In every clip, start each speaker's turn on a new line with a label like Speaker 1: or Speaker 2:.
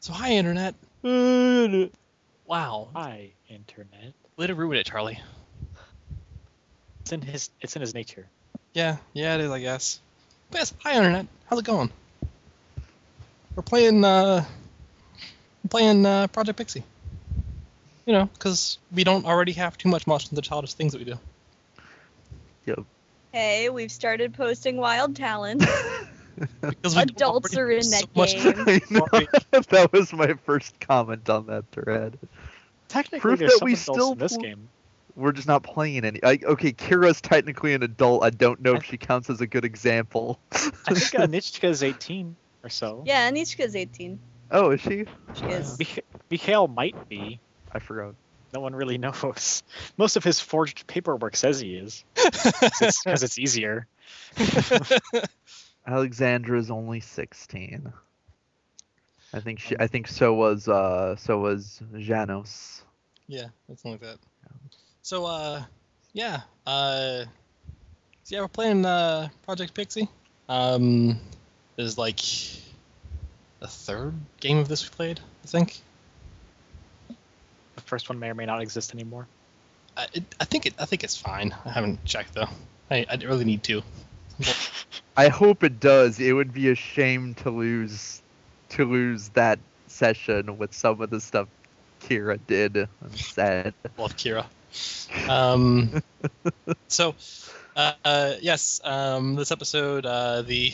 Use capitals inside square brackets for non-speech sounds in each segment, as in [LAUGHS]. Speaker 1: So hi, internet. Wow,
Speaker 2: Hi, internet.
Speaker 1: way to ruin it, Charlie.
Speaker 2: It's in his. It's in his nature.
Speaker 1: Yeah, yeah, it is, I guess. But yes, hi, internet. How's it going? We're playing, uh, we're playing uh, Project Pixie. You know, because we don't already have too much motion to the childish things that we [LAUGHS] do.
Speaker 3: Hey, we've started posting wild [LAUGHS] talents.
Speaker 1: Because we don't
Speaker 3: Adults
Speaker 1: already
Speaker 3: are in
Speaker 1: do
Speaker 3: that
Speaker 1: so much-
Speaker 3: game.
Speaker 1: [LAUGHS]
Speaker 4: I know. [LAUGHS] that was my first comment on that thread.
Speaker 2: Technically,
Speaker 4: Proof
Speaker 2: there's
Speaker 4: that
Speaker 2: some
Speaker 4: we
Speaker 2: adults
Speaker 4: still
Speaker 2: in this
Speaker 4: pl- [LAUGHS]
Speaker 2: game.
Speaker 4: We're just not playing any. I, okay, Kira's technically an adult. I don't know
Speaker 2: I-
Speaker 4: if she counts as a good example.
Speaker 2: I think uh, Nichika's 18 or so.
Speaker 3: yeah, Anishka's 18.
Speaker 4: Oh, is she?
Speaker 3: She is.
Speaker 2: Mich- Mikhail might be.
Speaker 4: I forgot.
Speaker 2: No one really [LAUGHS] knows. Most of his forged paperwork says he is, because it's, easier.
Speaker 4: Alexandra's only sixteen. I think she. I think so was. Uh, so was Janos.
Speaker 1: Yeah, something like that. So, uh, yeah, uh, so yeah, we're playing uh, Project Pixie. Um, this is like the third game of this we played, I think.
Speaker 2: The first one may or may not exist anymore.
Speaker 1: I, it, I think it, I think it's fine. I haven't checked though. I, I really need to.
Speaker 4: I hope it does. It would be a shame to lose, to lose that session with some of the stuff Kira did. I'm sad.
Speaker 1: Love Kira. Um, so, uh, uh, yes, um, this episode, uh, the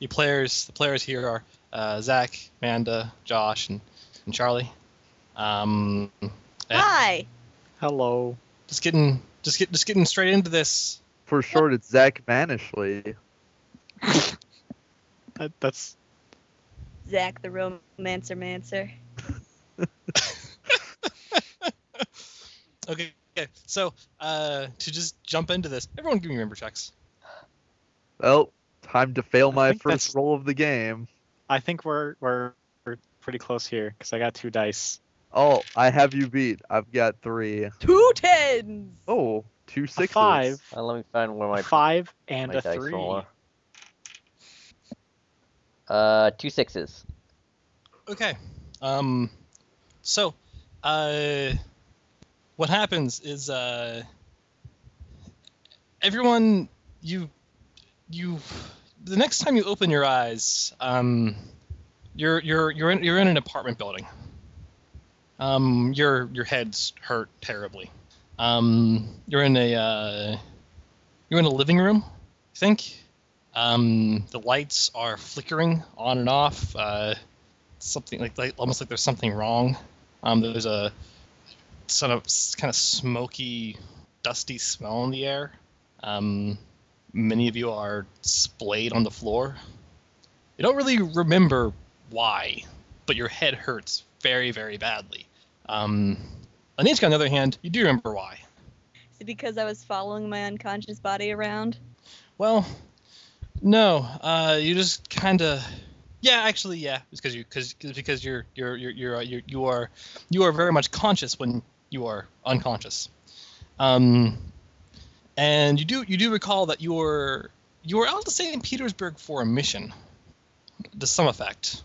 Speaker 1: the players the players here are uh, Zach, Amanda, Josh, and, and Charlie. Um, and
Speaker 3: Hi.
Speaker 2: Hello.
Speaker 1: Just getting just get just getting straight into this.
Speaker 4: For short, it's Zach Manishley.
Speaker 2: That, that's
Speaker 3: Zach the romancer mancer.
Speaker 1: Okay. Okay, so uh, to just jump into this, everyone give me member checks.
Speaker 4: Well, Oh, time to fail my
Speaker 2: think
Speaker 4: first
Speaker 2: that's-
Speaker 4: roll of the game.
Speaker 2: I think we're we're, we're pretty close here because I got two dice.
Speaker 4: Oh, I have you beat. I've got three.
Speaker 3: Two tens.
Speaker 4: Oh, two
Speaker 2: A
Speaker 4: sixes.
Speaker 2: five,
Speaker 5: Uh, let me find where my
Speaker 2: a five, and
Speaker 5: my
Speaker 2: a
Speaker 5: dice
Speaker 2: three.
Speaker 5: roll are. Uh, two sixes.
Speaker 1: Okay. Um, so, uh, what happens is uh, everyone you you the next time you open your eyes, um, you're you're you're in you're in an apartment building. Um, your your head's hurt terribly. Um, you're in a uh, you're in a living room, I think. Um, the lights are flickering on and off. Uh, something like, like almost like there's something wrong. Um, there's a sort of kind of smoky, dusty smell in the air. Um, many of you are splayed on the floor. You don't really remember why, but your head hurts very, very badly. Um, Anishka, on the other hand, you do remember why.
Speaker 3: Is it because I was following my unconscious body around?
Speaker 1: Well, no. Uh, you just kind of. Yeah, actually, yeah. It's because you, cause, 'cause- because you're, you're, you're, you're, uh, you're, you are, you are very much conscious when you are unconscious. Um, and you do, you do recall that you were, you were out to St. Petersburg for a mission, to some effect,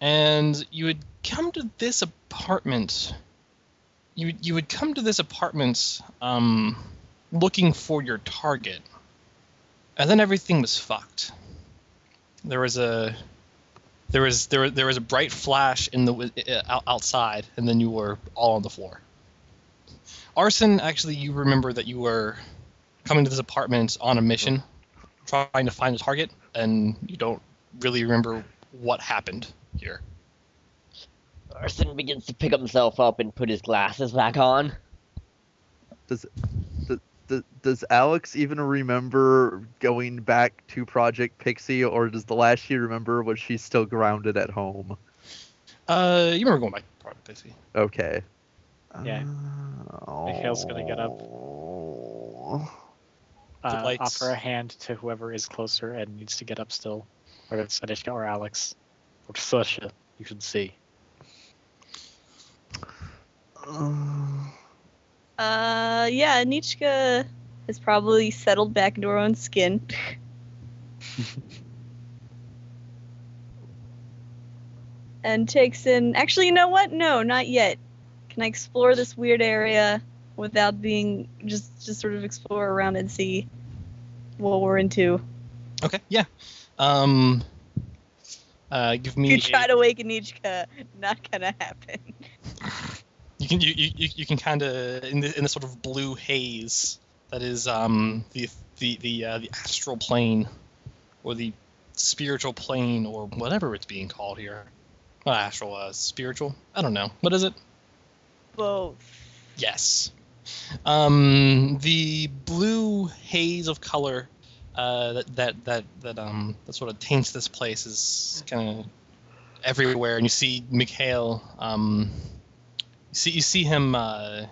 Speaker 1: and you had come to this apartment. You, would- you would come to this apartment, um, looking for your target. And then everything was fucked. There was a there was there there was a bright flash in the wi- uh, out- outside, and then you were all on the floor. Arson, actually, you remember that you were coming to this apartment on a mission, trying to find a target, and you don't really remember what happened here.
Speaker 5: Arson begins to pick himself up and put his glasses back on.
Speaker 4: Th- does Alex even remember going back to Project Pixie, or does the last she remember was she's still grounded at home?
Speaker 1: Uh, you remember going back to Project Pixie?
Speaker 4: Okay. Uh,
Speaker 2: Yeah. Mikhail's gonna get up.
Speaker 4: Oh.
Speaker 1: The
Speaker 2: Uh,
Speaker 1: lights.
Speaker 2: offer a hand to whoever is closer and needs to get up still, whether it's Anishka or Alex or Sasha. You should see.
Speaker 4: Uh,
Speaker 3: Uh, yeah, Nichka has probably settled back into her own skin. and takes in. Actually, you know what? No, not yet. Can I explore this weird area without being just just sort of explore around and see what we're into?
Speaker 1: Okay, yeah. Um, uh, give me.
Speaker 3: You try to awaken Ichika, not gonna happen.
Speaker 1: you can you, you, you can kind of in the in the sort of blue haze that is um the the the uh, the astral plane or the spiritual plane or whatever it's being called here. Not astral, uh, spiritual. I don't know. What is it?
Speaker 3: Both.
Speaker 1: Yes. Um, the blue haze of color uh, that that that that um that sort of taints this place is kind of everywhere, and you see Mikhail. Um, you see you see him. Uh,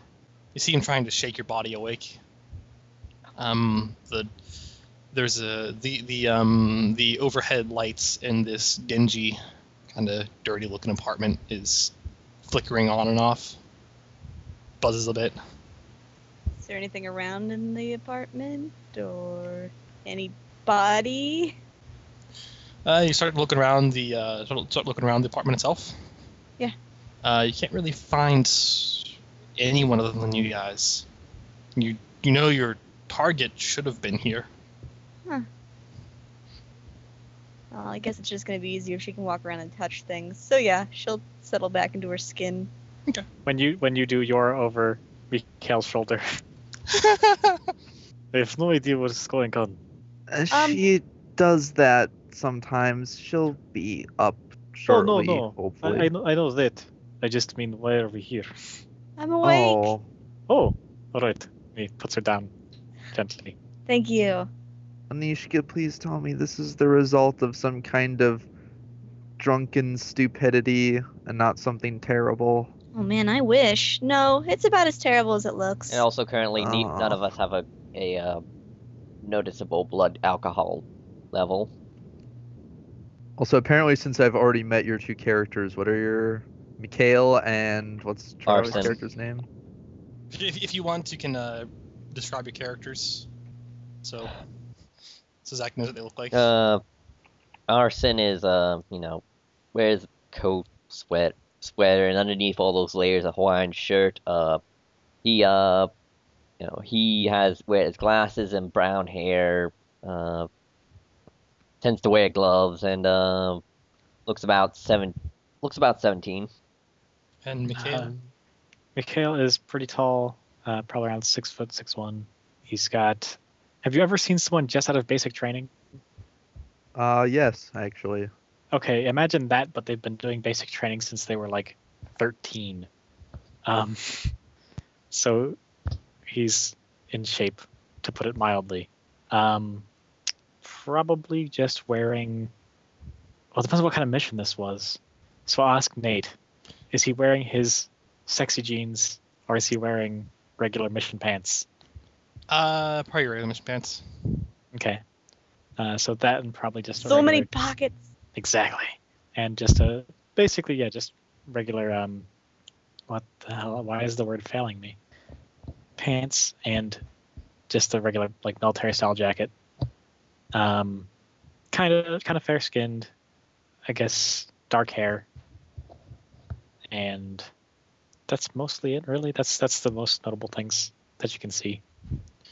Speaker 1: you see him trying to shake your body awake. Um, the there's a the the um the overhead lights in this dingy, kind of dirty looking apartment is flickering on and off. Buzzes a bit.
Speaker 3: Is there anything around in the apartment or anybody?
Speaker 1: Uh, you start looking around the uh, start, start looking around the apartment itself.
Speaker 3: Yeah.
Speaker 1: Uh, you can't really find anyone other than you guys. You you know your target should have been here.
Speaker 3: Oh, I guess it's just gonna be easier if she can walk around and touch things. So yeah, she'll settle back into her skin.
Speaker 2: When you when you do your over Mikhail's shoulder, [LAUGHS] I have no idea what's going on.
Speaker 4: If
Speaker 3: Um,
Speaker 4: she does that sometimes, she'll be up shortly.
Speaker 2: Oh, no. I,
Speaker 4: Hopefully.
Speaker 2: I know I know that. I just mean why are we here?
Speaker 3: I'm awake.
Speaker 4: Oh,
Speaker 2: Oh, all right. He puts her down gently.
Speaker 3: Thank you.
Speaker 4: Anishka, please tell me this is the result of some kind of drunken stupidity and not something terrible.
Speaker 3: Oh man, I wish. No, it's about as terrible as it looks.
Speaker 5: And also, currently, ne- none
Speaker 2: Uh-huh.
Speaker 4: Oh.
Speaker 5: of us have a a uh, noticeable blood alcohol level.
Speaker 4: Also, apparently, since I've already met your two characters, what are your Mikhail and what's Charlie's
Speaker 5: Arson.
Speaker 4: character's name?
Speaker 1: If, if you want, you can uh, describe your characters. So, so Zach knows what they look like.
Speaker 5: Uh, arson is uh, you know, wears coat, sweat, sweater, and underneath all those layers, a Hawaiian shirt. Uh, he uh, you know, he has wears glasses and brown hair. Uh, tends to wear gloves and uh, looks about seven, looks about seventeen.
Speaker 1: and Mikhail.
Speaker 2: Um, Mikhail is pretty tall, uh, probably around six foot six one. He's got. Have you ever seen someone just out of basic training?
Speaker 4: Uh, yes, actually.
Speaker 2: Okay, imagine that, but they've been doing basic training since they were like thirteen. Um, [LAUGHS] so he's in shape, to put it mildly. Um, probably just wearing. Well, it depends on what kind of mission this was. So I'll ask Nate: Is he wearing his sexy jeans, or is he wearing regular mission pants?
Speaker 1: Uh, probably your Amish pants.
Speaker 2: Okay. Uh, so that and probably just a
Speaker 3: so many
Speaker 2: regular-
Speaker 3: pockets.
Speaker 2: Exactly. And just a basically, yeah, just regular um what the hell why is the word failing me? Pants and just a regular like military style jacket. Um kind of kind of fair skinned, I guess dark hair. And that's mostly it really. That's that's the most notable things that you can see.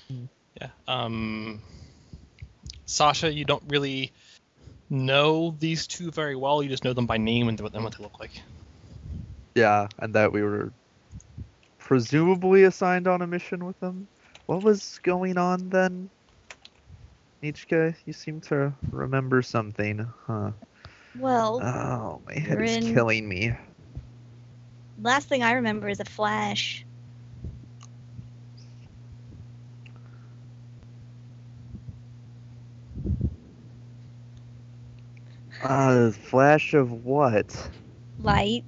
Speaker 1: Yeah. Um, Sasha, you don't really know these two very well. You just know them by name and what, and what they look like.
Speaker 4: Yeah, and that we were presumably assigned on a mission with them. What was going on then? Nichka, you seem to remember something, huh?
Speaker 3: Well,
Speaker 4: Oh, my head is
Speaker 3: Rin.
Speaker 4: killing me.
Speaker 3: last thing I remember is a flash.
Speaker 4: Uh, flash of what?
Speaker 3: Light.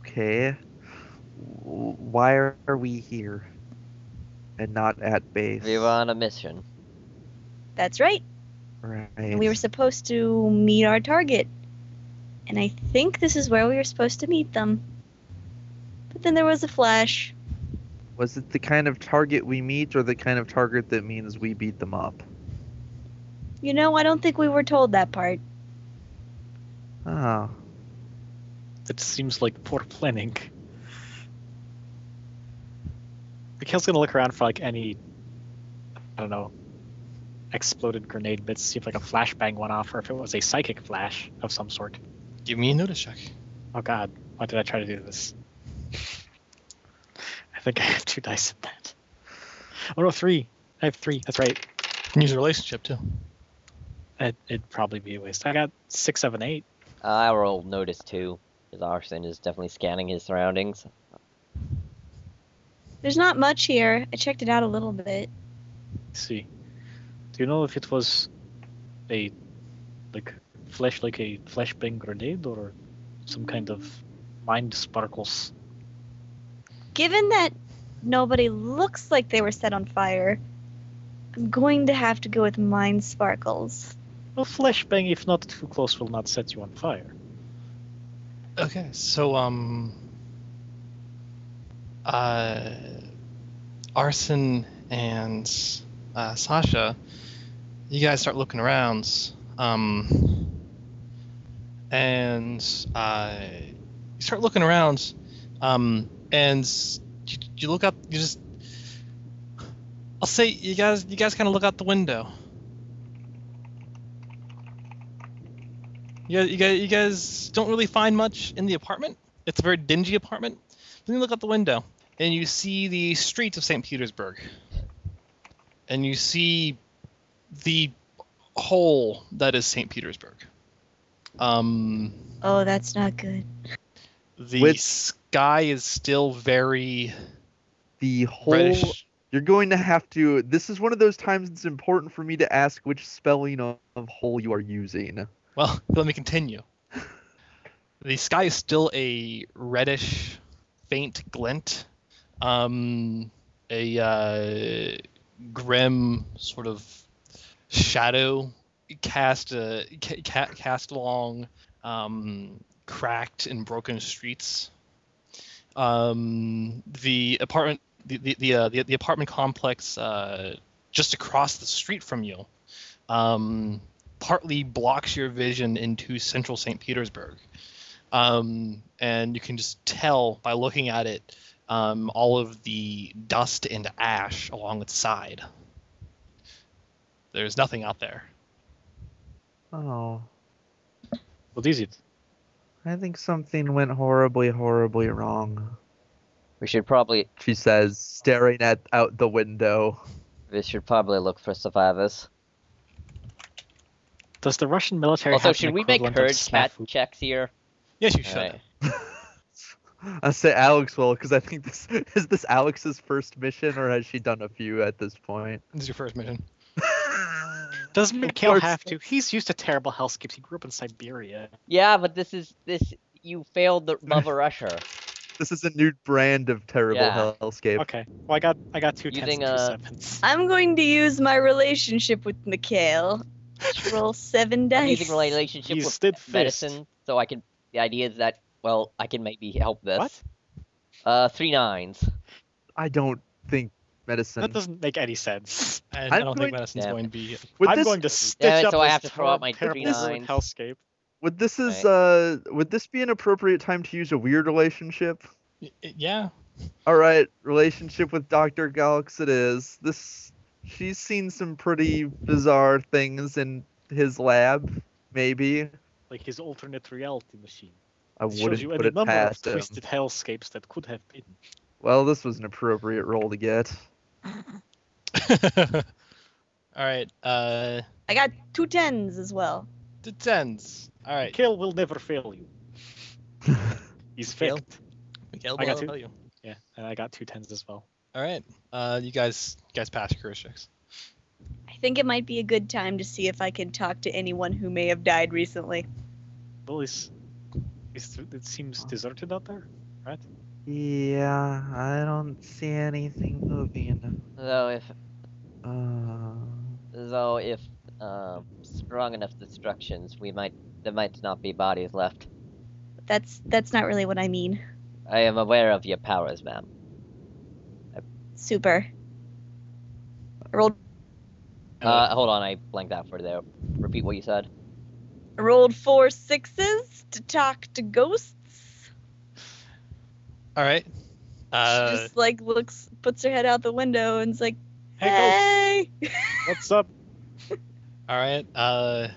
Speaker 4: Okay. W- Why are we here? And not at base.
Speaker 5: We were on a mission.
Speaker 3: That's right.
Speaker 4: Right.
Speaker 3: And we were supposed to meet our target. And I think this is where we were supposed to meet them. But then there was a flash.
Speaker 4: Was it the kind of target we meet, or the kind of target that means we beat them up?
Speaker 3: You know, I don't think we were told that part.
Speaker 4: Oh.
Speaker 2: That seems like poor planning. Mikhail's gonna look around for like any, I don't know, exploded grenade bits, see if like a flashbang went off or if it was a psychic flash of some sort.
Speaker 1: Give me a notice check.
Speaker 2: Oh god, why did I try to do this? [LAUGHS] I think I have two dice in that. Oh no, three. I have three. That's right.
Speaker 1: You can use a relationship too.
Speaker 2: It, it'd probably be a waste. I got six, seven, eight.
Speaker 5: I will notice too, because Arson is definitely scanning his surroundings.
Speaker 3: There's not much here. I checked it out a little bit.
Speaker 2: Let's see. Do you know if it was a like flash like a flashbang grenade or some kind of mind sparkles?
Speaker 3: Given that nobody looks like they were set on fire, I'm going to have to go with mind sparkles.
Speaker 2: A flashbang, if not too close, will not set you on fire.
Speaker 1: Okay, so um, uh, Arson and uh, Sasha, you guys start looking around, um, and uh, you start looking around, um, and you, you look up. You just, I'll say, you guys, you guys kind of look out the window. You guys, you guys, you guys don't really find much in the apartment. It's a very dingy apartment. Then you look out the window and you see the streets of St. Petersburg. And you see the hole that is St. Petersburg. Um,
Speaker 3: Oh, that's not good.
Speaker 1: the
Speaker 4: With-
Speaker 1: sky is still very
Speaker 4: The whole
Speaker 1: reddish.
Speaker 4: you're going to have to. This is one of those times it's important for me to ask which spelling of, of hole you are using.
Speaker 1: Well, [LAUGHS] let me continue. The sky is still a reddish, faint glint. Um, a uh, grim sort of shadow cast uh, ca- ca- cast along um, cracked and broken streets. Um, the apartment, the the the, uh, the, the apartment complex uh, just across the street from you. Um, partly blocks your vision into central St. Petersburg. Um, and you can just tell by looking at it um, all of the dust and ash along its side. There's nothing out there.
Speaker 4: Oh,
Speaker 2: What is it?
Speaker 4: I think something went horribly, horribly wrong.
Speaker 5: We should probably
Speaker 4: She says, staring at out the window.
Speaker 5: we should probably look for survivors.
Speaker 2: Does the Russian military
Speaker 5: also,
Speaker 2: have an
Speaker 5: should we make
Speaker 2: equivalent of
Speaker 5: herd cat
Speaker 2: snafu?
Speaker 5: checks here?
Speaker 1: Yes, you should.
Speaker 5: Alright.
Speaker 4: [LAUGHS] I say Alex will, because I think this [LAUGHS] is this Alex's first mission, or has she done a few at this point? [LAUGHS]
Speaker 1: This is your first mission.
Speaker 2: Does Mikhail
Speaker 4: course.
Speaker 2: have to? He's used to terrible hellscapes. He grew up in Siberia.
Speaker 5: Yeah, but this is this. You
Speaker 2: [LAUGHS]
Speaker 5: failed the Mother Russia.
Speaker 4: this is a new brand of terrible
Speaker 5: Yeah.
Speaker 4: hellscape.
Speaker 2: Okay. Well, I got I got two tens
Speaker 5: Using,
Speaker 2: and two
Speaker 5: uh,
Speaker 2: sevens.
Speaker 3: I'm going to use my relationship with Mikhail. [LAUGHS] Just Roll seven
Speaker 5: I'm
Speaker 3: dice.
Speaker 5: using relationship
Speaker 2: You
Speaker 5: with
Speaker 2: stood fist.
Speaker 5: medicine, so I can. The idea is that well, I can maybe help this.
Speaker 2: What?
Speaker 5: Uh, three nines.
Speaker 4: I don't think medicine.
Speaker 2: That doesn't make any sense.
Speaker 1: And I
Speaker 4: I'm
Speaker 1: don't think
Speaker 4: going-
Speaker 1: medicine's
Speaker 5: Damn
Speaker 1: going to be.
Speaker 4: With
Speaker 2: I'm
Speaker 4: this,
Speaker 2: going to stitch
Speaker 5: Damn it,
Speaker 2: up
Speaker 5: so I
Speaker 2: this
Speaker 5: have to throw out my
Speaker 2: terrible
Speaker 5: three
Speaker 2: ruined
Speaker 5: nines.
Speaker 2: hellscape.
Speaker 4: would this is uh, would this be an appropriate time to use a weird relationship?
Speaker 1: Y- y- Yeah. [LAUGHS]
Speaker 4: All right, relationship with Doctor Galax. It is this. She's seen some pretty bizarre things in his lab. Maybe
Speaker 2: Like his alternate reality machine.
Speaker 4: I
Speaker 2: It shows
Speaker 4: wouldn't
Speaker 2: you
Speaker 4: put
Speaker 2: any
Speaker 4: it
Speaker 2: number of
Speaker 4: past him.
Speaker 2: twisted hellscapes that could have been.
Speaker 4: Well, this was an appropriate role to get. [LAUGHS]
Speaker 1: all right. Uh,
Speaker 3: I got two tens as well.
Speaker 1: the tens. All right.
Speaker 2: Mikhail will never fail you. He's
Speaker 1: Mikhail?
Speaker 2: failed.
Speaker 1: Mikhail,
Speaker 2: I got
Speaker 1: I'll
Speaker 2: two.
Speaker 1: tell you.
Speaker 2: Yeah, and I got two tens as well.
Speaker 1: All right. Uh, you guys, you guys pass your career checks.
Speaker 3: I think it might be a good time to see if I can talk to anyone who may have died recently.
Speaker 2: Well, is, is it seems deserted out there, right?
Speaker 4: Yeah, I don't see anything moving.
Speaker 5: So if
Speaker 4: Uh...
Speaker 5: so if um strong enough destructions, we might there might not be bodies left.
Speaker 3: That's that's not really what I mean.
Speaker 5: I am aware of your powers, ma'am.
Speaker 3: Super. I rolled
Speaker 2: Oh.
Speaker 5: Uh, hold on, I blanked out for there. Repeat what you said.
Speaker 3: I rolled four sixes to talk to ghosts.
Speaker 1: All right. Uh,
Speaker 3: she just like looks, puts her head out the window and's like,
Speaker 2: Hey, Colt,
Speaker 3: "Hey!" [LAUGHS]
Speaker 2: what's up?
Speaker 1: All right. Uh,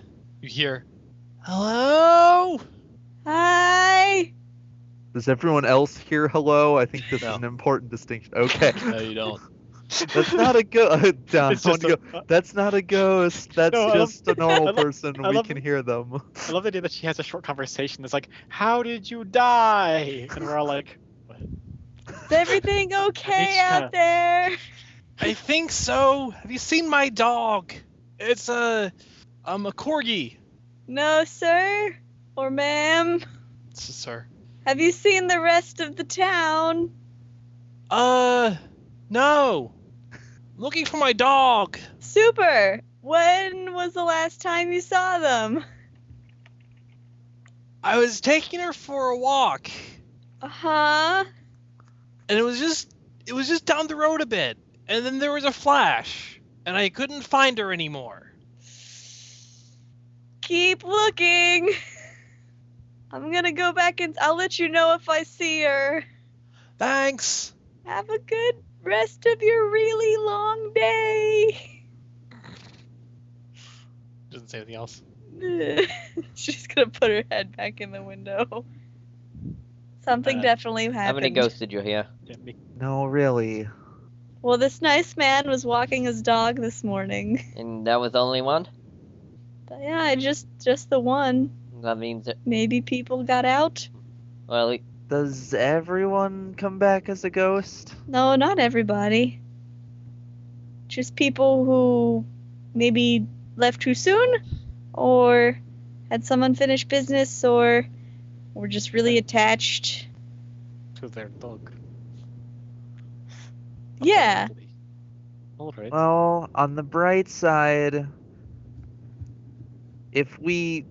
Speaker 1: you hear, hello.
Speaker 3: Hi.
Speaker 4: Does everyone else hear hello? I think this
Speaker 1: No.
Speaker 4: is an important distinction.
Speaker 2: [LAUGHS]
Speaker 4: Okay.
Speaker 1: No, you don't.
Speaker 4: [LAUGHS] [LAUGHS] That's not a [LAUGHS] ghost. Don,
Speaker 2: It's just
Speaker 4: don't
Speaker 2: a-
Speaker 4: go- That's not a ghost. That's
Speaker 2: No, [LAUGHS] I love-
Speaker 4: just a normal
Speaker 2: I love-
Speaker 4: person.
Speaker 2: I
Speaker 4: we
Speaker 2: love-
Speaker 4: can hear them. [LAUGHS]
Speaker 2: I love the idea that she has a short conversation that's like, How did you die? And we're all like,
Speaker 3: Is everything okay
Speaker 2: Anishka.
Speaker 3: out there?
Speaker 1: [LAUGHS] I think so. Have you seen my dog? It's a, um, a corgi.
Speaker 3: No, sir or ma'am.
Speaker 1: S- Sir.
Speaker 3: Have you seen the rest of the town?
Speaker 1: Uh, no. Looking for my dog.
Speaker 3: Super. When was the last time you saw them?
Speaker 1: I was taking her for a walk,
Speaker 3: Uh huh.
Speaker 1: and it was just, it was just down the road a bit, and then there was a flash, and I couldn't find her anymore.
Speaker 3: Keep looking. [LAUGHS] I'm gonna go back and I'll let you know if I see her.
Speaker 1: Thanks.
Speaker 3: Have a good rest of your really long
Speaker 5: [LAUGHS]
Speaker 3: day.
Speaker 1: [LAUGHS]
Speaker 3: [LAUGHS]
Speaker 1: Doesn't say anything else.
Speaker 3: She's gonna put her head back in the window. Something
Speaker 2: Uh,
Speaker 3: definitely happened.
Speaker 5: How many ghosts did you hear?
Speaker 2: "Yeah, me-
Speaker 4: No, really.
Speaker 3: Well, this nice man was walking his dog this morning.
Speaker 5: And that was the only one?
Speaker 3: But yeah, just just the one.
Speaker 5: That means it.
Speaker 3: Maybe people got out.
Speaker 5: Well, it-
Speaker 4: Does everyone come back as a ghost?
Speaker 3: No, not everybody. Just people who maybe left too soon or had some unfinished business or were just really attached.
Speaker 2: To their dog.
Speaker 3: Yeah. [SIGHS]
Speaker 2: Alright.
Speaker 4: Well, on the bright side, if we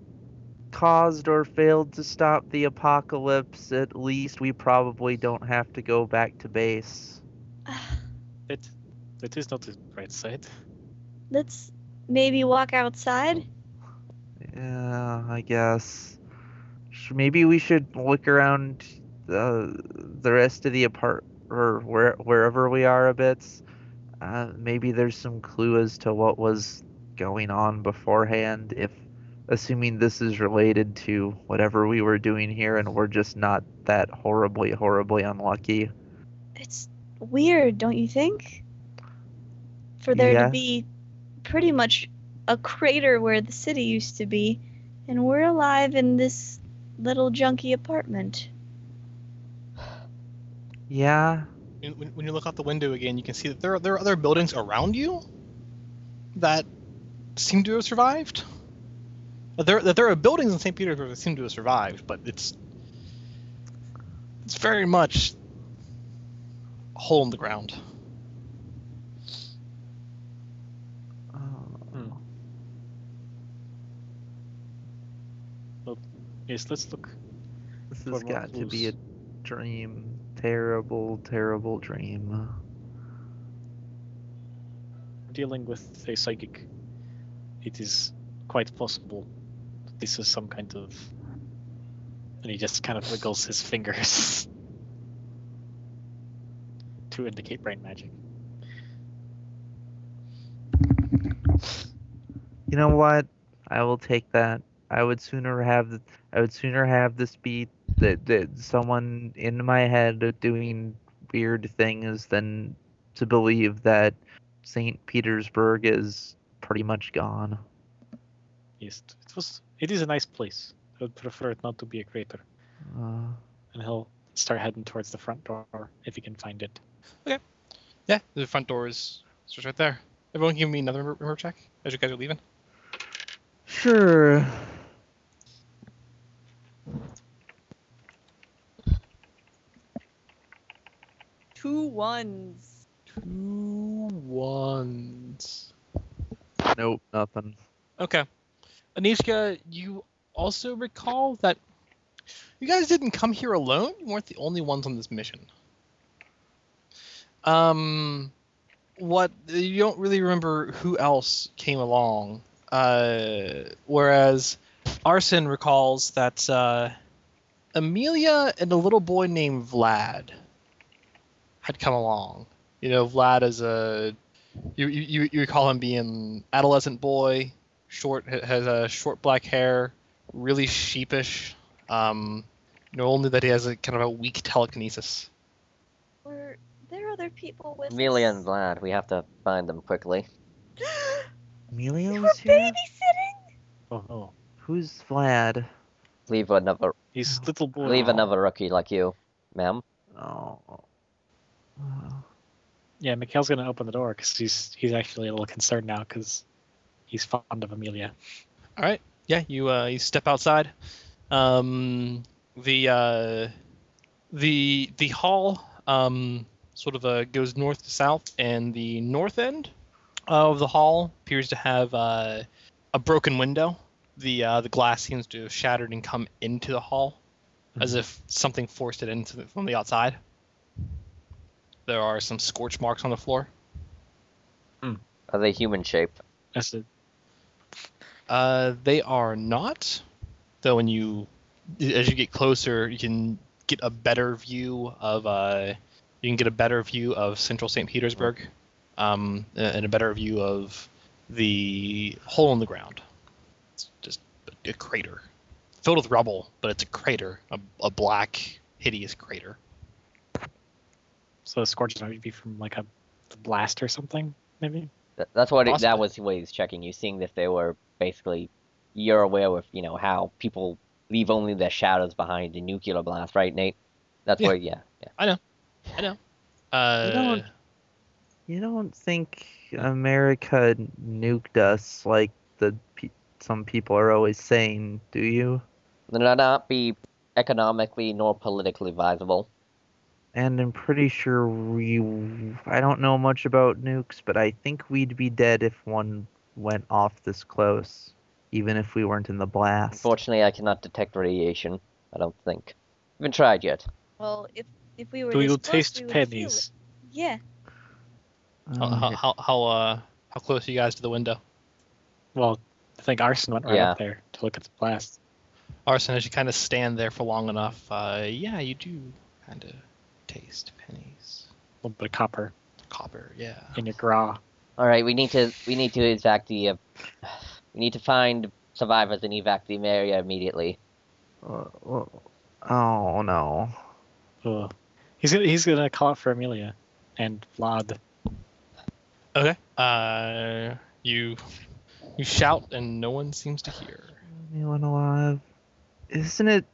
Speaker 4: caused or failed to stop the apocalypse, at least we probably don't have to go back to base.
Speaker 2: That, that is not the right side.
Speaker 3: Let's maybe walk outside.
Speaker 4: Yeah, I guess. Sh- Maybe we should look around uh, the rest of the apart or where wherever we are a bit. Uh, maybe there's some clue as to what was going on beforehand. If assuming this is related to whatever we were doing here, and we're just not that horribly, horribly unlucky.
Speaker 3: It's weird, don't you think? For there
Speaker 4: Yeah.
Speaker 3: to be pretty much a crater where the city used to be, and we're alive in this little junky apartment.
Speaker 4: Yeah,
Speaker 1: When, when when you look out the window again, you can see that there are, there are other buildings around you that seem to have survived. That there, that there are buildings in St. Petersburg that seem to have survived, but it's it's very much a hole in the ground.
Speaker 4: uh,
Speaker 2: Yes, let's look.
Speaker 4: this
Speaker 2: For
Speaker 4: has
Speaker 2: more
Speaker 4: got to be a
Speaker 2: clues.
Speaker 4: dream. Terrible, terrible dream.
Speaker 2: Dealing with a psychic, it is quite possible that this is some kind of. And he just kind of wiggles his fingers [LAUGHS] to indicate brain magic.
Speaker 4: You know what? I will take that. I would sooner have th- I would sooner have this be that that someone in my head doing weird things than to believe that Saint Petersburg is pretty much gone.
Speaker 2: Yes, it was. It is a nice place. I would prefer it not to be a crater.
Speaker 4: Uh,
Speaker 2: And he'll start heading towards the front door if he can find it.
Speaker 1: Yeah, the front door is it's just right there. Everyone, give me another remember check as you guys are leaving.
Speaker 4: sure.
Speaker 3: Two ones.
Speaker 1: Two ones.
Speaker 4: Nope, nothing.
Speaker 1: Okay. Anishka, you also recall that you guys didn't come here alone. You weren't the only ones on this mission. Um, what you don't really remember who else came along. Uh, whereas Arson recalls that uh, Amelia and a little boy named Vlad had come along. You know, Vlad is a you you you- you recall him being adolescent boy, short ha- has a short black hair, really sheepish. Um, you know, only that he has a kind of a weak telekinesis.
Speaker 3: Were there other people with
Speaker 5: Amelia
Speaker 3: us? [GASPS]
Speaker 5: [GASPS] and Vlad, we have to find them quickly.
Speaker 3: you
Speaker 4: Emilio
Speaker 3: were
Speaker 4: is here?
Speaker 3: babysitting?
Speaker 2: Oh, oh.
Speaker 4: Who's Vlad?
Speaker 5: Leave another
Speaker 2: He's little boy.
Speaker 5: leave another rookie like you, ma'am.
Speaker 4: Oh. Oh.
Speaker 2: Yeah, Mikhail's gonna open the door because he's he's actually a little concerned now because he's fond of Amelia.
Speaker 1: All right, yeah, you uh, you step outside. Um, the uh, the the hall um, sort of uh, goes north to south, and the north end of the hall appears to have uh, a broken window. The uh, the glass seems to have shattered and come into the hall, as if something forced it into the, from the outside. There are some scorch marks on the floor.
Speaker 5: Are they human shaped?
Speaker 2: That's it.
Speaker 1: Uh, they are not. Though when you, as you get closer, you can get a better view of uh, you can get a better view of central St. Petersburg, um, and a better view of the hole in the ground. It's just a, a crater, filled with rubble, but it's a crater, a, a black, hideous crater.
Speaker 2: So the scorch might be from like a blast or something, maybe.
Speaker 5: That, that's what it, that
Speaker 1: Possibly.
Speaker 5: was what he's checking you, seeing if they were basically. You're aware of you know how people leave only their shadows behind in nuclear blast, right, Nate? That's
Speaker 1: Yeah.
Speaker 5: where yeah yeah.
Speaker 1: Uh,
Speaker 4: don't- You don't think America nuked us like the pe- some people are always saying, do you?
Speaker 5: They're not- not be economically nor politically advisable.
Speaker 4: And I'm pretty sure we. I don't know much about nukes, but I think we'd be dead if one went off this close, even if we weren't in the blast.
Speaker 5: Unfortunately, I cannot detect radiation. I don't think. Haven't tried yet.
Speaker 3: Well, if if we were
Speaker 2: we
Speaker 3: this
Speaker 2: will
Speaker 3: close, we
Speaker 2: taste
Speaker 3: would feel it.
Speaker 2: pennies.
Speaker 3: Yeah.
Speaker 1: how, how, how, how, uh, how close are you guys to the window?
Speaker 2: Well, I think Arson went right
Speaker 5: Yeah.
Speaker 2: up there to look at the blast.
Speaker 1: Arson, as you kind of stand there for long enough, uh, yeah, you do kind of taste pennies.
Speaker 2: A little bit of copper
Speaker 1: Copper, yeah.
Speaker 2: in your gra.
Speaker 5: All right, we need to we need to evac the uh, we need to find survivors and evac the area immediately.
Speaker 4: Uh, well, oh no.
Speaker 2: Ugh. He's gonna he's gonna call out for Amelia and Vlad.
Speaker 1: Okay. Uh, you you shout and no one seems to hear.
Speaker 4: Anyone alive? oh Isn't it?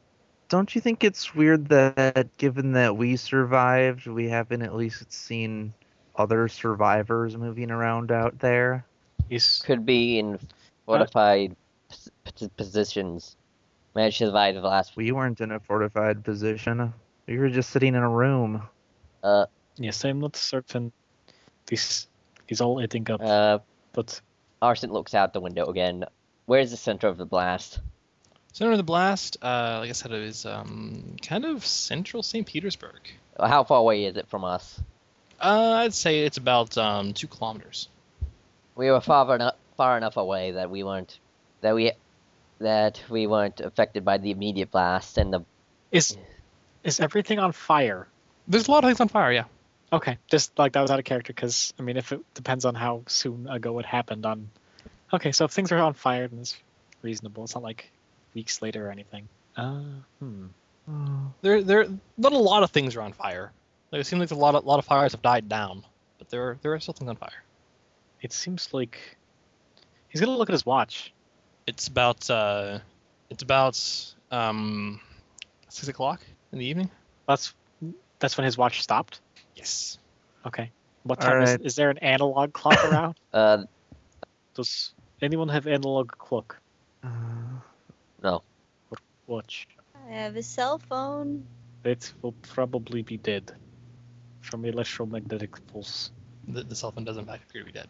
Speaker 4: Don't you think it's weird that, given that we survived, we haven't at least seen other survivors moving around out there?
Speaker 2: He's
Speaker 5: Could be in fortified pos- pos- positions. Managed to survive the last.
Speaker 4: We weren't in a fortified position. We were just sitting in a room.
Speaker 5: Uh,
Speaker 2: yeah, same with certain these he's all eating up.
Speaker 5: uh,
Speaker 2: but
Speaker 5: Arson looks out the window again. Where's the center of the blast?
Speaker 1: Center of the blast, uh, like I said, it is um, kind of central St. Petersburg.
Speaker 5: How far away is it from us?
Speaker 1: Uh, I'd say it's about um, two kilometers.
Speaker 5: We were far enough far enough away that we weren't that we that we weren't affected by the immediate blast and the
Speaker 2: is is everything on fire?
Speaker 1: There's a lot of things on fire, yeah.
Speaker 2: Okay, just like that was out of character because I mean, if it depends on how soon ago it happened. On okay, so if things are on fire, then it's reasonable. It's not like weeks later or anything. Uh, hmm.
Speaker 4: Oh,
Speaker 1: There, there, not a lot of things are on fire. Like, it seems like a lot, of, lot of fires have died down, but there, are- there are still things on fire.
Speaker 2: It seems like he's gonna look at his watch.
Speaker 1: It's about, uh, it's about um, six o'clock in the evening.
Speaker 2: That's that's when his watch stopped.
Speaker 1: Yes.
Speaker 2: Okay. What
Speaker 4: All
Speaker 2: time is,
Speaker 4: right.
Speaker 2: is there an analog clock [COUGHS] around?
Speaker 5: uh
Speaker 2: Does anyone have analog clock
Speaker 4: uh,
Speaker 2: watch?
Speaker 3: I have a cell phone.
Speaker 2: It will probably be dead from electromagnetic pulse.
Speaker 1: The, the cell phone does in fact appear to be dead.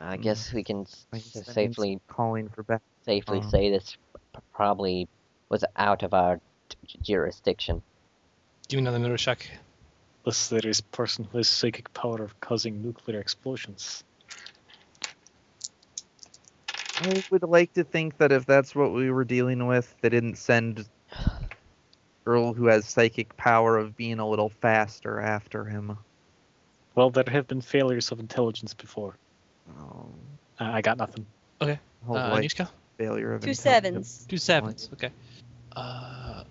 Speaker 5: I
Speaker 4: Mm.
Speaker 5: guess we can s-
Speaker 4: like,
Speaker 5: s-
Speaker 4: that means
Speaker 5: safely
Speaker 4: calling for back.
Speaker 5: safely
Speaker 4: Uh-huh.
Speaker 5: say this p- probably was out of our j- jurisdiction.
Speaker 1: Do another notice check.
Speaker 2: Unless there is person who has psychic power of causing nuclear explosions.
Speaker 5: [SIGHS]
Speaker 4: I would like to think that if that's what we were dealing with, they didn't send girl who has psychic power of being a little faster after him.
Speaker 2: Well, there have been failures of intelligence before.
Speaker 4: Oh,
Speaker 2: Uh, I got nothing.
Speaker 4: whole
Speaker 1: Uh,
Speaker 4: life
Speaker 1: Anishka?
Speaker 4: failure of
Speaker 3: Two
Speaker 4: intelligence.
Speaker 3: sevens.
Speaker 1: Two sevens. Okay. Uh,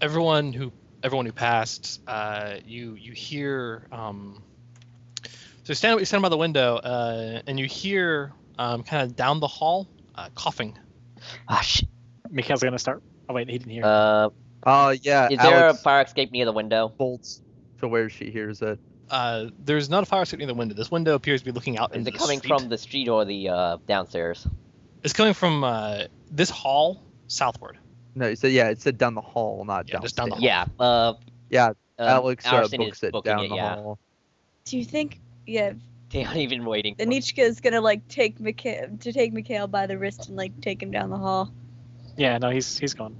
Speaker 1: everyone who everyone who passed, uh, you you hear. Um, so you stand you stand by the window, uh, and you hear um, kind of down the hall uh, coughing.
Speaker 5: Ah, shit.
Speaker 2: Mikhail's gonna start. Oh wait, he didn't hear.
Speaker 5: Uh,
Speaker 4: Oh yeah,
Speaker 5: is there a
Speaker 4: Alex
Speaker 5: fire escape near the window?
Speaker 4: bolts to where she hears it.
Speaker 1: Uh, there's not a fire escape near the window. This window appears to be looking out
Speaker 5: Is
Speaker 1: into
Speaker 5: it
Speaker 1: the
Speaker 5: coming
Speaker 1: street.
Speaker 5: from the street or the uh, downstairs?
Speaker 1: It's coming from uh, this hall southward.
Speaker 4: No, you said yeah. It said down the hall, not
Speaker 1: Yeah,
Speaker 4: down.
Speaker 1: just down the hall.
Speaker 5: Yeah. Uh,
Speaker 4: Yeah,
Speaker 5: uh,
Speaker 4: Oh. Alex uh,
Speaker 5: Arson
Speaker 4: books
Speaker 5: is
Speaker 4: it
Speaker 5: booking
Speaker 4: down
Speaker 5: it,
Speaker 4: the
Speaker 5: yeah.
Speaker 4: hall.
Speaker 3: Do you think? Yeah,
Speaker 5: [LAUGHS] They aren't even waiting. for-
Speaker 3: Anichka is gonna like take Mikhail to take Mikhail by the wrist and like take him down the hall.
Speaker 2: Yeah, no, he's he's gone.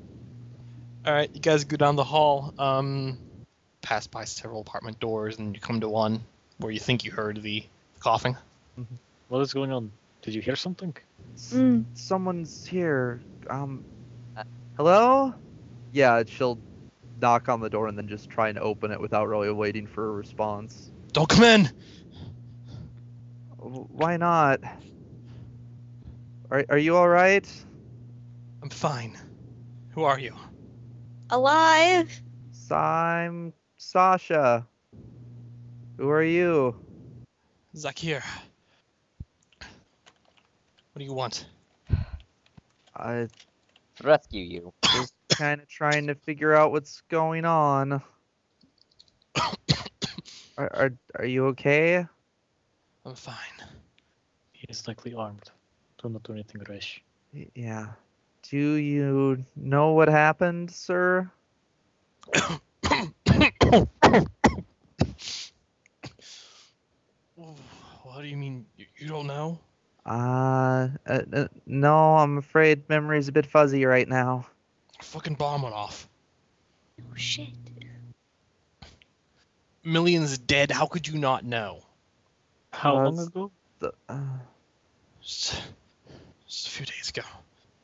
Speaker 1: All right, you guys go down the hall, um, pass by several apartment doors, and you come to one where you think you heard the coughing.
Speaker 2: What is going on? Did you hear something?
Speaker 4: S-
Speaker 3: Mm.
Speaker 4: Someone's here. Um,
Speaker 5: Uh,
Speaker 4: hello? Yeah, she'll knock on the door and then just try and open it without really waiting for a response.
Speaker 1: Don't come in.
Speaker 4: W- Why not? Are are you all right?
Speaker 1: I'm fine. Who are you?
Speaker 3: Alive.
Speaker 4: S- I'm Sasha. Who are you?
Speaker 1: Zakir. What do you [COUGHS] want?
Speaker 4: I
Speaker 5: Rescue you.
Speaker 4: just kind of trying to figure out what's going on. Are, are are you okay?
Speaker 1: I'm fine.
Speaker 2: He is likely armed. Do not do anything rash.
Speaker 4: Y- Yeah. Do you know what happened, sir?
Speaker 1: [COUGHS] What do you mean? You, you don't know?
Speaker 4: Uh, uh, uh, no, I'm afraid memory's a bit fuzzy right now.
Speaker 1: A fucking bomb went off.
Speaker 3: Oh shit.
Speaker 1: Millions dead. How could you not know?
Speaker 2: How
Speaker 4: Uh,
Speaker 2: long
Speaker 4: it's-
Speaker 2: ago?
Speaker 4: The, uh,
Speaker 1: Just, just a few days ago.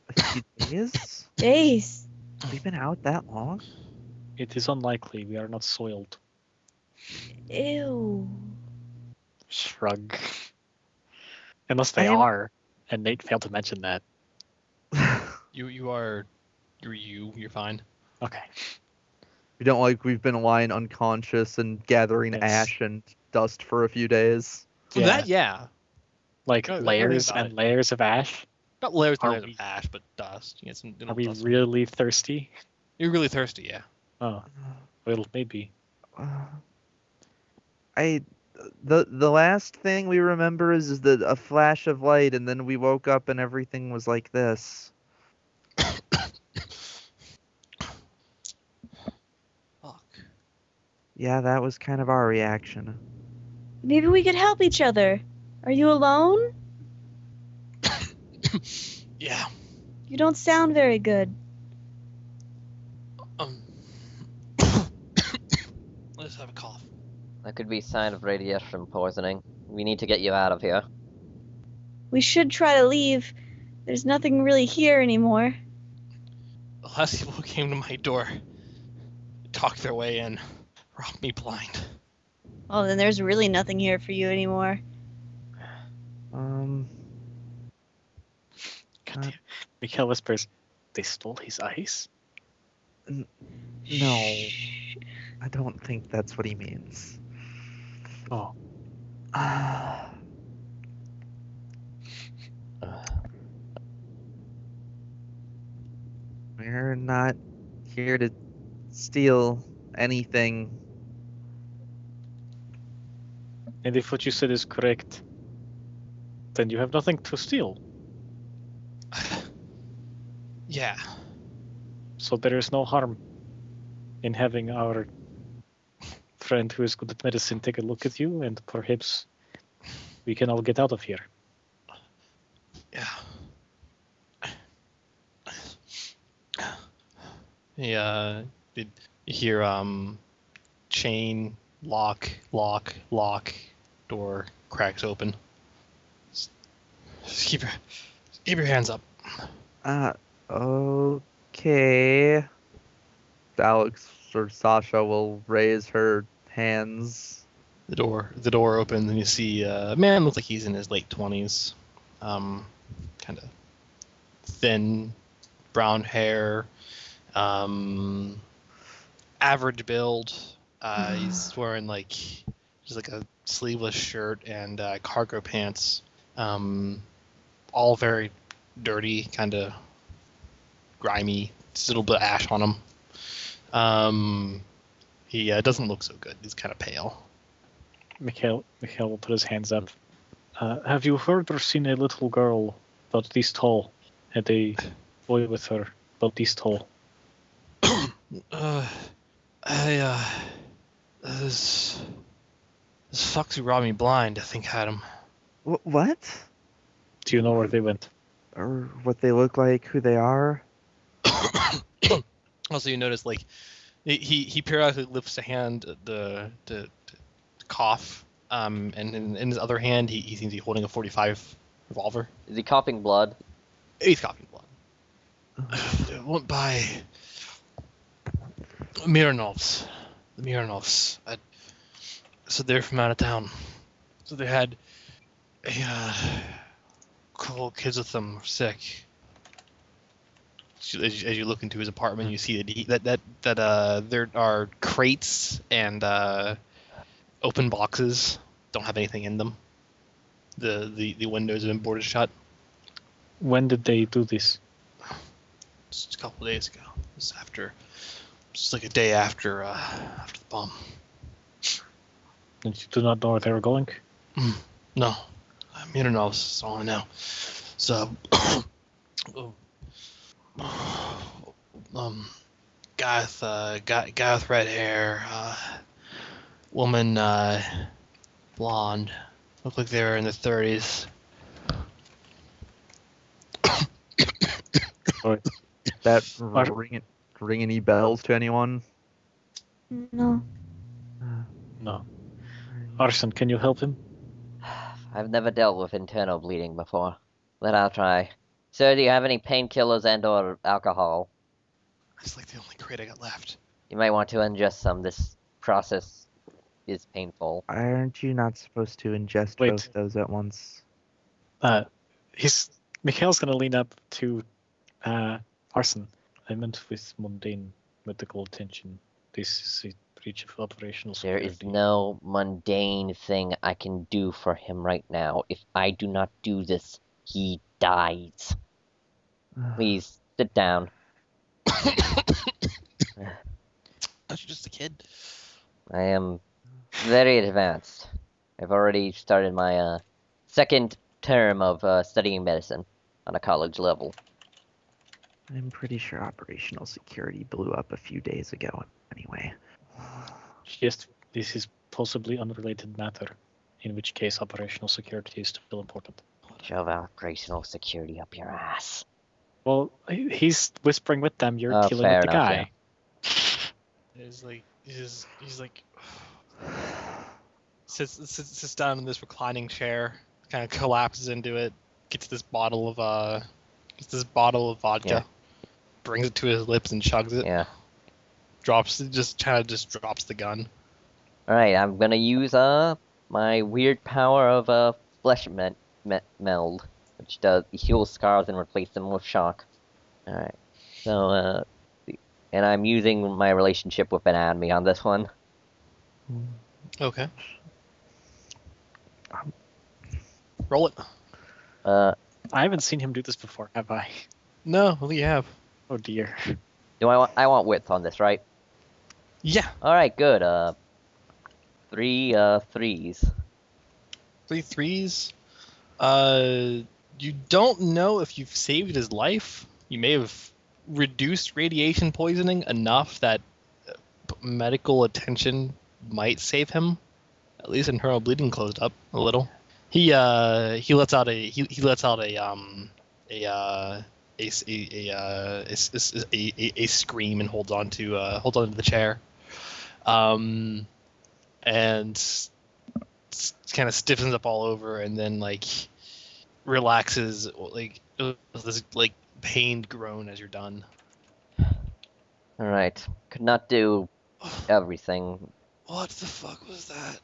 Speaker 4: a few days?
Speaker 3: Days.
Speaker 4: We've been out that long? [LAUGHS]
Speaker 2: It is unlikely. We are not soiled.
Speaker 3: Ew.
Speaker 2: Shrug. [LAUGHS] Unless they
Speaker 4: I am-
Speaker 2: are, and Nate failed to mention that.
Speaker 4: we
Speaker 1: You you are, you're you. You're fine.
Speaker 2: Okay.
Speaker 4: don't like we've been lying unconscious and gathering
Speaker 2: Yes.
Speaker 4: ash and dust for a few days.
Speaker 1: Yeah. That yeah.
Speaker 2: Like
Speaker 1: No, don't worry
Speaker 2: layers
Speaker 1: about
Speaker 2: and
Speaker 1: it.
Speaker 2: layers of ash.
Speaker 1: Not layers and
Speaker 2: Are
Speaker 1: layers
Speaker 2: we-
Speaker 1: of ash, but dust. You get some. you know,
Speaker 2: Are we
Speaker 1: dust.
Speaker 2: really thirsty?
Speaker 1: You're really thirsty. Yeah.
Speaker 2: Oh, well, maybe.
Speaker 4: Uh, [SIGHS] I the the last thing we remember is, is the a flash of light and then we woke up and everything was like this.
Speaker 1: Fuck.
Speaker 4: Yeah, that was kind of our reaction.
Speaker 3: Maybe we could help each other. Are you alone?
Speaker 1: Yeah.
Speaker 3: You don't sound very good.
Speaker 1: Um. [COUGHS] Let's have a cough.
Speaker 5: That could be a sign of radiation poisoning. We need to get you out of here.
Speaker 3: We should try to leave. There's nothing really here anymore.
Speaker 1: The last people who came to my door talked their way in, robbed me blind. [SIGHS]
Speaker 3: Oh, then there's really nothing here for you anymore.
Speaker 4: Um
Speaker 2: God
Speaker 4: Uh,
Speaker 2: damn. Mikhail whispers, "They stole his eyes."
Speaker 4: no, I don't think that's what he means.
Speaker 2: Oh,
Speaker 4: Uh, [SIGHS] we're not here to steal anything.
Speaker 2: and if what you said is correct, then you have nothing to steal.
Speaker 1: yeah.
Speaker 2: So there is no harm in having our friend who is good at medicine take a look at you, and perhaps we can all get out of here.
Speaker 1: Yeah. Yeah. Did you hear um chain lock lock lock door cracks open. Just, just keep your just keep your hands up.
Speaker 4: Uh okay. Alex or Sasha will raise her hands.
Speaker 1: The door the door opens and you see uh, a man looks like he's in his late twenties, um, kind of thin, brown hair, um, average build. Uh, he's wearing like just like a sleeveless shirt and uh, cargo pants, um, all very dirty, kind of grimy, just a little bit of ash on him. Um, he uh, doesn't look so good. He's kind of pale.
Speaker 2: Mikhail, Mikhail will put his hands up. Uh, have you heard or seen a little girl about this tall? Had a boy with her about this tall.
Speaker 1: Uh, I, uh, this, this fox who robbed me blind, I think, had him.
Speaker 4: Wh- what?
Speaker 2: Do you know where they went?
Speaker 4: Or what they look like, who they are?
Speaker 1: [COUGHS] Also, you notice, like, he, he he periodically lifts a hand the to, to cough, um, and in, in his other hand, he, he seems to be holding a 45 revolver.
Speaker 5: Is he coughing blood? [SIGHS]
Speaker 1: He's coughing blood. it went by Miranovs. The Miranovs. I, so they're from out of town. So they had a uh, couple of kids with them were sick. So As you, as you look into his apartment, you see that he, that that that uh, there are crates and uh, open boxes. Don't have anything in them. The the, the windows have been boarded shut.
Speaker 2: When did they do this?
Speaker 1: just a couple of days ago. It was after, just like a day after uh, after the bomb.
Speaker 2: And you do not know where they were going?
Speaker 1: No, I'm here now. That's all I know. So, [COUGHS] oh. um, guy with uh, guy, guy with red hair, uh, woman, uh, blonde. Looked like they were in their thirties.
Speaker 2: Sorry.
Speaker 4: That
Speaker 2: Mar-
Speaker 4: ring, ring any bells to anyone?
Speaker 3: No.
Speaker 4: Uh,
Speaker 2: No. Arson, can you help him?
Speaker 5: I've never dealt with internal bleeding before. Then I'll try. Sir, do you have any painkillers and or alcohol?
Speaker 1: It's like the only crate I got left.
Speaker 5: You might want to ingest some. This process is painful.
Speaker 4: Aren't you not supposed to ingest
Speaker 2: Wait.
Speaker 4: both those at once?
Speaker 2: Uh, he's Mikhail's gonna lean up to uh, Arson. I meant with mundane medical attention. This is a breach of operational
Speaker 5: There
Speaker 2: security.
Speaker 5: is no mundane thing I can do for him right now. If I do not do this, he dies.
Speaker 4: Uh,
Speaker 5: Please sit down.
Speaker 1: Aren't you just a kid?
Speaker 5: I am very advanced. I've already started my uh, second term of uh, studying medicine on a college level.
Speaker 4: I'm pretty sure operational security blew up a few days ago anyway.
Speaker 2: Just this is possibly unrelated matter, in which case operational security is still important.
Speaker 5: Shove operational security up your ass.
Speaker 2: Well, he- he's whispering with them. You're
Speaker 5: Oh,
Speaker 2: dealing
Speaker 5: fair
Speaker 2: with the
Speaker 5: enough,
Speaker 2: guy.
Speaker 5: yeah.
Speaker 1: It's like he's he's like [SIGHS] sits, sits sits down in this reclining chair, kind of collapses into it, gets this bottle of uh, gets this bottle of vodka,
Speaker 5: Yeah.
Speaker 1: brings it to his lips and chugs it.
Speaker 5: Yeah.
Speaker 1: Drops just kind of just drops the gun.
Speaker 5: Alright, I'm gonna use uh my weird power of uh flesh me- me- meld, which does heals scars and replace them with shock. Alright. So uh and I'm using my relationship with anatomy on this one.
Speaker 1: Okay. Roll it.
Speaker 5: Uh
Speaker 2: I haven't seen him do this before, have I? [LAUGHS]
Speaker 1: No, what do you have?
Speaker 2: Oh dear.
Speaker 5: do I want I want width on this, right?
Speaker 1: Yeah,
Speaker 5: Alright, good. Uh three uh threes.
Speaker 1: three threes. Uh, you don't know if you've saved his life. You may have reduced radiation poisoning enough that uh, p- medical attention might save him. At least internal bleeding closed up a little. He uh he lets out a he, he lets out a um a uh a s- a a, uh, a, s- a s- a, a, a scream and holds on to uh holds on to the chair. Um and kind of stiffens up all over and then like relaxes like with this like pained groan as you're done
Speaker 5: All right. Could not do everything.
Speaker 1: What the fuck was that?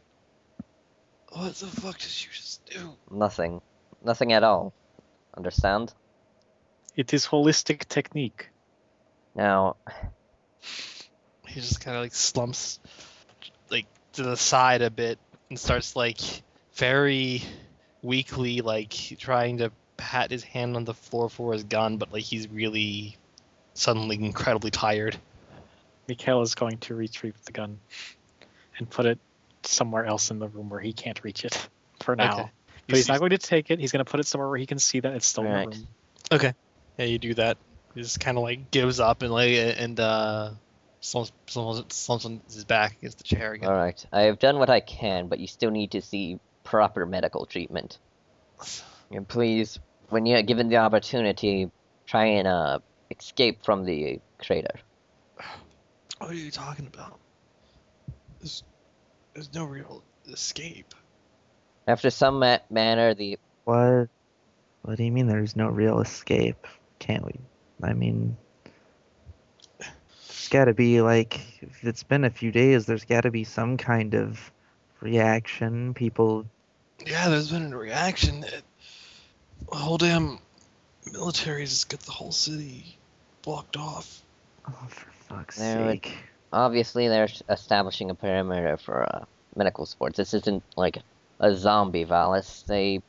Speaker 1: What the fuck did you just do?
Speaker 5: Nothing. Nothing at all. Understand?
Speaker 2: It is holistic technique.
Speaker 5: Now,
Speaker 1: He just kind of like slumps like to the side a bit and starts like very weakly like trying to pat his hand on the floor for his gun, but like he's really suddenly incredibly tired.
Speaker 2: Mikhail is going to retrieve the gun and put it somewhere else in the room where he can't reach it for now.
Speaker 1: Okay. You
Speaker 2: But he's
Speaker 1: see-
Speaker 2: not going to take it. He's going to put it somewhere where he can see that it's still in
Speaker 5: Right.
Speaker 2: the room.
Speaker 1: yeah, you do that. He just kind of like gives up and like and uh, slumps, slumps, slumps on his back against the chair again.
Speaker 5: all right. I have done what I can, but you still need to see proper medical treatment. And please, when you're given the opportunity, try and uh, escape from the crater.
Speaker 1: What are you talking about? There's, there's no real escape.
Speaker 5: After some ma- manner, the
Speaker 4: What? What do you mean there's no real escape? Can't we? I mean, it's gotta be like, if it's been a few days, there's gotta be some kind of reaction. People,
Speaker 1: Yeah, there's been a reaction. It, the whole damn military's just got the whole city blocked off.
Speaker 4: oh, for fuck's
Speaker 5: There we-
Speaker 4: sake.
Speaker 5: obviously they're s- establishing a perimeter for uh, medical sports. This isn't like a zombie virus. They,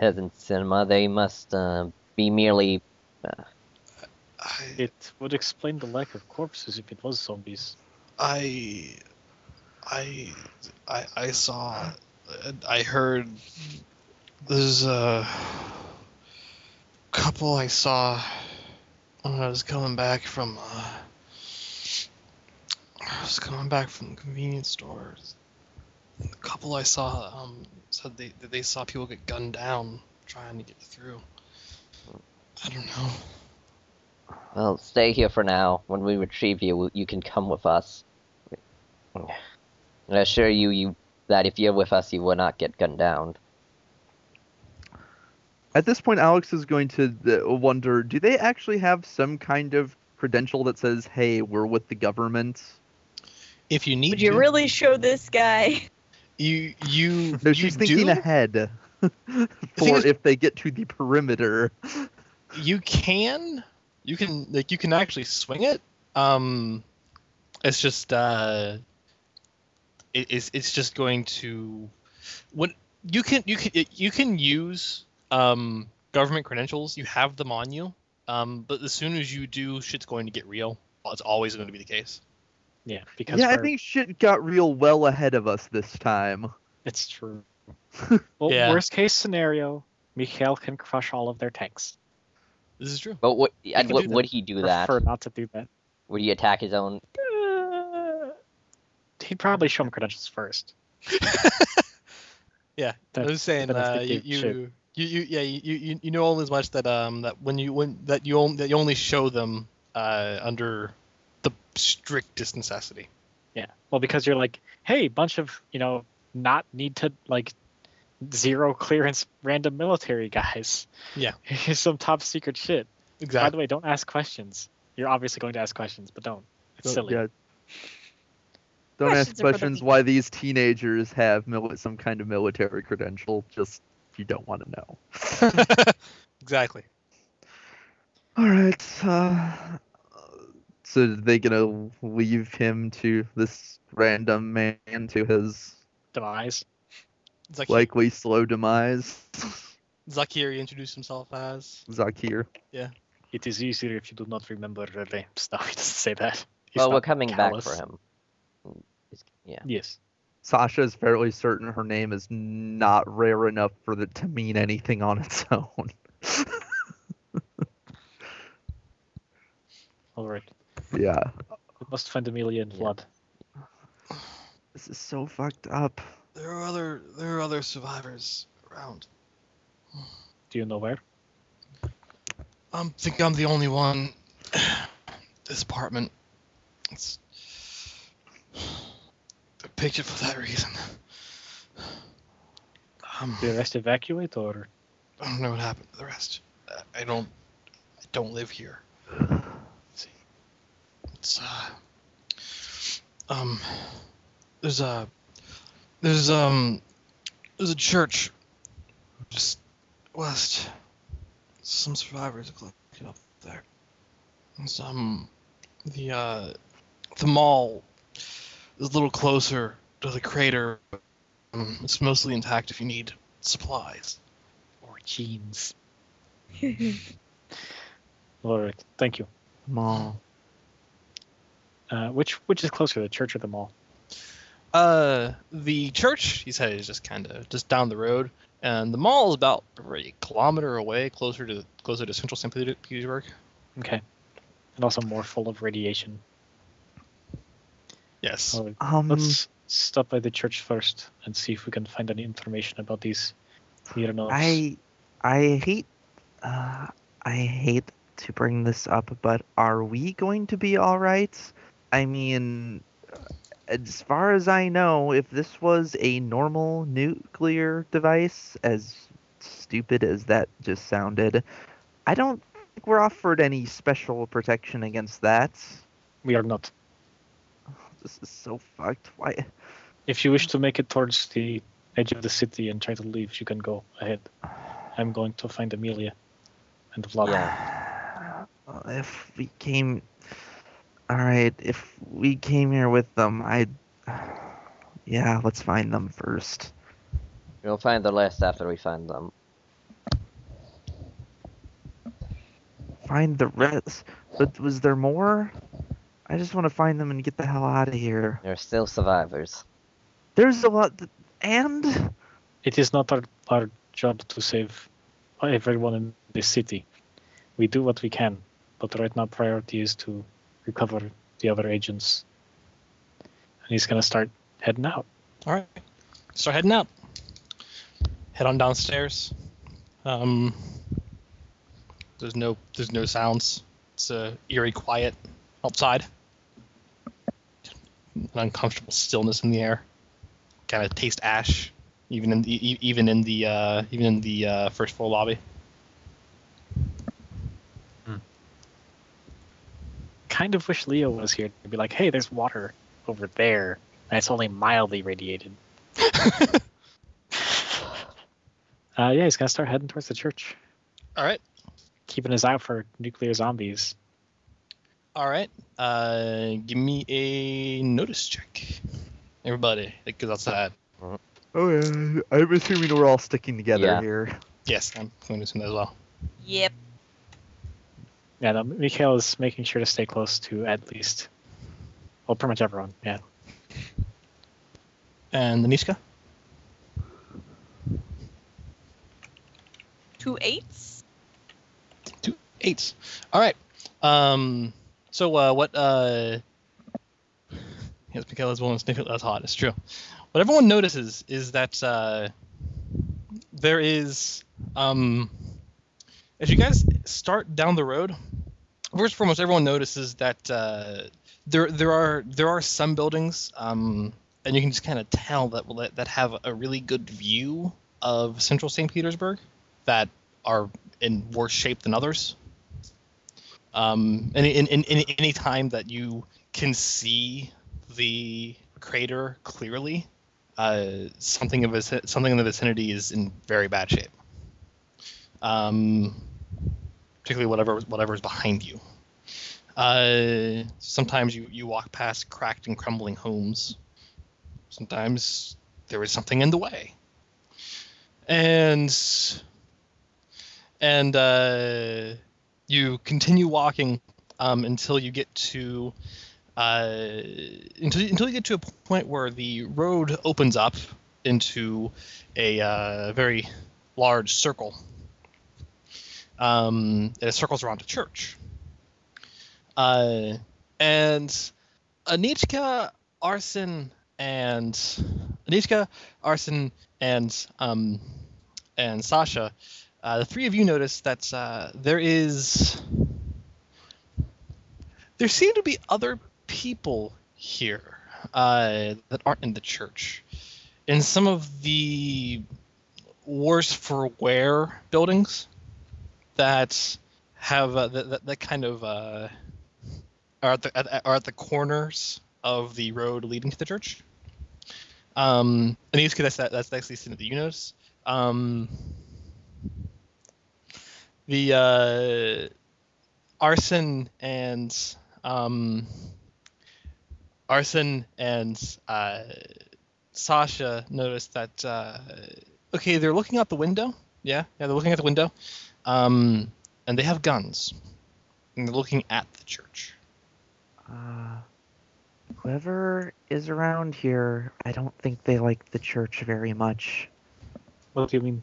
Speaker 5: as in cinema, they must uh, be merely
Speaker 1: I,
Speaker 2: It would explain the lack of corpses if it was zombies.
Speaker 1: I, I, I, I saw, I heard. There's a couple I saw when I was coming back from. Uh, I was coming back from the convenience stores. And the couple I saw um, said they that they saw people get gunned down trying to get through. I don't know.
Speaker 5: well stay here for now. When we retrieve you, you can come with us. And I assure you, you that if you're with us, you will not get gunned down.
Speaker 4: At this point, Alex is going to th- wonder do they actually have some kind of credential that says, hey, we're with the government?
Speaker 1: If you need
Speaker 3: Would you really show this guy? [LAUGHS]
Speaker 1: you you
Speaker 4: [LAUGHS] No, she's thinking ahead
Speaker 1: is-
Speaker 4: for if they get to the perimeter.
Speaker 1: you can you can like you can actually swing it um it's just uh it, it's it's just going to when you can you can you can use um government credentials you have them on you um but as soon as you do shit's going to get real it's always going to be the case
Speaker 2: Yeah, because
Speaker 4: Yeah, I
Speaker 2: we're-
Speaker 4: think shit got real well ahead of us this time.
Speaker 2: it's
Speaker 4: [LAUGHS]
Speaker 2: true. well,
Speaker 1: Yeah.
Speaker 2: worst case scenario, Mikhail can crush all of their tanks.
Speaker 1: this is true
Speaker 5: But what, and
Speaker 2: can
Speaker 5: what
Speaker 2: do that.
Speaker 5: would he do that?
Speaker 2: Prefer not to do that.
Speaker 5: Would he attack his own?
Speaker 2: Uh, he'd probably show him credentials first.
Speaker 1: [LAUGHS] Yeah,
Speaker 2: That-
Speaker 1: I was saying,
Speaker 2: that is the
Speaker 1: uh, you,
Speaker 2: cute shit.
Speaker 1: you, you, you, yeah, you, you, you know only as much that um that when you when that you only that you only show them uh under the strictest necessity.
Speaker 2: Yeah. Well, because you're like, hey, bunch of you know, not need to like zero clearance random military guys.
Speaker 1: Yeah.
Speaker 2: Here's [LAUGHS] some top secret shit. By the
Speaker 1: Exactly.
Speaker 2: way, don't ask questions. You're obviously going to ask questions, but don't. It's
Speaker 4: Don't-
Speaker 2: silly.
Speaker 4: yeah. Don't
Speaker 3: Questions are
Speaker 4: ask
Speaker 3: for the
Speaker 4: questions why these teenagers have mil- some kind of military credential. Just if you don't want to know.
Speaker 1: [LAUGHS] exactly.
Speaker 4: All right. Uh, so they gonna leave him to this random man to his
Speaker 2: Demise.
Speaker 1: Zaki-
Speaker 4: likely slow demise, [LAUGHS]
Speaker 1: Zakiri introduced himself as.
Speaker 4: Zakir.
Speaker 2: It is easier if you do not remember the names. [LAUGHS] No, he doesn't say that. He's
Speaker 5: well, we're
Speaker 2: not
Speaker 5: coming
Speaker 2: callous.
Speaker 5: back for him. It's- Yeah.
Speaker 2: Yes.
Speaker 4: Sasha is fairly certain her name is not rare enough for it to mean anything on its [LAUGHS] own.
Speaker 2: All right.
Speaker 4: yeah.
Speaker 2: We must find Amelia and
Speaker 5: Yeah.
Speaker 2: Vlad.
Speaker 4: This is so fucked up.
Speaker 1: There are other there are other survivors around.
Speaker 2: Do you know where?
Speaker 1: I um, think I'm the only one. [SIGHS] this apartment. It's. I picked it for that reason. [SIGHS] Um.
Speaker 2: Do the rest evacuate or?
Speaker 1: I don't know what happened to the rest. I- I don't. I don't live here. See, it's uh, um there's a there's um there's a church just west. Some survivors are collected up there. It's um the uh the mall is a little closer to the crater. Um, it's mostly intact if you need supplies.
Speaker 2: Or jeans. All right. Thank you.
Speaker 4: Mall.
Speaker 2: Uh, which which is closer, the church or the mall?
Speaker 1: Uh, the church, he said, is just kind of just down the road, and the mall is about a kilometer away, closer to closer to central St. Peter- Petersburg.
Speaker 2: Okay. And also more full of radiation.
Speaker 1: Yes.
Speaker 2: All right,
Speaker 4: Um,
Speaker 2: Let's stop by the church first and see if we can find any information about these Miranovs.
Speaker 4: I, I hate, uh, I hate to bring this up, but are we going to be all right? I mean, uh, as far as I know, if this was a normal nuclear device, as stupid as that just sounded, I don't think we're offered any special protection against that.
Speaker 2: We are not.
Speaker 4: This is so fucked. Why?
Speaker 2: If you wish to make it towards the edge of the city and try to leave, you can go ahead. I'm going to find Amelia and Vlada.
Speaker 4: Well, [SIGHS] if we came all right if we came here with them i'd [SIGHS] yeah let's find them first
Speaker 5: We'll find the rest after we find them.
Speaker 4: find the rest but was there more i just want to find them and get the hell out of here
Speaker 5: There are still survivors.
Speaker 4: there's a lot th- and
Speaker 2: It is not our, our job to save everyone in this city. We do what we can, but right now priority is to recover the other agents. And he's gonna start heading out.
Speaker 1: All right. Start heading out. Head on downstairs. Um, there's no there's no sounds. It's uh, eerie quiet outside. An uncomfortable stillness in the air. Kind of taste ash, even in the e- even in the uh, even in the uh, first floor lobby.
Speaker 2: Kind of wish Leo was here to be like, hey, there's water over there, and it's only mildly radiated. Uh, yeah, he's gonna start heading towards the church,
Speaker 1: All right.
Speaker 2: keeping his eye out for nuclear zombies.
Speaker 1: All right. Uh, give me a notice check, everybody, because outside.
Speaker 4: oh yeah i'm assuming we're all sticking together
Speaker 5: Yeah.
Speaker 4: here
Speaker 1: Yes, I'm going to assume that as well.
Speaker 3: Yep.
Speaker 2: Yeah, no, uh, Mikhail is making sure to stay close to at least, well, pretty much everyone. Yeah.
Speaker 1: And Anishka.
Speaker 3: Two eights.
Speaker 1: Eights. All right. Um, so uh, what? Uh, yes, Michaela's willing to sniff it. That's hot. It's true. What everyone notices is that uh, there is, um, as you guys start down the road, first and foremost, everyone notices that uh, there there are there are some buildings, um, and you can just kind of tell that that have a really good view of central St. Petersburg that are in worse shape than others. Um, and in, in, in any time that you can see the crater clearly, uh, something of vici- something in the vicinity is in very bad shape. Um, particularly whatever whatever's behind you. Uh, sometimes you, you walk past cracked and crumbling homes. Sometimes there is something in the way. And and uh, you continue walking um, until you get to uh, until, until you get to a point where the road opens up into a uh, very large circle um, and it circles around a church uh, and Anichka Arson and Anichka Arson and um, and Sasha uh, the three of you notice that uh, there is there seem to be other people here uh, that aren't in the church in some of the worse for wear buildings that have uh, that, that, that kind of uh, are at the at, are at the corners of the road leading to the church. Um, in these cases, that's that's actually sin that you notice. Um, the uh, arson and um, arson and uh, Sasha noticed that. Uh, okay, they're looking out the window. Yeah, yeah, they're looking out the window, um, and they have guns, and they're looking at the church.
Speaker 6: Uh, whoever is around here, I don't think they like the church very much.
Speaker 2: What do you mean?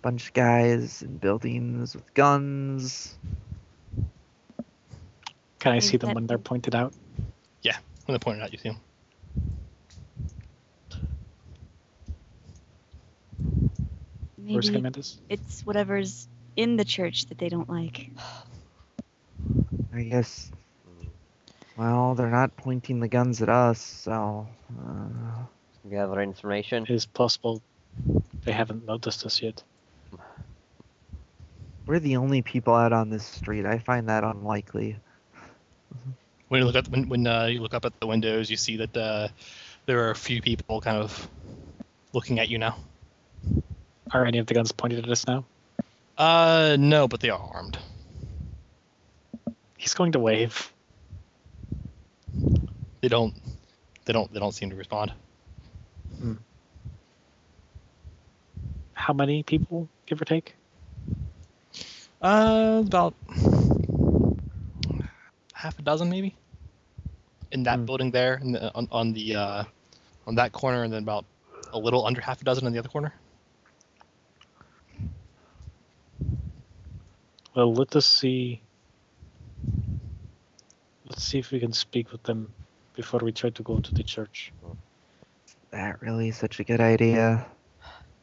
Speaker 6: Bunch of guys in buildings with guns.
Speaker 2: Can I see them when they're pointed out?
Speaker 1: When they point it out, you see 'em.
Speaker 2: Where's
Speaker 3: Maybe
Speaker 2: Jimenez?
Speaker 3: it's whatever's in the church that they don't like.
Speaker 6: I guess.
Speaker 5: Mm.
Speaker 6: Well, they're not pointing the guns at us, so. Uh,
Speaker 5: We have other information.
Speaker 2: It is possible they haven't noticed us yet.
Speaker 6: we're the only people out on this street. I find that unlikely.
Speaker 1: When you look up when, when uh, you look up at the windows, you see that uh, there are a few people kind of looking at you now.
Speaker 2: Are any of the guns pointed at us now?
Speaker 1: Uh, no, but they are armed.
Speaker 2: He's going to wave.
Speaker 1: They don't. They don't. They don't seem to respond.
Speaker 2: How many people, give or take?
Speaker 1: Uh, about half a dozen maybe. In that
Speaker 2: Hmm.
Speaker 1: building there, in the, on on the uh, on that corner, and then about a little under half a dozen on the other corner.
Speaker 2: Well, let us see. Let's see if we can speak with them before we try to go to the church.
Speaker 6: That really is such a good idea.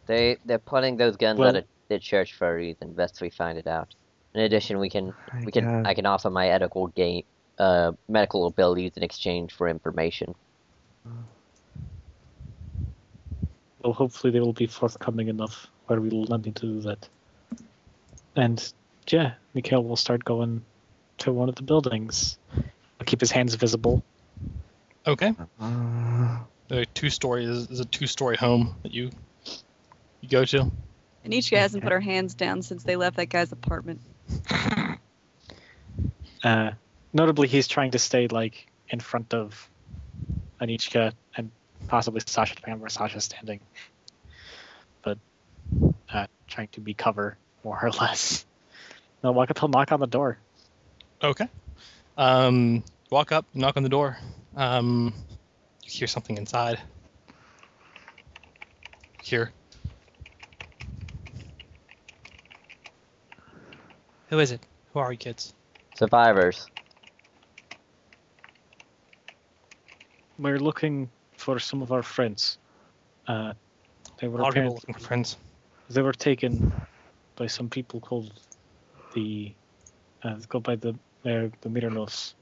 Speaker 5: They they're putting those guns
Speaker 2: Well-
Speaker 5: at a, the church for a reason. Best we find it out. In addition, we can
Speaker 6: I
Speaker 5: we can
Speaker 6: guess.
Speaker 5: I can offer my medical game uh medical abilities in exchange for information.
Speaker 2: Well, hopefully they will be forthcoming enough where we will not need to do that. And yeah, Mikhail will start going to one of the buildings. He'll keep his hands visible.
Speaker 1: Okay.
Speaker 6: Uh,
Speaker 1: There are two story. There's a two story home that you you go to.
Speaker 3: And each guy hasn't put her hands down since they left that guy's apartment.
Speaker 2: Uh, notably, he's trying to stay like in front of Anichka and possibly Sasha, depending on where Sasha's standing. But uh, trying to be cover more or [LAUGHS] less. No, walk up, he'll knock on the door.
Speaker 1: Okay. Um, walk up, knock on the door. Um, you hear something inside. Here. Who is it? Who are you kids?
Speaker 5: Survivors.
Speaker 2: We're looking for some of our friends. Uh, they were
Speaker 1: A lot of people
Speaker 2: apparently
Speaker 1: looking for friends.
Speaker 2: they were taken by some people called the uh, go by the uh, the Miranovs.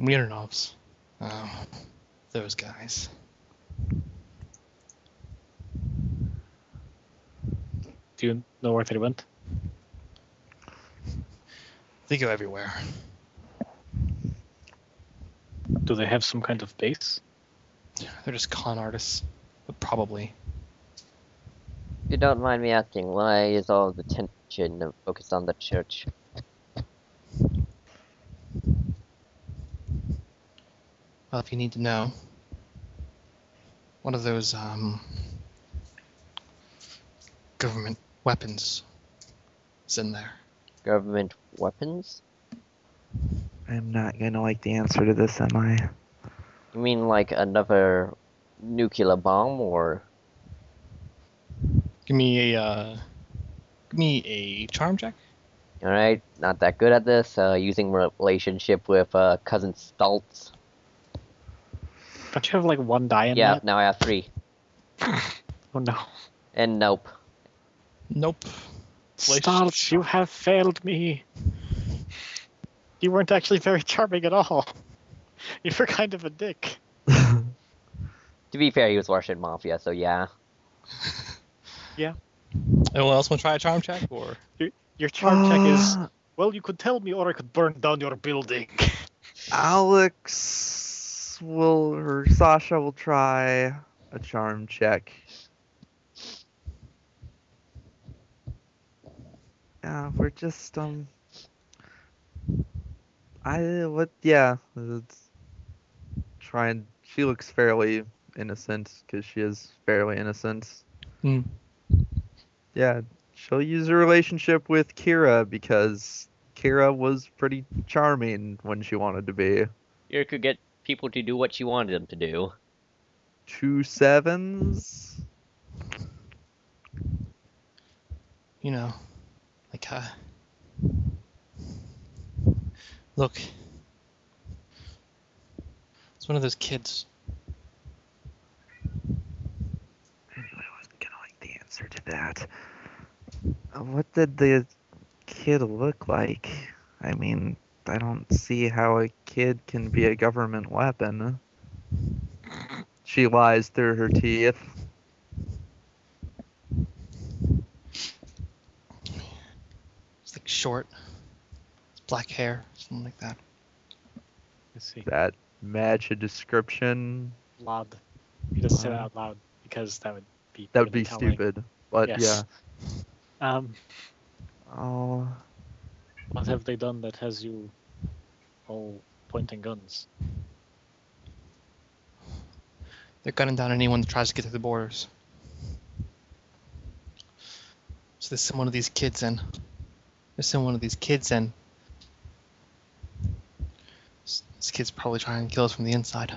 Speaker 1: Miranovs. Um, those guys.
Speaker 2: Do you know where they went?
Speaker 1: They go everywhere.
Speaker 2: Do they have some kind of base?
Speaker 1: They're just con artists. But probably.
Speaker 5: If you don't mind me asking, why is all the attention focused on the church?
Speaker 1: Well, if you need to know, one of those um, government weapons is in there.
Speaker 5: Government weapons?
Speaker 6: I'm not gonna like the answer to this, am I?
Speaker 5: You mean like another nuclear bomb or
Speaker 1: Give me a uh, give me a charm check.
Speaker 5: all right, not that good at this, uh using relationship with uh cousin Stoltz.
Speaker 2: Don't you have like one die in
Speaker 5: yeah,
Speaker 2: that?
Speaker 5: now I have 3.
Speaker 2: Oh no.
Speaker 5: And nope.
Speaker 1: Nope.
Speaker 2: Stars, you have failed me. You weren't actually very charming at all. You were kind of a dick.
Speaker 5: To be fair, he was Russian mafia, so yeah.
Speaker 1: Anyone else want to try a charm check or?
Speaker 2: Your charm check is
Speaker 6: Ah,
Speaker 2: well, you could tell me, or I could burn down your building. [LAUGHS]
Speaker 4: Alex will or Sasha will try a charm check. Yeah, we're just um. I what? Yeah, it's trying. She looks fairly innocent because she is fairly innocent.
Speaker 1: Hmm.
Speaker 4: Yeah, she'll use her relationship with Kira because Kira was pretty charming when she wanted to be.
Speaker 5: You could get people to do what you wanted them to do.
Speaker 4: Two sevens.
Speaker 1: you know, like, uh, look, it's one of those kids.
Speaker 4: I wasn't gonna like the answer to that. Uh, What did the kid look like? I mean, I don't see how a kid can be a government weapon. She lies through her teeth.
Speaker 1: It's like short, it's black hair, something like that.
Speaker 2: Let's see.
Speaker 4: That match a description.
Speaker 2: Loud. He doesn't say that
Speaker 4: Loud.
Speaker 2: out loud because that would be
Speaker 4: That would
Speaker 2: really
Speaker 4: be
Speaker 2: telling.
Speaker 4: stupid. But yeah.
Speaker 2: Yes. Um,
Speaker 4: Oh,
Speaker 2: what have they done that has you all pointing guns?
Speaker 1: They're gunning down anyone that tries to get to the borders. So they send one of these kids in. They send one of these kids in. This, this kid's probably trying to kill us from the inside.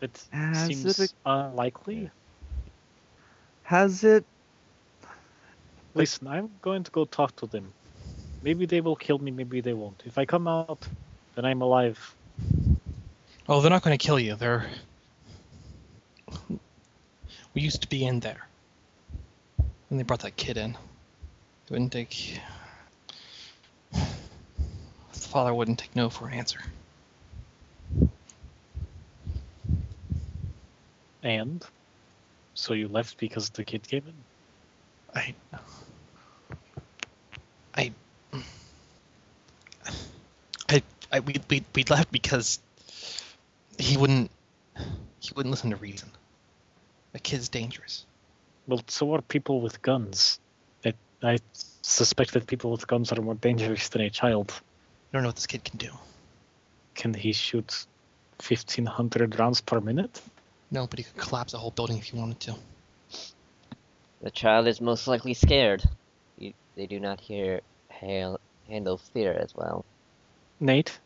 Speaker 2: It
Speaker 4: Has it
Speaker 2: seems unlikely.
Speaker 4: has it?
Speaker 2: Listen, I'm going to go talk to them. Maybe they will kill me, maybe they won't. If I come out, then I'm alive.
Speaker 1: Oh, they're not going to kill you. They're. We used to be in there. And they brought that kid in. They wouldn't take. [SIGHS] The father wouldn't take no for an answer.
Speaker 2: And? So you left because the kid came in?
Speaker 1: I. I. I. I we, we, we left because he wouldn't. He wouldn't listen to reason. A kid's dangerous.
Speaker 2: Well, so are people with guns. I, I suspect that people with guns are more dangerous than a child.
Speaker 1: You don't know what this kid can do.
Speaker 2: Can he shoot 1500 rounds per minute?
Speaker 1: No, but he could collapse a whole building if he wanted to.
Speaker 5: The child is most likely scared. You, they do not hear hail, handle fear as well.
Speaker 2: Nate,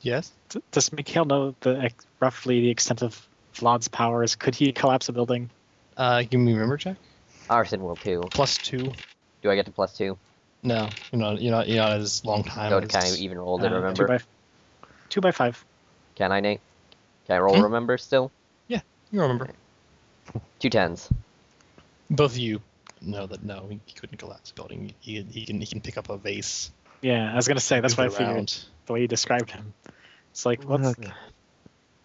Speaker 1: Yes?
Speaker 2: d- does Mikhail know the ex- roughly the extent of Vlad's powers? Could he collapse a building?
Speaker 1: Uh, give me a remember check.
Speaker 5: Arson will too.
Speaker 1: Plus two.
Speaker 5: Do I get the plus two?
Speaker 1: No, you're not. You're not. You're not as long time.
Speaker 5: Go to
Speaker 1: as-
Speaker 5: kind of even roll to
Speaker 2: Uh,
Speaker 5: remember.
Speaker 2: Two by, two by five.
Speaker 5: Can I, Nate? Can I roll
Speaker 1: Hmm?
Speaker 5: remember still?
Speaker 1: You remember?
Speaker 5: Two tens.
Speaker 1: Both of you know that. No, he couldn't collapse a building. He, he can. He can pick up a vase.
Speaker 2: Yeah, I was gonna say that's
Speaker 1: move
Speaker 2: what I
Speaker 1: it
Speaker 2: figured.
Speaker 1: around.
Speaker 2: The way you described him, it's like what's
Speaker 4: Look.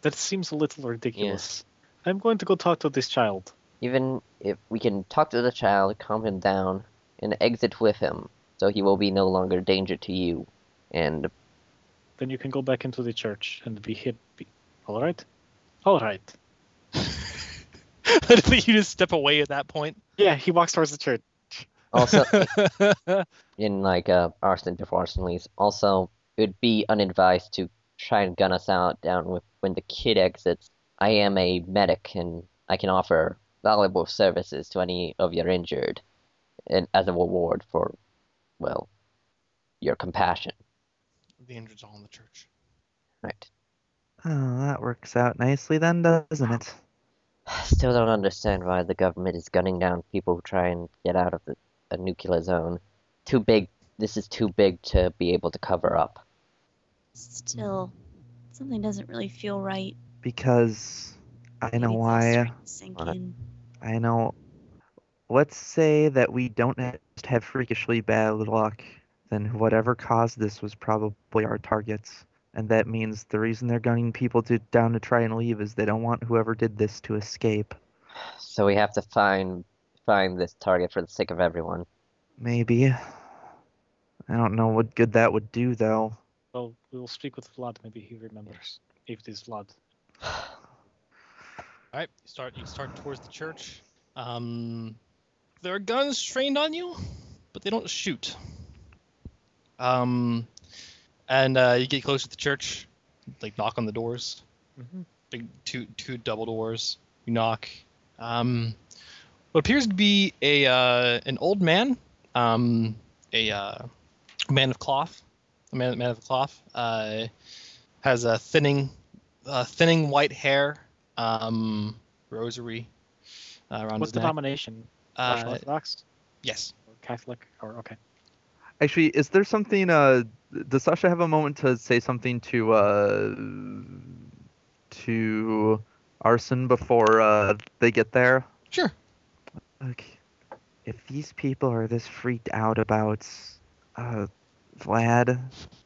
Speaker 2: that seems a little ridiculous. I'm going to go talk to this child.
Speaker 5: Even if we can talk to the child, calm him down, and exit with him, so he will be no longer a danger to you. And
Speaker 2: Then you can go back into the church and be hippie. All right, all right.
Speaker 1: [LAUGHS] I think you just step away at that point.
Speaker 2: Yeah, he walks towards the church.
Speaker 1: [LAUGHS]
Speaker 5: also, in like uh, arson to arson lease, also it would be unadvised to try and gun us out down with when the kid exits. I am a medic and I can offer valuable services to any of your injured, and as a reward for, well, your compassion.
Speaker 1: the injured's all in the church.
Speaker 5: Right. [SIGHS]
Speaker 4: Oh, that works out nicely then, doesn't it?
Speaker 5: Still don't understand why the government is gunning down people who try and get out of the, a nuclear zone. Too big. This is too big to be able to cover up.
Speaker 3: Still, something doesn't really feel right.
Speaker 4: Because I know
Speaker 3: Maybe it's
Speaker 4: why.
Speaker 3: starting to Sink
Speaker 5: Alright.
Speaker 3: in.
Speaker 4: I know. Let's say that we don't ha- just have freakishly bad luck, then whatever caused this was probably our targets. And that means the reason they're gunning people to, down to try and leave is they don't want whoever did this to escape.
Speaker 5: So we have to find find this target for the sake of everyone.
Speaker 4: Maybe. I don't know what good that would do, though.
Speaker 2: Well, we will speak with Vlad. Maybe he remembers. If it is Vlad.
Speaker 1: All right, you start. You start towards the church. Um, there are guns trained on you, but they don't shoot. Um, and uh, you get close to the church, like knock on the doors.
Speaker 2: Mhm.
Speaker 1: Big two two double doors. You knock. Um, what appears to be a uh, an old man. Um, a uh, man of cloth. A man, man of cloth. Uh, has a thinning, uh, thinning white hair. Um, rosary uh, around
Speaker 2: What's
Speaker 1: his neck.
Speaker 2: denomination? Russian
Speaker 1: Uh,
Speaker 2: Orthodox
Speaker 1: yes.
Speaker 2: or Catholic or okay.
Speaker 4: Actually, is there something? Uh, does Sasha have a moment to say something to uh, to Arson before uh, they get there?
Speaker 1: Sure.
Speaker 6: Look, if these people are this freaked out about uh, Vlad,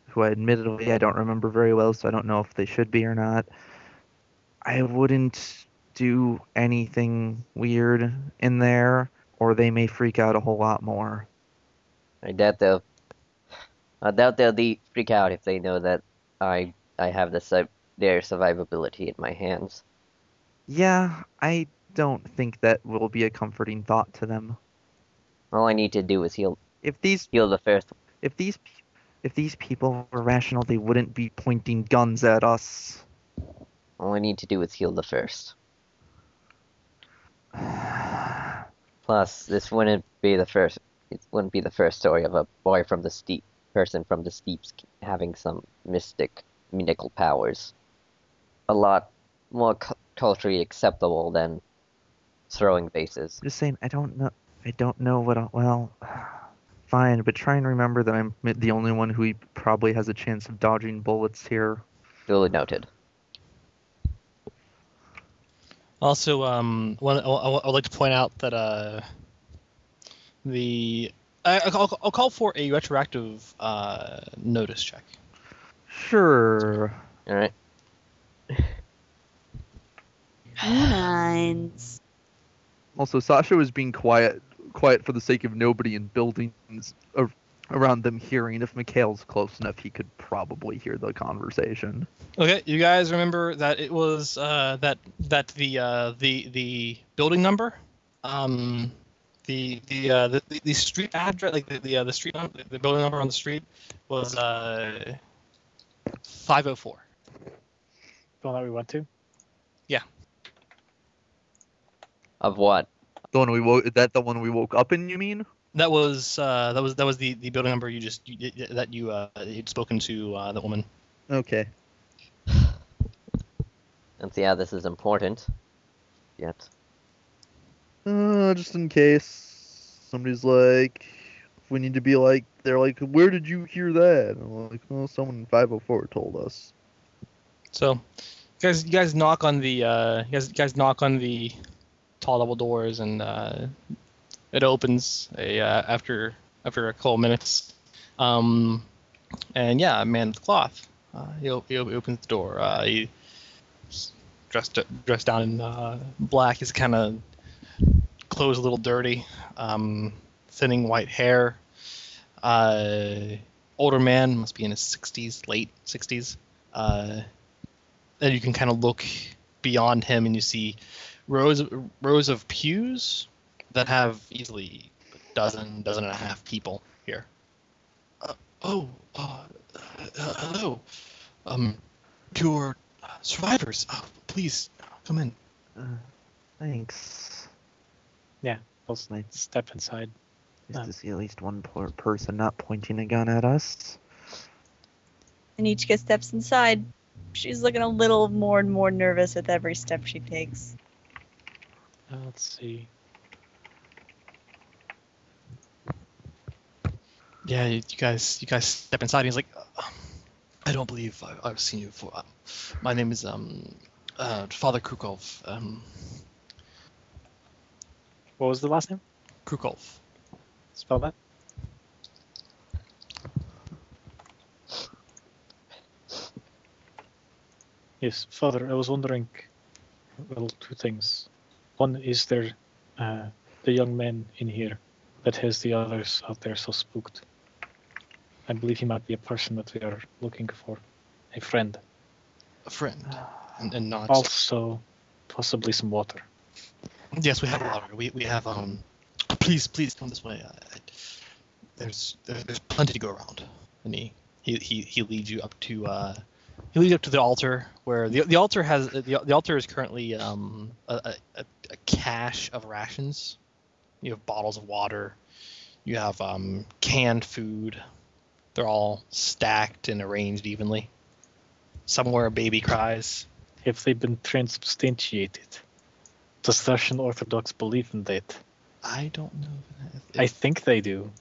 Speaker 6: who admittedly I don't remember very well, so I don't know if they should be or not, I wouldn't do anything weird in there, or they may freak out a whole lot more.
Speaker 5: I doubt they'll. I doubt they'll de- freak out if they know that I I have the su- their survivability in my hands.
Speaker 6: Yeah, I don't think that will be a comforting thought to them.
Speaker 5: All I need to do is heal
Speaker 6: If these
Speaker 5: heal the first.
Speaker 6: if these pe- if these people were rational, they wouldn't be pointing guns at us. [SIGHS]
Speaker 5: All I need to do is heal the first. Plus, this wouldn't be the first. It wouldn't be the first story of a boy from the steep person from the steeps having some mystic mythical powers. A lot more cu- culturally acceptable than throwing vases.
Speaker 6: Just saying, I don't know. I don't know what. I'll, well, [SIGHS] fine, but try and remember that I'm m- the only one who probably has a chance of dodging bullets here.
Speaker 5: Duly noted.
Speaker 1: Also, um, one, I, I- I would like to point out that uh, the I, I'll, I'll call for a retroactive uh, notice check.
Speaker 6: Sure.
Speaker 5: All right.
Speaker 3: Nines.
Speaker 4: Also, Sasha was being quiet, quiet for the sake of nobody in buildings ar- around them hearing. If Mikhail's close enough, he could probably hear the conversation.
Speaker 1: Okay, you guys remember that it was uh, that that the uh, the the building number, um, the the, uh, the the street address, like the the, uh, the street num- the building number on the street was uh, 504.
Speaker 2: The one that we went to.
Speaker 5: Of what?
Speaker 4: The one we woke that the one we woke up in. You mean?
Speaker 1: That was uh, that was that was the, the building number you just you, you- that you uh, you'd spoken to uh, the woman.
Speaker 4: Okay.
Speaker 5: Let's see how this is important. Yet.
Speaker 4: Uh, just in case somebody's like, if we need to be like, they're like, where did you hear that? And I'm like, well, someone in 504 told us.
Speaker 1: So, you guys, you guys knock on the uh, you guys, you guys knock on the tall double doors, and uh, it opens a uh, after after a couple minutes. Um, and yeah, a man with cloth. Uh, he, op- he op- opens the door. Uh, he he's dressed dressed down in uh, black. He's kind of clothes a little dirty. Um, thinning white hair. Uh, older man must be in his 60s, late 60s. Uh, and you can kind of look beyond him and you see rows rows of pews that have easily a dozen dozen and a half people here. Uh, oh, uh, uh, hello, um, you're survivors. Oh, please come in.
Speaker 6: Uh, Thanks.
Speaker 2: We'll
Speaker 6: Nice.
Speaker 2: step inside.
Speaker 6: Nice
Speaker 2: Uh.
Speaker 6: to see at least one poor person not pointing a gun at us.
Speaker 3: And Ichika steps inside. She's looking a little more and more nervous with every step she takes.
Speaker 2: Uh, let's see.
Speaker 1: Yeah, you you guys, you guys step inside. And he's like, "Uh, I don't believe I, I've seen you before. Uh, My name is um, uh, Father Krukov. Um,
Speaker 2: What was the last name?
Speaker 1: Krukov.
Speaker 2: Spell that. Yes, Father, I was wondering, well, two things. One is there, uh, the young man in here that has the others out there so spooked. I believe he might be a person that we are looking for, a friend.
Speaker 1: A friend, and, and not.
Speaker 2: Also, possibly some water.
Speaker 1: Yes, we have water. We we have um. Please, please come this way. I, I, there's there- there's plenty to go around. And he he he, he leads you up to uh, he leads you up to the altar where the the altar has the, the altar is currently um a, a, a- a cache of rations. You have bottles of water. You have um canned food. They're all stacked and arranged evenly. Somewhere a baby cries.
Speaker 2: Have they been transubstantiated? Does Russian Orthodox believe in that?
Speaker 1: I don't know. if- if-
Speaker 2: I think they do,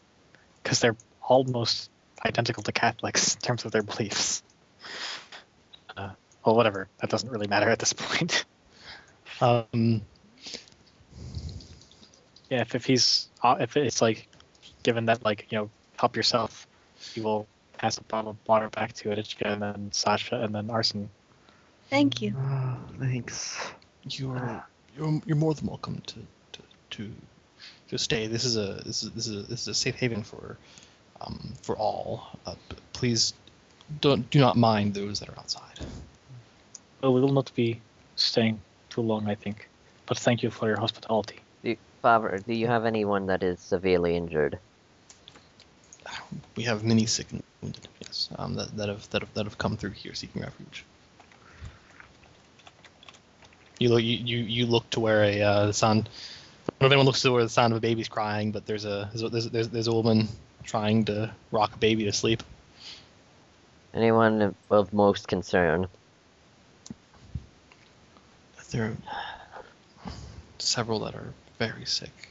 Speaker 2: because they're almost identical to Catholics in terms of their beliefs. Uh, well, whatever. That doesn't really matter at this [LAUGHS] point.
Speaker 1: um,
Speaker 2: yeah, if, if he's uh, if it's like, given that like you know help yourself, you will pass a bottle of water back to Itichka and then Sasha and then Arson.
Speaker 3: Thank you.
Speaker 4: Ah, [SIGHS] thanks.
Speaker 1: you're you're you're more than welcome to to to, to stay. This is a this is this is a, this is a safe haven for um, for all. Uh, p- please don't do not mind those that are outside.
Speaker 2: Well, we will not be staying too long, I think. But thank you for your hospitality.
Speaker 5: Do, Father, do you have anyone that is severely injured?
Speaker 1: We have many sick and wounded, yes, um, that, that have that have that have come through here seeking refuge. You look you, you, you look to where a uh, the sound. I don't know if anyone looks to where the sound of a baby's crying, but there's a there's a- there's, a- there's, there's a woman trying to rock a baby to sleep.
Speaker 5: Anyone of, of most concern?
Speaker 1: There are several that are very sick.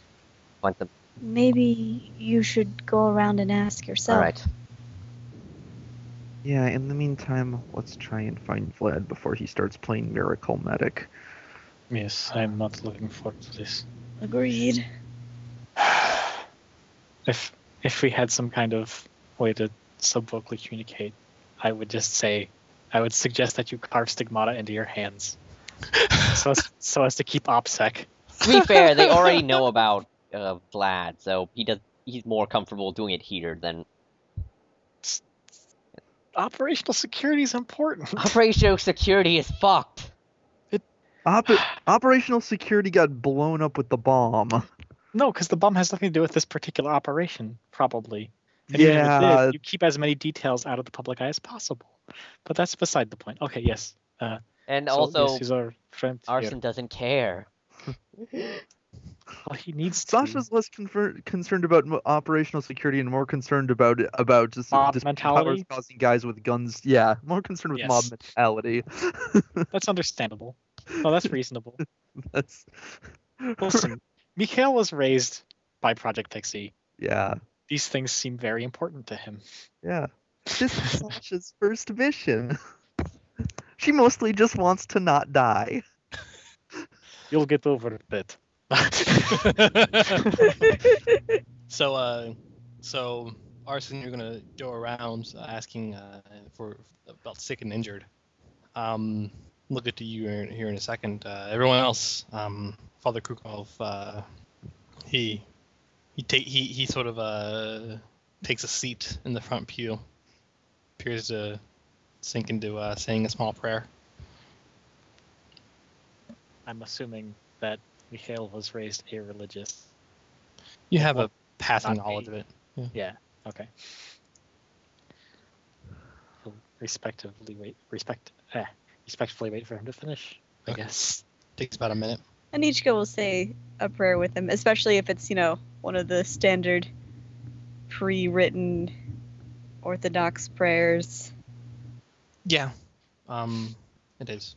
Speaker 5: Want them?
Speaker 3: Maybe you should go around and ask yourself.
Speaker 5: All right.
Speaker 4: Yeah, in the meantime, let's try and find Vlad before he starts playing Miracle Medic.
Speaker 2: Yes, I am not looking forward to this.
Speaker 3: Agreed.
Speaker 2: [SIGHS] if if we had some kind of way to subvocally communicate, I would just say, I would suggest that you carve stigmata into your
Speaker 5: [LAUGHS]
Speaker 2: hands, so as, so as to keep OPSEC.
Speaker 5: To be fair, they already [LAUGHS] know about uh, Vlad, so he does. He's more comfortable doing it here [LAUGHS] than
Speaker 2: Operational security is important. [LAUGHS]
Speaker 5: operational security is fucked.
Speaker 2: [SIGHS]
Speaker 4: Op- Operational security got blown up with the bomb.
Speaker 2: no, because the bomb has nothing to do with this particular operation, probably. And even if it did,
Speaker 4: yeah,
Speaker 2: you keep as many details out of the public eye as possible. But that's beside the point. Okay, yes.
Speaker 5: And
Speaker 2: so,
Speaker 5: also,
Speaker 2: yes, he's our friend. here.
Speaker 5: Arson doesn't care.
Speaker 2: Well, [LAUGHS] he needs to.
Speaker 4: Sasha's less confer- concerned about mo- operational security and more concerned about about just,
Speaker 2: Mob
Speaker 4: just powers
Speaker 2: mentality?
Speaker 4: causing guys with guns. Yeah, more concerned with mob
Speaker 2: Yes.
Speaker 4: mentality. [LAUGHS]
Speaker 2: That's understandable. No, that's reasonable.
Speaker 4: That's
Speaker 2: Listen, Mikhail was raised by Project Pixie.
Speaker 4: [LAUGHS] yeah,
Speaker 2: These things seem very important to him.
Speaker 4: yeah. This is Sasha's first mission. [LAUGHS] She mostly just wants to not die.
Speaker 2: You'll get over it.
Speaker 1: so, uh, so Arson, you're gonna go around asking uh, for about sick and injured. Um, we'll get to you here here in a second. Uh, everyone else, um, Father Krukov, uh, he he take he he sort of uh takes a seat in the front pew, appears to sink into uh, saying a small prayer.
Speaker 2: I'm assuming that Mikhail was raised a religious.
Speaker 1: You have a passing
Speaker 2: not
Speaker 1: knowledge
Speaker 2: me.
Speaker 1: of it.
Speaker 2: Yeah. Okay. He'll respectively wait. Respect. Eh, respectfully wait for him to finish. I
Speaker 1: Okay.
Speaker 2: guess.
Speaker 1: Takes about a minute.
Speaker 3: Anichka will say a prayer with him, especially if it's, you know, one of the standard pre written Orthodox prayers. [LAUGHS]
Speaker 1: Yeah. Um, it is.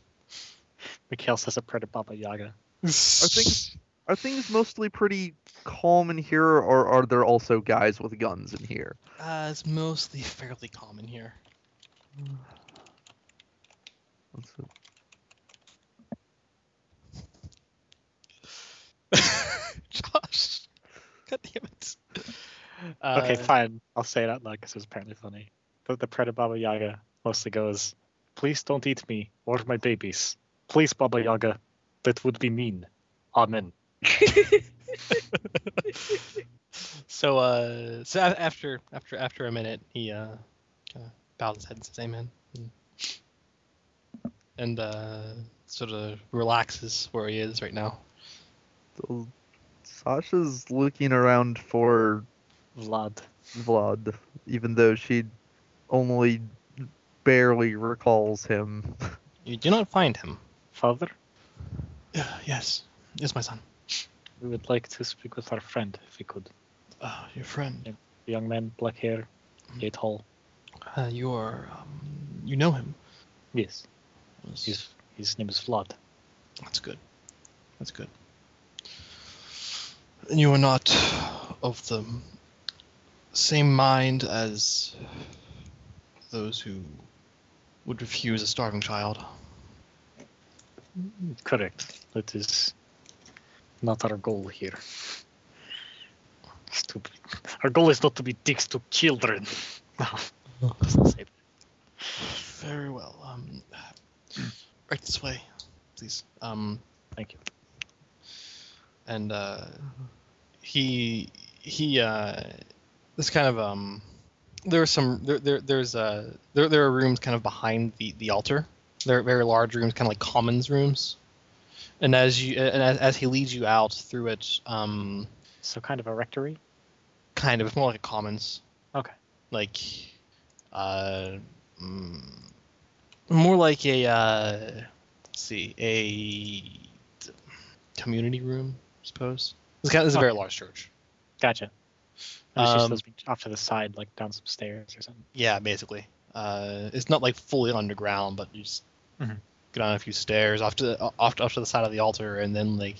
Speaker 2: Mikhail says a prayer to Baba Yaga.
Speaker 4: Are things are things mostly pretty calm in here, or are there also guys with guns in here?
Speaker 1: Uh, it's mostly fairly common [LAUGHS] here.
Speaker 4: Let's-
Speaker 1: Josh, god damn it.
Speaker 2: Okay,
Speaker 1: Uh,
Speaker 2: fine. I'll say it out loud because it was apparently funny. But the prayer to Baba Yaga mostly goes, "Please don't eat me or my babies. Please, Baba Yaga, that would be mean. Amen."
Speaker 1: so uh so a- after after after a minute he uh kind of bowed his head and says amen and, and uh sort of relaxes where he is right now
Speaker 4: So, Sasha's looking around for
Speaker 2: Vlad.
Speaker 4: Vlad, even though she only barely recalls him. [LAUGHS]
Speaker 1: you do not find him
Speaker 2: Father,
Speaker 1: Uh, yes yes my son
Speaker 2: we would like to speak with our friend, if we could.
Speaker 1: uh, your friend
Speaker 2: The young man, black hair, yet tall.
Speaker 1: uh, your um, you know him
Speaker 2: Yes. His, his name is Vlad.
Speaker 1: That's good. That's good. And you are not of the same mind as those who would refuse a starving child.
Speaker 2: Correct. That is not our goal here. Stupid. Our goal is not to be dicks to children. [LAUGHS] No. doesn't say that.
Speaker 1: Very well. Um, right this way, please. Um,
Speaker 2: Thank you.
Speaker 1: and uh, he he uh, this kind of um there are some there, there there's uh there, there are rooms kind of behind the the altar they're very large rooms kind of like commons rooms and as you and as, as he leads you out through it um
Speaker 2: So kind of a rectory.
Speaker 1: kind of it's more like a commons
Speaker 2: Okay.
Speaker 1: like uh mm, more like a uh let's see a community room I suppose it's, kind of, it's a very large church
Speaker 2: Gotcha. And it's just
Speaker 1: Um,
Speaker 2: those being off to the side, like down some stairs or something.
Speaker 1: Yeah, basically. Uh, it's not like fully underground, but you just
Speaker 2: Mhm.
Speaker 1: get on a few stairs off to the, off to, off to the side of the altar, and then like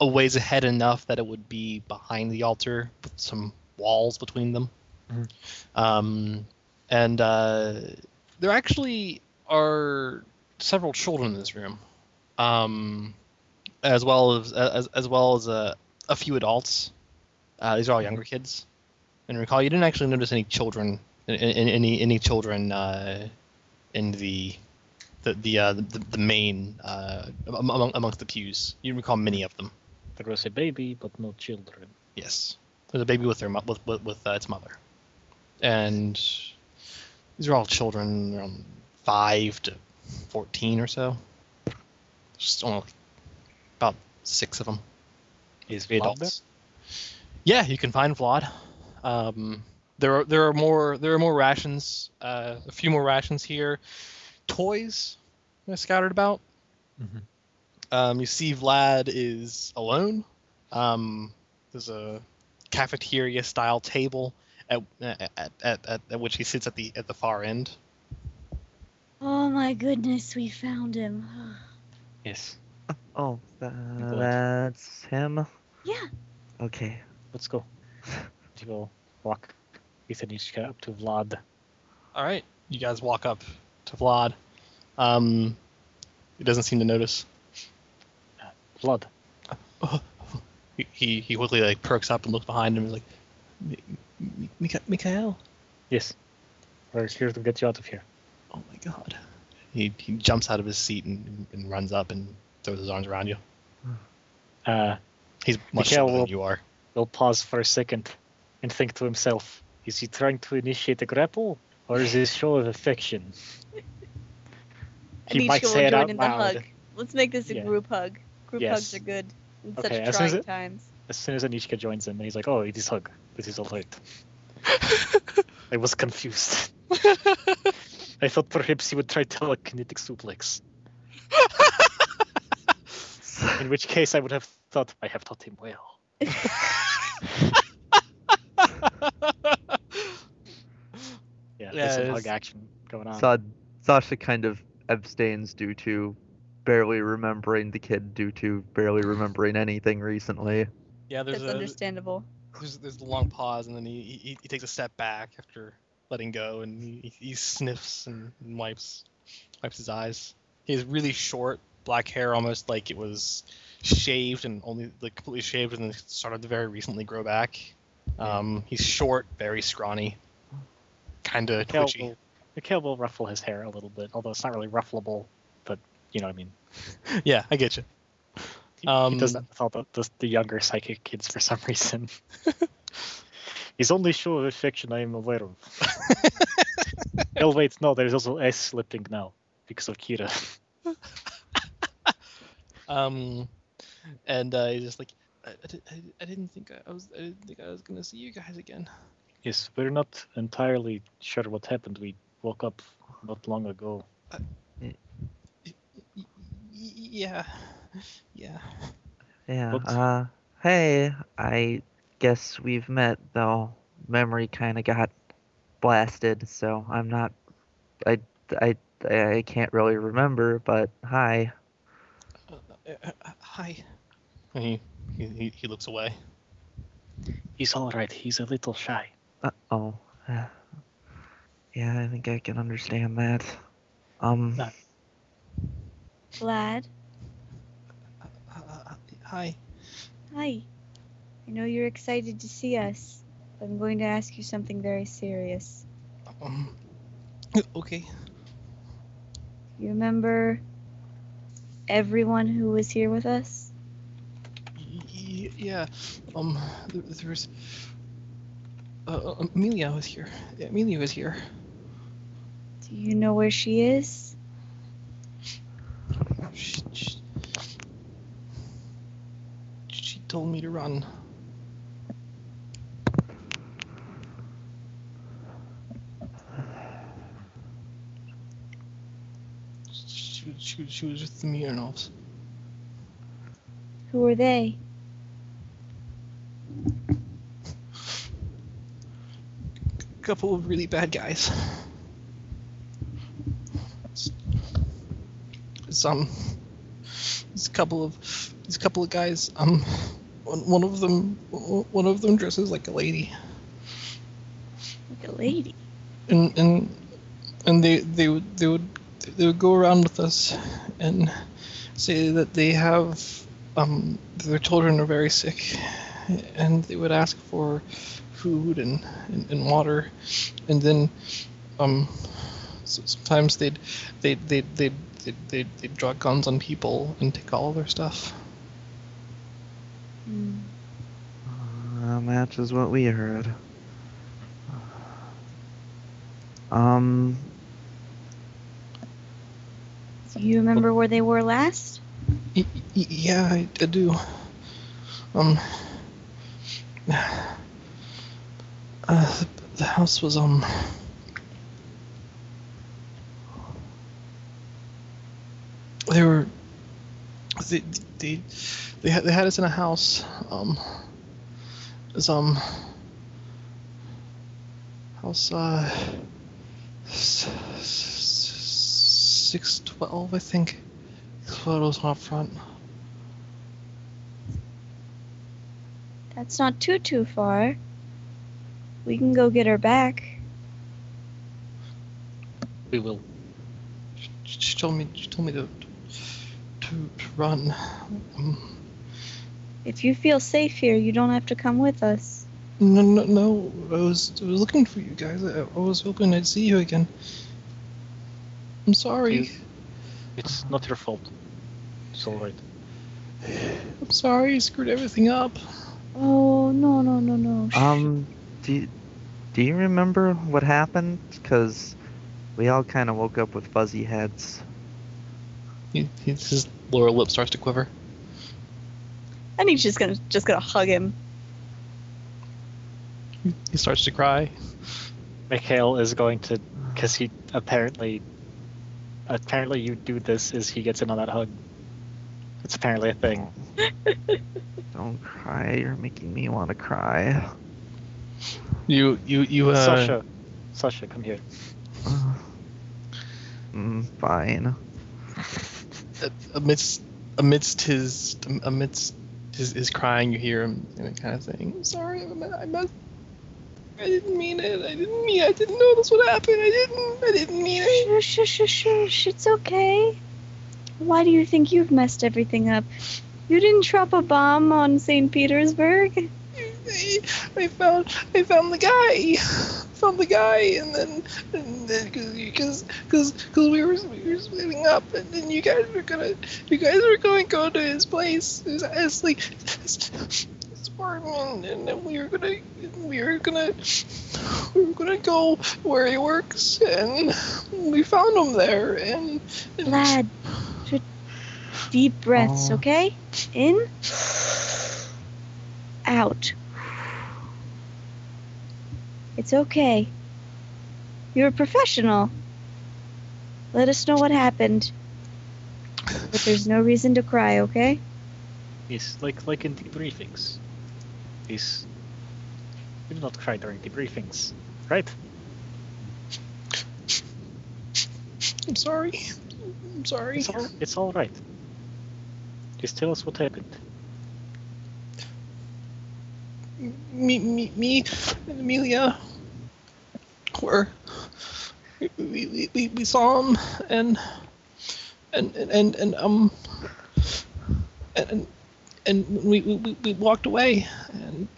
Speaker 1: a ways ahead enough that it would be behind the altar with some walls between them.
Speaker 2: Mhm.
Speaker 1: Um, and uh, there actually are several children in this room, um, as well as as, as well as a, a few adults. Uh, these are all younger kids. And recall, you didn't actually notice any children in, in, any any children uh, in the the the, uh, the, the main uh, am- among, amongst the pews. You recall many of them.
Speaker 2: There was a baby, but no children.
Speaker 1: Yes, there's a baby with their mo- with with, with uh, its mother, and these are all children around five to fourteen or so. Just only about six of them.
Speaker 2: Is
Speaker 1: the adults. Yeah, you can find Vlad. Um, there are there are more there are more rations, uh, a few more rations here. Toys are scattered about.
Speaker 2: Mhm.
Speaker 1: Um, you see, Vlad is alone. Um, there's a cafeteria style table at, at, at, at, at which he sits at the at the far end.
Speaker 3: Oh my goodness, we found him.
Speaker 2: Yes.
Speaker 6: Oh, tha-
Speaker 2: Blood.
Speaker 6: that's him.
Speaker 3: yeah.
Speaker 4: [LAUGHS]
Speaker 6: Okay.
Speaker 2: Let's go. He will walk with Anishka up to Vlad.
Speaker 1: All right, you guys walk up to Vlad. Um, he doesn't seem to notice.
Speaker 2: Vlad,
Speaker 1: He- he he quickly like perks up and looks behind him and is like, "Mi- Mi- Mika- Mikael,
Speaker 2: yes. We're here to get you out of here.
Speaker 1: oh my god. He he jumps out of his seat and, and runs up and throws his arms around you.
Speaker 2: Uh,
Speaker 1: He's much
Speaker 2: Mikael
Speaker 1: taller than
Speaker 2: will-
Speaker 1: you are.
Speaker 2: will pause for a second and think to himself, is he trying to initiate a grapple or is this show of affection?
Speaker 3: And
Speaker 2: He
Speaker 3: each
Speaker 2: might
Speaker 3: will
Speaker 2: say it
Speaker 3: join
Speaker 2: out
Speaker 3: in
Speaker 2: loud.
Speaker 3: the hug. Let's make this a
Speaker 2: Yeah.
Speaker 3: group hug. Group hugs
Speaker 2: Yes.
Speaker 3: are good in
Speaker 2: Okay,
Speaker 3: such
Speaker 2: as soon as
Speaker 3: trying
Speaker 2: it-
Speaker 3: times.
Speaker 2: As soon as Anishka joins him, and he's like, oh, it is hug. This is all right. I was confused. I thought perhaps he would try telekinetic suplex, in which case I would have thought, I have taught him well. Yeah,
Speaker 1: Yeah,
Speaker 2: there's some
Speaker 1: it's-
Speaker 2: hug action going on.
Speaker 4: Sa- Sasha kind of abstains due to barely remembering the kid, due to barely remembering anything recently.
Speaker 1: [LAUGHS] yeah, there's
Speaker 3: That's
Speaker 1: a
Speaker 3: understandable.
Speaker 1: there's, there's a long pause and then he, he he takes a step back after letting go and he, he sniffs and wipes wipes his eyes. He has really short black hair, almost like it was shaved and only like completely shaved and then started to very recently grow back. Um, he's short, very scrawny, kind of
Speaker 2: Mikhail
Speaker 1: twitchy. [LAUGHS]
Speaker 2: will, Mikhail will ruffle his hair a little bit, although it's not really ruffleable, but you know what I mean.
Speaker 1: yeah, I get you.
Speaker 2: He, he
Speaker 1: Um,
Speaker 2: does that with all the, the, the younger psychic kids for some
Speaker 1: [LAUGHS]
Speaker 2: reason. He's only sure of a fiction I am
Speaker 1: [LAUGHS]
Speaker 2: aware of. oh, wait, no, there's also S slipping now because of Kira.
Speaker 1: Um, and uh, he's just like, I, I, di- I, I didn't think I, I was, I didn't think I was gonna see you guys again.
Speaker 2: Yes, we're not entirely sure what happened. We woke up not long ago.
Speaker 1: Y- y- yeah, yeah.
Speaker 6: Yeah.
Speaker 2: Whoops.
Speaker 6: Uh, hey, I guess we've met though. Memory kind of got blasted, so I'm not. I I I can't really remember, but hi.
Speaker 1: Uh, uh, uh, hi. And he, he- he he looks away.
Speaker 2: He's all right. He's a little shy.
Speaker 6: Uh oh. [SIGHS] Yeah, I think I can understand that. Um.
Speaker 2: No.
Speaker 3: Vlad,
Speaker 1: Uh, uh, uh, hi.
Speaker 3: hi. I know you're excited to see us. But I'm going to ask you something very serious.
Speaker 1: Um, okay.
Speaker 3: You remember everyone who was here with us?
Speaker 1: Y- yeah. Um, there, there was. Uh, uh, Amelia was here. Amelia was here.
Speaker 3: Do you know where she is?
Speaker 1: She, she, she told me to run. She, she, she was with the Miranovs.
Speaker 3: Who are they?
Speaker 1: A couple of really bad guys. Some. There's a couple of. There's a couple of guys. Um, one, one of them. One of them dresses like a lady.
Speaker 3: Like a lady.
Speaker 1: and and and they they would they would they would go around with us and say that they have um their children are very sick and they would ask for food and and, and water and then um so sometimes they'd they'd they'd they'd, they'd, they'd, they'd draw guns on people and take all their stuff
Speaker 3: Hmm.
Speaker 6: Uh, matches what we heard. [SIGHS] Um.
Speaker 3: Do you remember where they were last?
Speaker 1: Y- y- Yeah, I, I do. Um. Uh, the house was um. They were. They they they had, they had us in a house. Um. It was um. House uh. s- s- Six twelve, I think photos up front.
Speaker 3: That's not too too far. We can go get her back.
Speaker 2: We will.
Speaker 1: She, she told me she told me to to, to run. Um,
Speaker 3: If you feel safe here, you don't have to come with us.
Speaker 1: no, no, no. I was I was looking for you guys. I, I was hoping I'd see you again. I'm sorry.
Speaker 2: It's not your fault. It's all right.
Speaker 1: I'm sorry. I screwed everything up.
Speaker 3: Oh no no no no. Shh.
Speaker 6: Um, do you, do you remember what happened? Because we all kind of woke up with fuzzy heads.
Speaker 1: He, he, his lower lip starts to quiver.
Speaker 3: I think she's gonna just gonna hug him.
Speaker 1: He starts to cry.
Speaker 2: Mikhail is going to, because he apparently, apparently you do this is he gets in on that hug. It's apparently a thing.
Speaker 6: Don't cry. You're making me want to
Speaker 4: [SIGHS]
Speaker 6: cry.
Speaker 1: You you you uh.
Speaker 2: Sasha, Sasha, come here.
Speaker 6: Mm, fine.
Speaker 1: amidst amidst his amidst his, his crying you hear him and it kind of saying I'm sorry I me- I must I didn't mean it I didn't mean I didn't know this would happen I didn't I didn't mean it
Speaker 3: Shush shush shush shush. It's okay. Why do you think you've messed everything up? You didn't drop a bomb on St. Petersburg.
Speaker 1: I, I found I found the guy from the guy, and then because because because we were we were splitting up, and then you guys were gonna you guys were going to go to his place, his, his like his, his apartment, and then we were gonna we were gonna we were gonna go where he works, and we found him there, and, and
Speaker 3: Lad, just deep breaths,
Speaker 4: Oh.
Speaker 3: okay? In, out. It's okay. You're a professional. Let us know what happened. But there's no reason to cry, okay?
Speaker 2: Yes, like like in debriefings. Yes. You do not cry during debriefings, right?
Speaker 1: I'm sorry, I'm sorry.
Speaker 2: It's all, it's all right. Just tell us what happened.
Speaker 1: me, me, me and Amelia were we, we, we, we saw him and and and and um and and we, we, we- we walked away and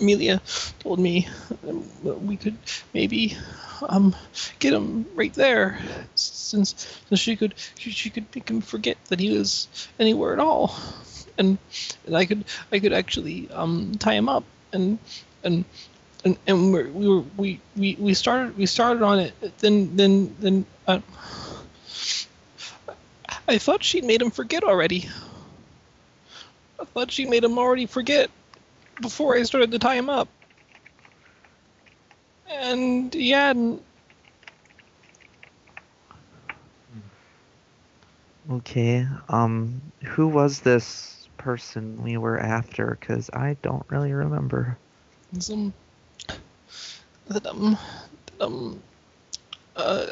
Speaker 1: Amelia told me um, that we could maybe um get him right there since since she could she, she could make him forget that he was anywhere at all and and I could I could actually um, tie him up and and and, and we're, we were we, we we started we started on it then then then uh, I thought she made him forget already I thought she made him already forget before I started to tie him up and he hadn't
Speaker 4: Okay. Um, who was this person we were after? Cause I don't really remember.
Speaker 1: some that um that, um uh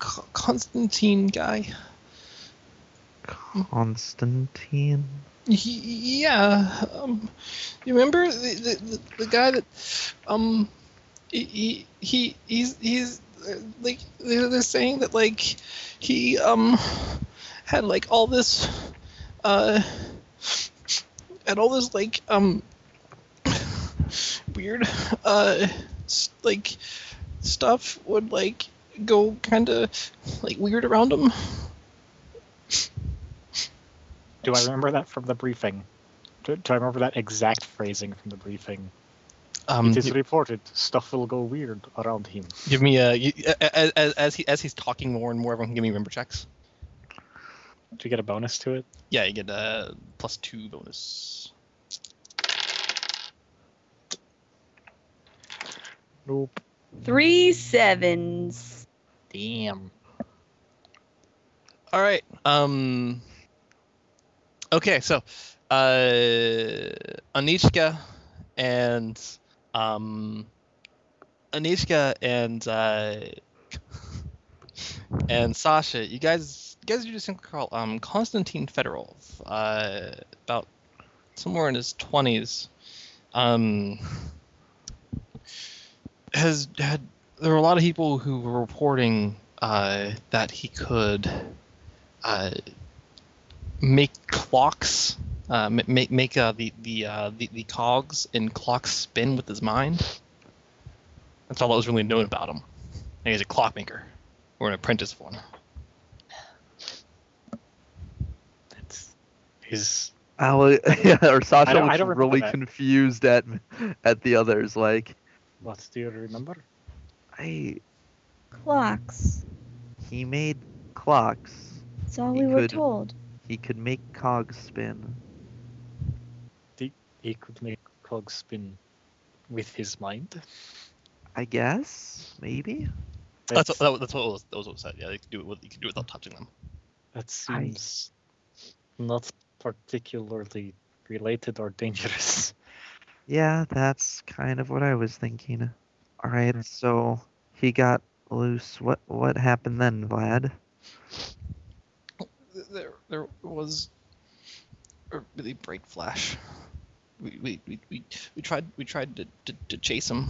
Speaker 1: C- Constantine guy
Speaker 4: Constantine.
Speaker 1: He, yeah. Um, you remember the, the, the, the guy that um he- he he he's he's uh, like they're, they're saying that like he um had like all this uh had all this like um weird uh s- like stuff would like go kind of like weird around him.
Speaker 2: Do I remember that from the briefing? Do, do I remember that exact phrasing from the briefing?
Speaker 1: Um,
Speaker 2: It is reported stuff will go weird around him.
Speaker 1: Give me a you- a- a- as as he as he's talking more and more, everyone can give me remember checks.
Speaker 2: Do you get a bonus to it?
Speaker 1: Yeah, you get a plus two bonus.
Speaker 2: Nope.
Speaker 3: Three sevens.
Speaker 2: Damn.
Speaker 1: All right. Um. Okay, so, uh, Anishka and um, Anishka and uh, [LAUGHS] and Sasha, you guys, you guys are just gonna call um Konstantin Fedorov, uh, about somewhere in his twenties, um, has had. There were a lot of people who were reporting uh, that he could uh, make clocks, uh, ma- make make uh, the the, uh, the the cogs in clocks spin with his mind. That's all that was really known about him. And he's a clockmaker, or an apprentice of one.
Speaker 2: That's his
Speaker 4: Ale- yeah, [LAUGHS] or
Speaker 2: I
Speaker 4: Sasha
Speaker 2: don't- I
Speaker 4: looks
Speaker 2: don't remember
Speaker 4: really
Speaker 2: that.
Speaker 4: confused at at the others. Like
Speaker 2: what do you remember?
Speaker 4: I,
Speaker 3: Clocks.
Speaker 4: he made clocks.
Speaker 3: That's all
Speaker 4: He
Speaker 3: we were
Speaker 4: could-
Speaker 3: told.
Speaker 4: He could make cogs spin.
Speaker 2: He could make cogs spin with his mind.
Speaker 4: I guess maybe.
Speaker 1: That's what, that, that's what was, that was what was said. Yeah, you could do it. With, you could do it without touching them.
Speaker 2: That
Speaker 4: I-
Speaker 2: seems not particularly related or [LAUGHS] dangerous.
Speaker 4: Yeah, that's kind of what I was thinking. All right, so he got loose. What what happened then, Vlad?
Speaker 1: There there was a really bright flash. We we, we, we, we tried we tried to, to, to chase him,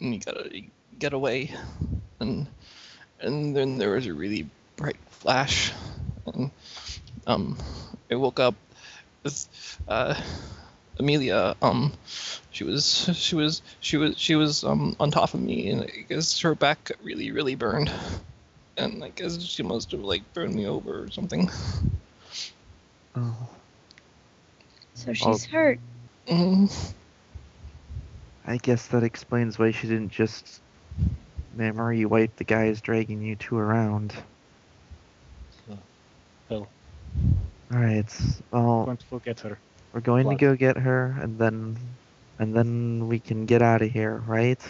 Speaker 1: and he got he got away, and and then there was a really bright flash, and um, I woke up with uh, Amelia. Um, she was she was she was she was um on top of me, and I guess her back got really really burned, and I guess she must have like burned me over or [LAUGHS] something.
Speaker 6: Oh,
Speaker 3: So she's hurt.
Speaker 1: Mm.
Speaker 6: I guess that explains why she didn't just memory wipe the guys dragging you two around.
Speaker 2: Well.
Speaker 6: All right. Well,
Speaker 2: Once we'll get her.
Speaker 6: We're going to
Speaker 2: What?
Speaker 6: go get her, and then, and then we can get out of here, right?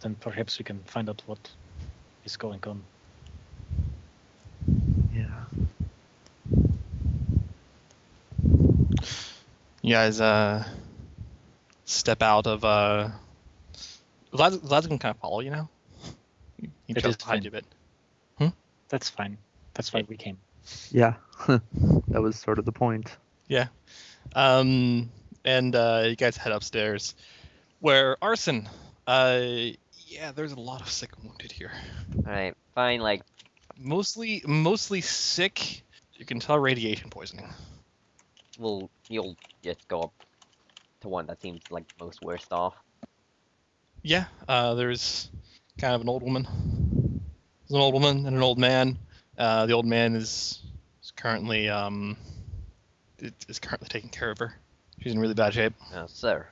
Speaker 2: Then perhaps we can find out what is going on.
Speaker 6: Yeah.
Speaker 1: You guys uh step out of uh. Vlad, Vlad can kind of follow you now. He- He
Speaker 2: It
Speaker 1: tries
Speaker 2: is
Speaker 1: to hide
Speaker 2: fine.
Speaker 1: you a bit.
Speaker 2: That's fine. That's why we came.
Speaker 4: [LAUGHS]
Speaker 6: Yeah. that was sort of the point.
Speaker 1: Um, and uh, you guys head upstairs, where arson. Uh, yeah, there's a lot of sick and wounded here.
Speaker 5: Alright, fine, like,
Speaker 1: Mostly, mostly sick. You can tell radiation poisoning.
Speaker 5: we'll, you'll just go up to one that seems like the most worst off.
Speaker 1: Yeah, uh, there's kind of an old woman. There's an old woman and an old man. Uh, the old man is, is currently um, is is currently taking care of her. She's in really bad shape.
Speaker 5: Uh, sir,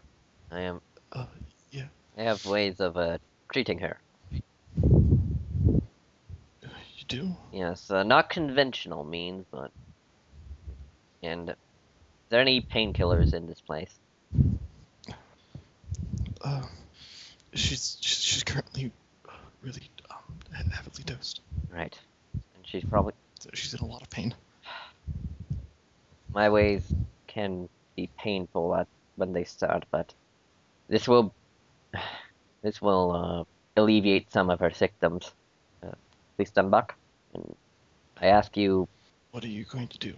Speaker 5: I am.
Speaker 1: Uh, yeah.
Speaker 5: I have ways of uh, treating her.
Speaker 1: You do?
Speaker 5: Yes, uh, not conventional means, but. And, is there any painkillers in this place?
Speaker 1: Uh, she's she's she's currently really um, he- heavily dosed.
Speaker 5: Right. And she's probably.
Speaker 1: So she's in a lot of pain.
Speaker 5: My ways can be painful at when they start, but this will. [SIGHS] This will uh, alleviate some of her symptoms. Uh, please stand back. And I ask you
Speaker 1: What are you going to do?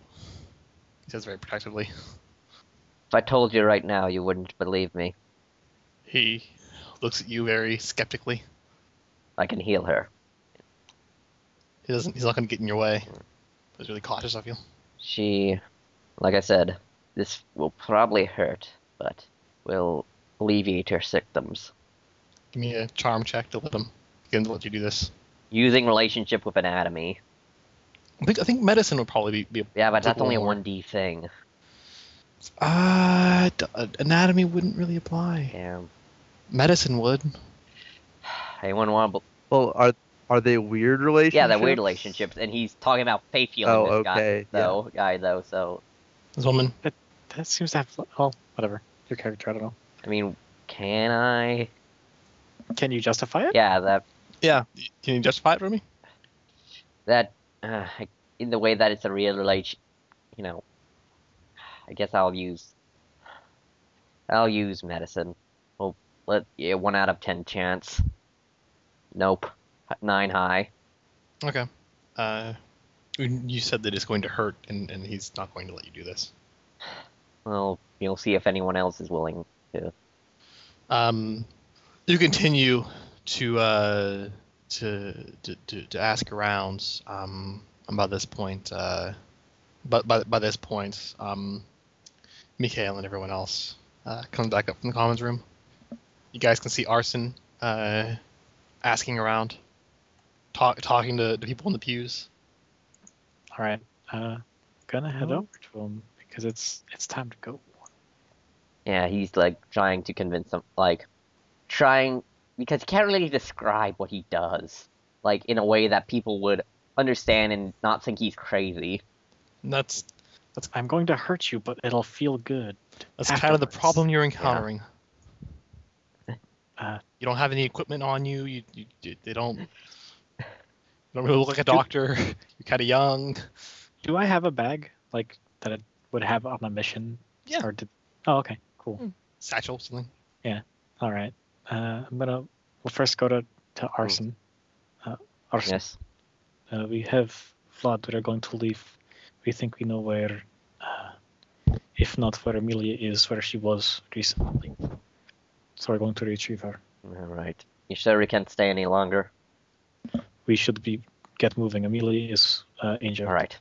Speaker 1: He says very protectively.
Speaker 5: If I told you right now, you wouldn't believe me.
Speaker 1: He looks at you very skeptically.
Speaker 5: I can heal her.
Speaker 1: He doesn't. He's not going to get in your way. He's really cautious of you.
Speaker 5: She, like I said, this will probably hurt, but will alleviate her symptoms.
Speaker 1: Give me a charm check to let him. Get him to let you do this.
Speaker 5: Using relationship with anatomy.
Speaker 1: I think I think medicine would probably be. be a,
Speaker 5: Yeah, but
Speaker 1: Take
Speaker 5: that's only a
Speaker 1: one more.
Speaker 5: 1D thing.
Speaker 1: uh, d- uh, anatomy wouldn't really apply.
Speaker 5: Damn.
Speaker 1: Medicine would.
Speaker 5: Anyone want to.
Speaker 4: Well, are are they weird relationships?
Speaker 5: Yeah, they're weird relationships, and he's talking about faith healing
Speaker 4: Oh,
Speaker 5: this
Speaker 4: okay,
Speaker 5: guy, though, guy, though, so.
Speaker 1: This woman.
Speaker 2: That seems to have. Well, whatever. Your character, I don't know.
Speaker 5: I mean, can I?
Speaker 2: Can you justify it?
Speaker 5: Yeah, that.
Speaker 1: Yeah. Can you justify it for me?
Speaker 5: that uh, in the way that it's a real relation you know i guess i'll use i'll use medicine well let yeah one out of ten chance nope nine high
Speaker 1: Okay. Uh, you said that it's going to hurt, and, and he's not going to let you do this.
Speaker 5: well you'll see if anyone else is willing
Speaker 1: Um, you continue to uh, to, to, to to ask around. Um, and by this point, uh, but by, by this point, um, Mikhail and everyone else uh, comes back up from the commons room. You guys can see Arson uh, asking around, talk, talking to, to people in the pews.
Speaker 2: All right. Uh, gonna head
Speaker 6: Oh.
Speaker 2: over to him because it's it's time to go.
Speaker 5: yeah he's like trying to convince them like trying because he can't really describe what he does like in a way that people would understand and not think he's crazy
Speaker 1: And that's
Speaker 2: I'm going to hurt you, but it'll feel good.
Speaker 1: That's kind of the
Speaker 2: afterwards.
Speaker 1: problem you're encountering.
Speaker 2: Uh,
Speaker 1: you don't have any equipment on you. You, you, you- they don't. You don't really look like a doctor. [LAUGHS] You're kind of young.
Speaker 2: Do I have a bag like that I would have on a mission?
Speaker 1: Yeah.
Speaker 2: Or did... Oh, okay. Cool.
Speaker 1: Satchel, something.
Speaker 2: All right. Uh, I'm gonna. We'll first go to to Arson. Uh, Arson.
Speaker 5: Hmm. yes
Speaker 2: Uh, we have Vlad. We are going to leave. We think we know where, uh, if not where Amelia is, where she was recently. So we're going to retrieve her.
Speaker 5: all right you sure we can't stay any longer
Speaker 2: We should be get moving. Amelia is uh, injured.
Speaker 5: All right.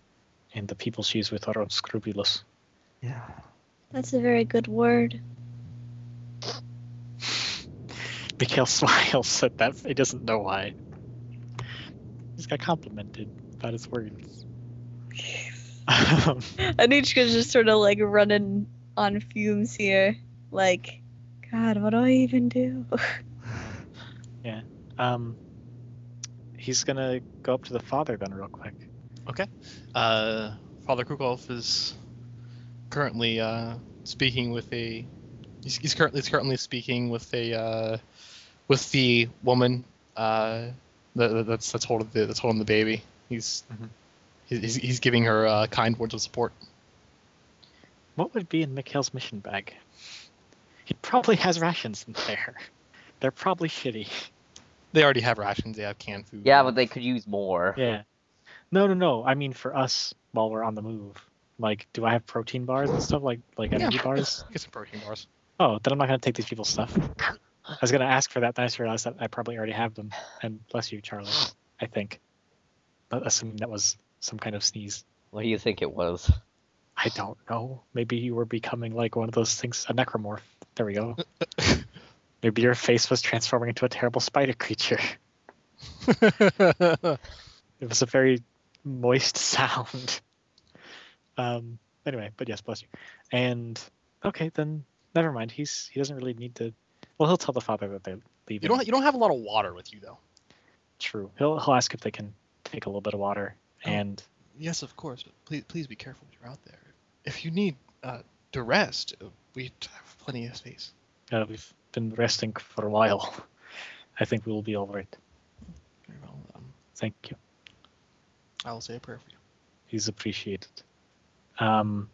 Speaker 2: and the people she's with are unscrupulous.
Speaker 6: Yeah.
Speaker 3: That's a very good word.
Speaker 2: Mikhail [LAUGHS] smiles at that. He doesn't know why. He's got complimented about his words. Um,
Speaker 3: [LAUGHS] Anichka's just sort of like running on fumes here. Like, God, what do I even do?
Speaker 2: [LAUGHS]
Speaker 3: [LAUGHS]
Speaker 2: um, he's gonna go up to the father then, real quick.
Speaker 1: Uh, Father Kukolf is currently uh, speaking with a. He's, he's currently he's currently speaking with a uh, with the woman uh, that, that- that's that's holding the that's holding the baby. He's
Speaker 2: Mhm.
Speaker 1: he's, he's giving her uh, kind words of support.
Speaker 2: What would be in Mikhail's mission bag? He probably has rations in there. [LAUGHS] They're probably shitty.
Speaker 1: They already have rations. They have canned food.
Speaker 5: Yeah, but they could use more.
Speaker 2: Yeah. No, no, no. I mean, for us, while we're on the move, like, do I have protein bars and stuff like like energy bars?
Speaker 1: Get some protein bars.
Speaker 2: Oh, then I'm not gonna take these people's stuff. I was gonna ask for that, then I just realized that I probably already have them. And bless you, Charlie. I think, but assuming that was some kind of sneeze.
Speaker 5: What do you think it was?
Speaker 2: I don't know. Maybe you were becoming like one of those things, a necromorph. There we
Speaker 1: [LAUGHS]
Speaker 2: go. Maybe your face was transforming into a terrible
Speaker 1: [LAUGHS]
Speaker 2: spider creature. It was a very moist sound. Um. Anyway, but yes, bless you. And okay, then never mind. He's he doesn't really need to. Well, he'll tell the father that they're leaving.
Speaker 1: you don't you don't have a lot of water with you though.
Speaker 2: True. He'll he'll ask if they can take a little bit of water.
Speaker 1: Oh.
Speaker 2: And
Speaker 1: Yes, of course, but please, please be careful when you're out there. If you need uh, to rest, uh, we have plenty of space.
Speaker 2: uh, we've been resting for a while. I think we will be all right.
Speaker 1: Very well. Um,
Speaker 2: Thank you.
Speaker 1: I will say a prayer for you.
Speaker 2: He's appreciated. Um,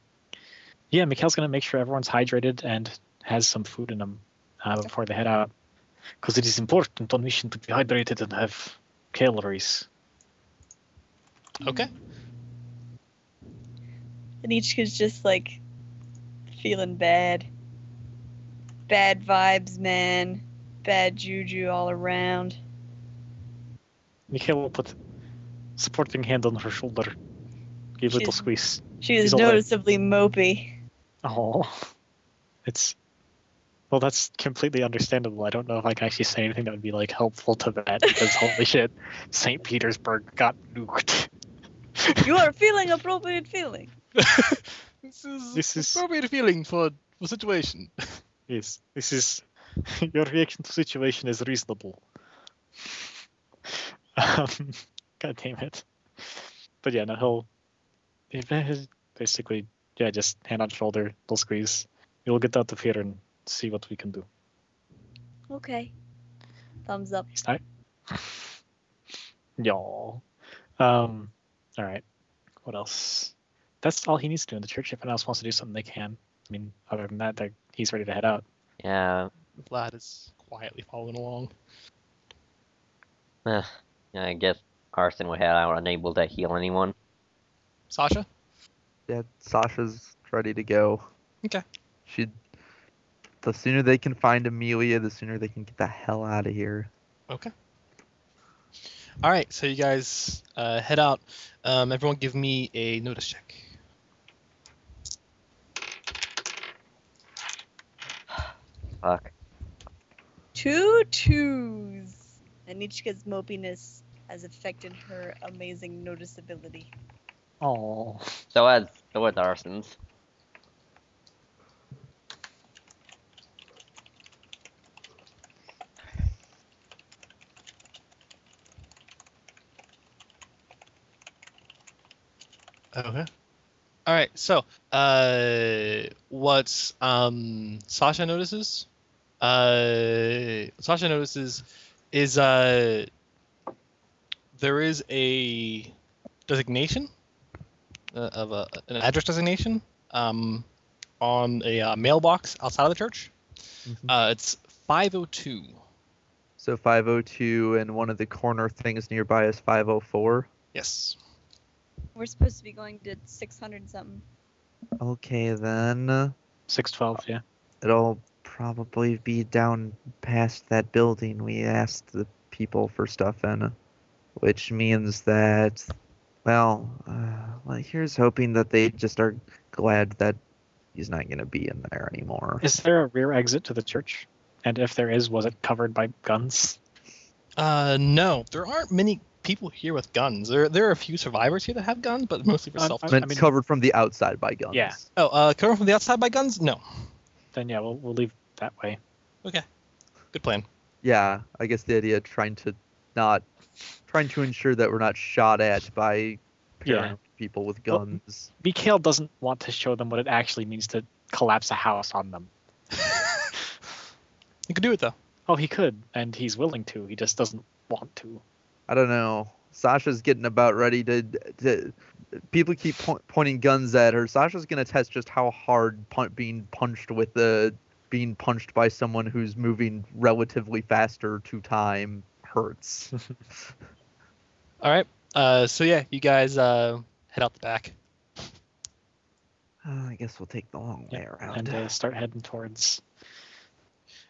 Speaker 2: yeah, Mikhail's gonna make sure everyone's hydrated and has some food in them uh, before they head out, because it is important on mission to be hydrated and have calories.
Speaker 1: Okay.
Speaker 3: Anichka's just like feeling bad. Bad vibes, man. Bad juju all around.
Speaker 2: Mikhail will put supporting hand on her shoulder, give a little
Speaker 3: She's-
Speaker 2: squeeze.
Speaker 3: She is
Speaker 2: She's all like- [LAUGHS]
Speaker 3: noticeably mopey.
Speaker 2: Oh, it's well, that's completely understandable. I don't know if I can actually say anything that would be like helpful to that because holy shit, St. Petersburg got nuked.
Speaker 3: You are feeling appropriate feeling.
Speaker 1: This is
Speaker 2: This is-
Speaker 1: appropriate feeling for the situation. [LAUGHS]
Speaker 2: Yes, this is [LAUGHS] your reaction to situation is reasonable. Um, [LAUGHS] God damn it! But yeah, no, he'll he'll basically yeah, just hand on shoulder, little squeeze. We'll get out of here and see what we can do.
Speaker 3: Okay. Thumbs up.
Speaker 2: He's not. [LAUGHS] Y'all. Um. All right. What else? That's all he needs to do in the church. If anyone else wants to do something, they can. I mean, other than that, they're- he's ready to head out.
Speaker 5: Yeah,
Speaker 1: Vlad is quietly following along.
Speaker 5: I guess Arson would head out, unable to heal anyone.
Speaker 1: Sasha,
Speaker 4: Yeah, Sasha's ready to go.
Speaker 1: Okay.
Speaker 4: She. The sooner they can find Amelia, the sooner they can get the hell out of here.
Speaker 1: All right, so you guys uh, head out. Um, everyone, give me a notice check.
Speaker 5: Fuck.
Speaker 3: Two twos. Anichka's mopiness has affected her amazing noticeability.
Speaker 2: Oh.
Speaker 5: So as so as Arson's.
Speaker 1: Okay. All right. So, uh, what um, Sasha notices, uh, Sasha notices, is uh, there is a designation uh, of a, an address designation um, on a uh, mailbox outside of the church.
Speaker 4: Mhm.
Speaker 1: Uh, it's five oh two.
Speaker 4: So 502 and one of the corner things nearby is 504.
Speaker 1: Yes.
Speaker 3: We're supposed to be going to 600 something.
Speaker 6: Okay then.
Speaker 2: Six twelve. Yeah.
Speaker 6: It'll probably be down past that building we asked the people for stuff in, which means that, well, uh,
Speaker 4: here's hoping that they just are glad that he's not going to be in there anymore.
Speaker 2: Is there a rear exit to the church? And if there is, was it covered by guns?
Speaker 1: Uh, no, there aren't many people here with guns. There, there are a few survivors here that have guns, but mostly for
Speaker 2: Um,
Speaker 1: self.
Speaker 2: I-
Speaker 4: Meant
Speaker 2: mean-
Speaker 4: covered from the outside by guns.
Speaker 2: Yeah.
Speaker 1: Oh, uh, coming from the outside by guns? No.
Speaker 2: Then yeah, we'll we'll leave that way.
Speaker 1: Good plan.
Speaker 4: Yeah, I guess the idea of trying to not trying to ensure that we're not shot at by
Speaker 2: Yeah.
Speaker 4: paranoid people with
Speaker 2: Well-
Speaker 4: guns.
Speaker 2: Mikhail doesn't want to show them what it actually means to collapse a house on them.
Speaker 1: You could do it though.
Speaker 2: Oh, he could, and he's willing to. He just doesn't want to.
Speaker 4: I don't know. Sasha's getting about ready to. to people keep po- pointing guns at her. Sasha's gonna test just how hard pun- being punched with the being punched by someone who's moving relatively faster to time
Speaker 2: [LAUGHS]
Speaker 4: hurts.
Speaker 1: All right. Uh, so yeah, you guys uh head out the back.
Speaker 4: Uh, I guess we'll take the long way
Speaker 1: Oh,
Speaker 4: around.
Speaker 2: And uh, start heading towards.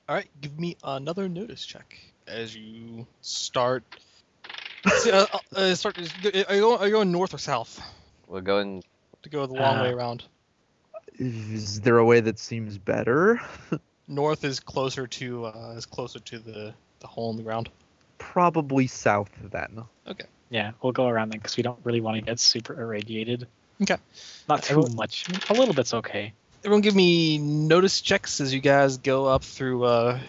Speaker 1: All right, give me another notice check as you start. [LAUGHS] See, uh, uh, uh, start. is- Are you going, are you going north or south
Speaker 5: We're going.
Speaker 1: to go the long
Speaker 2: Uh,
Speaker 1: way around?
Speaker 4: Is there a way that seems better?
Speaker 1: North is closer to uh, is closer to the the hole in the ground.
Speaker 4: Probably south then.
Speaker 2: Yeah, we'll go around then because we don't really want to get super irradiated.
Speaker 1: Okay.
Speaker 2: Not too
Speaker 1: Everyone-
Speaker 2: much. A little bit's okay.
Speaker 1: Everyone, give me notice checks as you guys go up through. Uh,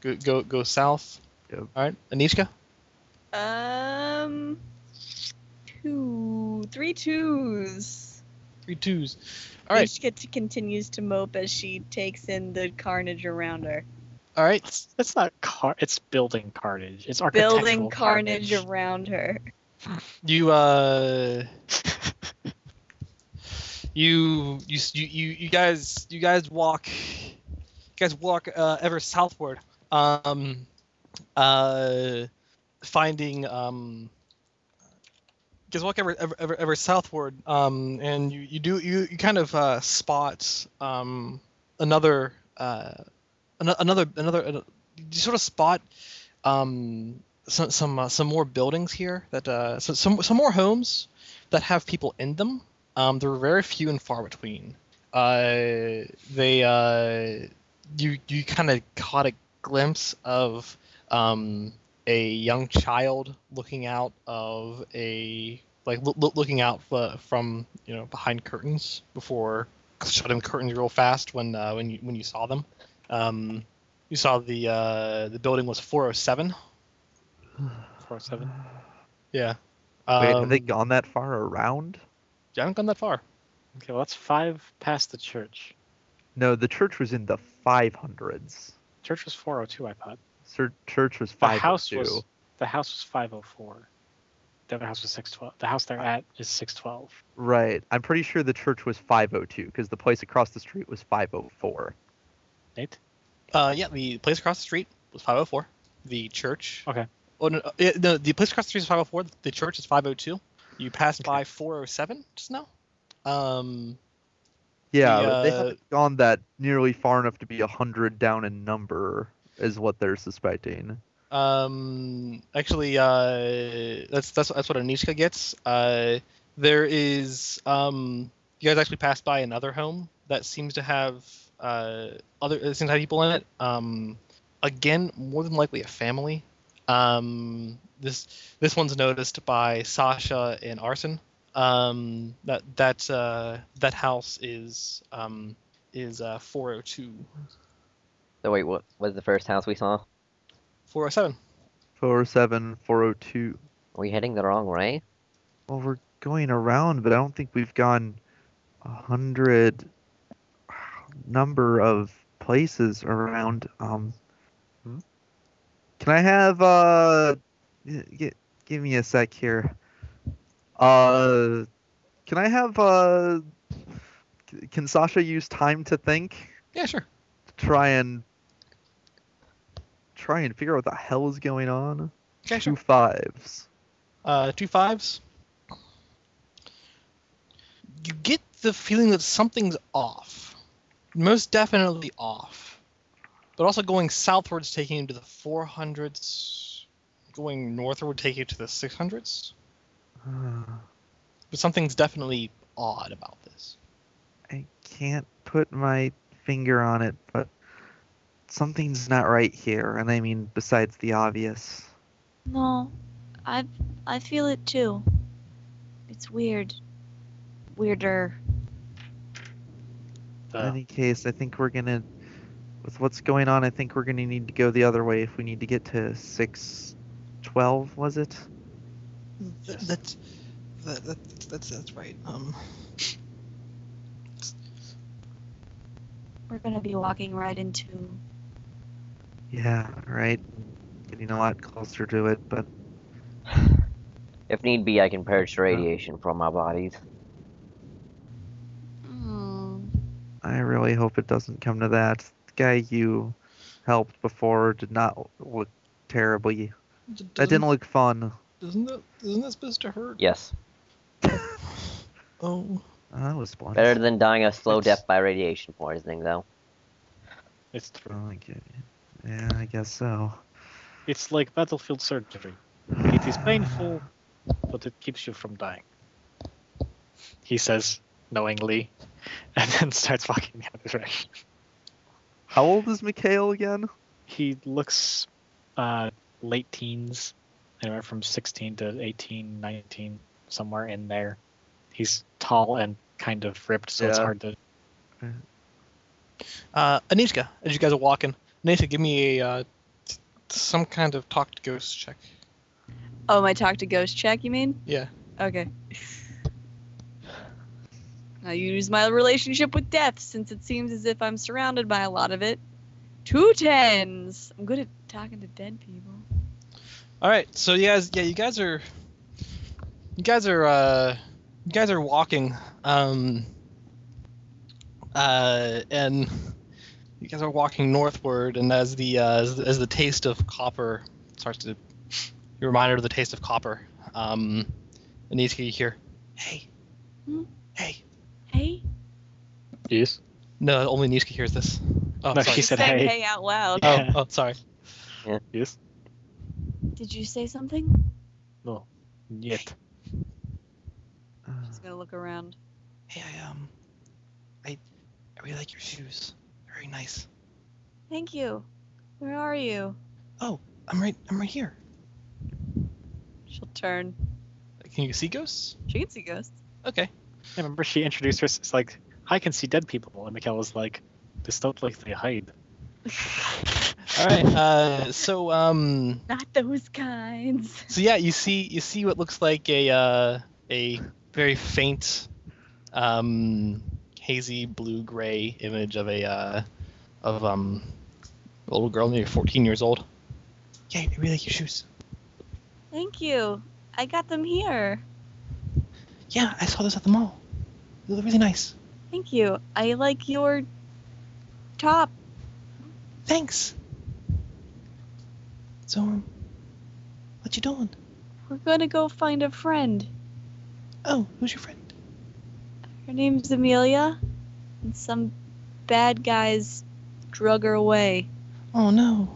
Speaker 1: go go go south.
Speaker 4: Yep.
Speaker 1: All right, Anishka.
Speaker 3: Um, two, three twos.
Speaker 1: Three twos. All right.
Speaker 3: Ishka t- continues to mope as she takes in the carnage around her.
Speaker 1: All right.
Speaker 2: It's, it's not car. It's building carnage. It's architectural
Speaker 3: Building carnage around her.
Speaker 1: You uh you you you you you guys you guys walk you guys walk uh, ever southward um uh finding um you guys walk ever ever ever, ever southward um and you you do you you kind of uh spot um another uh ano- another another, another you sort of spot um some some uh, some more buildings here that uh, so, some some more homes that have people in them. Um, they're very few and far between. Uh, they uh, you you kind of caught a glimpse of um, a young child looking out of a like loo- loo- looking out uh, from you know behind curtains before shutting curtains real fast when uh, when you when you saw them. Um, you saw the uh, the building was 407.
Speaker 2: Four seven.
Speaker 1: Yeah.
Speaker 4: Wait, have they
Speaker 1: Um,
Speaker 4: gone that far around?
Speaker 1: You haven't gone that far.
Speaker 2: Okay, well that's five past the church.
Speaker 4: No, the church was in the 500s.
Speaker 2: Church was four oh two, I thought.
Speaker 4: Sir church was
Speaker 2: The
Speaker 4: 502.
Speaker 2: house was the house was five oh four. The other house was six twelve. The house they're at is six twelve.
Speaker 4: Right. I'm pretty sure the church was 502 because the place across the street was 504.
Speaker 2: Nate.
Speaker 1: Uh, yeah, the place across the street was 504. The church.
Speaker 2: Okay.
Speaker 1: Oh no, uh, yeah, no, the place across the street is 504. The church is 502. You passed by 407 just now. Um,
Speaker 4: Yeah,
Speaker 1: The,
Speaker 4: but they
Speaker 1: uh,
Speaker 4: haven't gone that nearly far enough to be 100 down in number, is what they're suspecting.
Speaker 1: um, actually, uh, that's that's that's what Anishka gets. Uh, there is um, you guys actually passed by another home that seems to have uh other it seems to have people in it. Um, again, more than likely a family. Um, this this one's noticed by Sasha and Arson. Um, that that uh, that house is um, is uh, 402,
Speaker 5: So wait, what was the first house we saw? Are
Speaker 1: 407.
Speaker 4: 407, 402.
Speaker 5: we heading the wrong way?
Speaker 4: Well, we're going around, but I don't think we've gone 100 number of places around. Um,
Speaker 2: Hmm?
Speaker 4: Can I have. Uh, g- give me a sec here. Uh, can I have. Uh, c- can Sasha use time to think?
Speaker 1: Yeah, sure.
Speaker 4: To try and. Try and figure out what the hell is going on?
Speaker 1: Okay, sure.
Speaker 4: Two fives.
Speaker 1: uh, two fives. You get the feeling that something's off. Most definitely off. But also going southwards, taking you to the
Speaker 4: Uh,
Speaker 1: 400s. Going northward, taking you to the 600s. but something's definitely odd about this.
Speaker 6: I can't put my finger on it, but something's not right here, and I mean besides the obvious.
Speaker 3: No, I I feel it too. It's weird. Weirder.
Speaker 6: In
Speaker 2: The,
Speaker 6: any case, I think we're gonna, with what's going on, I think we're gonna need to go the other way if we need to get to six, twelve. Was it?
Speaker 1: Th- That's that, that, that's that's right. Um,
Speaker 3: We're gonna be walking right into.
Speaker 6: Yeah. Right. Getting a lot closer to it, but
Speaker 5: If need be, I can purge the radiation from our bodies.
Speaker 3: Mm,
Speaker 6: I really hope it doesn't come to that. The guy you helped before did not look terribly.
Speaker 1: d-
Speaker 6: That
Speaker 1: doesn't-
Speaker 6: didn't look fun.
Speaker 1: Isn't that isn't that supposed to hurt?
Speaker 5: Yes,
Speaker 1: Oh,
Speaker 6: That was blunt.
Speaker 5: better than dying a slow
Speaker 2: That's-
Speaker 5: death by radiation poisoning, though.
Speaker 2: it's thr-
Speaker 6: Oh, I get- Yeah, I guess so.
Speaker 2: it's like battlefield surgery. It is painful, but it keeps you from dying. He says knowingly, [LAUGHS] and then starts walking the other direction.
Speaker 6: How old is Mikhail again?
Speaker 2: He looks uh, late teens, anywhere from 16 to 18, 19, somewhere in there. He's tall and kind of ripped, so it's
Speaker 6: Yeah.
Speaker 2: hard to.
Speaker 1: uh, Anishka, as you guys are walking, Anishka, give me a uh, t- some kind of talk to ghost check.
Speaker 3: Oh, my talk to ghost check, you mean?
Speaker 1: Yeah.
Speaker 3: Okay. I use my relationship with death since it seems as if I'm surrounded by a lot of it. Two tens. I'm good at talking to dead people.
Speaker 1: All right, so you guys, yeah, you guys are, you guys are, uh, you guys are walking, um, uh, and you guys are walking northward, and as the uh, as, as the taste of copper starts to, you're reminded of the taste of copper. Um, Anita, you hear, hey,
Speaker 3: Hmm?
Speaker 1: hey.
Speaker 3: Hey.
Speaker 2: Yes.
Speaker 1: No, only Niska hears this. Oh,
Speaker 2: No,
Speaker 1: sorry.
Speaker 2: she said
Speaker 3: Saying
Speaker 2: hey.
Speaker 3: hey out loud.
Speaker 1: Oh,
Speaker 2: Yeah.
Speaker 1: oh, sorry.
Speaker 2: Yes.
Speaker 3: Did you say something?
Speaker 2: No. Yet.
Speaker 6: Uh,
Speaker 3: She's gonna look around.
Speaker 1: Hey, I um, I, I really like your shoes. Very nice.
Speaker 3: Thank you. Where are you?
Speaker 1: I'm right. I'm right here.
Speaker 3: She'll turn.
Speaker 1: Can you see ghosts?
Speaker 3: She can see ghosts.
Speaker 1: Okay.
Speaker 2: I remember she introduced herself. It's like, I can see dead people. And Mikhail was like, this don't like they hide.
Speaker 1: [LAUGHS] All right. Uh, so um,
Speaker 3: Not those kinds.
Speaker 1: so yeah, you see you see what looks like a uh, a very faint, um, hazy blue gray image of a uh, of um, a little girl maybe 14 years old. Yeah, I really like your shoes.
Speaker 3: Thank you. I got them here.
Speaker 1: Yeah, I saw this at the mall. They look really nice.
Speaker 3: Thank you. I like your top.
Speaker 1: Thanks. So, um, what you doing?
Speaker 3: We're gonna go find a friend.
Speaker 1: Oh, who's your friend?
Speaker 3: Her name's Amelia, and some bad guys drug her away.
Speaker 1: Oh no.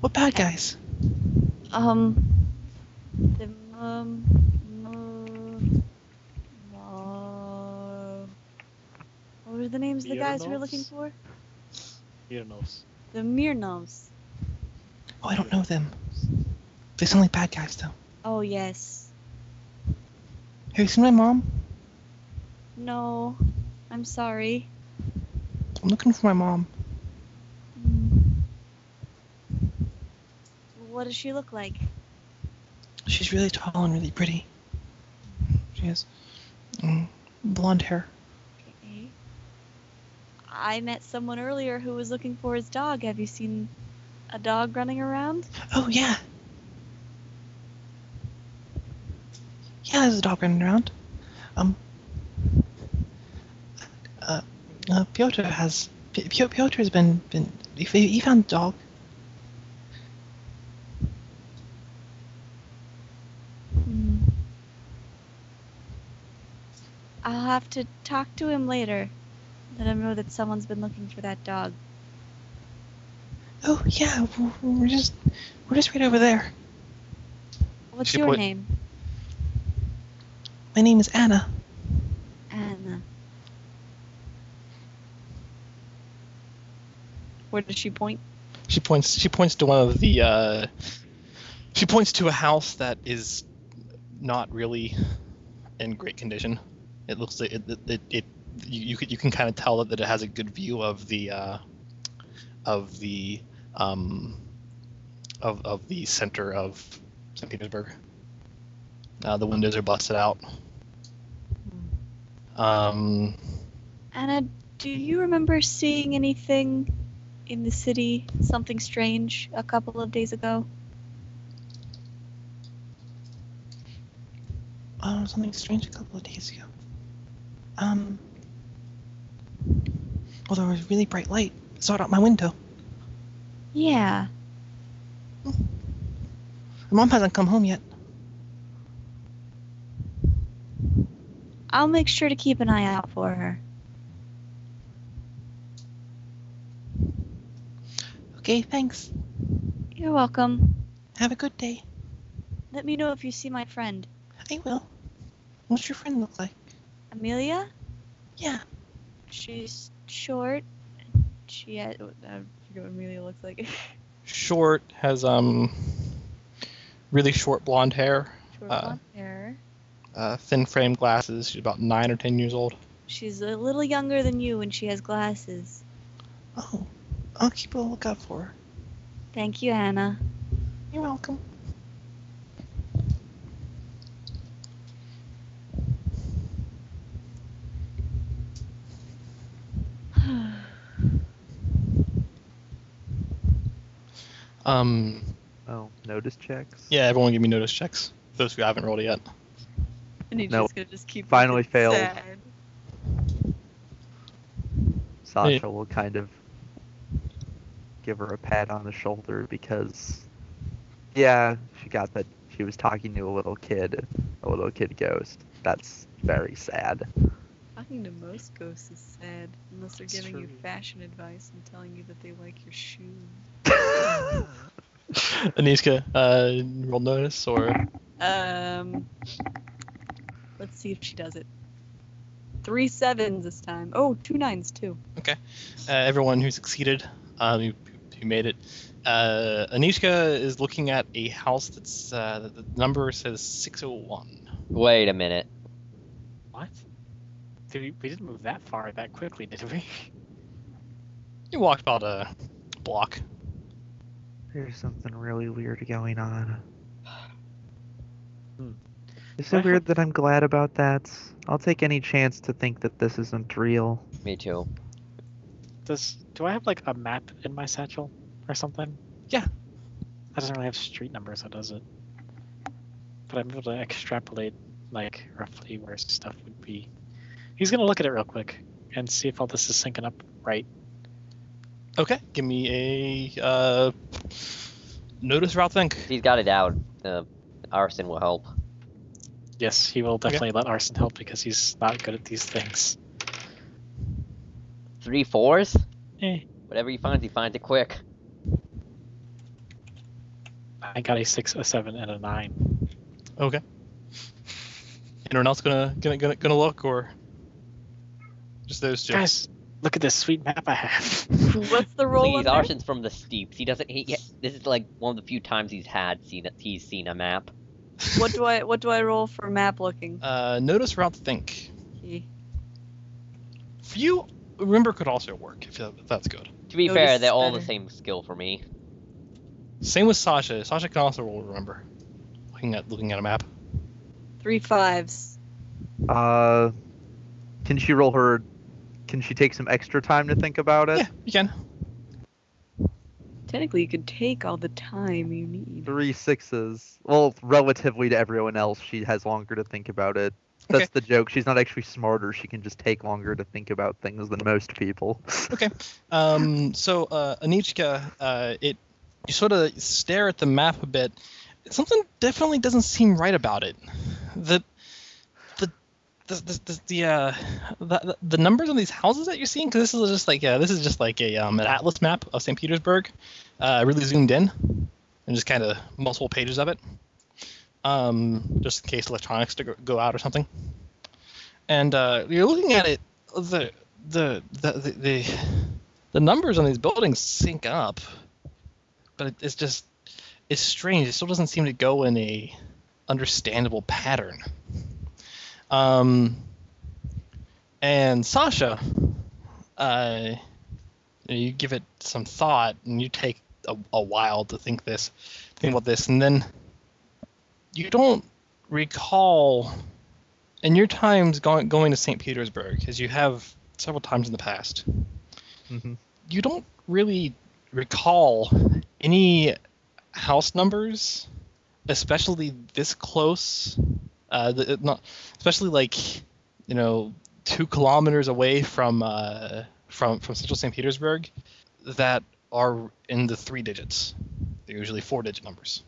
Speaker 1: What bad guys?
Speaker 3: Um, the um, um, uh, what were the names of the guys we were looking
Speaker 2: Mirnovs?
Speaker 3: for?
Speaker 2: You know.
Speaker 3: The Mirnovs.
Speaker 1: Oh, I don't know them. They sound like bad guys, though.
Speaker 3: Oh yes.
Speaker 1: Have you seen my mom?
Speaker 3: No, I'm sorry.
Speaker 1: I'm looking for my mom.
Speaker 3: Mm. What does she look like?
Speaker 1: She's really tall and really pretty. She has mm, blonde hair.
Speaker 3: Okay. I met someone earlier who was looking for his dog. Have you seen a dog running around?
Speaker 1: Oh yeah. Yeah, there's a dog running around. Um. Uh, uh Piotr has P- P- Piotr has been been he, f- he found the dog.
Speaker 3: Hmm. I'll have to talk to him later. Let him know that someone's been looking for that dog.
Speaker 1: Oh yeah, w- w- we're just we're just right over there.
Speaker 3: What's
Speaker 1: She
Speaker 3: your
Speaker 1: put-
Speaker 3: name?
Speaker 1: My name is Anna.
Speaker 3: Anna. Where does she point?
Speaker 1: She points. She points to one of the. Uh, she points to a house that is not really in great condition. It looks like it. it, it, it you, you could you can kind of tell that, that it has a good view of the uh, of the um, of of the center of St. Petersburg. Uh, the windows are busted out. Um,
Speaker 3: Anna, do you remember seeing anything in the city, something strange, a couple of days ago?
Speaker 7: Oh, something strange a couple of days ago. Um. Well, there was really bright light. I saw it out my window.
Speaker 3: Yeah.
Speaker 7: My mom hasn't come home yet.
Speaker 3: I'll make sure to keep an eye out for her.
Speaker 7: Okay, thanks.
Speaker 3: You're welcome.
Speaker 7: Have a good day.
Speaker 3: Let me know if you see my friend.
Speaker 7: I will. What's your friend look like?
Speaker 3: Amelia?
Speaker 7: Yeah.
Speaker 3: She's short. She had, oh, I forget what Amelia looks like. [LAUGHS]
Speaker 1: short has um really short blonde hair,
Speaker 3: short
Speaker 1: Uh,
Speaker 3: blonde hair.
Speaker 1: uh, thin frame glasses. She's about nine or ten years old.
Speaker 3: She's a little younger than you and she has glasses.
Speaker 7: Oh, I'll keep a lookout for her.
Speaker 3: Thank you, [SIGHS] Anna.
Speaker 7: You're welcome.
Speaker 1: Um,
Speaker 4: Oh, notice checks.
Speaker 1: yeah, everyone give me notice checks. Those who haven't rolled it yet. [LAUGHS]
Speaker 3: And he's
Speaker 4: No.
Speaker 3: gonna just keep
Speaker 4: Finally
Speaker 3: looking
Speaker 4: failed.
Speaker 3: sad.
Speaker 4: Sasha will kind of give her a pat on the shoulder because, yeah, she got that she was talking to a little kid, a little kid ghost. That's very sad.
Speaker 8: Talking to most ghosts is sad, unless they're
Speaker 4: It's
Speaker 8: giving you
Speaker 4: true.
Speaker 8: fashion advice and telling you that they like your shoes.
Speaker 1: Aniska, uh, roll notice or uh,
Speaker 8: Um, let's see if she does it. Three sevens this time. Oh, two nines too.
Speaker 1: uh, everyone who succeeded, um, who, who made it. Uh, Anishka is looking at a house that's uh, the- the number says 601.
Speaker 5: Wait a minute.
Speaker 2: What? Did we, we didn't move that far that quickly, did we? [LAUGHS]
Speaker 1: You walked about a block.
Speaker 6: [LAUGHS] There's something really weird going on.
Speaker 2: Hmm.
Speaker 6: Is it
Speaker 2: I
Speaker 6: weird that I'm glad about that? I'll take any chance to think that this isn't real.
Speaker 5: Me too.
Speaker 2: Does do I have like a map in my satchel or something?
Speaker 1: Yeah.
Speaker 2: That doesn't really have street numbers, so does it? But I'm able to extrapolate like roughly where stuff would be. He's gonna look at it real quick and see if all this is syncing up right.
Speaker 1: Okay, give me a uh, notice route think.
Speaker 5: He's got it out. The arson will help.
Speaker 2: Yes, he will definitely let Arson help because he's not good at these things.
Speaker 5: Three fours?
Speaker 2: Eh.
Speaker 5: Whatever he finds, he finds it quick.
Speaker 2: I got a six, a seven, and a nine.
Speaker 1: Anyone else gonna gonna gonna, gonna look or just those two?
Speaker 2: Guys, look at this sweet map I have. [LAUGHS]
Speaker 8: What's the roll?
Speaker 5: Please,
Speaker 8: on there?
Speaker 5: Arson's from the steeps. He doesn't. He, he- this is like one of the few times he's had seen. A, he's seen a map.
Speaker 8: What do I what do I roll for map looking?
Speaker 1: [LAUGHS] Uh, notice route think.
Speaker 8: Okay.
Speaker 1: For you, remember could also work if, that- if that's good.
Speaker 5: To be
Speaker 8: Notice
Speaker 5: fair,
Speaker 8: is
Speaker 5: they're all the
Speaker 8: better.
Speaker 5: same skill for me.
Speaker 1: Same with Sasha. Sasha can also roll remember. Looking at looking at a map.
Speaker 8: Three fives.
Speaker 4: Uh, can she roll her? Can she take some extra time to think about it?
Speaker 1: Yeah, you can.
Speaker 8: Technically, you could take all the time you need.
Speaker 4: Three sixes. Well, relatively to everyone else, she has longer to think about it. That's
Speaker 1: Okay.
Speaker 4: the joke. She's not actually smarter. She can just take longer to think about things than most people.
Speaker 1: Um, so uh, Anichka, uh, it you sort of stare at the map a bit. Something definitely doesn't seem right about it. The the the the, the, the, uh, the, the numbers on these houses that you're seeing, because this is just like uh, this is just like a um, an atlas map of St. Petersburg, uh, really zoomed in, and just kind of multiple pages of it. um, just in case electronics to go- go out or something. And uh, you're looking at it, the the the the, the, the numbers on these buildings sync up, but it, it's just it's strange. It still doesn't seem to go in a understandable pattern. Um, and Sasha, uh, you give it some thought, and you take a, a while to think this, think about this, and then you don't recall in your times going going to St. Petersburg, as you have several times in the past.
Speaker 4: Mm-hmm.
Speaker 9: Mhm.
Speaker 1: You don't really recall any house numbers, especially this close. Uh, the, it not especially like you know two kilometers away from uh, from from central St. Petersburg that are in the three digits. They're usually four digit numbers.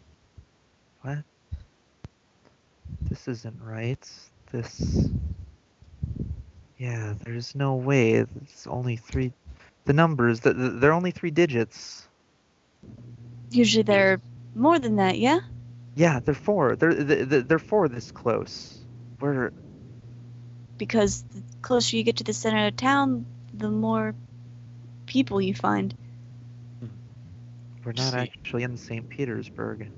Speaker 4: This isn't right. This. Yeah, there's no way. It's only three. The numbers, th- th- they're only three digits.
Speaker 3: Usually they're more than that, yeah?
Speaker 4: Yeah, they're four. They're th- th- they're four this close. We're
Speaker 3: Because the closer you get to the center of town, the more people you find.
Speaker 4: we're not
Speaker 1: See.
Speaker 4: actually in St. Petersburg.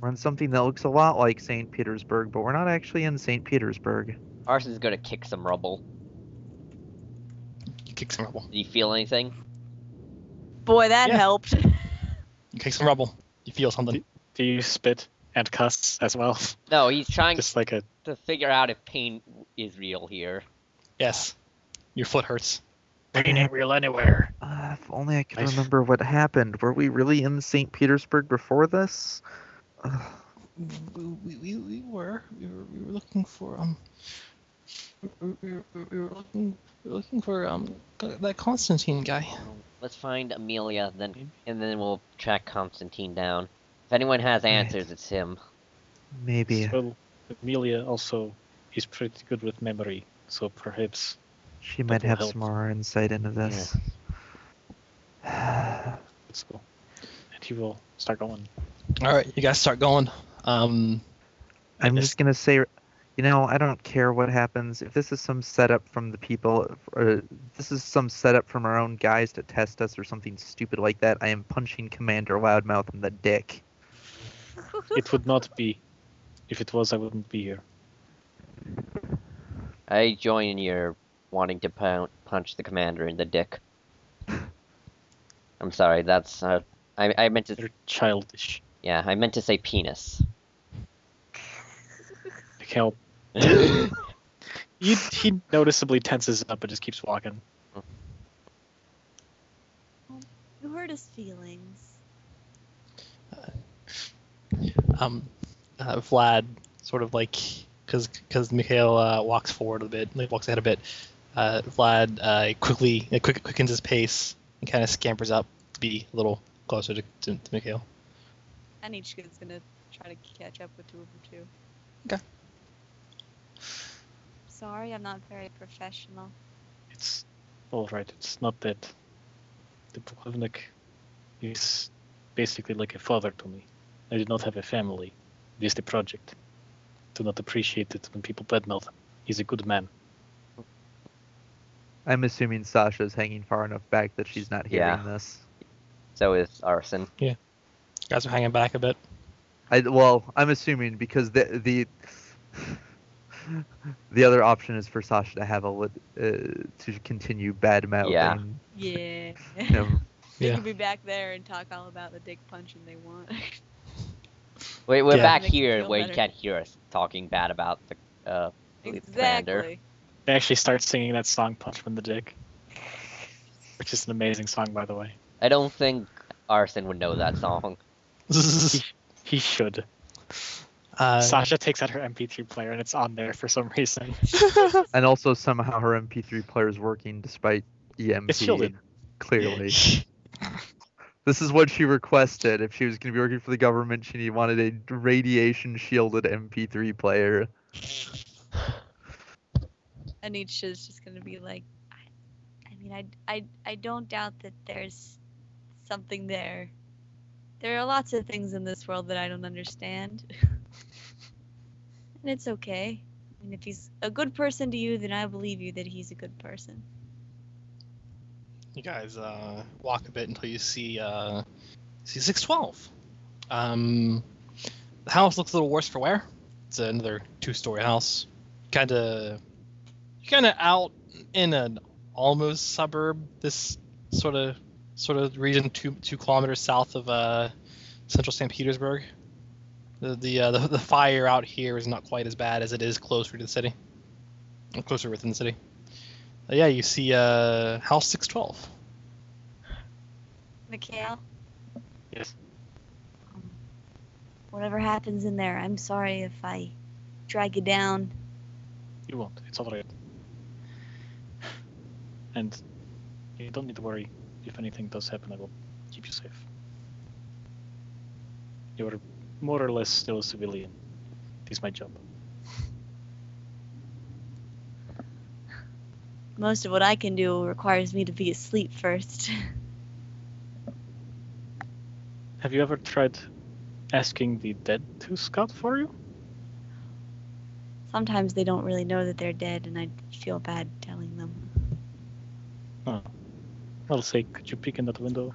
Speaker 4: We're in something that looks a lot like St. Petersburg, but we're not actually in St. Petersburg.
Speaker 5: Arson's gonna kick some rubble.
Speaker 1: You kick some rubble.
Speaker 5: Do you feel anything?
Speaker 3: Boy, that
Speaker 1: Yeah.
Speaker 3: helped.
Speaker 8: [LAUGHS]
Speaker 1: You kick some rubble. You feel something.
Speaker 2: Do you spit and cuss as well?
Speaker 5: No, he's trying
Speaker 2: Just like a
Speaker 5: to figure out if pain is real here.
Speaker 1: Yes. Your foot hurts.
Speaker 2: pain ain't real anywhere.
Speaker 4: Uh, if only I could
Speaker 2: Nice.
Speaker 4: remember what happened. Were we really in St. Petersburg before this? Ugh,
Speaker 1: We, we, we, we were we were we were looking for um we, we, we- we were looking we were looking for um that Constantine guy.
Speaker 5: Let's find Amelia, then, and then we'll track Constantine down. If anyone has answers, it's him.
Speaker 4: maybe
Speaker 2: So Amelia also is pretty good with memory, so perhaps
Speaker 4: she might
Speaker 2: will
Speaker 4: have
Speaker 2: help.
Speaker 4: some more insight into this.
Speaker 2: it's cool. And he will start going.
Speaker 1: All right, you guys start going. Um,
Speaker 4: I'm
Speaker 2: Yes.
Speaker 4: just gonna say, you know, I don't care what happens. If this is some setup from the people, or this is some setup from our own guys to test us or something stupid like that, I am punching Commander Loudmouth in the dick.
Speaker 2: It would not be. If it was, I wouldn't be here.
Speaker 5: I join your wanting to pound, punch the commander in the dick. I'm sorry, that's uh, I I meant to
Speaker 2: They're childish.
Speaker 5: yeah I meant to say penis. [LAUGHS]
Speaker 2: Like how he, he noticeably tenses up and just keeps walking.
Speaker 3: You hurt his feelings.
Speaker 1: um, uh, Vlad sort of like because because Mikhail uh, walks forward a bit, like walks ahead a bit. Uh, Vlad uh, quickly uh, quick, quickens his pace and kind of scampers up to be a little closer to, to, to Mikhail.
Speaker 3: Anichka's gonna try to catch up with two of them too.
Speaker 1: Okay.
Speaker 3: Sorry, I'm not very professional.
Speaker 2: It's all right. It's not that the Pukovnik is basically like a father to me. I did not have a family. It is the project. Do not appreciate it when people badmouth him. He's a good man.
Speaker 4: I'm assuming Sasha's hanging far enough back that she's not hearing
Speaker 5: Yeah.
Speaker 4: this.
Speaker 5: So is arson.
Speaker 1: You guys are hanging back a bit.
Speaker 4: I well, I'm assuming because the the [LAUGHS] the other option is for Sasha to have a lit, uh, to continue bad mouthing.
Speaker 5: Yeah.
Speaker 3: Yeah.
Speaker 4: him.
Speaker 3: [LAUGHS] they
Speaker 1: Yeah.
Speaker 3: could be back there and talk all about the dick punching they want. [LAUGHS]
Speaker 5: Wait, we're
Speaker 1: Yeah.
Speaker 5: back
Speaker 3: Makes you
Speaker 5: here
Speaker 3: feel
Speaker 5: where you
Speaker 3: better.
Speaker 5: can't hear us talking bad about the uh Please, Commander.
Speaker 3: exactly.
Speaker 2: They actually start singing that song "Punch from the Dick," which is an amazing song, by the way.
Speaker 5: I don't think Arson would know that song.
Speaker 2: He should.
Speaker 1: uh,
Speaker 2: Sasha takes out her MP3 player and it's on there for some reason.
Speaker 1: [LAUGHS]
Speaker 4: And also somehow her MP3 player is working despite EMP.
Speaker 2: shielded.
Speaker 4: Clearly.
Speaker 1: [LAUGHS]
Speaker 4: this is what she requested. If she was going to be working for the government, she wanted a radiation shielded MP3 player.
Speaker 3: Anisha's just gonna be like, I, I mean, I, I, I don't doubt that there's something there, There are lots of things in this world that I don't understand. [LAUGHS] and it's okay. And if he's a good person to you, then I believe you that he's a good person.
Speaker 1: You guys uh, walk a bit until you see uh, see six twelve. Um, the house looks a little worse for wear. It's another two story house, kind of kind of out in an almost suburb. This sort of sort of region two two kilometers south of uh, central St. Petersburg. The the, uh, the the fire out here is not quite as bad as it is closer to the city, or closer within the city. Uh, yeah, you see uh, house six twelve.
Speaker 3: Mikhail, Um,
Speaker 2: Yes.
Speaker 3: whatever happens in there, I'm sorry if I drag you down.
Speaker 2: You won't. It's all right. And you don't need to worry. If anything does happen, I will keep you safe. You're more or less still a civilian. It is my job.
Speaker 3: Most of what I can do requires me to be asleep first. [LAUGHS]
Speaker 2: Have you ever tried asking the dead to scout for you?
Speaker 3: Sometimes they don't really know that they're dead, and I feel bad telling them.
Speaker 2: I'll say, could you peek in that window?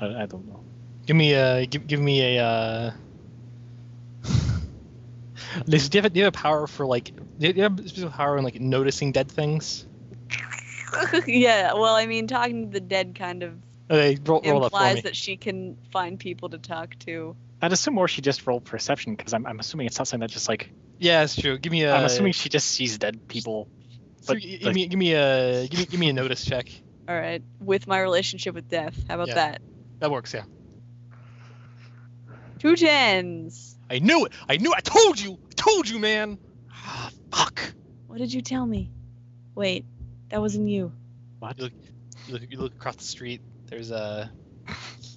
Speaker 2: I, I don't know.
Speaker 1: Give me a give, give me a. [LAUGHS] Uh... Liz, do you have do you have a power for like do you have a special power in like noticing dead things?
Speaker 8: [LAUGHS] yeah, well, I mean, talking to the dead kind of
Speaker 1: Okay, roll, roll that for
Speaker 8: implies
Speaker 1: me.
Speaker 8: that she can find people to talk to.
Speaker 2: I'd assume more she just rolled perception because I'm, I'm assuming it's not something that just like
Speaker 1: Yeah, that's true. Give me a.
Speaker 2: I'm assuming she just sees dead people.
Speaker 1: So
Speaker 2: but,
Speaker 1: gi- give
Speaker 2: like-
Speaker 1: me give me a give me give me a notice check.
Speaker 8: All right, with my relationship with death, how about
Speaker 1: Yeah.
Speaker 8: that?
Speaker 1: That works, yeah.
Speaker 8: Two tens.
Speaker 1: I knew it. I knew. I told you. I told you, man. [SIGHS] Ah, fuck.
Speaker 3: What did you tell me? Wait, that wasn't you.
Speaker 2: What?
Speaker 1: Look. You look, you look across the street. There's a.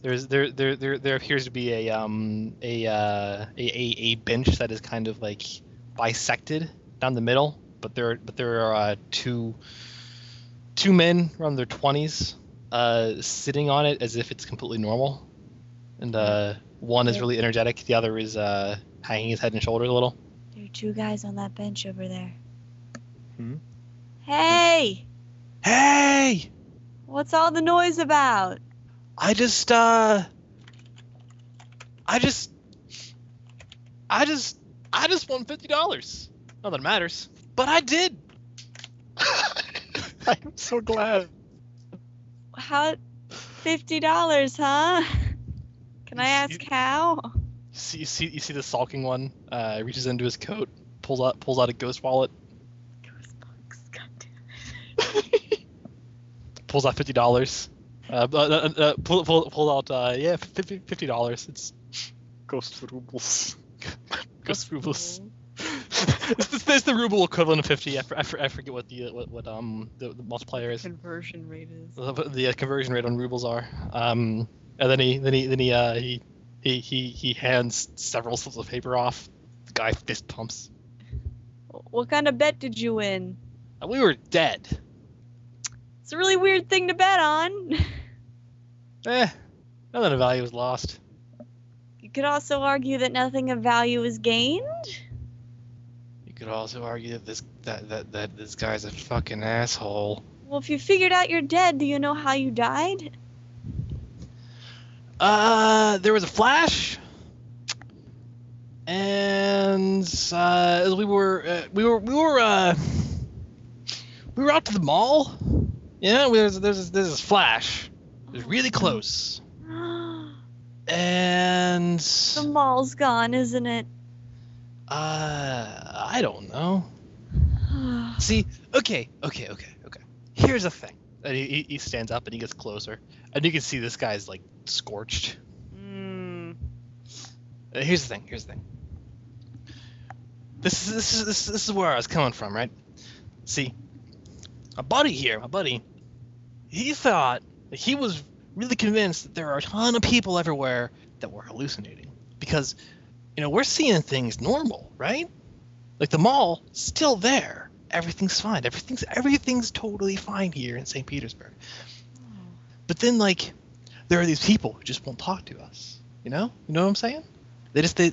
Speaker 1: There's there there there there appears to be a um a uh a, a, a bench that is kind of like bisected down the middle, but there but there are uh, two two men around their twenties uh sitting on it as if it's completely normal, and uh one is really energetic, the other is uh hanging his head and shoulders a little.
Speaker 3: There are two guys on that bench over there.
Speaker 2: Hmm?
Speaker 3: Hey!
Speaker 1: Hey.
Speaker 3: What's all the noise about?
Speaker 1: I just uh I just I just I just won fifty dollars. Not that it matters. But I [LAUGHS] did.
Speaker 2: I'm so glad.
Speaker 3: How? Fifty dollars, huh? [LAUGHS] Can I ask how?
Speaker 1: See, you see you see the sulking one, uh reaches into his coat, pulls out pulls out a ghost wallet, pulls out fifty dollars. Uh, uh, uh, uh, pull, pull, pull out, uh, yeah, fifty dollars. It's
Speaker 2: Ghost rubles.
Speaker 1: [LAUGHS] ghost rubles. it's, [LAUGHS] the- it's the ruble equivalent of fifty. I, for, I, for, I forget what the uh, what, what um the, the multiplier is.
Speaker 8: Conversion rate is.
Speaker 1: the, the uh, conversion rate on rubles are. Um, and then he then he then he uh, he, he he he hands several slips of paper off. The guy fist pumps.
Speaker 3: What kind of bet did you win?
Speaker 1: And we were dead.
Speaker 3: It's a really weird thing to bet on. [LAUGHS]
Speaker 1: Eh, nothing of value was lost.
Speaker 3: You could also argue that nothing of value is gained.
Speaker 1: You could also argue that this that that, that this guy's a fucking asshole.
Speaker 3: Well, if you figured out you're dead, do you know how you died?
Speaker 1: Uh, there was a flash, and uh, as we were uh, we were we were uh, we were out to the mall. Yeah, there's there's this- there's this flash. It was really close,
Speaker 3: [GASPS] the
Speaker 1: and
Speaker 3: mall's gone, isn't it? [SIGHS]
Speaker 1: uh, I don't know. See, okay, okay, okay, okay. Here's the thing. And he, he- he stands up and he gets closer, and you can see this guy's like scorched.
Speaker 8: Mm.
Speaker 1: Uh, here's the thing. Here's the thing. This is this is this, is- this is where I was coming from, right? See, a buddy here, my buddy, he thought that he was really convinced that there are a ton of people everywhere that were hallucinating because, you know, we're seeing things normal, right? Like the mall, still there. Everything's fine. Everything's everything's totally fine here in St. Petersburg. But then, like, there are these people who just won't talk to us. You know, you know what I'm saying? They just they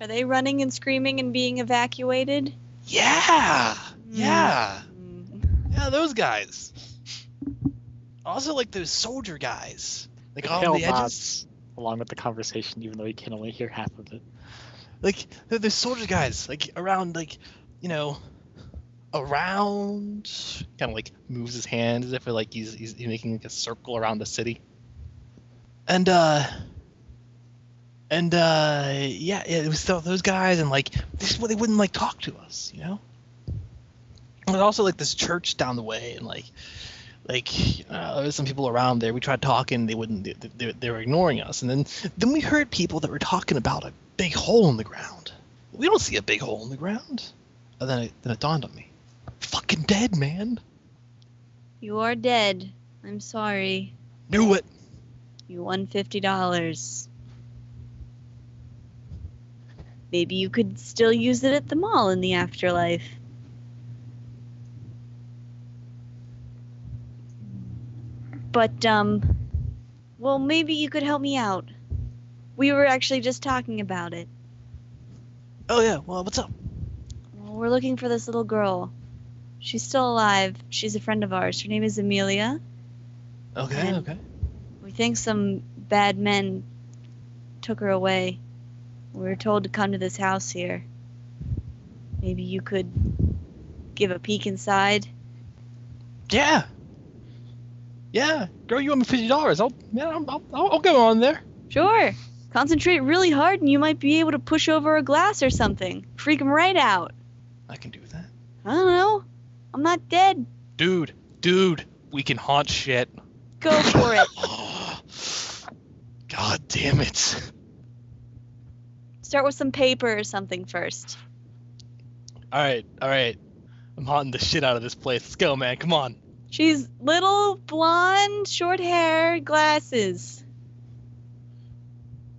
Speaker 3: Are they running and screaming and being evacuated?
Speaker 1: yeah yeah
Speaker 8: Mm.
Speaker 1: yeah those guys. Also like those soldier guys. Like all
Speaker 2: Mikhail
Speaker 1: the edges.
Speaker 2: nods along with the conversation, even though he can only hear half of it.
Speaker 1: like there- there's soldier guys like around like you know around kind of like moves his hand as if like he's, he's he's making like a circle around the city and uh and uh yeah it was still those guys and like this is why they wouldn't like talk to us you know there's also like this church down the way and like like uh, there was some people around there we tried talking they wouldn't they, they, they were ignoring us and then then we heard people that were talking about a big hole in the ground. We don't see a big hole in the ground. And then it, then it dawned on me. Fucking dead, man.
Speaker 3: You are dead. I'm sorry.
Speaker 1: Knew it.
Speaker 3: You won fifty dollars. Maybe you could still use it at the mall in the afterlife. But um well maybe you could help me out. We were actually just talking about it.
Speaker 1: Oh yeah. Well, what's up?
Speaker 3: Well, we're looking for this little girl. She's still alive. She's a friend of ours. Her name is Amelia.
Speaker 1: Okay.
Speaker 3: Um,
Speaker 1: okay.
Speaker 3: We think some bad men took her away. We were told to come to this house here. Maybe you could give a peek inside.
Speaker 1: Yeah. Yeah. Girl, you owe me fifty dollars. I'll yeah. I'll, I'll, I'll I'll go on there.
Speaker 3: Sure. Concentrate really hard and you might be able to push over a glass or something. Freak 'em right out.
Speaker 1: I can do that.
Speaker 3: I don't know. I'm not dead.
Speaker 1: Dude. Dude. We can haunt shit.
Speaker 3: Go for it. [LAUGHS]
Speaker 1: [SIGHS] God damn it.
Speaker 3: Start with some paper or something first.
Speaker 1: All right. All right. I'm haunting the shit out of this place. Let's go, man. Come on.
Speaker 3: She's little, blonde, short hair, glasses.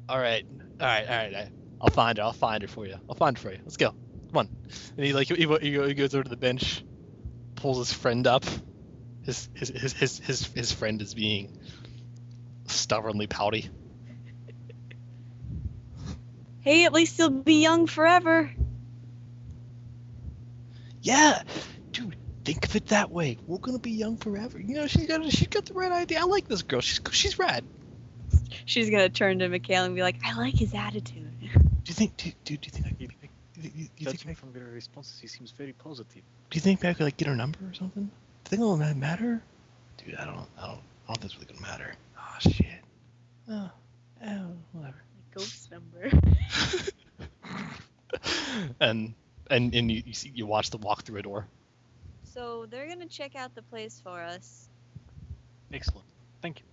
Speaker 1: All right, all right, all right. all right. I'll find her. I'll find her for you. I'll find her for you. Let's go. Come on. And he like he, he, he goes over to the bench, pulls his friend up. His his his his his, his friend is being stubbornly pouty.
Speaker 3: Hey, at least you'll be young forever.
Speaker 1: Yeah, dude. Think of it that way. We're gonna be young forever. You know she got she got the right idea. I like this girl. She's she's rad.
Speaker 8: She's gonna turn to Mikhail and be like,
Speaker 3: I like his attitude. [LAUGHS]
Speaker 1: Do you think do, do, do you think I could, do you, do you think
Speaker 2: Judging from their responses, he seems very positive.
Speaker 1: do you think maybe I could like get her number or something? Do you think it'll ma- matter? Dude, I don't, I don't, I don't think it's really gonna matter. Ah, shit. Oh, oh, whatever.
Speaker 8: ghost number.
Speaker 1: [LAUGHS] and and and you you, see, you watch them walk through a door.
Speaker 3: So they're gonna check out the place for us.
Speaker 2: Excellent. Thank you.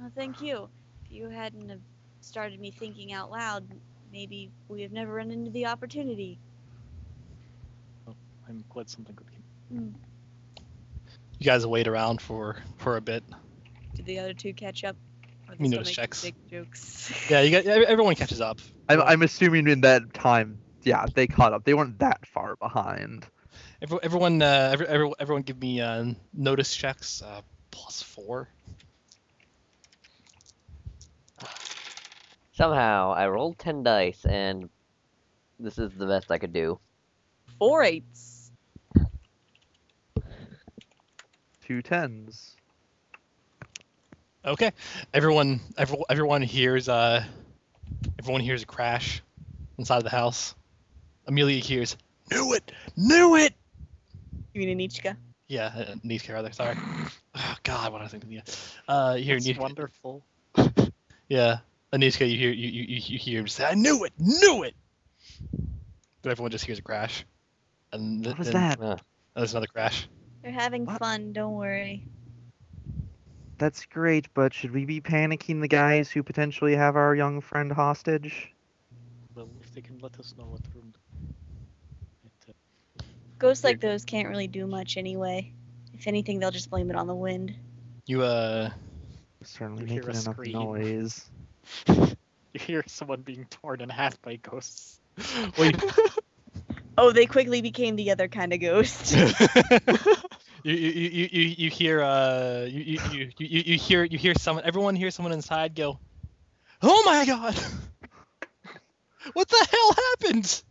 Speaker 3: Well, thank you. If you hadn't have started me thinking out loud, maybe we have never run into the opportunity.
Speaker 2: I'm glad something good came.
Speaker 1: You guys wait around for for a bit.
Speaker 8: Do the other two catch up? Or
Speaker 1: You
Speaker 8: they still
Speaker 1: notice
Speaker 8: make
Speaker 1: checks.
Speaker 8: Big
Speaker 3: [LAUGHS]
Speaker 8: jokes.
Speaker 1: Yeah, you got ev- everyone catches up.
Speaker 4: I'm, I'm assuming in that time, yeah, they caught up. They weren't that far behind.
Speaker 1: Every, everyone, uh, every, every, everyone, give me uh, notice checks uh, plus four.
Speaker 5: Somehow, I rolled 10 dice, and this is the best I could do.
Speaker 8: Four eights.
Speaker 4: Two tens.
Speaker 1: Okay. Everyone, every, everyone hears. Uh, everyone hears a crash inside of the house. Amelia hears, "Knew it, knew it."
Speaker 8: You mean Anichka?
Speaker 1: Yeah, uh, Niska rather.
Speaker 6: [SIGHS]
Speaker 1: Sorry. Oh God, what I was thinking. Yeah. Uh, you hear
Speaker 2: It's
Speaker 1: Niska.
Speaker 2: wonderful.
Speaker 1: Yeah, Aniska, you hear you, you you- you hear him say, "I knew it, knew it." But everyone just hears a crash, and th-
Speaker 6: What was
Speaker 1: then-
Speaker 6: that?
Speaker 1: and there's another crash.
Speaker 3: They're having
Speaker 6: What?
Speaker 3: fun, don't worry.
Speaker 6: That's great, but should we be panicking the guys who potentially have our young friend hostage?
Speaker 2: Well, if they can let us know what room. It, uh, [LAUGHS]
Speaker 3: Ghosts like those can't really do much anyway. If anything, they'll just blame it on the wind.
Speaker 1: You uh,
Speaker 6: Certainly
Speaker 2: You hear
Speaker 6: making
Speaker 2: a
Speaker 6: enough
Speaker 2: scream.
Speaker 6: noise.
Speaker 2: you hear someone being torn in half by ghosts.
Speaker 1: well,
Speaker 6: [LAUGHS]
Speaker 3: Oh, they quickly became the other kind of ghost. [LAUGHS]
Speaker 1: you, you, you, you, you- you hear uh you, you, you, you, you hear you hear someone everyone hears someone inside go Oh my god! what the hell happened?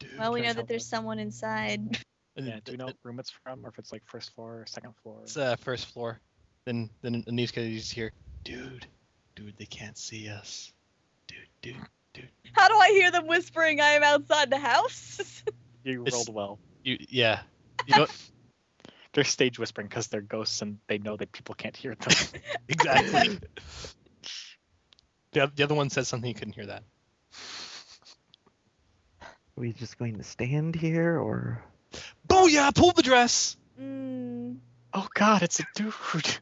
Speaker 1: Dude,
Speaker 3: Well, we know
Speaker 2: Turns
Speaker 3: that
Speaker 2: out
Speaker 3: there's someone inside. [LAUGHS]
Speaker 2: Yeah, do you know what room it's from, or if it's like first floor or second floor?
Speaker 1: It's uh, first floor. Then then Anishka is here. Dude, dude, they can't see us. Dude, dude.
Speaker 3: How do I hear them whispering? I am outside the house. [LAUGHS]
Speaker 2: You
Speaker 1: it's-
Speaker 2: rolled well.
Speaker 1: You yeah. You know
Speaker 2: They're stage whispering because they're ghosts and they know that people can't hear them.
Speaker 1: [LAUGHS]
Speaker 2: [LAUGHS]
Speaker 1: exactly. the, oth- the other one said something you couldn't hear that.
Speaker 4: Are we just going to stand here, [LAUGHS] or
Speaker 1: Booyah! Pull the dress.
Speaker 3: mm,
Speaker 1: [SIGHS]
Speaker 2: oh god, it's a dude.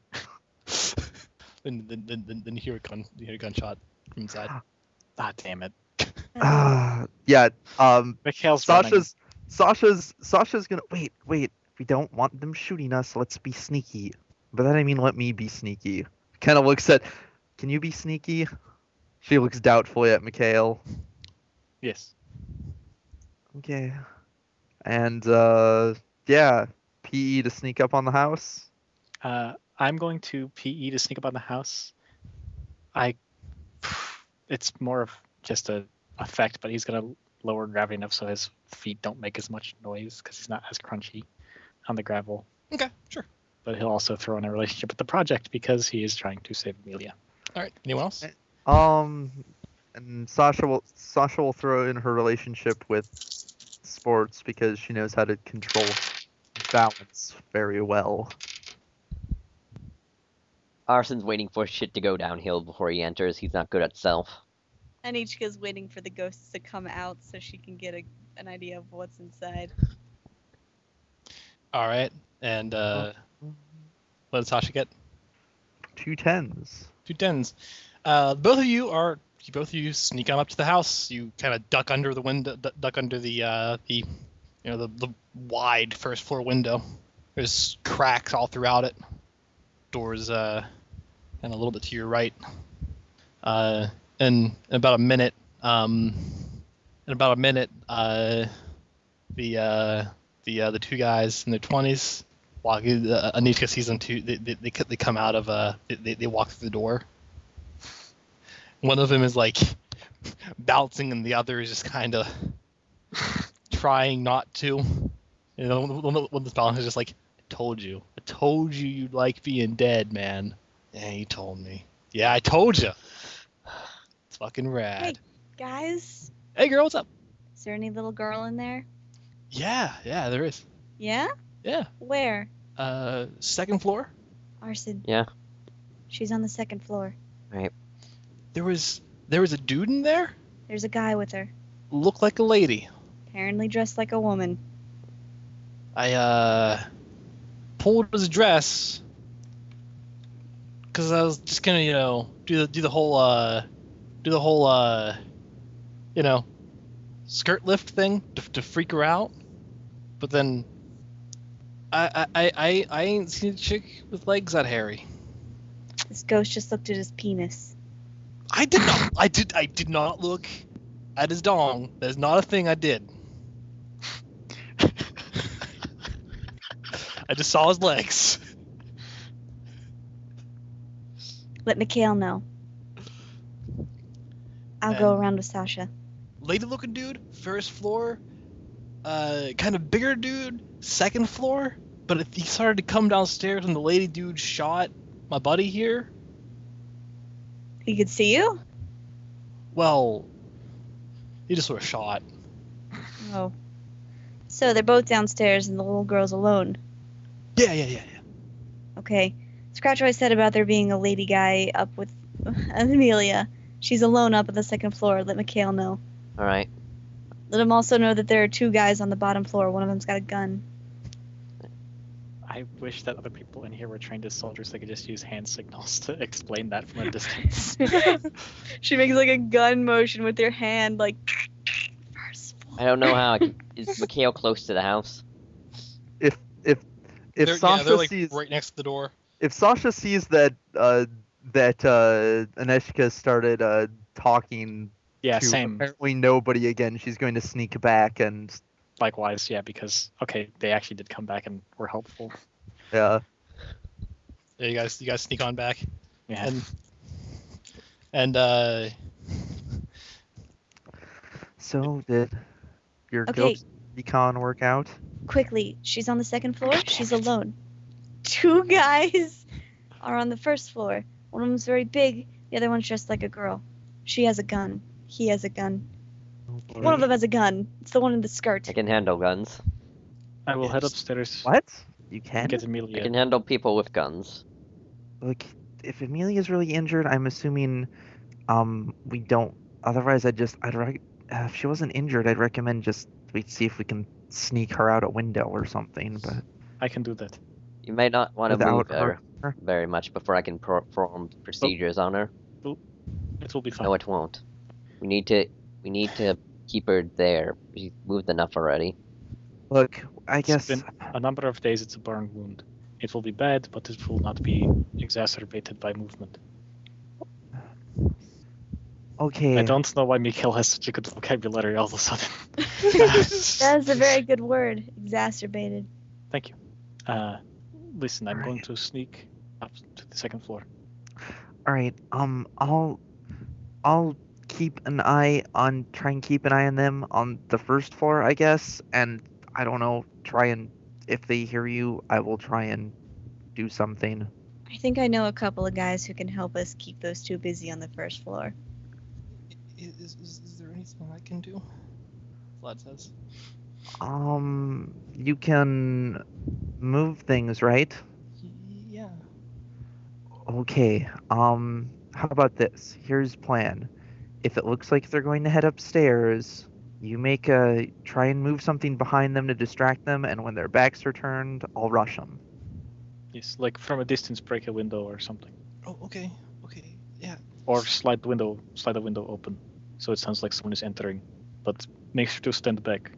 Speaker 2: [LAUGHS]
Speaker 1: then, then, then, then, then you hear a gun, you hear a gunshot from inside.
Speaker 2: ah, damn it.
Speaker 4: uh, yeah, um,
Speaker 2: Mikhail's running.
Speaker 4: Sasha's, Sasha's, Sasha's gonna wait, wait. We don't want them shooting us. Let's be sneaky. By that I mean, let me be sneaky. Kind of looks at. Can you be sneaky? She looks doubtfully at Mikhail.
Speaker 2: Yes.
Speaker 4: Okay. And uh, yeah, PE to sneak up on the house.
Speaker 2: Uh, I'm going to PE to sneak up on the house. I. [SIGHS] It's more of just a effect, but he's gonna lower gravity enough so his feet don't make as much noise because he's not as crunchy on the gravel.
Speaker 1: Okay, sure.
Speaker 2: But he'll also throw in a relationship with the project because he is trying to save Amelia.
Speaker 1: All right. Anyone else?
Speaker 4: Um, and Sasha will Sasha will throw in her relationship with sports because she knows how to control balance very well.
Speaker 5: Arson's waiting for shit to go downhill before he enters. He's not good at self.
Speaker 3: and Ichika's waiting for the ghosts to come out so she can get a, an idea of what's inside.
Speaker 1: All right. And uh, what did Sasha get?
Speaker 4: Two tens.
Speaker 1: Two tens. Uh, both of you are. you- Both of you sneak on up to the house. You kind of duck under the window, du- duck under the uh, the, you know, the, the wide first floor window. There's cracks all throughout it. Doors, uh, and a little bit to your right. Uh, and in about a minute, um, in about a minute, uh, the uh, the uh, the two guys in their twenties walk. Uh, Anishka sees them too. They, they, they c- they come out of uh they- they, they walk through the door. One of them is like [LAUGHS] bouncing, and the other is just kind of [LAUGHS] trying not to. And the one- the one the one that's bouncing is just like, I "Told you, I told you you'd like being dead, man." Yeah, you told me. Yeah, I told you. It's fucking rad.
Speaker 3: Guys,
Speaker 1: Hey, girl, what's up?
Speaker 3: is there any little girl in there?
Speaker 1: Yeah, yeah, there is.
Speaker 3: Yeah?
Speaker 1: Yeah.
Speaker 3: Where?
Speaker 1: Uh, second floor.
Speaker 3: Arson.
Speaker 5: Yeah.
Speaker 3: She's on the second floor.
Speaker 1: There was there was a dude in there.
Speaker 3: There's a guy with her,
Speaker 1: Looked like a lady.
Speaker 3: apparently dressed like a woman.
Speaker 1: I uh pulled his dress because I was just gonna you know do the do the whole uh do the whole uh you know skirt lift thing to, to freak her out, but then. I, I, I- I, I ain't seen a chick with legs that hairy.
Speaker 3: This ghost just looked at his penis.
Speaker 1: I did not. I did. I did not look at his dong. That is not a thing I did. I just saw his legs.
Speaker 3: Let Mikhail know. I'll go
Speaker 1: And-
Speaker 3: around with Sasha.
Speaker 1: Lady looking dude, first floor. Uh, kind of bigger dude, second floor. But if he started to come downstairs when the lady dude shot my buddy here.
Speaker 3: He could see you?
Speaker 1: Well, he just sort of shot.
Speaker 3: Oh. So they're both downstairs and the little girl's alone.
Speaker 1: Yeah, yeah, yeah, yeah.
Speaker 3: Okay. Scratch what I said about there being a lady guy up with [LAUGHS] Amelia. She's alone up on the second floor. Let Mikhail know.
Speaker 5: All right.
Speaker 3: Let him also know that there are two guys on the bottom floor. One of them's got a gun. [LAUGHS]
Speaker 2: I wish that other people in here were trained as soldiers. They could just use hand signals [LAUGHS] to explain that from a
Speaker 4: [LAUGHS]
Speaker 2: distance.
Speaker 3: she makes like a gun motion with her hand, like [SNIFFS] first
Speaker 5: I don't know how. I can- [LAUGHS] Is Mikhail close to the house?
Speaker 4: If
Speaker 1: they're, yeah,
Speaker 4: Sasha
Speaker 1: they're like
Speaker 4: sees
Speaker 1: right next to the door.
Speaker 4: if Sasha sees that uh, that uh, Aneshka started uh, talking
Speaker 2: yeah,
Speaker 4: to
Speaker 2: same.
Speaker 4: apparently nobody again, she's going to sneak back and
Speaker 2: Likewise, yeah, because okay, they actually did come back and were helpful.
Speaker 4: uh,
Speaker 1: Yeah, you guys, you guys sneak on back.
Speaker 2: Yeah.
Speaker 1: And- and uh,
Speaker 4: So did your
Speaker 3: Okay.
Speaker 4: guild econ work out?
Speaker 3: Quickly, she's on the second floor. She's alone. Two [LAUGHS] guys are on the first floor. One of them's very big. The other one's dressed like a girl. She has a gun. He has a gun. One of them has a gun. It's the one in the skirt. [LAUGHS]
Speaker 5: I can handle guns.
Speaker 2: I will head upstairs.
Speaker 4: What? You can?
Speaker 2: and Get
Speaker 5: I
Speaker 2: Amelia.
Speaker 5: can handle people with guns.
Speaker 4: Like, if Amelia's really injured, I'm assuming, um, we don't. Otherwise, I'd just, I'd rec- uh, if she wasn't injured, I'd recommend just we see if we can sneak her out a window or something. But
Speaker 2: I can do that.
Speaker 5: You may not want to move
Speaker 4: Without
Speaker 5: her,
Speaker 4: her-
Speaker 5: very much before I can pro- perform procedures on her.
Speaker 2: It will be fine.
Speaker 5: No, it won't. We need to. We need to keep her there. She's moved enough already.
Speaker 4: look, I
Speaker 2: It's
Speaker 4: guess
Speaker 2: been a number of days. It's a burn wound. It will be bad, but it will not be exacerbated by movement.
Speaker 4: okay.
Speaker 2: I
Speaker 4: Hmm.
Speaker 2: don't know why Mikhail has such a good vocabulary all of a sudden. [LAUGHS]
Speaker 3: That is a very good word. Exacerbated.
Speaker 2: Thank you. Uh, listen, I'm going
Speaker 4: Alright.
Speaker 2: to sneak up to the second floor.
Speaker 4: All right. Um, I'll, I'll keep an eye on, try and keep an eye on them on the first floor, I guess. And I don't know, try and if they hear you, I will try and do something.
Speaker 3: I think I know a couple of guys who can help us keep those two busy on the first floor.
Speaker 1: is, is, is there anything I can do? Vlad says.
Speaker 4: Um, you can move things, right?
Speaker 1: Yeah.
Speaker 4: Okay. Um, how about this? Here's plan. If it looks like they're going to head upstairs, you make a try and move something behind them to distract them, and when their backs are turned, I'll rush them.
Speaker 2: Yes, like from a distance, break a window or something,
Speaker 1: Oh, okay. Okay. Yeah.
Speaker 2: or slide the window, slide the window open, so it sounds like someone is entering. But make sure to stand back.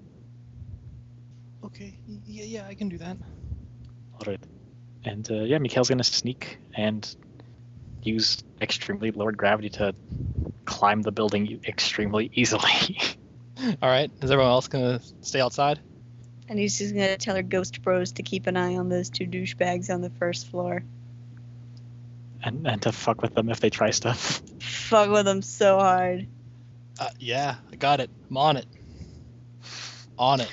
Speaker 1: Okay. y- Yeah, yeah, I can do that.
Speaker 2: All right. And uh, yeah, Mikhail's gonna sneak and use extremely lowered gravity to climb the building extremely easily. [LAUGHS]
Speaker 1: All right. Is everyone else gonna stay outside?
Speaker 3: And he's just gonna tell her ghost bros to keep an eye on those two douchebags on the first floor.
Speaker 2: and, and to fuck with them if they try stuff.
Speaker 3: Fuck with them so hard.
Speaker 1: Uh, yeah, I got it. I'm on it. On it.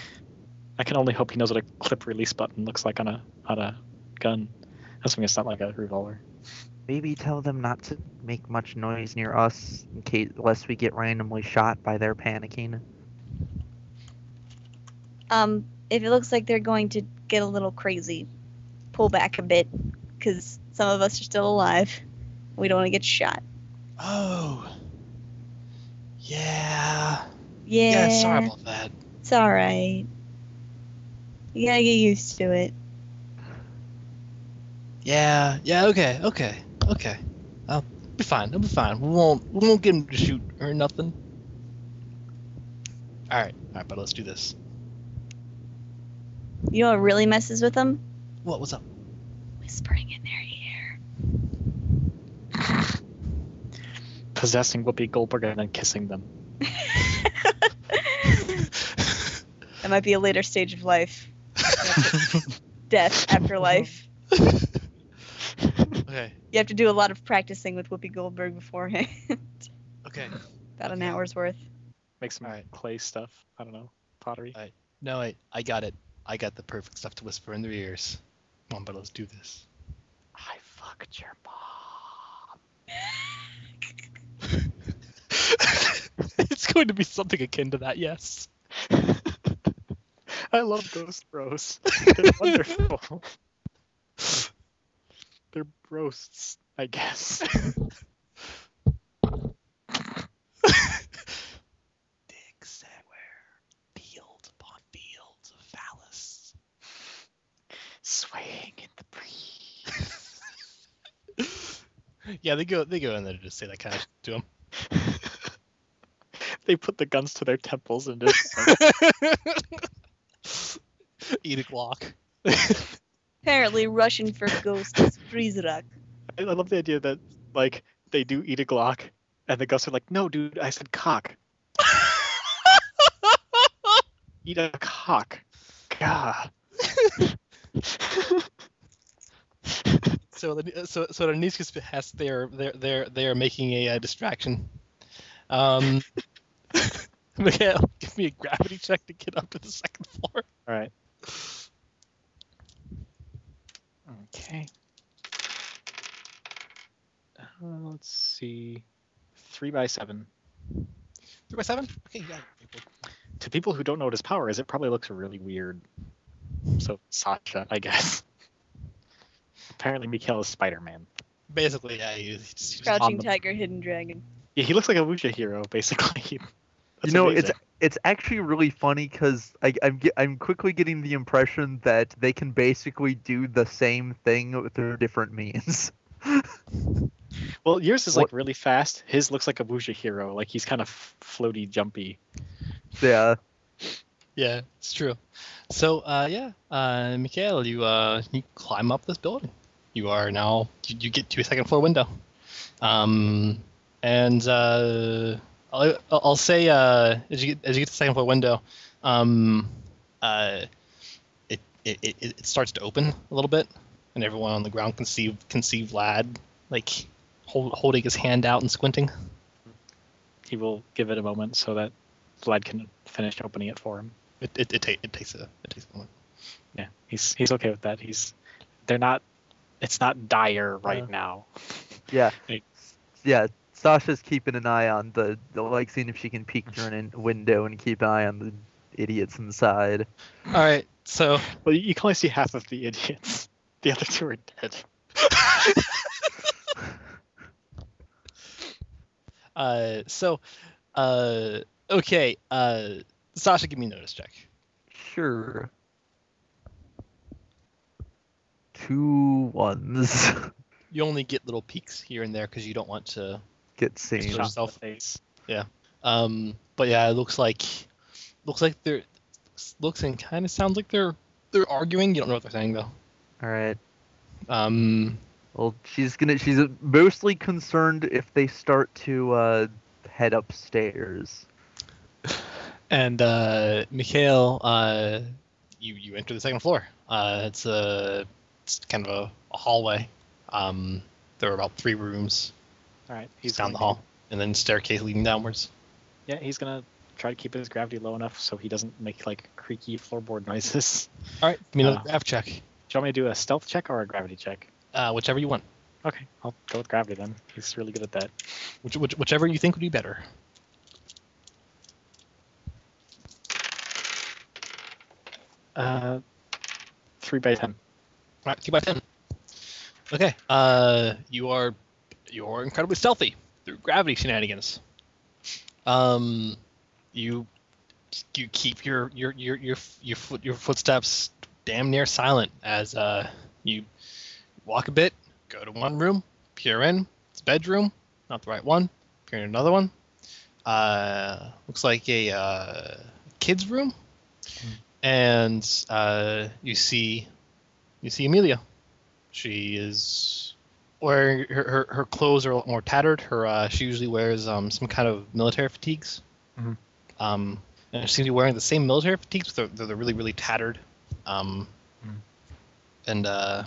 Speaker 2: I can only hope he knows what a clip release button looks like on a on a gun. That's it's not like a revolver.
Speaker 4: Maybe tell them not to make much noise near us, in case lest we get randomly shot by their panicking.
Speaker 3: Um, if it looks like they're going to get a little crazy, pull back a bit, because some of us are still alive. We don't want to get shot.
Speaker 1: Oh. Yeah.
Speaker 3: Yeah,
Speaker 1: Yeah. Sorry about that.
Speaker 3: it's all right. You gotta get used to it.
Speaker 1: Yeah. Yeah. Okay. Okay. Okay. I'll be fine. I'll be fine. We won't. We won't get him to shoot or nothing. All right. All right. But let's do this.
Speaker 3: You know what really messes with them?
Speaker 1: What? What's up?
Speaker 3: Whispering in their ear. [LAUGHS]
Speaker 2: Possessing Whoopi Goldberg and then kissing them.
Speaker 3: That might be a later stage of life. Death, afterlife.
Speaker 1: [LAUGHS] okay.
Speaker 3: You have to do a lot of practicing with Whoopi Goldberg beforehand. [LAUGHS]
Speaker 1: Okay.
Speaker 3: About an
Speaker 1: Okay.
Speaker 3: hour's worth.
Speaker 2: Make some
Speaker 1: Alright.
Speaker 2: clay stuff. I don't know. Pottery.
Speaker 1: No, wait. I got it. I got the perfect stuff to whisper in their ears. Come on, but let's do this.
Speaker 2: I fucked your mom.
Speaker 1: [LAUGHS] it's going to be something akin to that. Yes.
Speaker 2: I love Ghost [LAUGHS] Bros. They're wonderful. They're roasts, I guess.
Speaker 1: Dig somewhere. Fields upon fields of phallus.
Speaker 2: Swaying in the breeze.
Speaker 1: Yeah, they go. They go in there to just say that kind of shit to him.
Speaker 2: They put the guns to their temples and just
Speaker 1: [LAUGHS] Eat a Glock.
Speaker 3: Apparently, Russian for ghost is
Speaker 7: [LAUGHS]
Speaker 3: Prizrak.
Speaker 2: I I love the idea that like they do eat a Glock, and the ghosts are like, "No, dude, I said [LAUGHS] cock. eat a cock." God.
Speaker 1: So the- so so Daniscus has they're they're they're they're making a uh, distraction. Um, [LAUGHS] Mikhail, give me a gravity check to get up to the second floor.
Speaker 2: All right. Okay. Uh, let's see. Three by seven.
Speaker 1: Three by seven. Okay, yeah.
Speaker 2: To people who don't know what his power is, it probably looks really weird. So Sasha, I guess. [LAUGHS] Apparently, Mikhail is Spider-Man.
Speaker 1: Basically, yeah. He, he's just-
Speaker 3: Crouching
Speaker 2: the-
Speaker 3: tiger, hidden dragon.
Speaker 2: Yeah, he looks like a Wuja hero, basically. [LAUGHS] That's
Speaker 4: you know,
Speaker 2: amazing.
Speaker 4: it's it's actually really funny because I'm ge- I'm quickly getting the impression that they can basically do the same thing through different means. [LAUGHS]
Speaker 2: Well, yours is
Speaker 4: What-
Speaker 2: like really fast. His looks like a Wuja hero. Like he's kind of f- floaty, jumpy.
Speaker 4: yeah.
Speaker 1: yeah, it's true. So uh, yeah, uh, Mikhail, you uh, you climb up this building. You are now you, you get to a second floor window. Um, and uh, I'll, I'll say uh, as you get as you get to the second floor window, um, uh, it, it, it it starts to open a little bit, and everyone on the ground can see can see Vlad like hold, holding his hand out and squinting.
Speaker 2: He will give it a moment so that Vlad can finish opening it for him.
Speaker 1: It it, it, ta- it takes a it takes a moment.
Speaker 2: Yeah, he's he's okay with that. He's they're not. It's not dire right
Speaker 4: Uh.
Speaker 2: now.
Speaker 4: Yeah.
Speaker 2: Hey.
Speaker 4: Yeah. Sasha's keeping an eye on the, the like seeing if she can peek through an in- window and keep an eye on the idiots inside.
Speaker 1: All right, so.
Speaker 2: Well, you can only see half of the idiots. [LAUGHS] The other two are dead.
Speaker 1: Uh, so, uh, okay, uh, Sasha, give me a notice check.
Speaker 4: Sure. Two ones [LAUGHS]
Speaker 1: You only get little peeks here and there because you don't want to.
Speaker 4: get seen.
Speaker 1: It's
Speaker 2: Shot in the
Speaker 1: yourself.
Speaker 2: face.
Speaker 1: Um, but yeah, it looks like looks like they're looks and kind of sounds like they're they're arguing. You don't know what they're saying though.
Speaker 4: All right.
Speaker 1: Um,
Speaker 4: Well, she's gonna. She's mostly concerned if they start to uh, head upstairs.
Speaker 1: and uh, Mikhail, uh, you you enter the second floor. Uh, it's a it's kind of a, a hallway. Um, there are about three rooms
Speaker 2: All right,
Speaker 1: He's
Speaker 2: he's
Speaker 1: down the
Speaker 2: going
Speaker 1: hall, and then staircase leading downwards.
Speaker 2: to- Yeah, he's gonna try to keep his gravity low enough so he doesn't make like creaky floorboard noises. [LAUGHS]
Speaker 1: All right, give me another
Speaker 2: Uh,
Speaker 1: graph check,
Speaker 2: Do you want me to do a stealth check or a gravity check?
Speaker 1: uh, whichever you want,
Speaker 2: Okay, I'll go with gravity then. He's really good at that.
Speaker 1: which, which, whichever you think would be better.
Speaker 2: Uh, three by ten.
Speaker 1: All right, two by ten. Okay, uh, you are you are incredibly stealthy through gravity shenanigans. Um, you you keep your your your your your, foot, your footsteps damn near silent as uh you walk a bit, go to one room, peer in, it's a bedroom, not the right one, peer in another one. Uh, looks like a uh, kids room, and uh, you see you see Amelia. She is wearing her, her, her clothes are a lot more tattered. Her uh, she usually wears um, some kind of military fatigues.
Speaker 2: Mhm.
Speaker 1: Um, and she seems to be wearing the same military fatigues, but they're, they're, they're really really tattered, um,
Speaker 2: Mhm.
Speaker 1: and uh,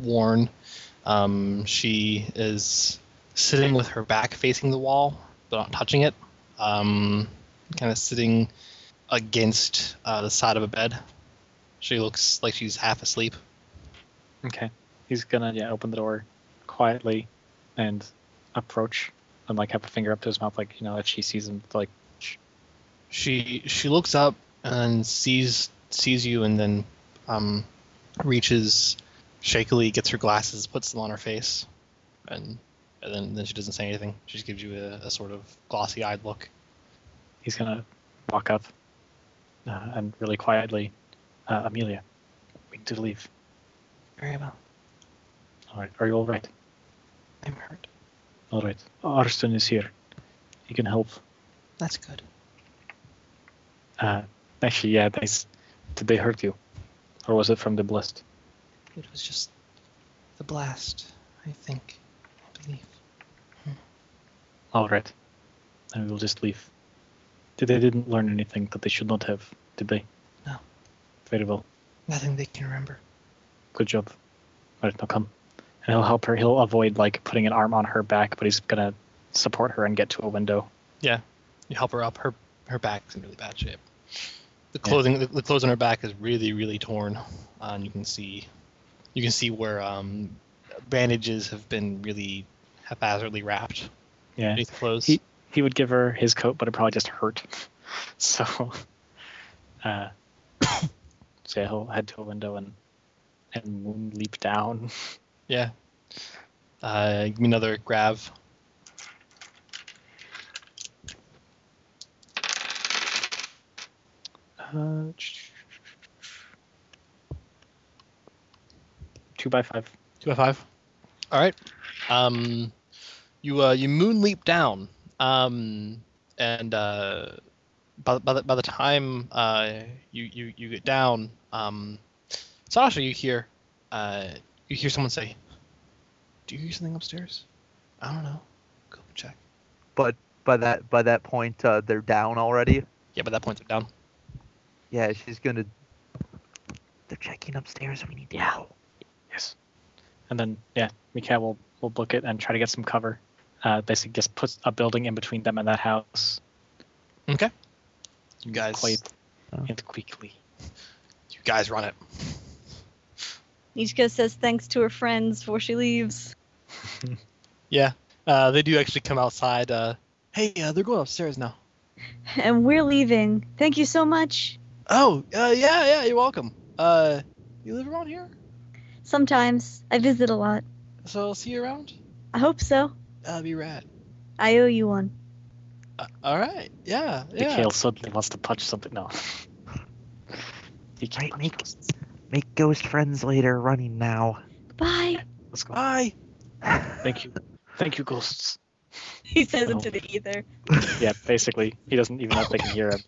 Speaker 1: worn. Um, she is sitting with her back facing the wall, but not touching it. Um, kind of sitting against uh, the side of a bed. She looks like she's half asleep.
Speaker 2: Okay. He's gonna yeah open the door quietly, and approach and like have a finger up to his mouth like you know that she sees him like
Speaker 1: she she looks up and sees sees you and then um, reaches shakily gets her glasses puts them on her face and and then, then she doesn't say anything she just gives you a, a sort of glossy eyed look
Speaker 2: he's gonna walk up uh, and really quietly, uh, Amelia, we need to leave.
Speaker 7: Very well.
Speaker 2: All right, are you all right?
Speaker 7: I'm hurt.
Speaker 2: All right. Arston is here. He can help.
Speaker 7: That's good.
Speaker 2: Uh, actually, yeah. They, s- did they hurt you, or was it from the blast?
Speaker 7: It was just the blast, I think. I believe. Hmm.
Speaker 2: All right. And we will just leave. Did They didn't learn anything that they should not have, did they?
Speaker 7: No.
Speaker 2: Very well.
Speaker 7: Nothing they can remember.
Speaker 2: Good job. All right, now come. and he'll help her. He'll avoid like putting an arm on her back, but he's gonna support her and get to a window.
Speaker 1: You help her up. Her her back's in really bad shape. The clothing the, the clothes on her back is really really torn, uh, and you can see you can see where um, bandages have been really haphazardly wrapped
Speaker 2: Yeah,
Speaker 1: beneath the clothes.
Speaker 2: he would give her his coat, but it probably just hurt. [LAUGHS] So, uh, [COUGHS] so yeah, he'll head to a window and and moon leap down.
Speaker 1: yeah. Uh, give me another grab.
Speaker 2: Uh, two by five.
Speaker 1: Two by five. All right. Um, you uh, you moon leap down. Um, and uh, by the- by the, by the time uh, you, you you get down, um, Sasha, you hear uh, you hear someone say, "Do you hear something upstairs?" I don't know. Go check.
Speaker 4: By that by that point, uh, they're down already.
Speaker 1: Yeah, by that point they're down.
Speaker 4: Yeah, she's gonna. They're checking upstairs. We need to go.
Speaker 2: Yes. And then yeah, Mikhail will will book it and try to get some cover. Uh, basically, just puts a building in between them and that house.
Speaker 1: Okay. You guys,
Speaker 2: Quite
Speaker 4: Oh.
Speaker 2: and quickly.
Speaker 1: you guys run it.
Speaker 3: Nishka says thanks to her friends before she leaves. [LAUGHS]
Speaker 1: Yeah. Uh, they do actually come outside. Uh, hey, uh, they're going upstairs now.
Speaker 3: And we're leaving. Thank you so much.
Speaker 1: Oh, uh, yeah, yeah, you're welcome. Uh, you live around here?
Speaker 3: Sometimes I visit a lot.
Speaker 1: So I'll see you around?
Speaker 3: I hope so.
Speaker 1: That'd be rad.
Speaker 3: I owe you one.
Speaker 1: Uh, all right, yeah, yeah.
Speaker 2: Mikhail suddenly wants to punch something. No. [LAUGHS] he can't
Speaker 6: Right,
Speaker 2: punch
Speaker 6: make-
Speaker 2: ghosts.
Speaker 6: Make ghost friends later, running now.
Speaker 3: Bye. [LAUGHS]
Speaker 2: Let's go.
Speaker 1: Bye.
Speaker 4: [LAUGHS]
Speaker 2: Thank you. Thank you, ghosts.
Speaker 3: He says
Speaker 2: Oh.
Speaker 3: it to the ether.
Speaker 2: Yeah, basically, he doesn't even know if they can hear him.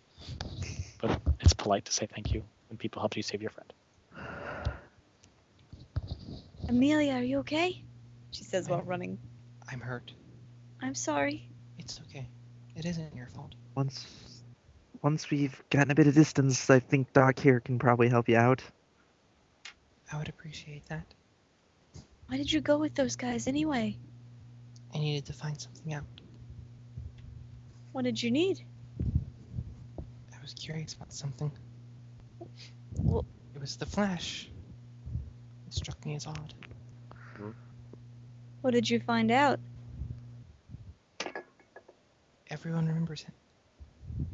Speaker 2: But it's polite to say thank you when people help you save your friend.
Speaker 3: Amelia, are you okay?
Speaker 8: She says while running.
Speaker 7: I'm hurt.
Speaker 3: I'm sorry.
Speaker 7: It's okay. It isn't your fault.
Speaker 6: Once, once we've gotten a bit of distance, I think Doc here can probably help you out.
Speaker 7: I would appreciate that.
Speaker 3: Why did you go with those guys anyway?
Speaker 7: I needed to find something out.
Speaker 3: What did you need?
Speaker 7: I was curious about something.
Speaker 3: Well-
Speaker 7: it was the flash. It struck me as odd.
Speaker 3: What did you find out?
Speaker 7: Everyone remembers it.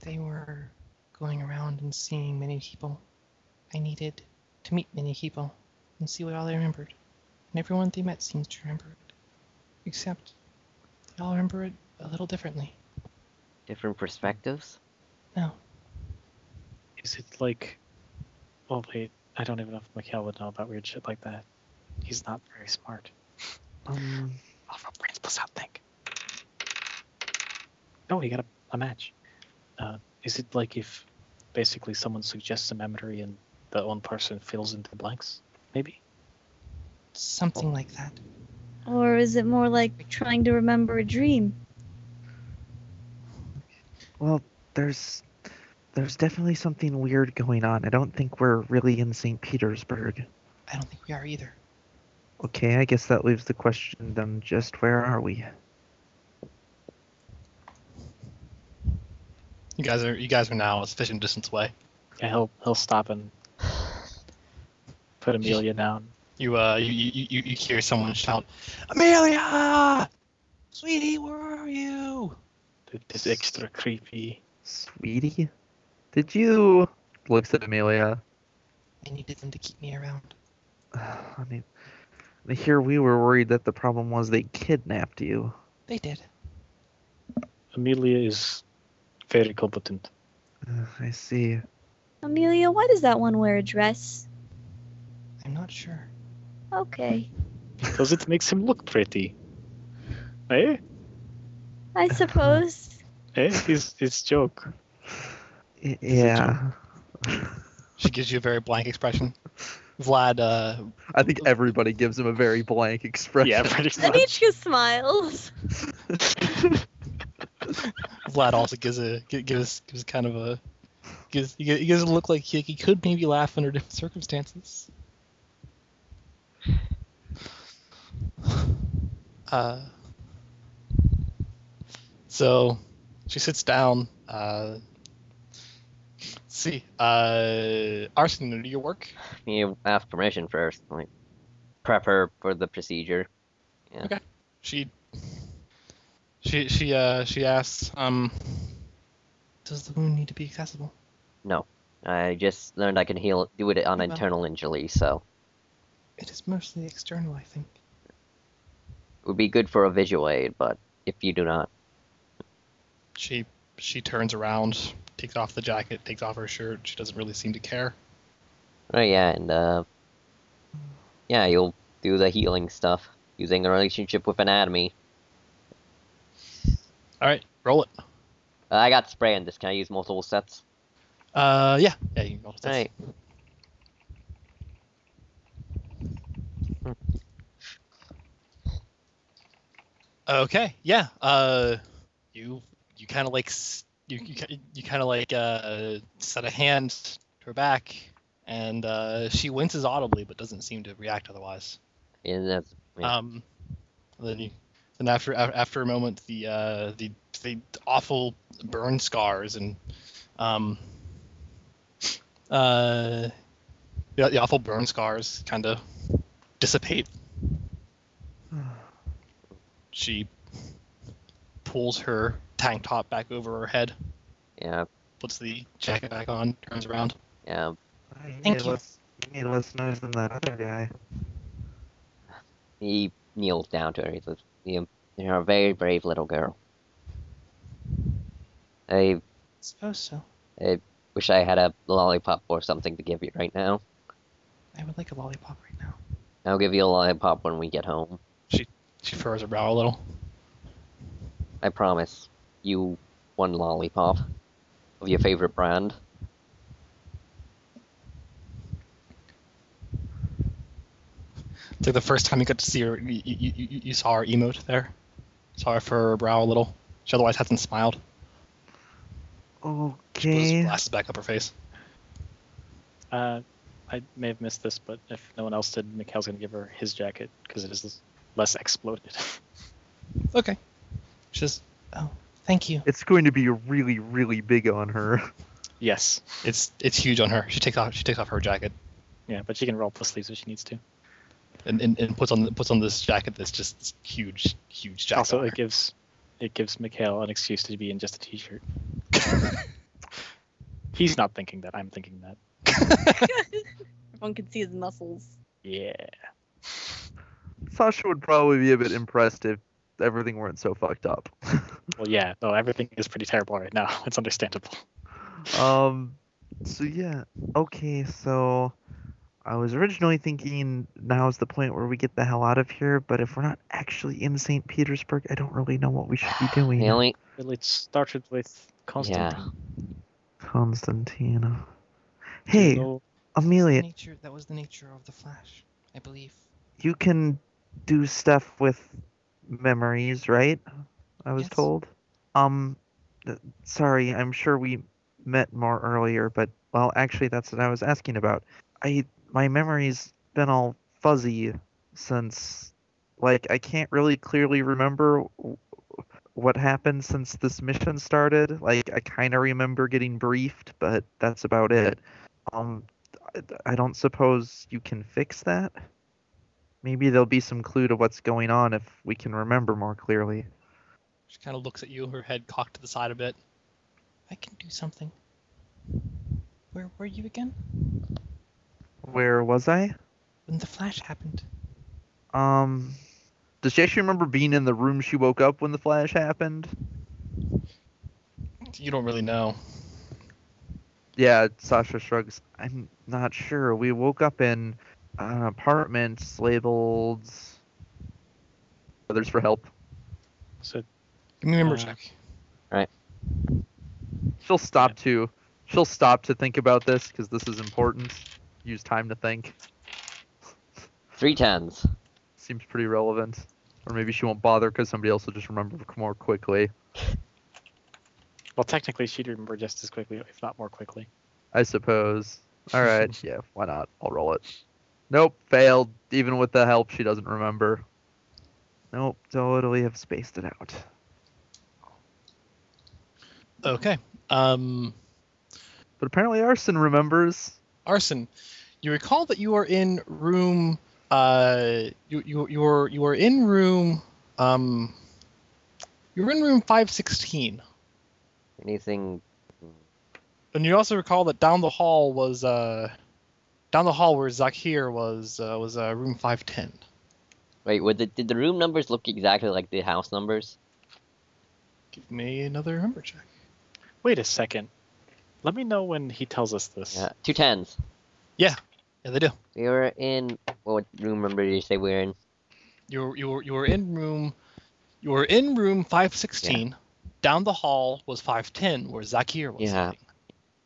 Speaker 7: They were going around and seeing many people. I needed to meet many people and see what all they remembered. And everyone they met seems to remember it. Except they all remember it a little differently.
Speaker 5: Different perspectives.
Speaker 7: No,
Speaker 2: Is it like. Oh, wait. I don't even know if Mikhail would know about weird shit like that. He's not very smart.
Speaker 6: Um,
Speaker 2: Off from brains plus out think. Oh, he got a, a match. Uh, is it like if basically someone suggests a memory and the one person fills in the blanks? Maybe?
Speaker 7: something like that.
Speaker 3: Or is it more like trying to remember a dream?
Speaker 6: well, there's, there's definitely something weird going on. I don't think we're really in St. Petersburg.
Speaker 7: I don't think we are either.
Speaker 6: Okay, I guess that leaves the question then: just where are we?
Speaker 1: You guys are you guys are now a sufficient distance away.
Speaker 2: Yeah, he'll he'll stop and put Amelia down.
Speaker 1: You uh you you, you, you hear someone shout, Amelia, sweetie, where are you?
Speaker 2: It is extra creepy.
Speaker 6: Sweetie, did you?
Speaker 4: Looks at Amelia.
Speaker 7: I needed them to keep me around.
Speaker 6: [SIGHS] I mean, here we were worried that the problem was they kidnapped you. [SIGHS]
Speaker 7: They did.
Speaker 2: Amelia is very competent.
Speaker 6: Uh, I see.
Speaker 3: Amelia, why does that one wear a dress?
Speaker 7: I'm not sure.
Speaker 3: Okay.
Speaker 2: Because it makes him look pretty. Eh?
Speaker 8: [LAUGHS]
Speaker 3: I suppose.
Speaker 2: Eh? His, his joke.
Speaker 6: Y- yeah.
Speaker 1: She gives you a very blank expression. Vlad, uh,
Speaker 4: I think everybody gives him a very blank expression.
Speaker 6: [LAUGHS]
Speaker 2: Yeah, pretty much.
Speaker 3: Anichka smiles.
Speaker 1: Vlad also gives a gi- gives gives kind of a gives he gi- he gives it a look like he, he could maybe laugh under different circumstances. Uh, so she sits down. Uh, let's see, uh, Arson, do your work?
Speaker 5: You ask permission first. Like, prep her for the procedure. Yeah.
Speaker 1: Okay. She, she, she, uh, she asks, um,
Speaker 7: Does the wound need to be accessible?
Speaker 5: I just learned I can heal, do it on
Speaker 7: Yeah.
Speaker 5: internal injury, so
Speaker 7: It is mostly external, I think.
Speaker 5: it would be good for a visual aid. But if you do not,
Speaker 1: she, she turns around, takes off the jacket, takes off her shirt. She doesn't really seem to care.
Speaker 5: oh yeah, and uh, yeah, you'll do the healing stuff using a relationship with anatomy.
Speaker 1: All right, roll it.
Speaker 5: Uh, I got spray on this. Can I use multiple sets?
Speaker 1: Uh, yeah, yeah, you can roll it.
Speaker 5: All right.
Speaker 1: Okay, yeah. Uh, you you kind of like s- you you, ki- you kind of like uh set a hand to her back, and uh, she winces audibly but doesn't seem to react otherwise.
Speaker 5: And that's, yeah.
Speaker 1: Um, then you then after af- after a moment the uh the the awful burn scars and um uh the, the awful burn scars kind of dissipate she pulls her tank top back over her head,
Speaker 5: yeah,
Speaker 1: puts the jacket back on, turns around.
Speaker 5: yeah.
Speaker 7: Thank you.
Speaker 6: Less, you need less nose than that other guy.
Speaker 5: He kneels down to her. He says, "You- "You're a very brave little girl. I
Speaker 7: suppose so.
Speaker 5: wish I had a lollipop or something to give you right now.
Speaker 7: I would like a lollipop right now.
Speaker 5: I'll give you a lollipop when we get home.
Speaker 1: She furrows her brow a little.
Speaker 5: I promise you one lollipop of your favorite brand.
Speaker 1: It's like the first time you got to see her, you, you, you, you saw her emote there. Saw her furrow her brow a little. She otherwise hasn't smiled. She puts
Speaker 6: Okay.
Speaker 1: glasses back up her face.
Speaker 2: Uh, I may have missed this, but if no one else did, Mikhail's gonna give her his jacket because it is less exploded. [LAUGHS]
Speaker 1: Okay. She says,
Speaker 7: Thank you.
Speaker 4: It's going to be really, really big on her. [LAUGHS]
Speaker 2: yes.
Speaker 1: it's it's huge on her. She takes off she takes off her jacket
Speaker 2: Yeah, but she can roll up the sleeves if she needs to.
Speaker 1: and, and, and puts on puts on this jacket that's just this huge huge jacket.
Speaker 2: also,
Speaker 1: on
Speaker 2: it gives it gives Mikhail an excuse to be in just a
Speaker 5: [LAUGHS]
Speaker 2: t-shirt. He's not thinking that. I'm thinking that.
Speaker 8: Everyone can see his muscles.
Speaker 2: Yeah.
Speaker 4: Sasha would probably be a bit impressed if everything weren't so fucked up. [LAUGHS]
Speaker 2: Well, yeah. No, everything is pretty terrible right now. [LAUGHS] It's understandable.
Speaker 4: Um, so yeah, okay, so I was originally thinking now's the point where we get the hell out of here, but if we're not actually in St. Petersburg, I don't really know what we should be doing.
Speaker 5: The only
Speaker 2: Well, it started with Constantine.
Speaker 5: Yeah.
Speaker 4: Constantino.
Speaker 2: Do you
Speaker 4: Hey,
Speaker 2: know-
Speaker 4: Amelia,
Speaker 7: Nature, that was the nature of the Flash, I believe.
Speaker 4: you can do stuff with memories, right? I was
Speaker 7: Yes.
Speaker 4: told. Um, th- sorry, I'm sure we met more earlier, but well, actually, that's what I was asking about. I my memory's been all fuzzy since, like, I can't really clearly remember w- what happened since this mission started. Like, I kind of remember getting briefed, but that's about it. Um, I- I don't suppose you can fix that. Maybe there'll be some clue to what's going on if we can remember more clearly.
Speaker 1: She kinda looks at you, her head cocked to the side a bit.
Speaker 7: I can do something. Where were you again?
Speaker 4: Where was I?
Speaker 7: When the Flash happened.
Speaker 4: Um, does she actually remember being in the room she woke up when the flash happened?
Speaker 1: You don't really know.
Speaker 4: Yeah, Sasha shrugs. I'm not sure. We woke up in an apartment labeled. Others for help.
Speaker 2: So
Speaker 1: Give me a member
Speaker 2: Uh,
Speaker 1: check.
Speaker 4: She'll stop to. She'll stop to think about this because this is important. Use time to think.
Speaker 5: three tens.
Speaker 4: Seems pretty relevant. Or maybe she won't bother because somebody else will just remember more quickly.
Speaker 2: Well, technically, she'd remember just as quickly, if not more quickly.
Speaker 4: I suppose. All
Speaker 6: [LAUGHS]
Speaker 4: right, yeah, why not? I'll roll it. Nope, failed. Even with the help, she doesn't remember.
Speaker 6: Nope, totally have spaced it out.
Speaker 1: Okay. Um,
Speaker 6: But apparently Arson remembers.
Speaker 1: Arson, you recall that you are in room. Uh, you you you are you are in room. Um, you're in room five sixteen,
Speaker 5: Anything?
Speaker 1: and you also recall that down the hall was uh, down the hall where Zakir was uh, was uh, room five ten.
Speaker 5: Wait, was it, did the room numbers look exactly like the house numbers?
Speaker 1: Give me another number check.
Speaker 2: Wait a second. Let me know when he tells us this.
Speaker 5: Yeah, two tens.
Speaker 1: Yeah, they do.
Speaker 5: We were in what room number did you say we were in?
Speaker 1: You were you were you were in room, you were in room five sixteen. Down the hall was five ten, where Zakir was.
Speaker 5: Yeah.
Speaker 1: sitting.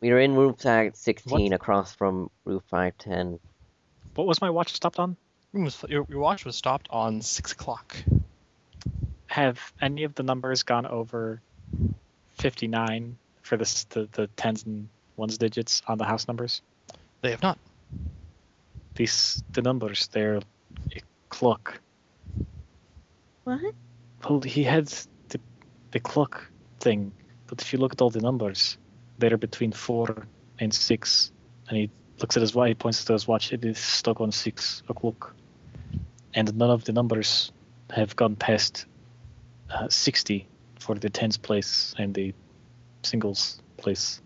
Speaker 5: We were in room tag sixteen, across from room five ten.
Speaker 2: What was my watch stopped on?
Speaker 1: Room was, your, your watch was stopped on six o'clock.
Speaker 2: Have any of the numbers gone over 59 for this, the, the tens and ones digits on the house numbers?
Speaker 1: They have not.
Speaker 2: These the numbers there. Clock.
Speaker 3: What?
Speaker 2: Well, he had the the clock thing, but if you look at all the numbers, they're between four and six. And he looks at his watch. He points to his watch. It is stuck on six o'clock, and none of the numbers have gone past uh, sixty for the tens place and the singles place,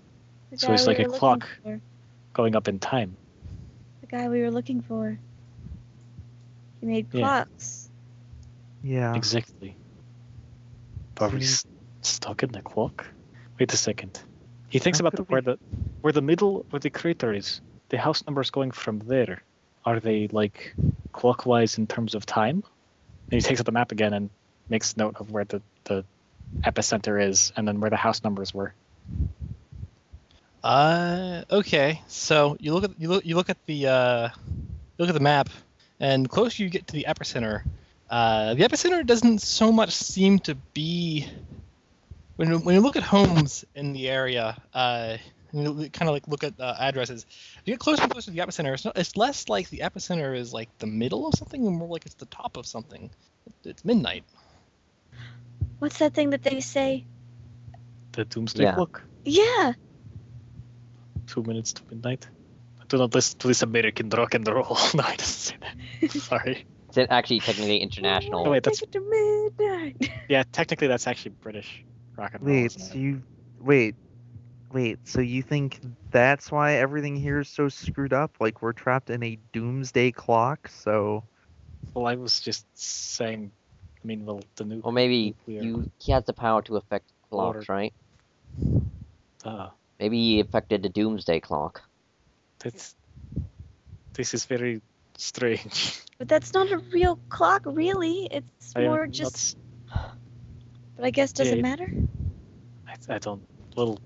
Speaker 3: The
Speaker 2: So
Speaker 3: guy
Speaker 2: it's like a
Speaker 3: were looking
Speaker 2: clock.
Speaker 3: for.
Speaker 2: going up in time.
Speaker 3: The guy we were looking for. He made
Speaker 2: Yeah.
Speaker 3: clocks.
Speaker 6: Yeah.
Speaker 2: Exactly. But are
Speaker 6: Hmm.
Speaker 2: we s- stuck in the clock? Wait a second. He thinks
Speaker 6: How
Speaker 2: about the,
Speaker 6: could
Speaker 2: where
Speaker 6: we-
Speaker 2: the where the middle where the crater is. The house numbers going from there. Are they like clockwise in terms of time? And he takes up the map again and makes note of where the, the epicenter is and then where the house numbers were.
Speaker 1: Uh, okay. So you look at you look you look at the uh, you look at the map, and closer you get to the epicenter, uh, the epicenter doesn't so much seem to be. When you, when you look at homes in the area, uh, and you kind of like look at uh, addresses. If you get closer and closer to the epicenter, it's, not, it's less like the epicenter is like the middle of something, and more like it's the top of something. It's midnight.
Speaker 3: What's that thing that they say?
Speaker 2: The doomsday
Speaker 5: Yeah.
Speaker 2: clock.
Speaker 3: Yeah.
Speaker 2: Two minutes to midnight. Do not listen to this American rock and roll. [LAUGHS] no, I didn't say
Speaker 6: [LAUGHS]
Speaker 2: that. Sorry.
Speaker 5: It's actually technically international.
Speaker 2: Oh, wait,
Speaker 3: Take it to midnight. [LAUGHS]
Speaker 2: Yeah, technically that's actually British rock and roll.
Speaker 6: Wait,
Speaker 2: isn't it?
Speaker 6: so you wait. Wait, so you think that's why everything here is so screwed up? Like we're trapped in a doomsday clock, so
Speaker 2: Well, I was just saying. I mean, well, the new.
Speaker 5: Or maybe
Speaker 2: Nuclear.
Speaker 5: you, he has the power to affect clocks,
Speaker 2: Order.
Speaker 5: right?
Speaker 2: Uh,
Speaker 5: Maybe he affected the doomsday clock.
Speaker 2: that's, this is very strange. [LAUGHS]
Speaker 3: But that's not a real clock, really. It's
Speaker 2: I am
Speaker 3: more
Speaker 2: not
Speaker 3: just.
Speaker 2: s-
Speaker 3: But I guess does
Speaker 2: Yeah,
Speaker 3: it
Speaker 2: it-
Speaker 3: matter? [LAUGHS]
Speaker 2: I, I don't. Little.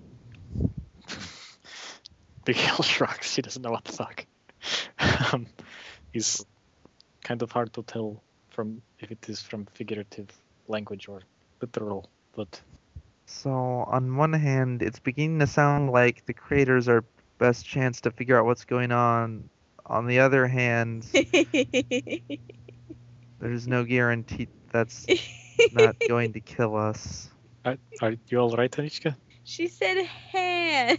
Speaker 2: [LAUGHS] Big Hill shrugs. He doesn't know what to talk. [LAUGHS] um, he's kind of hard to tell from if it is from figurative language or literal. But
Speaker 6: so on one hand, it's beginning to sound like the creators are best chance to figure out what's going on. On the other hand, there's no guarantee
Speaker 3: [LAUGHS]
Speaker 6: that's not going to kill us.
Speaker 2: are, uh, are you all right, Anichka?
Speaker 3: she said [LAUGHS] hand.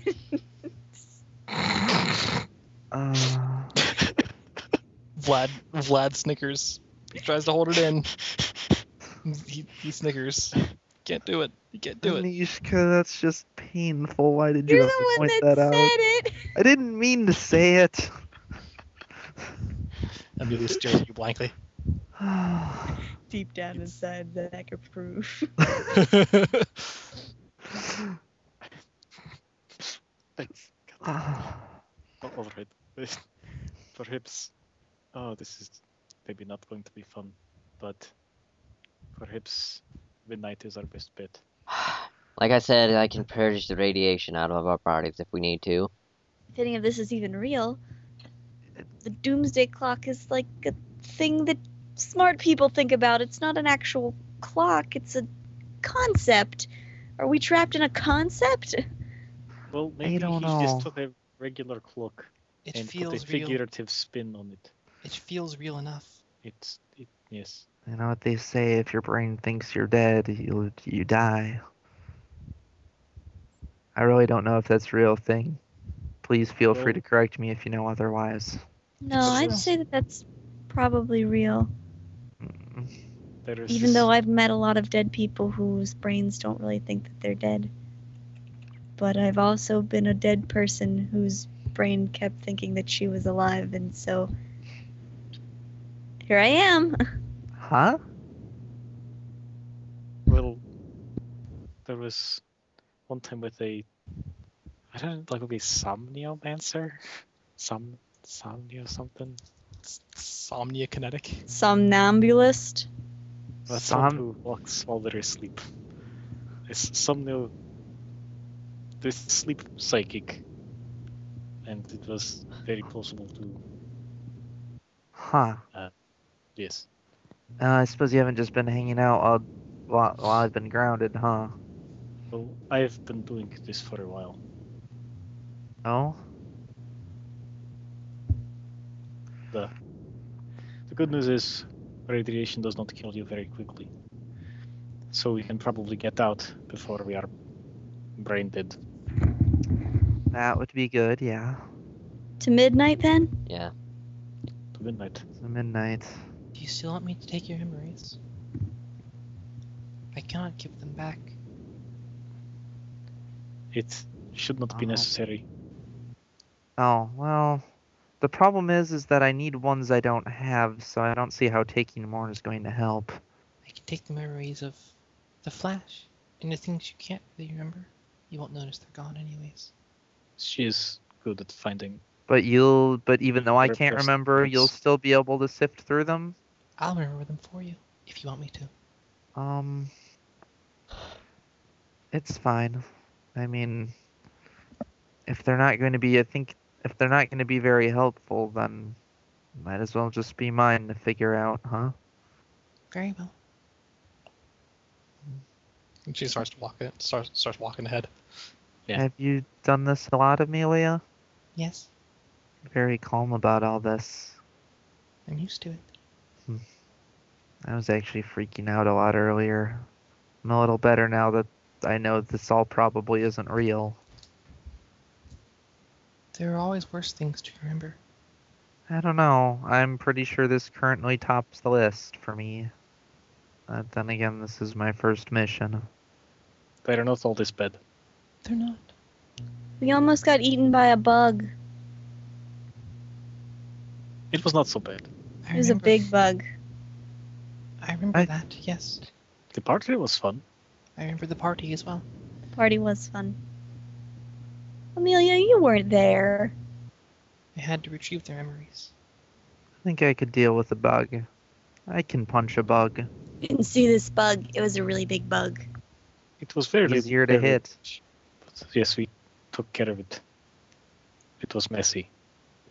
Speaker 6: Uh,
Speaker 1: Vlad Vlad snickers. He tries to hold it in. He, he snickers. Can't do it. He can't do it.
Speaker 6: Anishka, that's just painful. Why did you
Speaker 3: You're
Speaker 6: have to
Speaker 3: the one
Speaker 6: point
Speaker 3: that,
Speaker 6: that out?
Speaker 3: said it.
Speaker 6: I didn't mean to say it.
Speaker 1: Amelia stares at you [LAUGHS] blankly.
Speaker 8: Deep down inside, Zach
Speaker 3: [LAUGHS]
Speaker 8: approve.
Speaker 2: Thanks. Oh, all [LAUGHS] right. perhaps. Oh, this is maybe not going to be fun, but perhaps midnight is our best bet.
Speaker 5: Like I said, I can purge the radiation out of our bodies if we need to.
Speaker 3: If any of this is even real, the doomsday clock is like a thing that smart people think about. It's not an actual clock. It's a concept. Are we trapped in a concept?
Speaker 2: Well, maybe
Speaker 6: don't
Speaker 2: he just
Speaker 6: know.
Speaker 2: took a regular clock
Speaker 7: It
Speaker 2: and put a
Speaker 7: feels real.
Speaker 2: figurative spin on it.
Speaker 7: It feels real enough.
Speaker 2: It's it yes.
Speaker 4: [SIGHS] You know what they say: if your brain thinks you're dead, you you die. I really don't know if that's a real thing. Please feel free to correct me if you know otherwise.
Speaker 3: No, I'd say that that's probably real.
Speaker 4: Mm,
Speaker 2: There's
Speaker 3: Even though I've met a lot of dead people whose brains don't really think that they're dead. But I've also been a dead person whose brain kept thinking that she was alive, and so here I am. [LAUGHS]
Speaker 4: Huh?
Speaker 2: little there was one time with a I don't know, like a somniomancer, [LAUGHS] some somnio something.
Speaker 10: Somnia kinetic.
Speaker 3: Somnambulist.
Speaker 2: That's someone
Speaker 4: Som-
Speaker 2: who walks while they're asleep. It's somnio. This sleep psychic, and it was very plausible to
Speaker 4: Huh.
Speaker 2: yes.
Speaker 4: Uh, I suppose you haven't just been hanging out all while, while I've been grounded, huh?
Speaker 2: Well, I've been doing this for a while.
Speaker 4: No.
Speaker 2: The good news is radiation does not kill you very quickly. So we can probably get out before we are brain dead.
Speaker 4: That would be good. Yeah.
Speaker 3: To midnight then?
Speaker 5: Yeah.
Speaker 2: to midnight.
Speaker 4: It's midnight.
Speaker 1: Do you still want me to take your memories? I cannot give them back.
Speaker 2: It should not be
Speaker 4: Wow.
Speaker 2: necessary.
Speaker 4: Oh well. The problem is, is that I need ones I don't have, so I don't see how taking more is going to help.
Speaker 1: I can take the memories of the Flash and the things you can't really remember. You won't notice they're gone, anyways.
Speaker 2: She is good at finding.
Speaker 4: But you'll, but even though I
Speaker 2: Better
Speaker 4: can't
Speaker 2: press
Speaker 4: remember, you'll
Speaker 2: X.
Speaker 4: still be able to sift through them.
Speaker 1: I'll remember them for you if you want me to.
Speaker 4: Um, it's fine. I mean, if they're not going to be, I think if they're not going to be very helpful, then might as well just be mine to figure out, huh?
Speaker 1: Very well.
Speaker 10: And she starts walking. Starts starts walking ahead.
Speaker 2: Yeah.
Speaker 4: Have you done this a lot, Amelia?
Speaker 1: Yes,
Speaker 4: Very calm about all this.
Speaker 1: I'm used to it.
Speaker 4: I was actually freaking out a lot earlier. I'm a little better now that I know this all probably isn't real.
Speaker 1: There are always worse things to remember.
Speaker 4: I don't know. I'm pretty sure this currently tops the list for me. Uh, then again, this is my first mission.
Speaker 2: They are not all this bad.
Speaker 1: They're not.
Speaker 3: We almost got eaten by a bug.
Speaker 2: It was not so bad.
Speaker 1: I
Speaker 3: It was a
Speaker 1: remember-
Speaker 3: big bug.
Speaker 1: I remember
Speaker 4: I-
Speaker 1: that. Yes,
Speaker 2: The party was fun.
Speaker 1: I remember the party as well.
Speaker 3: Party was fun. Amelia, you weren't there.
Speaker 1: I had to retrieve their memories.
Speaker 4: I think I could deal with a bug. I can punch a bug.
Speaker 3: You didn't see this bug. It was a really big bug.
Speaker 2: It was very
Speaker 4: Easier to
Speaker 2: very-
Speaker 4: hit.
Speaker 2: but yes, we took care of it. It was messy.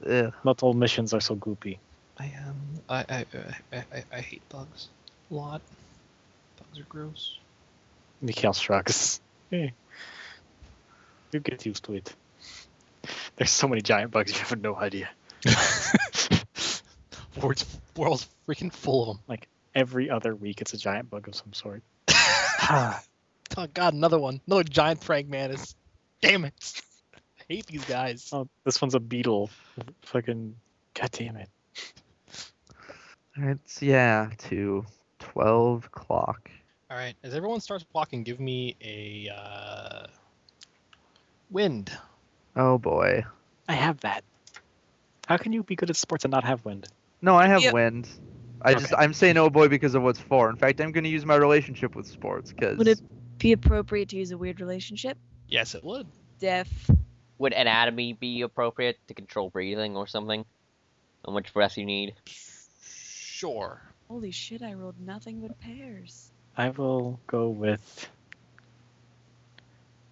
Speaker 4: Ugh.
Speaker 2: Not all missions are so goopy.
Speaker 1: I um, I I I, I, I hate bugs a lot. Bugs are gross.
Speaker 2: Mikhail shrugs. [LAUGHS] Hey. You get used to it. There's so many giant bugs [LAUGHS] you have no idea.
Speaker 10: [LAUGHS] World's world's freaking full of them.
Speaker 2: Every other week, it's a giant bug of some sort.
Speaker 10: Oh God, another one. Another giant praying mantis. Damn it. [LAUGHS] I hate these guys.
Speaker 2: Oh, this one's a beetle. Fucking god damn it.
Speaker 4: It's, yeah, to 12 o'clock.
Speaker 10: All right. As everyone starts walking, give me a uh, wind.
Speaker 4: Oh boy.
Speaker 2: I have that. How can you be good at sports and not have wind?
Speaker 4: No, I have
Speaker 7: Yep.
Speaker 4: wind. I just,
Speaker 2: Okay.
Speaker 4: I'm saying oh boy because of what's for. In fact, I'm going to use my relationship with sports because.
Speaker 7: Would it be appropriate to use a weird relationship?
Speaker 10: Yes, it would.
Speaker 7: Def.
Speaker 5: Would anatomy be appropriate to control breathing or something? How much breath you need?
Speaker 2: [LAUGHS]
Speaker 10: Sure.
Speaker 7: Holy shit, I rolled nothing but pairs.
Speaker 2: I will go with.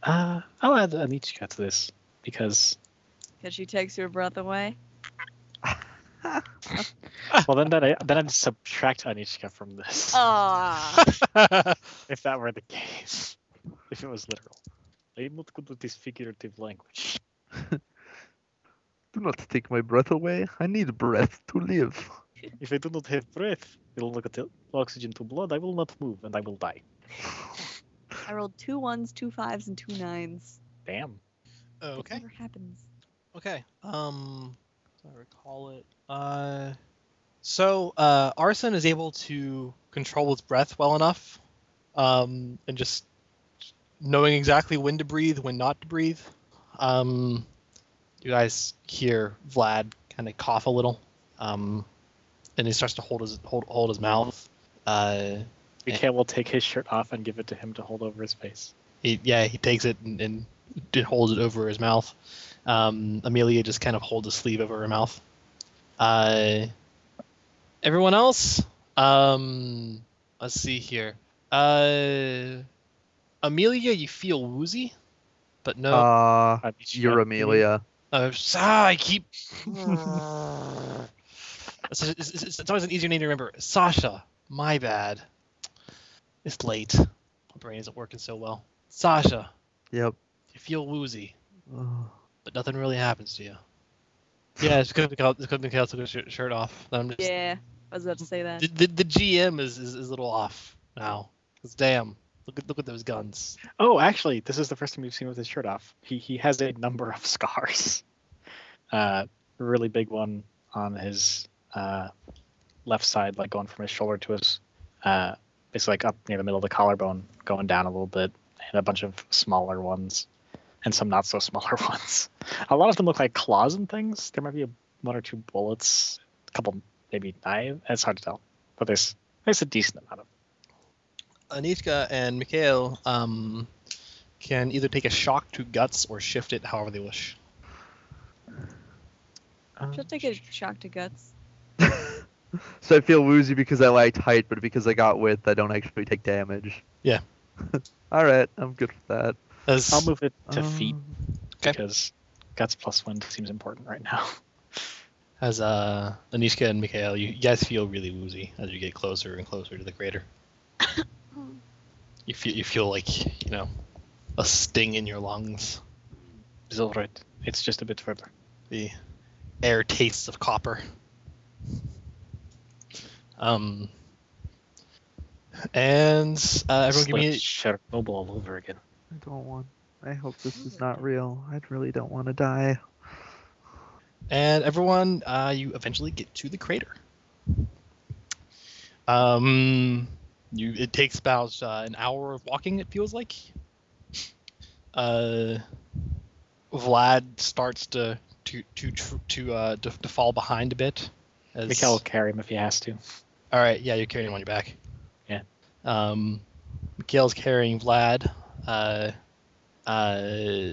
Speaker 2: Uh, I'll add Anichka to this because
Speaker 7: Because she takes her breath away.
Speaker 2: well then that I then I'd subtract Anichka from this
Speaker 7: Ah.
Speaker 2: if that were the case if it was literal. I'm not good with this figurative language.
Speaker 4: Do not take my breath away. I need breath to live.
Speaker 2: If I do not have breath, It'll look at the oxygen to blood. I will not move, and I will die.
Speaker 8: I rolled two ones, two fives, and two nines.
Speaker 2: Damn.
Speaker 8: It
Speaker 1: Okay.
Speaker 8: never happens.
Speaker 1: Okay. Um, so I recall it. Uh, so uh, Arson is able to control his breath well enough, um, and just knowing exactly when to breathe, when not to breathe. Um, you guys hear Vlad kind of cough a little, um, and he starts to hold his hold hold his mouth. Uh,
Speaker 2: Mikhail will take his shirt off and give it to him to hold over his face.
Speaker 1: he, yeah, he takes it and, and d- holds it over his mouth. Um, Amelia just kind of holds a sleeve over her mouth. Uh, everyone else, um, let's see here. Uh, Amelia, you feel woozy, but
Speaker 2: Oh.
Speaker 1: no.
Speaker 4: Uh,
Speaker 2: I mean,
Speaker 4: you're
Speaker 2: yeah,
Speaker 4: Amelia.
Speaker 1: Uh, s- ah, I keep. [LAUGHS] it's, it's- it's- it's always an easier name to remember. Sasha. My bad. It's late. My brain isn't working so well. Sasha,
Speaker 4: Yep.
Speaker 1: you feel woozy,
Speaker 4: Oh,
Speaker 1: but nothing really happens to you. Yeah, it's because Mikhail, it's because Mikhail took his shirt, shirt off. I'm just,
Speaker 8: Yeah, I was about to say that.
Speaker 1: the, the, the GM is, is, is a little off now. 'Cause damn, look at look at those guns.
Speaker 2: Oh, actually, this is the first time we've seen with his shirt off. He he has a number of [LAUGHS] scars. Uh, a really big one on his uh, left side, like going from his shoulder to his, uh, it's like up near the middle of the collarbone, going down a little bit, and a bunch of smaller ones, and some not so [LAUGHS] smaller ones. A lot of them look like claws and things. There might be a, one or two bullets, a couple maybe knives. It's hard to tell, but there's there's a decent amount of.
Speaker 1: Anishka and Mikhail um, can either take a shock to guts or shift it however they wish.
Speaker 2: Um,
Speaker 8: She'll take a shock to guts.
Speaker 4: So I feel woozy because I lacked height, but because I got width, I don't actually take damage.
Speaker 1: Yeah.
Speaker 4: [LAUGHS] All right, I'm good with that.
Speaker 1: As-
Speaker 2: I'll move it to feet
Speaker 4: Um,
Speaker 1: Okay.
Speaker 2: because guts plus one seems important right now. [LAUGHS]
Speaker 1: As uh, Anishka and Mikhail, you guys feel really woozy as you get closer and closer to the
Speaker 2: [LAUGHS]
Speaker 1: crater. you feel you feel like you know a sting in your lungs.
Speaker 2: It's all right. It's just a bit further.
Speaker 1: The air tastes of copper. Um, and uh, everyone, give me
Speaker 2: It's like Chernobyl all over again.
Speaker 4: I don't want. I hope this is not real. I really don't want to die. [SIGHS]
Speaker 1: and everyone, uh, you eventually get to the crater. Um, you it takes about uh, an hour of walking. It feels like. Uh, Vlad starts to to to tr- to uh to, to fall behind a bit. As,
Speaker 2: Mikhail will carry him if he has to.
Speaker 1: all right, yeah, you're carrying him on your back.
Speaker 2: Yeah.
Speaker 1: Um, Mikhail's carrying Vlad. Uh, uh,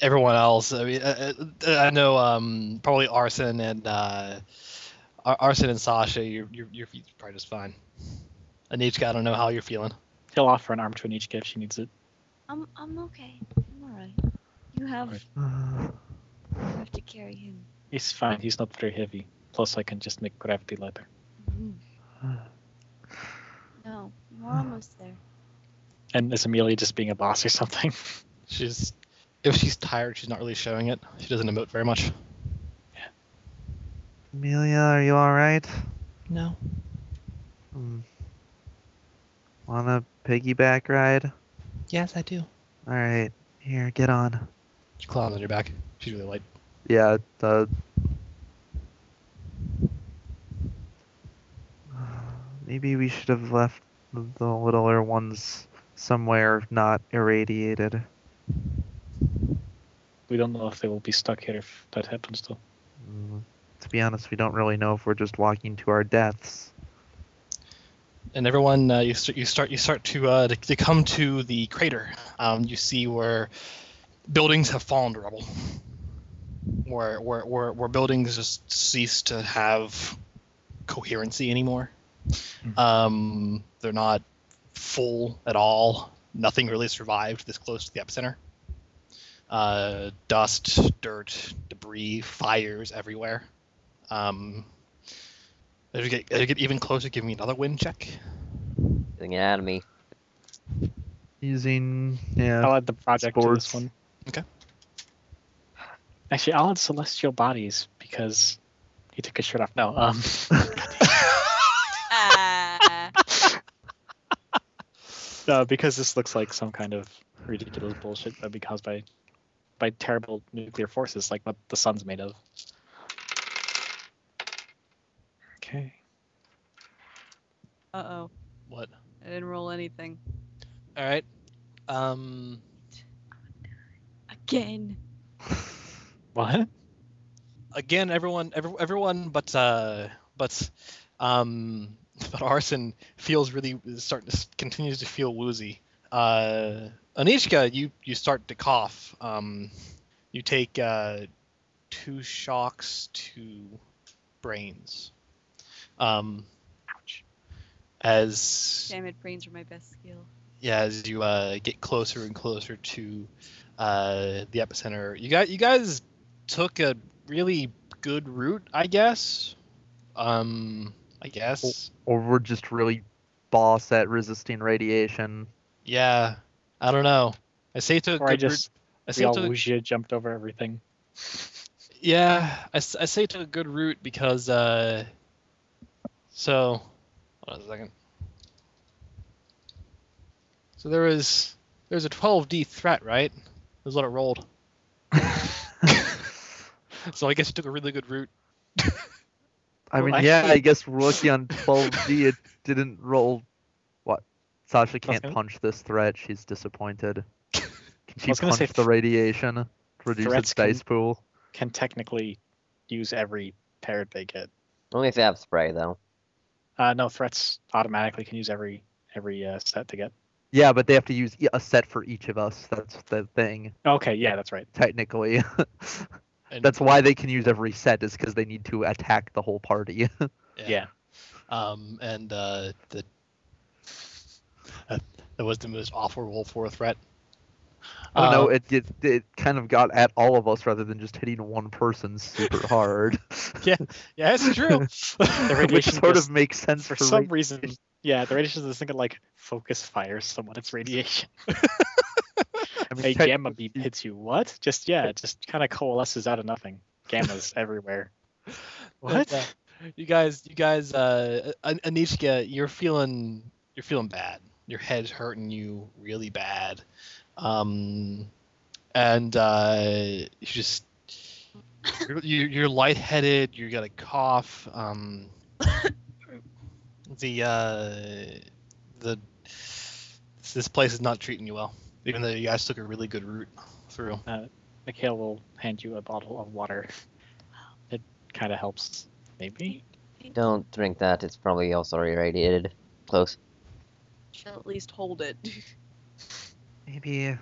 Speaker 1: everyone else. I mean, uh, uh, I know um, probably Arson and uh, Ar- Arson and Sasha. Your your your feet's probably just fine. Anishka, I don't know how you're feeling.
Speaker 2: He'll offer an arm to Anichka if she needs it.
Speaker 11: I'm I'm okay. I'm alright. You have
Speaker 2: Alright.
Speaker 11: you have to carry him.
Speaker 2: He's fine. He's not very heavy. Plus, I can just make gravity lighter.
Speaker 8: Mm-hmm.
Speaker 11: No, we're almost there.
Speaker 2: And is Amelia just being a boss or something? [LAUGHS]
Speaker 1: She's if she's tired, she's not really showing it. She doesn't emote very much.
Speaker 4: Amelia, are you all right?
Speaker 7: No.
Speaker 4: Hmm. Want a piggyback ride?
Speaker 7: Yes, I do.
Speaker 4: All right, here, get on.
Speaker 1: She climbs on your back. She's really light.
Speaker 4: Yeah, the. [SIGHS] Maybe we should have left the the littler ones somewhere not irradiated.
Speaker 2: We don't know if they will be stuck here if that happens, though.
Speaker 4: Mm, To be honest, we don't really know if we're just walking to our deaths.
Speaker 1: and everyone uh, you, st- you start you start to, uh, to to come to the crater. Um, you see where buildings have fallen to rubble, where where where, where buildings just cease to have coherency anymore. Um, they're not full at all. Nothing really survived this close to the epicenter. Uh, dust, dirt, debris, fires everywhere. Um, as you get, as you get even closer, give me another wind check.
Speaker 5: Getting out of me.
Speaker 4: Using yeah.
Speaker 2: I'll add the project to
Speaker 4: Sports.
Speaker 2: this one.
Speaker 1: Okay.
Speaker 2: Actually, I'll add celestial bodies because he took his shirt off. No, um,
Speaker 8: Ah.
Speaker 2: No, Uh, because this looks like some kind of ridiculous bullshit that would be caused by by terrible nuclear forces, like what the sun's made of. Okay.
Speaker 8: Uh oh.
Speaker 1: What?
Speaker 8: I didn't roll anything.
Speaker 1: All right. Um,
Speaker 8: Again.
Speaker 2: What?
Speaker 1: again, everyone, every, everyone, but uh, but um, [LAUGHS] but Arson feels really starting to continues to feel woozy. Uh, Anishka, you you start to cough. Um, you take uh, two shocks to brains. Um, ouch. As
Speaker 8: Damn it, brains are my best skill.
Speaker 1: yeah, as you uh, get closer and closer to uh, the epicenter, you got you guys took a really good route, I guess. Um, I guess.
Speaker 4: Or we're just really boss at resisting radiation.
Speaker 1: Yeah, I don't know. I say took a
Speaker 2: Or I
Speaker 1: good
Speaker 2: just
Speaker 1: route. I say
Speaker 2: we all
Speaker 1: took-
Speaker 2: wuxia jumped over everything.
Speaker 1: yeah, I, s- I say took a good route because uh, so hold on a second. So there was there's a 12d threat, right? That's what it rolled. so I guess it took a really good route.
Speaker 4: I
Speaker 2: Well,
Speaker 4: mean,
Speaker 2: I-
Speaker 4: yeah, I guess we're lucky on 12D. It didn't roll. What? Sasha can't
Speaker 2: gonna-
Speaker 4: punch this threat.
Speaker 2: [LAUGHS]
Speaker 4: She's disappointed. Can she
Speaker 2: was gonna
Speaker 4: punch
Speaker 2: say
Speaker 4: the
Speaker 2: th-
Speaker 4: radiation? Reduce
Speaker 2: threats
Speaker 4: its
Speaker 2: can-
Speaker 4: dice pool.
Speaker 2: Can technically use every parrot they get.
Speaker 5: Only if they have spray though.
Speaker 2: Uh, no threats automatically can use every every uh, set to get.
Speaker 4: Yeah, but they have to use e- a set for each of us. That's the thing,
Speaker 2: Okay, yeah, that's right.
Speaker 4: technically. [LAUGHS]
Speaker 1: And-
Speaker 4: That's why they can use every set, is because they need to attack the whole party. [LAUGHS]
Speaker 2: yeah.
Speaker 1: Um, and uh, the that, that was the most awful roll for a threat.
Speaker 4: Oh no,
Speaker 1: Uh,
Speaker 4: it, it it kind of got at all of us rather than just hitting one person super hard.
Speaker 1: yeah, that's true.
Speaker 2: The
Speaker 4: [LAUGHS] Which
Speaker 2: radiation
Speaker 4: sort
Speaker 2: just-
Speaker 4: of makes
Speaker 2: [LAUGHS]
Speaker 4: sense
Speaker 2: for
Speaker 4: for,
Speaker 2: some
Speaker 4: ra-
Speaker 2: reason, yeah, the radiation is this thing that like focus fires someone. It's [LAUGHS] radiation.
Speaker 4: I mean,
Speaker 2: A
Speaker 4: tech-
Speaker 2: gamma beam hits you. What? Just yeah, it just kind of coalesces out of nothing. [LAUGHS] Gammas everywhere. What?
Speaker 1: Yeah. You guys, you guys, uh, An- Anishka, you're feeling you're feeling bad. Your head's hurting you really bad, um, and uh, you just you're, you- you're lightheaded. You got a cough. Um, the uh, the this place is not treating you well, even though you guys took a really good route through.
Speaker 2: Mikhail will hand you a bottle of water. It kind of helps, maybe.
Speaker 5: Don't drink that. It's probably also irradiated. Close.
Speaker 8: She'll at least hold it. [LAUGHS]
Speaker 4: Maybe,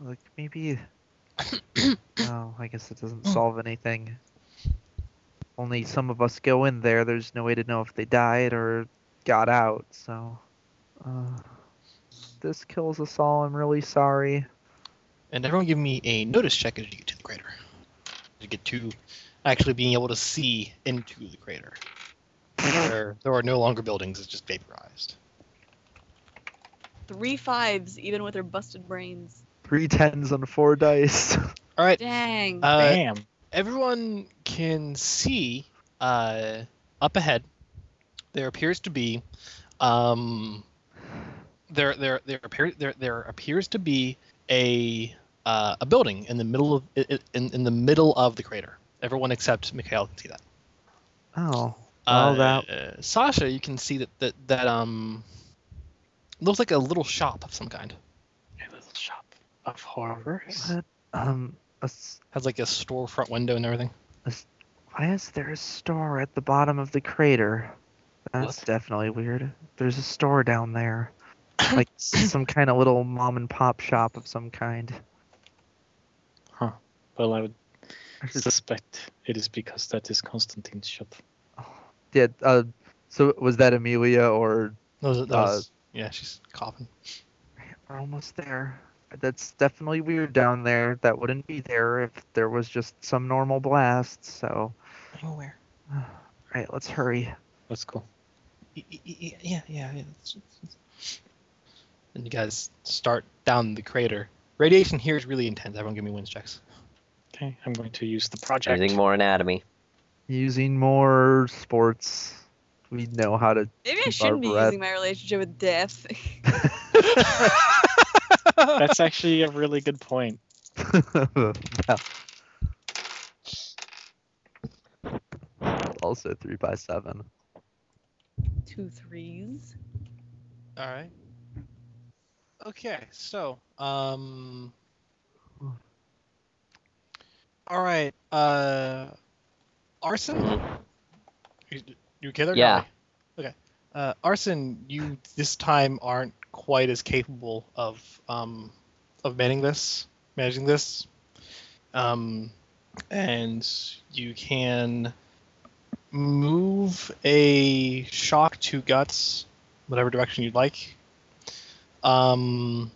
Speaker 4: like maybe. no, I guess it doesn't solve anything. Only some of us go in there. There's no way to know if they died or got out. So, uh, this kills us all. I'm really sorry.
Speaker 1: And everyone give me a notice check as you get to the crater. You get to actually being able to see into the crater. There, there are no longer buildings, it's just vaporized.
Speaker 8: Three fives, even with her busted brains.
Speaker 4: Three tens on four dice. [LAUGHS]
Speaker 1: Alright,
Speaker 8: Dang.
Speaker 1: uh,
Speaker 2: Damn.
Speaker 1: everyone can see uh, up ahead. There appears to be um, there there there appear, there there appears to be a uh, a building in the middle of in, in in the middle of the crater. Everyone except Mikhail can see that.
Speaker 4: Oh,
Speaker 1: Oh,
Speaker 4: Well, that-
Speaker 1: uh, Sasha, you can see that that that um looks like a little shop of some kind.
Speaker 2: A little shop of horrors.
Speaker 4: what? Um, a s-
Speaker 1: Has like a storefront window and everything.
Speaker 4: why is there a store at the bottom of the crater? That's definitely weird. There's a store down there. Like s- some kind of little mom and pop shop of some kind.
Speaker 2: Well, I would suspect it is because that is Constantine's shop.
Speaker 4: Yeah, uh, so was that Amelia or
Speaker 1: That was- that
Speaker 4: Uh,
Speaker 1: was- yeah, she's coughing.
Speaker 4: we're almost there? That's definitely weird down there. That wouldn't be there if there was just some normal blast. So,
Speaker 7: I'm aware.
Speaker 4: right, let's hurry.
Speaker 2: Let's go.
Speaker 7: Y- y- y- Yeah, yeah, yeah. It's- it's-
Speaker 1: And you guys start down the crater. Radiation here is really intense. Everyone, give me wind checks.
Speaker 2: Okay, I'm going to use the project.
Speaker 5: Using more anatomy.
Speaker 4: Using more sports. We know how to
Speaker 8: Maybe I
Speaker 4: keep our
Speaker 8: shouldn't be
Speaker 4: breath.
Speaker 8: using my relationship with death. [LAUGHS]
Speaker 2: That's actually a really good point.
Speaker 4: [LAUGHS] Yeah. Also three by seven.
Speaker 8: Two threes.
Speaker 1: All right. Okay, so um. All right, uh, arson. You, you okay there?
Speaker 5: Yeah.
Speaker 1: Golly? Okay, uh, arson, you this time aren't quite as capable of um of manning this, managing this, um, and you can move a shock to guts, whatever direction you'd like. Um,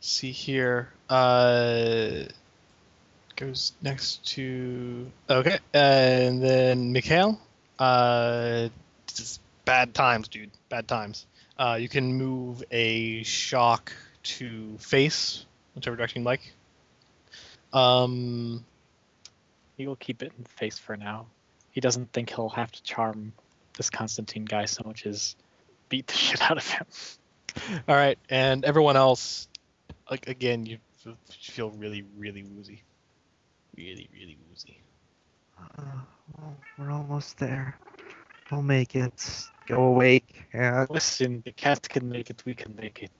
Speaker 1: see here. Uh, goes next to okay, and then Mikhail. Uh, this is bad times, dude. Bad times. Uh, you can move a shock to face, whichever direction you like. Um,
Speaker 2: He will keep it in face for now. He doesn't think he'll have to charm this Constantine guy so much as beat the [LAUGHS] shit out of him.
Speaker 1: all right, and everyone else, like again, you f- feel really, really woozy, really, really woozy.
Speaker 6: Uh, well, we're almost there. We'll make it. Go awake. Yeah,
Speaker 2: Listen, the cat can make it, we can make it.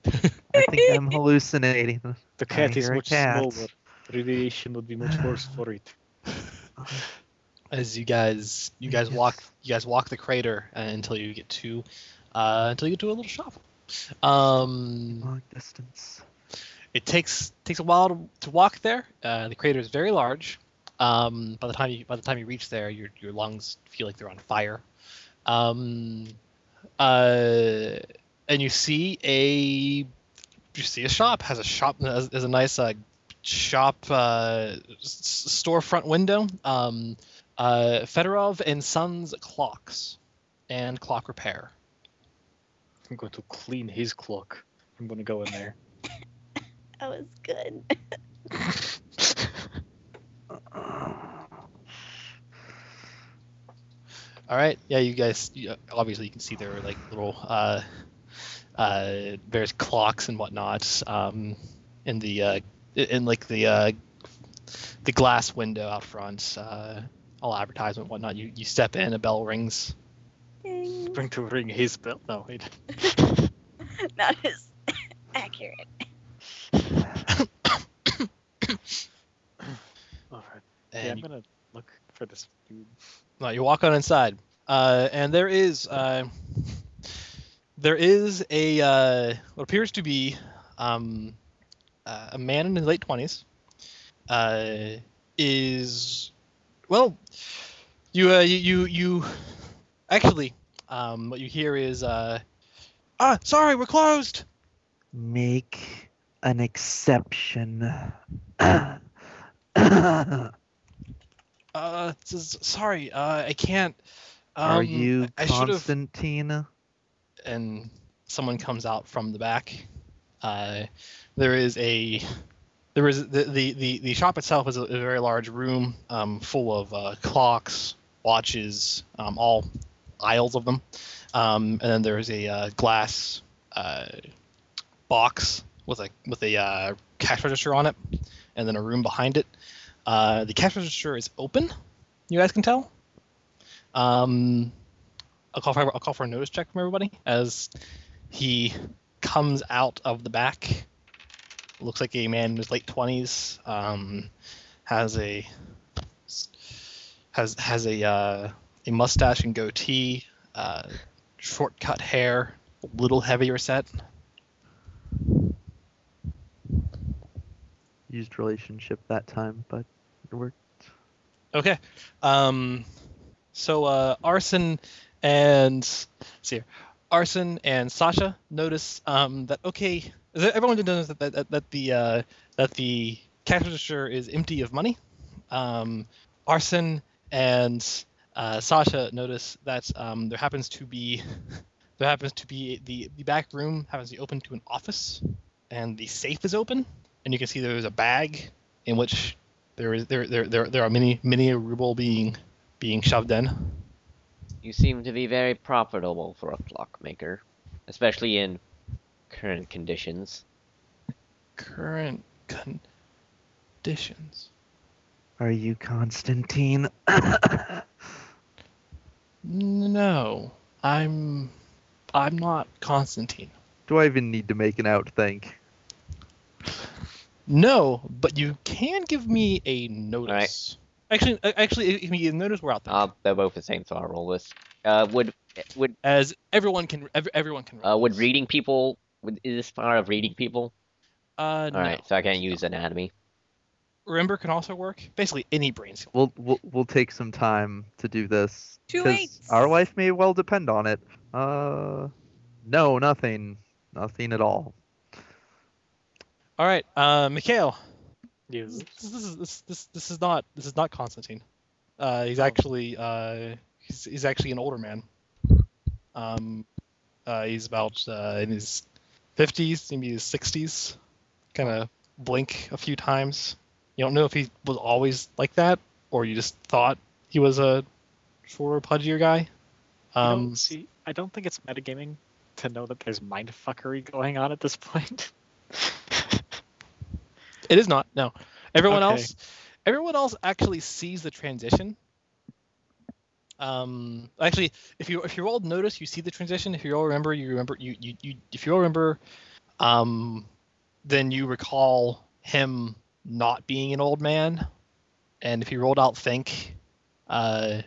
Speaker 6: I think
Speaker 1: [LAUGHS]
Speaker 6: I'm hallucinating. Uh,
Speaker 2: The cat is
Speaker 6: hear a
Speaker 2: much
Speaker 6: cat.
Speaker 2: smaller. Radiation would be [SIGHS] much worse for it.
Speaker 1: as you guys you guys walk you guys walk the crater uh, until you get to uh, until you get to a little shop. Um,
Speaker 6: Long distance.
Speaker 1: it takes takes a while to, to walk there. Uh, the crater is very large. Um, by the time you by the time you reach there, your your lungs feel like they're on fire. Um, uh, and you see a you see a shop has a shop has, has a nice uh, shop uh, s- s- storefront window. Um, uh, Fedorov and Sons clocks and clock repair.
Speaker 2: I'm going to clean his clock. I'm going to go in there.
Speaker 3: That was good.
Speaker 1: All right. Yeah, you guys. You, obviously, you can see there are like little uh, uh, various clocks and whatnot um, in the uh, in like the uh, the glass window out front. Uh, all advertisement, and whatnot. You you step in, a bell rings.
Speaker 2: I'm going to ring his bell. No, wait.
Speaker 3: Not as [LAUGHS] accurate.
Speaker 2: All right. yeah,
Speaker 1: And
Speaker 2: I'm going to look for this dude.
Speaker 1: No, you walk on inside, uh, and there is uh, there is a uh, what appears to be um, uh, a man in his late twenties. Uh, is well, you uh, you you, you actually um, what you hear is uh, ah sorry we're closed.
Speaker 6: Make an exception. [COUGHS]
Speaker 1: Uh, s- s- sorry, uh, I can't. Um,
Speaker 6: Are you
Speaker 1: I should have
Speaker 6: Constantine?
Speaker 1: and someone comes out from the back. Uh, there is a there is the the, the, the shop itself is a, a very large room um, full of uh, clocks, watches, um, all aisles of them, um, and then there is a uh, glass uh, box with a with a uh, cash register on it, and then a room behind it. Uh, the cash register is open. You guys can tell. Um, I'll call for I'll call for a notice check from everybody as he comes out of the back. Looks like a man in his late twenties. Um, has a has has a uh, a mustache and goatee, uh, short cut hair, a little heavier set.
Speaker 4: Used relationship that time, but it worked.
Speaker 1: Okay. Um, so uh, Arson and let's see here, Arson and Sasha notice um, that okay, that everyone did notice that that, that the uh, that the cash register is empty of money. Um, Arson and uh, Sasha notice that um, there happens to be [LAUGHS] there happens to be the the back room happens to be open to an office, and the safe is open, and you can see there is a bag in which there is there there there, there are many many a ruble being being shoved in.
Speaker 5: You seem to be very profitable for a clockmaker, especially in current conditions.
Speaker 1: Current conditions.
Speaker 6: Are you Constantine? [COUGHS]
Speaker 1: No, I'm. I'm not Constantine.
Speaker 4: Do I even need to make an out think?
Speaker 1: No, but you can give me a notice. Actually, uh, actually, I mean, notice we're out there.
Speaker 5: Uh, they're both the same, so I'll roll this. Uh, would would
Speaker 1: As everyone can, ev- everyone can.
Speaker 5: uh, would
Speaker 1: this.
Speaker 5: reading people? Would, is this part of reading people?
Speaker 1: Uh, no.
Speaker 5: All right, so I can't use anatomy.
Speaker 1: Remember can also work. Basically, any brain skill.
Speaker 4: We'll we'll, we'll take some time to do this
Speaker 8: Two
Speaker 4: because
Speaker 8: eights.
Speaker 4: our life may well depend on it. Uh, no, nothing, nothing at all.
Speaker 1: All right, uh, Mikhail.
Speaker 2: Yes.
Speaker 1: This, this is this, this this is not this is not Constantine. Uh,
Speaker 2: Oh.
Speaker 1: he's actually uh, he's, he's actually an older man. Um, uh, he's about uh, in his fifties, maybe his sixties. Kind of blink a few times. You don't know if he was always like that, or you just thought he was a shorter, pudgier guy.
Speaker 2: You know,
Speaker 1: Um,
Speaker 2: see, I don't think it's metagaming to know that there's mindfuckery going on at this point. [LAUGHS]
Speaker 1: It is not. No. Everyone
Speaker 2: Okay.
Speaker 1: else, everyone else actually sees the transition. Um, actually, if you if you all notice, you see the transition. If you all remember, you remember you you, you if you all remember, um, then you recall him not being an old man. And if you rolled out think, uh,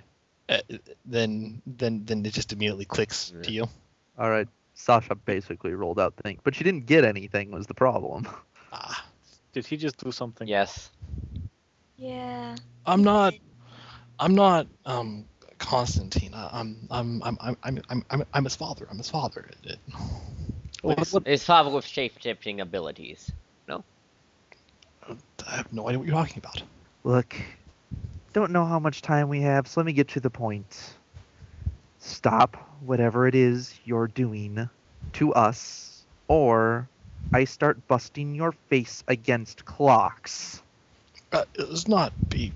Speaker 1: uh, then then then it just immediately clicks to you.
Speaker 4: All right, Sasha basically rolled out think, but she didn't get anything. Was the problem? [LAUGHS]
Speaker 1: Ah,
Speaker 2: Did he just do something?
Speaker 5: Yes.
Speaker 11: Yeah.
Speaker 1: I'm not. I'm not um, Constantine. I, I'm, I'm, I'm, I'm, I'm, I'm, I'm, I'm his father. I'm his father. It- it- What-
Speaker 5: It's,
Speaker 1: what-
Speaker 5: it's probably with shape-shifting abilities.
Speaker 1: I have no idea what you're talking about.
Speaker 6: Look, don't know how much time we have, so let me get to the point. Stop whatever it is you're doing to us, or I start busting your face against clocks.
Speaker 1: Uh, let's not be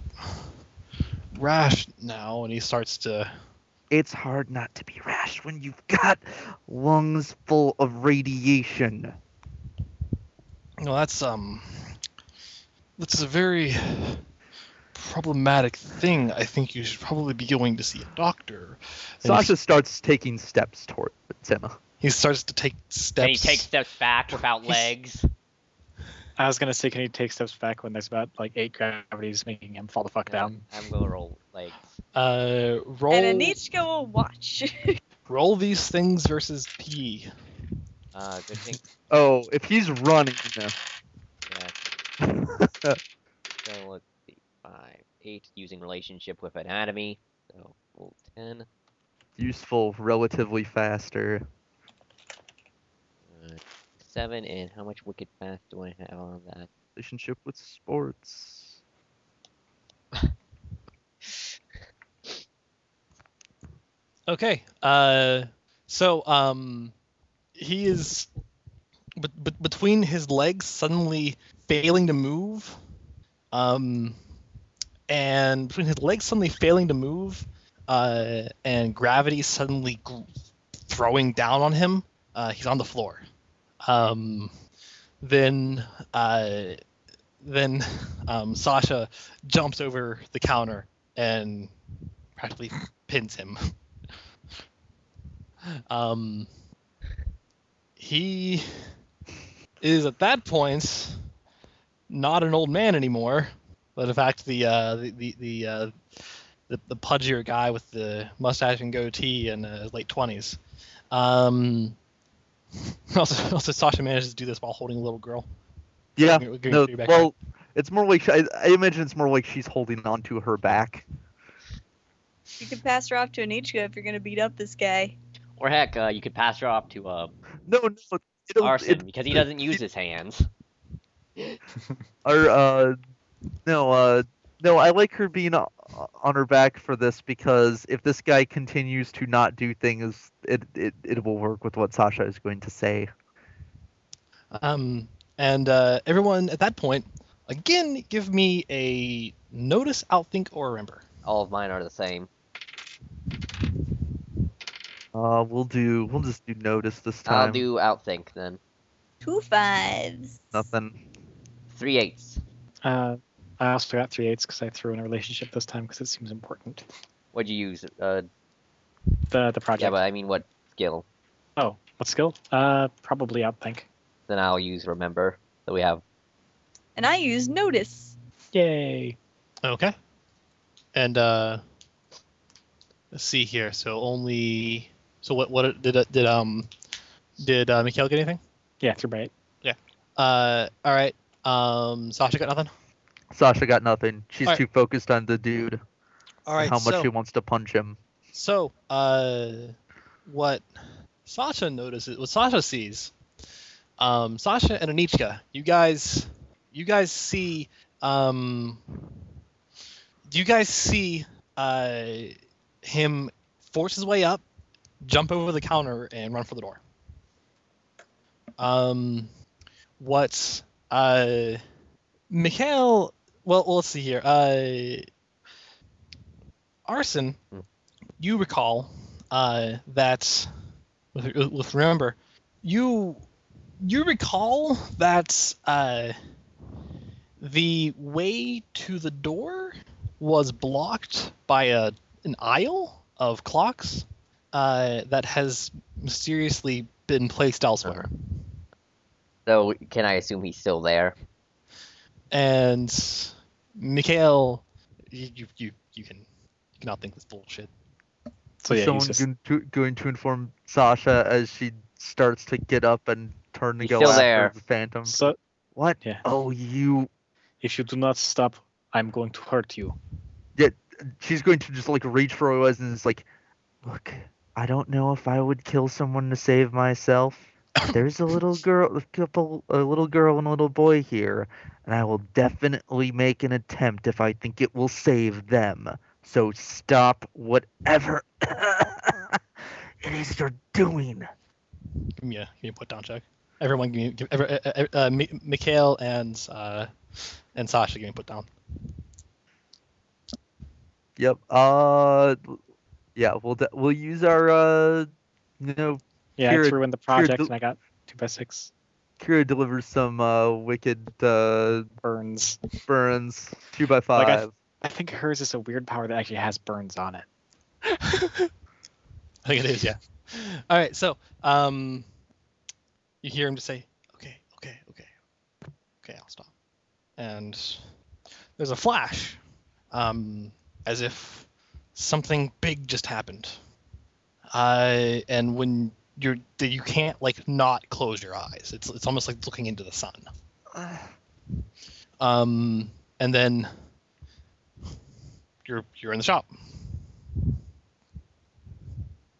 Speaker 1: rash now. And he starts to.
Speaker 6: It's hard not to be rash when you've got lungs full of radiation.
Speaker 1: Well, that's um. That's a very problematic thing. I think you should probably be going to see a doctor. And he-
Speaker 4: Sasha starts taking steps toward Emma.
Speaker 1: He starts to take steps.
Speaker 5: Can he take steps back without legs?
Speaker 2: I was gonna say, can he take steps back when there's about like eight gravities making him fall the fuck down?
Speaker 5: I'm gonna roll legs.
Speaker 1: Uh, roll.
Speaker 3: And Anichka will watch. [LAUGHS]
Speaker 1: roll these things versus P.
Speaker 5: Uh, good thing.
Speaker 4: Oh, if he's running,
Speaker 5: Yeah. So let's see. Five, eight, using relationship with anatomy. So roll ten.
Speaker 4: useful relatively faster.
Speaker 5: Uh, seven, and how much wicked fast do I have on that?
Speaker 4: Relationship with sports.
Speaker 1: Okay. Uh, so um, he is but, but between his legs suddenly failing to move, um, and between his legs suddenly failing to move, uh, and gravity suddenly gr- throwing down on him, uh, he's on the floor. Um, then uh, then um, Sasha jumps over the counter and practically pins him. Um, he is at that point not an old man anymore, but in fact the uh, the the the, uh, the the pudgier guy with the mustache and goatee in uh, his late twenties. Um, [LAUGHS] also, [LAUGHS] also Sasha manages to do this while holding a little girl.
Speaker 4: Yeah.
Speaker 1: Give me- give me
Speaker 4: No,
Speaker 1: your back.
Speaker 4: well, it's more like I, I imagine it's more like she's holding onto her back.
Speaker 3: you can pass her off to Anichka if you're gonna beat up this guy.
Speaker 5: Or heck, uh, you could pass her off to uh,
Speaker 4: No, no, it'll,
Speaker 5: Arson
Speaker 4: it,
Speaker 5: because he doesn't use his hands.
Speaker 4: or uh, no, uh, no. I like her being o- on her back for this because if this guy continues to not do things, it it, it will work with what Sasha is going to say.
Speaker 1: Um, and uh, everyone at that point, again, give me a notice, outthink, or remember.
Speaker 5: All of mine are the same.
Speaker 4: Uh, we'll do. We'll just do notice this time.
Speaker 5: I'll do outthink then.
Speaker 3: Two fives.
Speaker 4: Nothing.
Speaker 5: Three eights.
Speaker 2: Uh, I also got three eights because I threw in a relationship this time because it seems important.
Speaker 5: What'd you use? Uh,
Speaker 2: The the
Speaker 5: yeah,
Speaker 2: project.
Speaker 5: but I mean, what skill?
Speaker 2: Oh, what skill? Uh, probably outthink.
Speaker 5: Then I'll use remember that we have.
Speaker 3: And I use notice.
Speaker 2: Yay!
Speaker 1: Okay. And uh, let's see here. So only. So what? What did did um did uh, Mikhail get anything?
Speaker 2: Yeah, three by eight.
Speaker 1: Uh, all right. Um, Sasha got nothing.
Speaker 4: Sasha got nothing. She's
Speaker 1: Alright.
Speaker 4: too focused on the dude
Speaker 1: All
Speaker 4: and how much she wants to punch him.
Speaker 1: So, uh, what Sasha notices, what Sasha sees, um, Sasha and Anichka, you guys, you guys see, um, you guys see, uh, him force his way up, jump over the counter, and run for the door. Um, what, uh, Mikhail, well, well, let's see here, uh, Arson you recall uh, that with, with remember you you recall that uh, the way to the door was blocked by a an aisle of clocks uh, that has mysteriously been placed elsewhere
Speaker 5: So can I assume he's still there?
Speaker 1: and Mikhail you, you, you, you can you cannot think this bullshit
Speaker 2: So yeah, he's
Speaker 4: Someone
Speaker 2: just,
Speaker 4: going, to, going to inform Sasha as she starts to get up and turn to
Speaker 5: He's
Speaker 4: go
Speaker 5: still
Speaker 4: after
Speaker 5: there.
Speaker 4: the Phantom.
Speaker 2: so
Speaker 4: what?
Speaker 2: yeah.
Speaker 4: Oh, you.
Speaker 2: If you do not stop, I'm going to hurt you.
Speaker 4: She's going to just like reach for Oz and is like,
Speaker 6: Look, I don't know if I would kill someone to save
Speaker 4: [COUGHS]
Speaker 6: myself. There's a little girl, a couple, a little girl and a little boy here, and I will definitely make an attempt if I think it will save them. So stop whatever [COUGHS] it is you're doing.
Speaker 1: give me a, give me a put down check. Everyone, give me give, every, uh, uh, uh, Mi- Mikhail and uh, and Sasha, give me a put down.
Speaker 4: yep. Uh, yeah. We'll de- we'll use our uh, you know,
Speaker 2: Yeah,
Speaker 4: Here-
Speaker 2: I threw in the project
Speaker 4: del-
Speaker 2: and I got two by six
Speaker 4: Kira delivers some uh wicked uh
Speaker 2: burns.
Speaker 4: burns two by
Speaker 2: Like
Speaker 4: five.
Speaker 2: I- I think hers is a weird power that actually has burns on it.
Speaker 1: [LAUGHS] I think it is, yeah. All right, so um, you hear him just say, "Okay, okay, okay, okay, I'll stop." And there's a flash, um, as if something big just happened. Uh, and when you're, you can't like not close your eyes. It's it's almost like looking into the sun. Um, and then you're you're in the shop.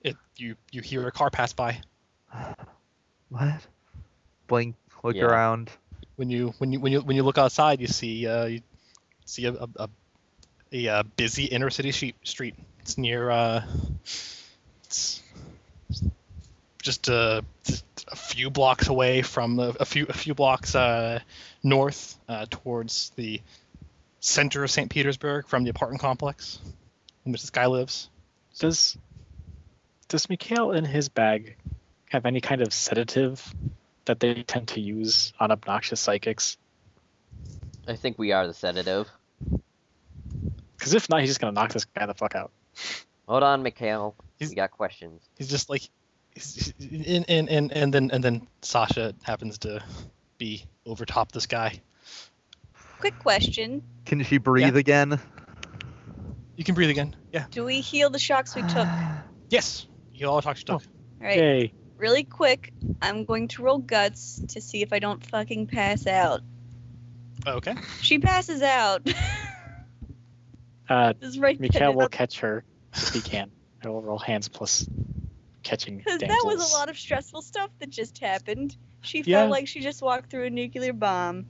Speaker 1: It you you hear a car pass by
Speaker 4: What? Blink, look
Speaker 5: Yeah.
Speaker 4: around.
Speaker 1: when you when you when you when you look outside you see uh you see a a, a, a, uh, busy inner city sheep street. It's near uh it's just uh just a few blocks away from the, a few a few blocks uh north uh, towards the center of St. Petersburg from the apartment complex in which this guy lives.
Speaker 2: Does does Mikhail in his bag have any kind of sedative that they tend to use on obnoxious psychics?
Speaker 5: I think we are the sedative.
Speaker 2: Because if not, he's just gonna knock this guy the fuck out.
Speaker 5: Hold on, Mikhail.
Speaker 1: He's-
Speaker 5: We got questions.
Speaker 1: he's just like he's- he's- and and and, and then and then sasha happens to be over top this guy
Speaker 3: Quick question.
Speaker 4: Can she breathe again?
Speaker 1: you can breathe again yeah
Speaker 3: Do we heal the shocks
Speaker 4: [SIGHS]
Speaker 3: we took? All
Speaker 1: yes you all talk to
Speaker 4: Oh.
Speaker 3: right.
Speaker 2: Yay!
Speaker 3: Really quick, I'm going to roll guts to see if I don't fucking pass out.
Speaker 1: Oh, okay
Speaker 3: She passes out. [LAUGHS]
Speaker 2: Uh,
Speaker 3: this is right
Speaker 2: Mikhail will
Speaker 3: there.
Speaker 2: catch her if he can. I will roll hands plus catching.
Speaker 3: Because [LAUGHS] that
Speaker 2: damsels.
Speaker 3: was a lot of stressful stuff that just happened. She
Speaker 2: Yeah.
Speaker 3: felt like she just walked through a nuclear bomb.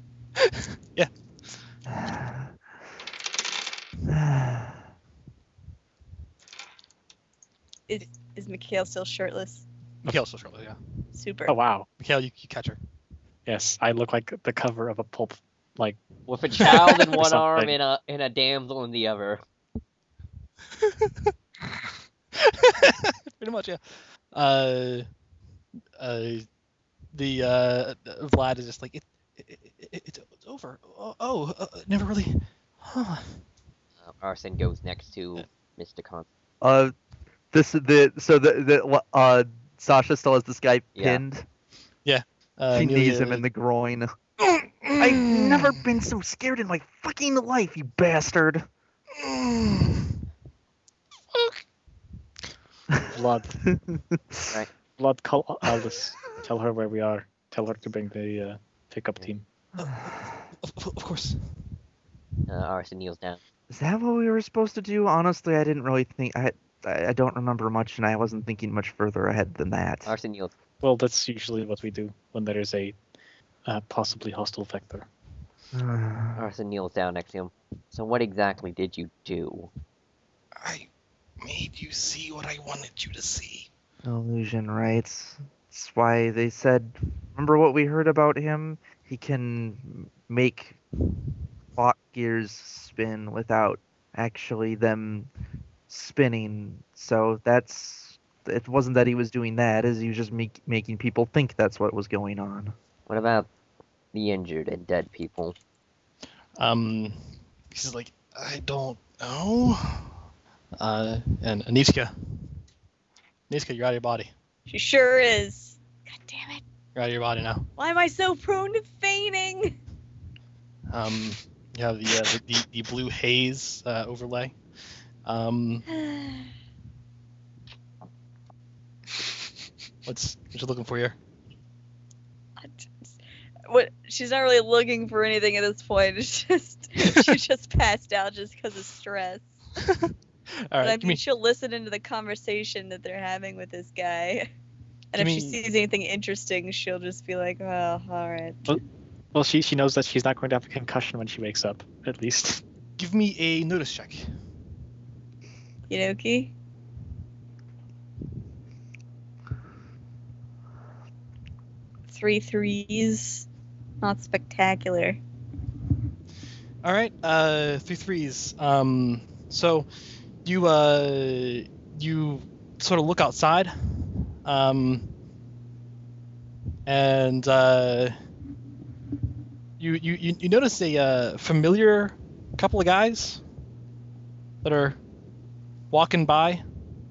Speaker 3: Is is Mikhail still shirtless?
Speaker 1: mikhail still shortly yeah
Speaker 3: Super.
Speaker 2: Oh wow!
Speaker 1: mikhail you, you
Speaker 4: [LAUGHS]
Speaker 1: catch her [LAUGHS]
Speaker 2: Yes, I look like the cover of a pulp. Like
Speaker 5: With a child in one
Speaker 2: Something.
Speaker 5: arm and a and a damsel in the other.
Speaker 1: pretty much yeah uh uh the uh, Vlad is just like it, it, it, it's, it's over. Oh, oh uh, never really. Huh.
Speaker 5: Uh, Arson goes next to Mr. Con.
Speaker 4: Uh, this the so the the uh Sasha still has this guy
Speaker 5: Yeah.
Speaker 4: pinned.
Speaker 1: Uh,
Speaker 4: she
Speaker 1: Amelia-
Speaker 4: knees him in the groin. I've never been so scared in my fucking life, you bastard.
Speaker 6: [LAUGHS]
Speaker 2: Vlad, Vlad, call Aldous. uh, Tell her where we are. Tell her to bring the uh, pickup team.
Speaker 1: Of, of- of course.
Speaker 5: Uh, Arson kneels down.
Speaker 6: Is that what we were supposed to do? Honestly, I didn't really think. I I I don't remember much, and I wasn't thinking much further ahead than that.
Speaker 5: Arson kneels.
Speaker 2: Well, that's usually what we do when there is a uh, possibly hostile vector.
Speaker 5: Arson kneels down next to him. So what exactly did you do?
Speaker 1: I made you see what I wanted you to see.
Speaker 6: [SIGHS] Illusion, right? That's why they said. Remember what we heard about him? He can make clock gears spin without actually them spinning. So that's. It wasn't that he was doing that, is he was just make, making people think that's what was going on.
Speaker 5: What about the injured and dead [LAUGHS] people?
Speaker 1: Um, she's like, I don't know. Uh, and Anishka. Anishka, you're out of your body.
Speaker 3: She sure is.
Speaker 11: God damn it.
Speaker 1: You're out of your body now.
Speaker 3: Why am I so prone to fainting? [SIGHS]
Speaker 1: Um, you have the uh, the, the, the blue haze uh, overlay. Um, what's what you looking for here? [LAUGHS]
Speaker 3: I just- what she's not really looking for anything at this point. [LAUGHS] It's just
Speaker 1: [LAUGHS]
Speaker 3: she just passed out just because of stress.
Speaker 1: All
Speaker 3: but I
Speaker 1: right, give
Speaker 3: mean,
Speaker 1: me
Speaker 3: she'll listen into the conversation that they're having with this guy. [LAUGHS] And
Speaker 1: Give
Speaker 3: if
Speaker 1: me-
Speaker 3: she sees anything interesting, she'll just be like, "Oh, all right."
Speaker 2: Well, she she knows that she's not going to have a concussion when she wakes up. At least
Speaker 1: give me a notice check.
Speaker 3: Yunoki, three threes, not spectacular.
Speaker 1: All right, uh, three threes. Um, so you uh, you sort of look outside, um, and uh, you, you you you notice a uh, familiar couple of guys that are walking by.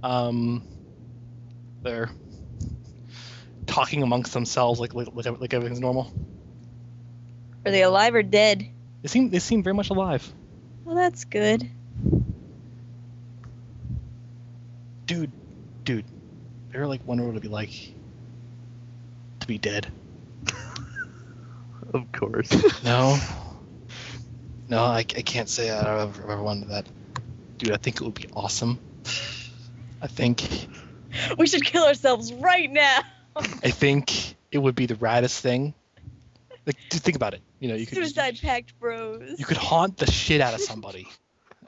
Speaker 1: Um, they're talking amongst themselves like like, like like everything's normal.
Speaker 3: Are they alive or dead?
Speaker 1: They seem they seem very much alive.
Speaker 3: Well, that's good.
Speaker 1: dude, dude, they're like one would be like to be dead.
Speaker 4: Of course. [LAUGHS]
Speaker 1: No, no, I, I can't say I don't ever, ever wanted that. Dude, I think it would be awesome. I think
Speaker 3: We should kill ourselves right now.
Speaker 1: I think it would be the raddest thing. Like, just think about it. You know, you could
Speaker 3: Suicide Pact Bros.
Speaker 1: you could haunt the shit out of somebody,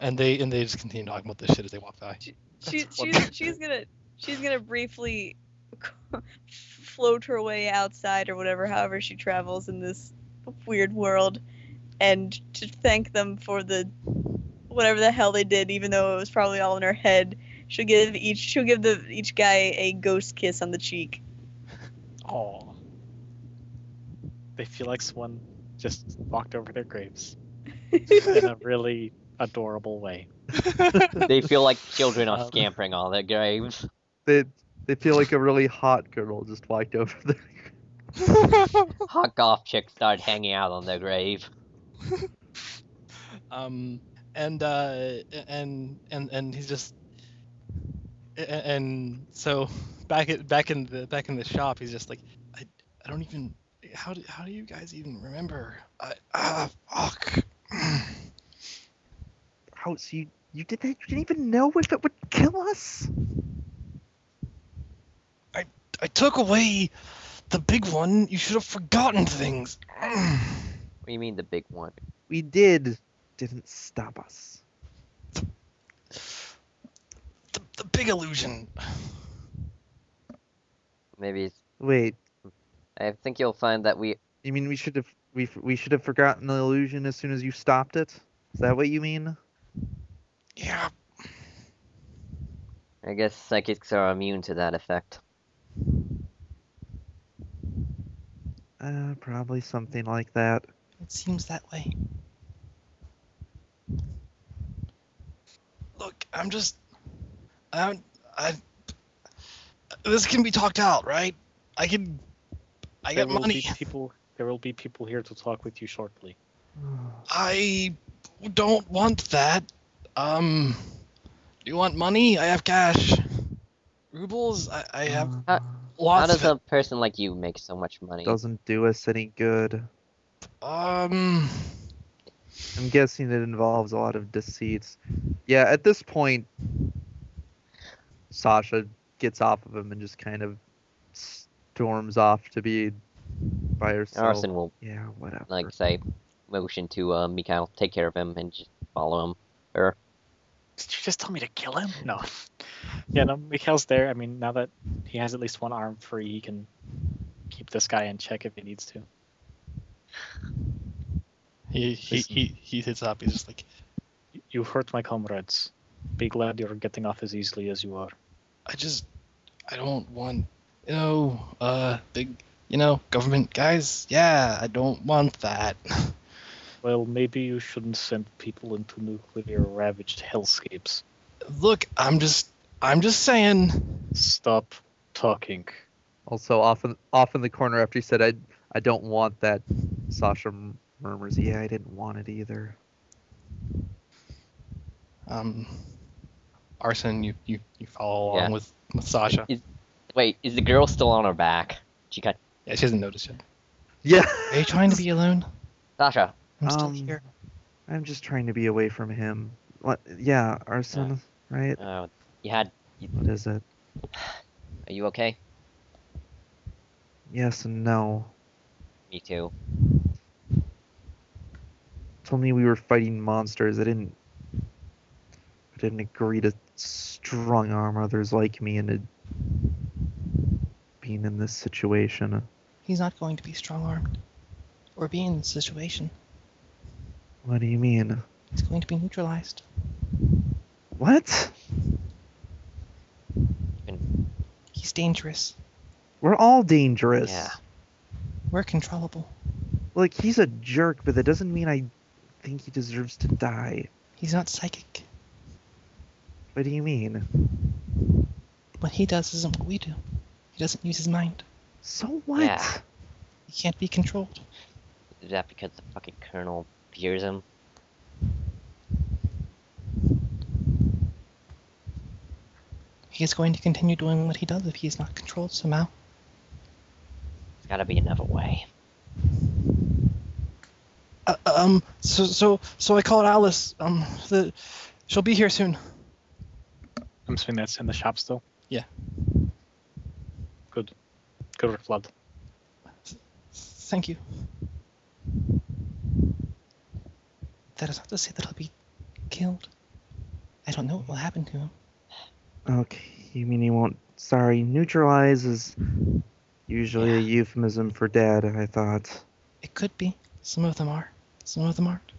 Speaker 1: and they and they just continue talking about this shit as they walk by. [LAUGHS]
Speaker 3: she,
Speaker 1: That's
Speaker 3: she's she's gonna she's gonna briefly [LAUGHS] float her way outside or whatever however she travels in this weird world and to thank them for the whatever the hell they did even though it was probably all in her head she'll give each she'll give the each guy a ghost kiss on the cheek
Speaker 2: Oh. They feel like someone just walked over their graves in a really adorable way.
Speaker 5: They feel like children are
Speaker 1: Um,
Speaker 5: scampering on their graves.
Speaker 4: They they feel like a really hot girl just walked over there.
Speaker 5: Hot golf chicks start hanging out on their grave.
Speaker 1: um, and uh, and and and he's just a- a- and so [LAUGHS] back at back in the back in the shop he's just like I, I don't even how do how do you guys even remember I ah fuck [CLEARS THROAT]
Speaker 4: Ouch, you you did that? You didn't even know if it would kill us?
Speaker 1: I took away the big one you should have forgotten things
Speaker 5: What do you mean the big one?
Speaker 4: We did. Didn't stop us.
Speaker 1: the, the big illusion
Speaker 5: Maybe it's,
Speaker 4: Wait,
Speaker 5: I think you'll find that we
Speaker 4: you mean we should have we f- we should have forgotten the illusion as soon as you stopped it? Is that what you mean?
Speaker 1: yeah
Speaker 5: I guess psychics are immune to that effect.
Speaker 4: Uh, probably something like that.
Speaker 7: It seems that way.
Speaker 1: Look, I'm just. I'm. I. This can be talked out, right? I can. I
Speaker 2: there
Speaker 1: got
Speaker 2: will
Speaker 1: money.
Speaker 2: Be people, there will be people here to talk with you shortly.
Speaker 1: I don't want that. Um, do you want money? I have cash. Rubles? I, I have
Speaker 5: Uh, How
Speaker 2: Mm.
Speaker 1: lots
Speaker 5: does
Speaker 1: of
Speaker 5: a person like you make so much
Speaker 4: [SIGHS]
Speaker 5: money?
Speaker 4: Doesn't do us any good.
Speaker 1: it. Um,
Speaker 4: I'm guessing it involves a lot of deceits. Yeah, at this point, Sasha gets off of him and just kind of storms off to be by herself.
Speaker 5: Arson will
Speaker 4: Yeah, whatever.
Speaker 5: like say motion to uh, Mikhail, take care of him and just follow him. Or
Speaker 2: Did you just tell me to kill him? No. yeah, no, Mikhail's there. I mean, now that he has at least one arm free, he can keep this guy in check if he needs to.
Speaker 1: he, he, he, he hits up. He's just like,
Speaker 2: You hurt my comrades. Be glad you're getting off as easily as you are.
Speaker 1: I just, I don't want, you know, uh, big, you know, government guys. Yeah, I don't want that. [LAUGHS]
Speaker 2: Well, maybe you shouldn't send people into nuclear ravaged hellscapes.
Speaker 1: Look, I'm just, I'm just saying.
Speaker 2: Stop talking.
Speaker 4: Also, off in, off in the corner after he said, I, I don't want that, Sasha m- murmurs, Yeah, I didn't want it either.
Speaker 1: Um, Arson, you, you, you follow along
Speaker 5: Yeah.
Speaker 1: with, with Sasha.
Speaker 5: wait, is the girl still on her back? She got
Speaker 1: Yeah, she hasn't noticed yet.
Speaker 4: Yeah!
Speaker 1: Are you trying to be alone?
Speaker 5: Sasha.
Speaker 7: I'm still
Speaker 4: Um,
Speaker 7: here.
Speaker 4: I'm just trying to be away from him. What, yeah, arson, right?
Speaker 5: Uh, you had.
Speaker 4: What is it?
Speaker 5: Are you okay?
Speaker 4: Yes and no.
Speaker 5: Me too.
Speaker 4: told me we were fighting monsters. I didn't. I didn't agree to strong arm others like me into being in this situation.
Speaker 7: He's not going to be strong armed or be in the situation.
Speaker 4: What do you mean?
Speaker 7: He's going to be neutralized.
Speaker 4: What?
Speaker 7: He's dangerous.
Speaker 4: We're all dangerous.
Speaker 5: Yeah.
Speaker 7: We're controllable.
Speaker 4: Look, he's a jerk, but that doesn't mean I think he deserves to die.
Speaker 7: He's not psychic.
Speaker 4: What do you mean?
Speaker 7: What he does isn't what we do. He doesn't use his mind.
Speaker 4: So what?
Speaker 5: Yeah.
Speaker 7: He can't be controlled.
Speaker 5: Is that because the fucking colonel fears him?
Speaker 7: He is going to continue doing what he does if he is not controlled somehow.
Speaker 5: There's gotta be another way.
Speaker 1: Uh, um, so, so, so I called Alice. Um, the, she'll be here soon.
Speaker 2: I'm assuming that's in the shop still?
Speaker 1: Yeah.
Speaker 2: Good. Good work, Vlad.
Speaker 7: Thank you. That is not to say that he'll be killed. I don't know what will happen to him.
Speaker 4: Okay, you mean he won't? Sorry, neutralize is usually a euphemism for dead. I thought.
Speaker 7: It could be. Some of them are. Some of them aren't.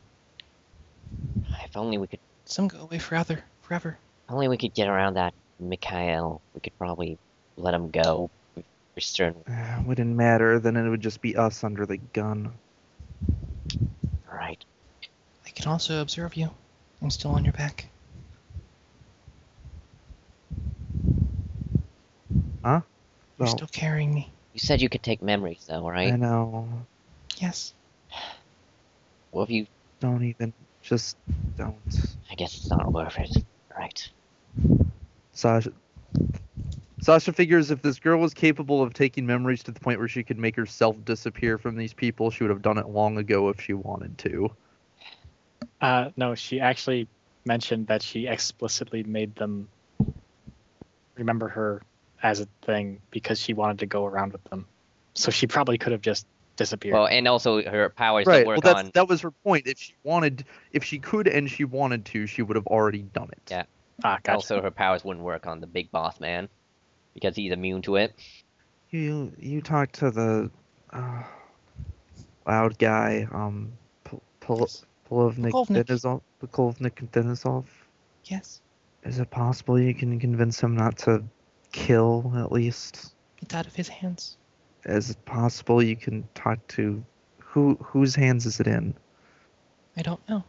Speaker 5: If only we could.
Speaker 7: Some go away forever. Forever.
Speaker 5: If only we could get around that Mikhail. We could probably let him go. Return.
Speaker 4: Uh, wouldn't matter. Then it would just be us under the gun.
Speaker 5: Right.
Speaker 7: I can also observe you. I'm still on your back. You're
Speaker 4: Well,
Speaker 7: still carrying me.
Speaker 5: You said you could take memories though, right?
Speaker 4: I know.
Speaker 7: Yes.
Speaker 5: Well, if you.
Speaker 4: Don't even. Just don't.
Speaker 5: I guess it's not worth it. Right.
Speaker 4: Sasha. Sasha figures if this girl was capable of taking memories to the point where she could make herself disappear from these people, she would have done it long ago if she wanted to.
Speaker 2: Uh, no, she actually mentioned that she explicitly made them remember her as a thing because she wanted to go around with them. So she probably could have just disappeared.
Speaker 5: Well, and also her powers
Speaker 4: right.
Speaker 5: don't
Speaker 4: Well,
Speaker 5: work
Speaker 4: that's
Speaker 5: on.
Speaker 4: that was her point. If she wanted, if she could, and she wanted to, she would have already done it.
Speaker 5: Yeah.
Speaker 2: ah, gotcha.
Speaker 5: Also, her powers wouldn't work on the big boss man because he's immune to it.
Speaker 4: You you talk to the uh, loud guy, um, Pol- Pol- Polovnik
Speaker 7: Polovnik.
Speaker 4: Denisov, Polovnik Denisov.
Speaker 7: Yes.
Speaker 4: Is it possible you can convince him not to kill at least?
Speaker 7: It's out of his hands.
Speaker 4: as possible, you can talk to who whose hands is it in?
Speaker 1: I don't know.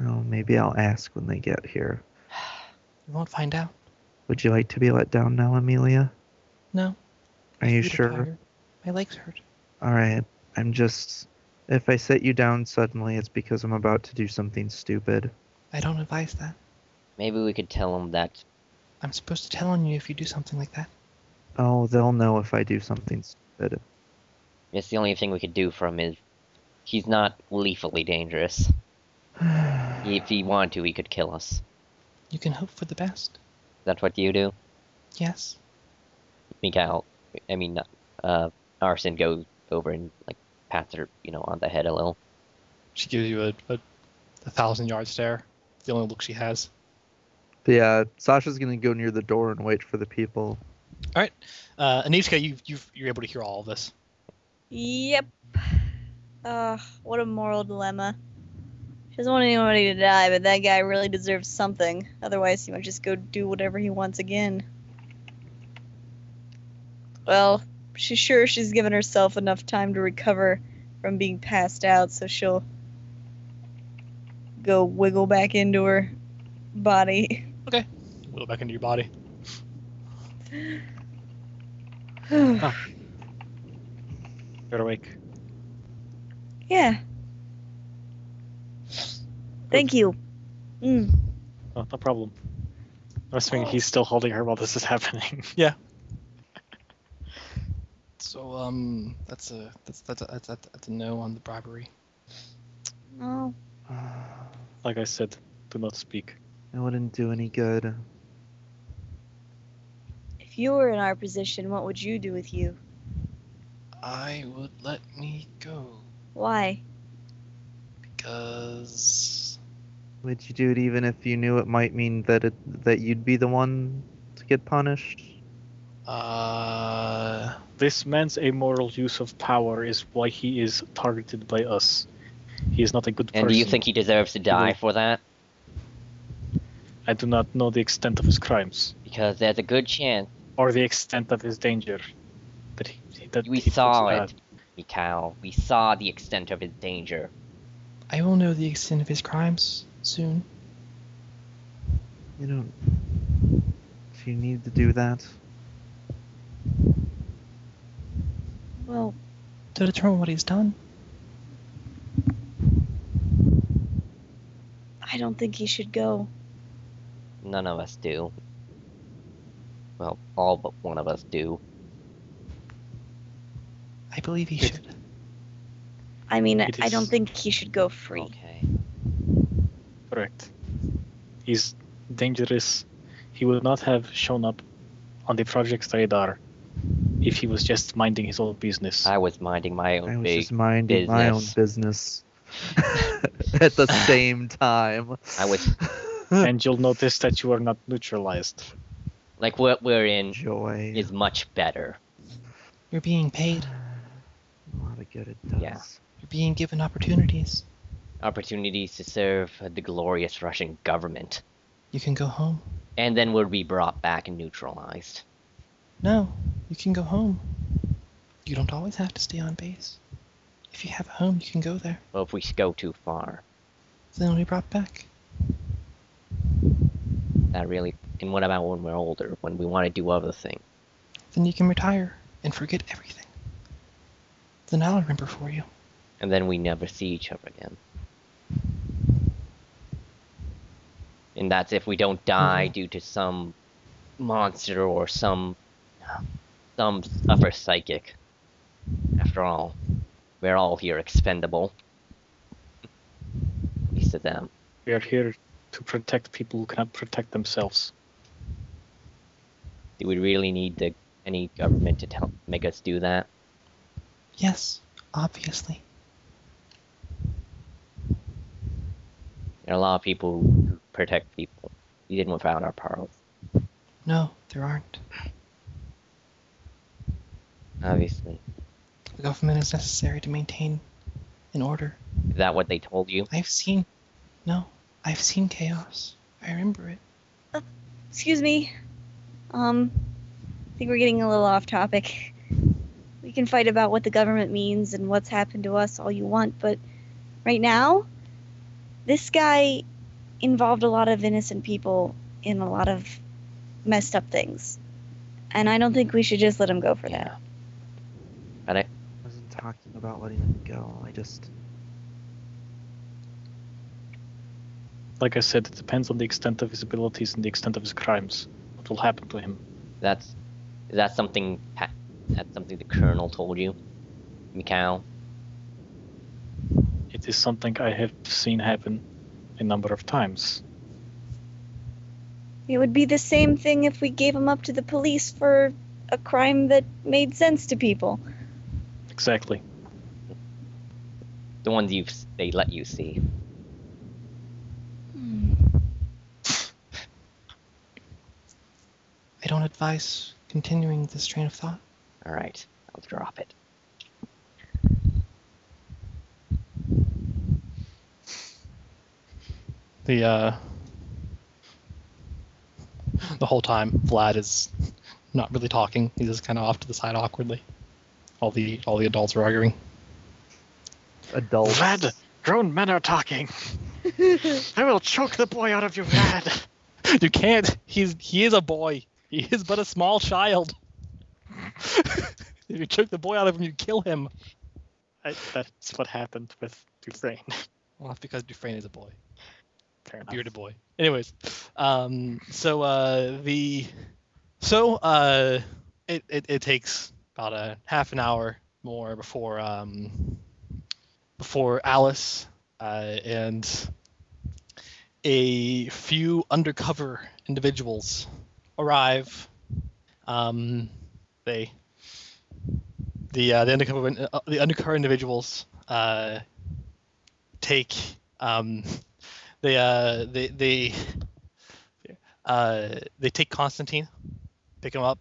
Speaker 4: Oh, maybe I'll ask when they get here.
Speaker 1: You won't find out.
Speaker 4: Would you like to be let down now, Amelia?
Speaker 1: No.
Speaker 4: Are
Speaker 1: I
Speaker 4: you
Speaker 1: feel
Speaker 4: sure?
Speaker 1: tired. My legs hurt.
Speaker 4: All right. I'm just. If I set you down suddenly, it's because I'm about to do something stupid.
Speaker 1: I don't advise that.
Speaker 5: Maybe we could tell him that.
Speaker 1: I'm supposed to tell on you if you do something like that.
Speaker 4: Oh, they'll know if I do something stupid.
Speaker 5: It's the only thing we could do for him is he's not lethally dangerous.
Speaker 4: [SIGHS]
Speaker 5: If he wanted to, he could kill us.
Speaker 1: You can hope for the best.
Speaker 5: That's what you do.
Speaker 1: Yes.
Speaker 5: Mikhail, I mean, uh, Arson goes over and like pats her, you know, on the head a little.
Speaker 12: She gives you a, a, a thousand yard stare. It's The only look she has.
Speaker 4: But yeah, Sasha's gonna go near the door and wait for the people. [SIGHS]
Speaker 12: Uh, Anishka, you you you're able to hear all of this.
Speaker 3: Yep. Ugh, what a moral dilemma. She doesn't want anybody to die, but that guy really deserves something. Otherwise, he might just go do whatever he wants again. Well, she's sure she's given herself enough time to recover from being passed out, so she'll go wiggle back into her body. [LAUGHS]
Speaker 12: Wheel back into your body.
Speaker 2: You're awake.
Speaker 3: yeah. Thank you. Mm.
Speaker 2: Oh, no problem. I'm
Speaker 5: Oh.
Speaker 2: assuming he's still holding her while this is happening.
Speaker 12: So um, that's a that's that's a, that's, a, that's a no on the bribery.
Speaker 3: Oh.
Speaker 2: like I said, do not speak.
Speaker 4: It wouldn't do any good.
Speaker 3: If you were in our position, what would you do with you?
Speaker 12: I would let me go
Speaker 3: Why?
Speaker 12: because
Speaker 4: Would you do it even if you knew it might mean that it that you'd be the one to get punished?
Speaker 12: uh
Speaker 2: This man's amoral use of power is why he is targeted by us. He is not a good person.
Speaker 5: And do you think he deserves to die for that?
Speaker 2: I do not know the extent of his crimes
Speaker 5: Because there's a good chance
Speaker 2: or the extent of his danger. That he, that
Speaker 5: we
Speaker 2: he puts
Speaker 5: saw
Speaker 2: her
Speaker 5: it, Mikhail. We saw the extent of his danger.
Speaker 1: I will know the extent of his crimes soon.
Speaker 4: You don't. Do you need to do that?
Speaker 3: Well,
Speaker 1: To determine what he's done,
Speaker 3: I don't think he should go.
Speaker 5: None of us do. Well, all but one of us do.
Speaker 1: I believe he
Speaker 2: It's-
Speaker 1: should.
Speaker 3: I mean,
Speaker 2: It
Speaker 3: I don't
Speaker 2: is-
Speaker 3: think he should go free.
Speaker 5: Okay.
Speaker 2: at. Correct. He's dangerous. He would not have shown up on the project's radar if he was just minding his own business.
Speaker 5: I was minding my
Speaker 4: I
Speaker 5: own
Speaker 4: was
Speaker 5: big.
Speaker 4: just minding my own business [LAUGHS] at the same time. [LAUGHS]
Speaker 5: I was
Speaker 2: and you'll notice that you are not neutralized.
Speaker 5: like what we're in
Speaker 4: Joy.
Speaker 5: is much better.
Speaker 1: You're being paid.
Speaker 4: A lot of good it does.
Speaker 5: Yeah.
Speaker 1: You're being given opportunities.
Speaker 5: Opportunities to serve the glorious Russian government,
Speaker 1: You can go home.
Speaker 5: and then we'll be brought back and neutralized.
Speaker 1: No, you can go home. You don't always have to stay on base. If you have a home, you can go there.
Speaker 5: Well, if we go too far,
Speaker 1: Then we'll be brought back.
Speaker 5: that really. And what about when we're older, when we want to do other things?
Speaker 1: Then you can retire and forget everything. Then I'll remember for you.
Speaker 5: and then we never see each other again. And that's if we don't die due to some monster or some some upper psychic. After all, we're all here expendable. At least to them.
Speaker 2: We are here to protect people who cannot protect themselves.
Speaker 5: Do we really need the, any government to tell make us do that?
Speaker 1: Yes, obviously.
Speaker 5: There are a lot of people who protect people, even without our powers.
Speaker 1: No, there aren't.
Speaker 5: Obviously,
Speaker 1: The government is necessary to maintain an order.
Speaker 5: is that what they told you?
Speaker 1: I've seen. No, I've seen chaos. I remember it.
Speaker 3: Excuse me. Um, I think we're getting a little off topic. We can fight about what the government means and what's happened to us all you want, but right now, this guy involved a lot of innocent people in a lot of messed up things. And I don't think we should just let him go for that.
Speaker 4: I wasn't talking about letting him go. I just
Speaker 2: Like I said, it depends on the extent of his abilities and the extent of his crimes. What will happen to him?
Speaker 5: That's is that something ha- that's something the colonel told you, Mikhail?
Speaker 2: It is something I have seen happen a number of times.
Speaker 3: It would be the same thing if we gave him up to the police for a crime that made sense to people.
Speaker 2: Exactly.
Speaker 5: The ones you they let you see.
Speaker 1: I don't advise continuing this train of thought.
Speaker 5: All right, I'll drop it.
Speaker 7: The uh, the whole time, Vlad is not really talking. He's just kind of off to the side awkwardly. All the all the adults are arguing.
Speaker 13: Adult.
Speaker 2: Vlad, grown men are talking. I will choke the boy out of you, Vlad.
Speaker 7: You can't. He's he is a boy. He is but a small child. [LAUGHS] if you choke the boy out of him, you kill him.
Speaker 2: I, that's what happened with Dufresne. [LAUGHS]
Speaker 7: Well, that's because Dufresne is a boy.
Speaker 2: Fair enough.
Speaker 7: bearded boy. Anyways, um, so uh, the so uh, it, it it takes about a half an hour more before um, before Alice uh, and a few undercover individuals arrive. Um, they the uh, the undercover uh, the undercover individuals uh, take um, they uh they they uh they take Constantine, pick him up,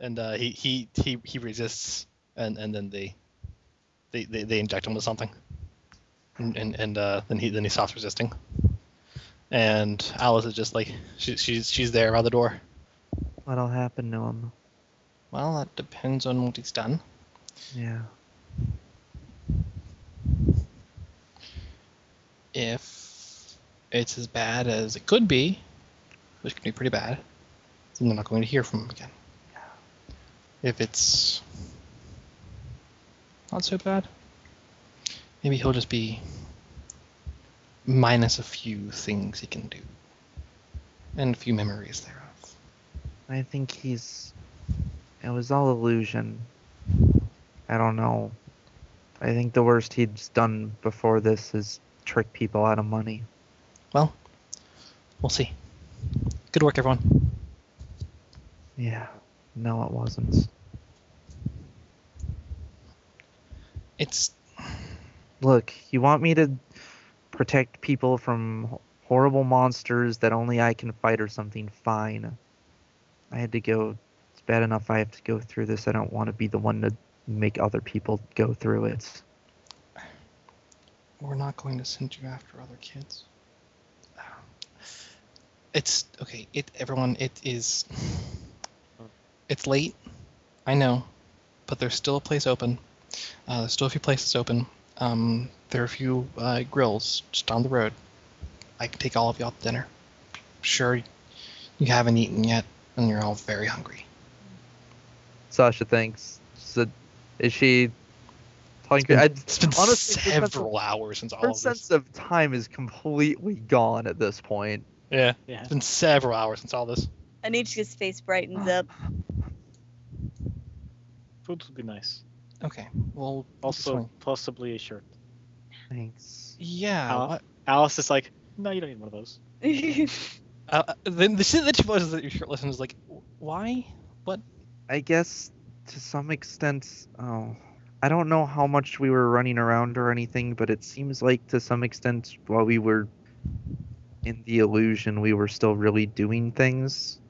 Speaker 7: and uh, he he he he resists, and and then they they they, they inject him with something, and and, and uh, then he then he stops resisting, and Alice is just like she, she's she's there by the door.
Speaker 4: what'll happen to him.
Speaker 1: Well, that depends on what he's done.
Speaker 4: Yeah.
Speaker 1: If it's as bad as it could be, which can be pretty bad, then you're not going to hear from him again. If it's not so bad, maybe he'll just be minus a few things he can do and a few memories thereof.
Speaker 4: I think he's. It was all illusion. I don't know. I think the worst he's done before this is trick people out of money.
Speaker 7: We'll see. Good work, everyone.
Speaker 4: Yeah. No, it wasn't.
Speaker 7: It's
Speaker 4: Look, you want me to protect people from h- horrible monsters that only I can fight or something? Fine. I had to go. It's bad enough I have to go through this. I don't want to be the one to make other people go through it.
Speaker 1: We're not going to send you after other kids. Um, It's okay. It everyone. It is.
Speaker 13: [LAUGHS]
Speaker 1: It's late. I know, but there's still a place open. Uh, there's still a few places open. Um, there are a few uh, grills just down the road. I can take all of y'all to dinner. Sure, you haven't eaten yet, and you're all very hungry.
Speaker 13: Sasha thinks. So, is she talking?
Speaker 7: been-
Speaker 13: I-
Speaker 7: it's been
Speaker 13: honestly, her sense of-
Speaker 7: several hours since all
Speaker 13: Her
Speaker 7: of this.
Speaker 13: sense of time is completely gone at this point.
Speaker 7: Yeah,
Speaker 2: Yeah.
Speaker 7: it's been several hours since all this.
Speaker 3: Anichka's face brightens up. [LAUGHS]
Speaker 2: Food would be nice.
Speaker 1: Okay. Well.
Speaker 2: Also, possibly a shirt.
Speaker 4: Thanks.
Speaker 1: Yeah.
Speaker 2: Al-
Speaker 1: what-
Speaker 2: Alice is like, no, you don't need one of those.
Speaker 7: Uh, uh, then the shit that she was that your shirt lesson is like, why?
Speaker 4: I guess to some extent, oh, I don't know how much we were running around or anything, but it seems like to some extent while we were in the illusion, we were still really doing things.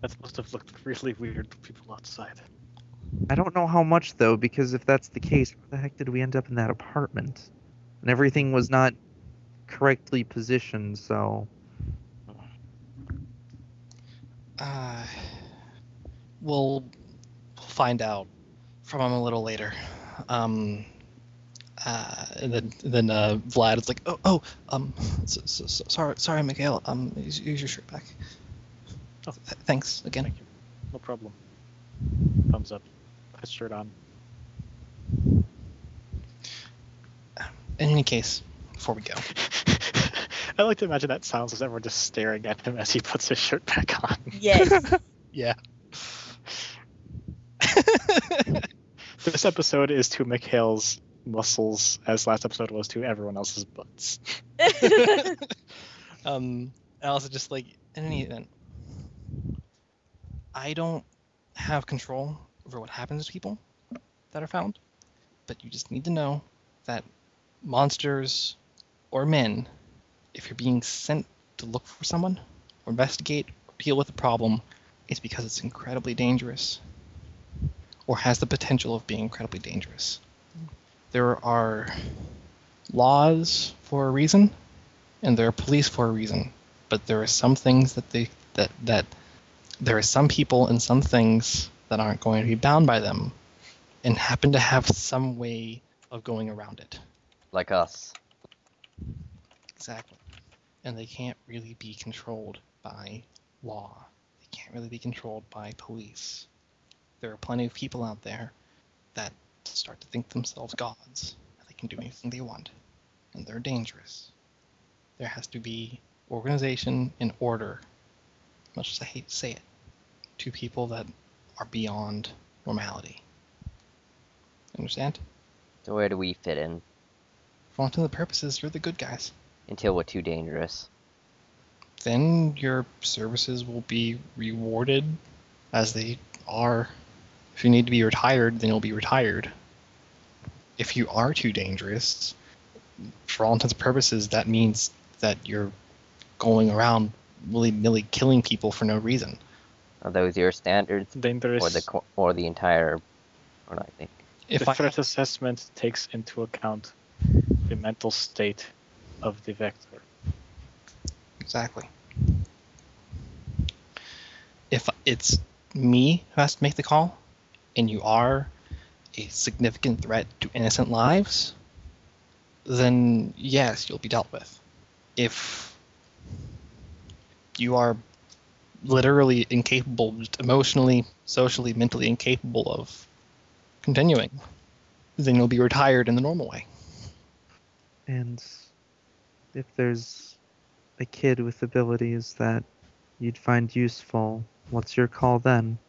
Speaker 2: That must have looked [LAUGHS] really weird to people outside.
Speaker 4: I don't know how much though, because if that's the case, how the heck did we end up in that apartment? And everything was not correctly positioned, so
Speaker 7: Uh, we'll we'll find out
Speaker 1: from him a little later. Um, uh, and then then uh, Vlad is like, oh oh um, so, so, so, sorry sorry Miguel um, use, use your shirt back.
Speaker 2: Oh.
Speaker 1: Th- thanks again.
Speaker 2: Thank you. No problem. Thumbs up. Put shirt on. [LAUGHS]
Speaker 1: In any case, before we go,
Speaker 2: I like to imagine that sounds as everyone just staring at him as he puts his shirt back on.
Speaker 3: Yes.
Speaker 1: [LAUGHS] yeah.
Speaker 2: This episode is to Mikhail's muscles as last episode was to everyone else's butts.
Speaker 1: [LAUGHS] um, and also just like in any event, I don't have control over what happens to people that are found, but you just need to know that monsters or men, if you're being sent to look for someone or investigate or deal with a problem, it's because it's incredibly dangerous or has the potential of being incredibly dangerous. There are laws for a reason and there are police for a reason. But there are some things that they that that there are some people and some things that aren't going to be bound by them, and happen to have some way of going around it.
Speaker 5: like us.
Speaker 1: Exactly. And they can't really be controlled by law. They can't really be controlled by police. There are plenty of people out there that start to think themselves gods. and They can do anything they want. And they're dangerous. There has to be organization and order, much as I hate to say it, to people that are beyond normality. Understand?
Speaker 5: So where do we fit in?
Speaker 1: For all intents and purposes, you're the good guys.
Speaker 5: Until we're too dangerous.
Speaker 1: then your services will be rewarded as they are. If you need to be retired, then you'll be retired. If you are too dangerous, for all intents and purposes, that means that you're going around willy nilly killing people for no reason.
Speaker 5: Are those your standards,
Speaker 2: Dangerous.
Speaker 5: or the co- or the entire? Or not, I think.
Speaker 1: If
Speaker 2: the
Speaker 1: I,
Speaker 2: threat assessment takes into account the mental state of the vector.
Speaker 1: exactly. If it's me who has to make the call, and you are a significant threat to innocent lives, then yes, you'll be dealt with. If you are literally incapable, just emotionally, socially, mentally incapable of continuing, then you'll be retired in the normal way.
Speaker 4: And if there's a kid with abilities that you'd find useful, what's your call then? [SIGHS]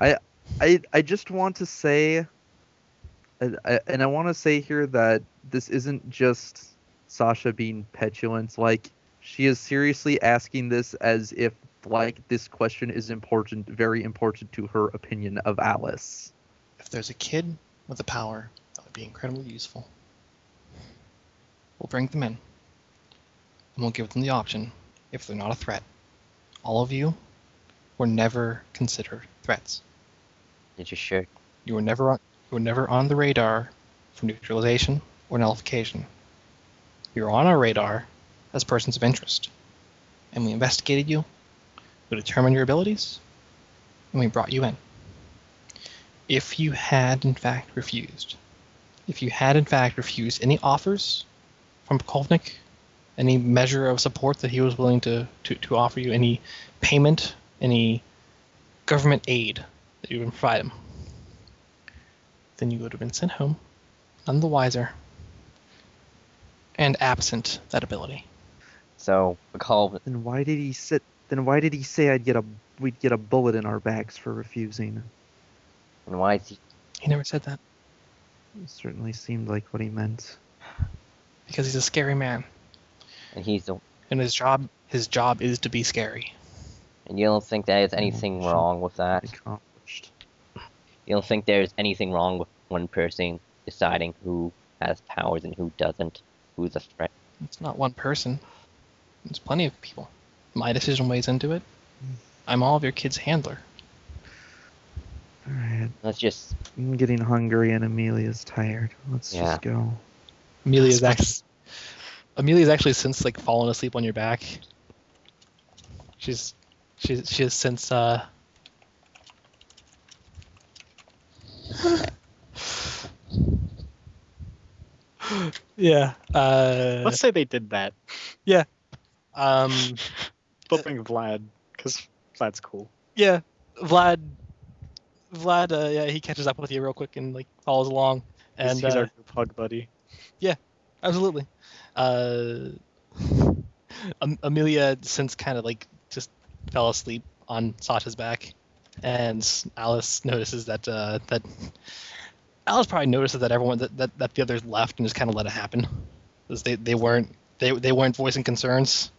Speaker 4: I I I just want to say I, I- and I want to say here that this isn't just Sasha being petulant like she is seriously asking this as if like this question is important very important to her opinion of Alice.
Speaker 1: If there's a kid with a power, that would be incredibly useful. We'll bring them in. And we'll give them the option if they're not a threat. All of you were never considered threats.
Speaker 5: Did you sure?
Speaker 1: You were never on, you were never on the radar for neutralization or nullification. You're on our radar as persons of interest. And we investigated you, we determined your abilities, and we brought you in. If you had, in fact, refused, if you had, in fact, refused any offers from Kolvnik, any measure of support that he was willing to, to, to offer you, any payment, any government aid that you would provide him, then you would have been sent home, none the wiser, and absent that ability.
Speaker 5: So we call
Speaker 4: Then why did he sit? Then why did he say I'd get a we'd get a bullet in our backs for refusing?
Speaker 5: and why is he?
Speaker 1: He never said that
Speaker 4: It certainly seemed like what he meant.
Speaker 1: because he's a scary man,
Speaker 5: And he's the.
Speaker 1: and his job his job is to be scary.
Speaker 5: And you don't think there's anything
Speaker 4: shit.
Speaker 5: wrong with that?
Speaker 4: Accomplished.
Speaker 5: You don't think there's anything wrong with one person deciding who has powers and who doesn't, who's a threat?
Speaker 1: It's not one person. It's plenty of people. My decision weighs into it. I'm all of your kids' handler.
Speaker 4: All right,
Speaker 5: Let's just
Speaker 4: I'm getting hungry and Amelia's tired. Let's
Speaker 5: Yeah.
Speaker 4: just go.
Speaker 1: Amelia's actually Amelia's actually since like fallen asleep on your back. She's She she has since uh Yeah. Uh
Speaker 2: Let's say they did that,
Speaker 1: um uh,
Speaker 2: but bring Vlad because Vlad's cool.
Speaker 1: yeah, Vlad Vlad uh, yeah, he catches up with you real quick and like follows along
Speaker 2: He's-
Speaker 1: and
Speaker 2: he's
Speaker 1: uh,
Speaker 2: our group hug buddy.
Speaker 1: Absolutely. Uh, [LAUGHS] Am- Amelia since kind of like just fell asleep on Sasha's back, and Alice notices that uh, that Alice probably notices that everyone that, that, that the others left and just kind of let it happen, 'Cause they they weren't they they weren't voicing concerns.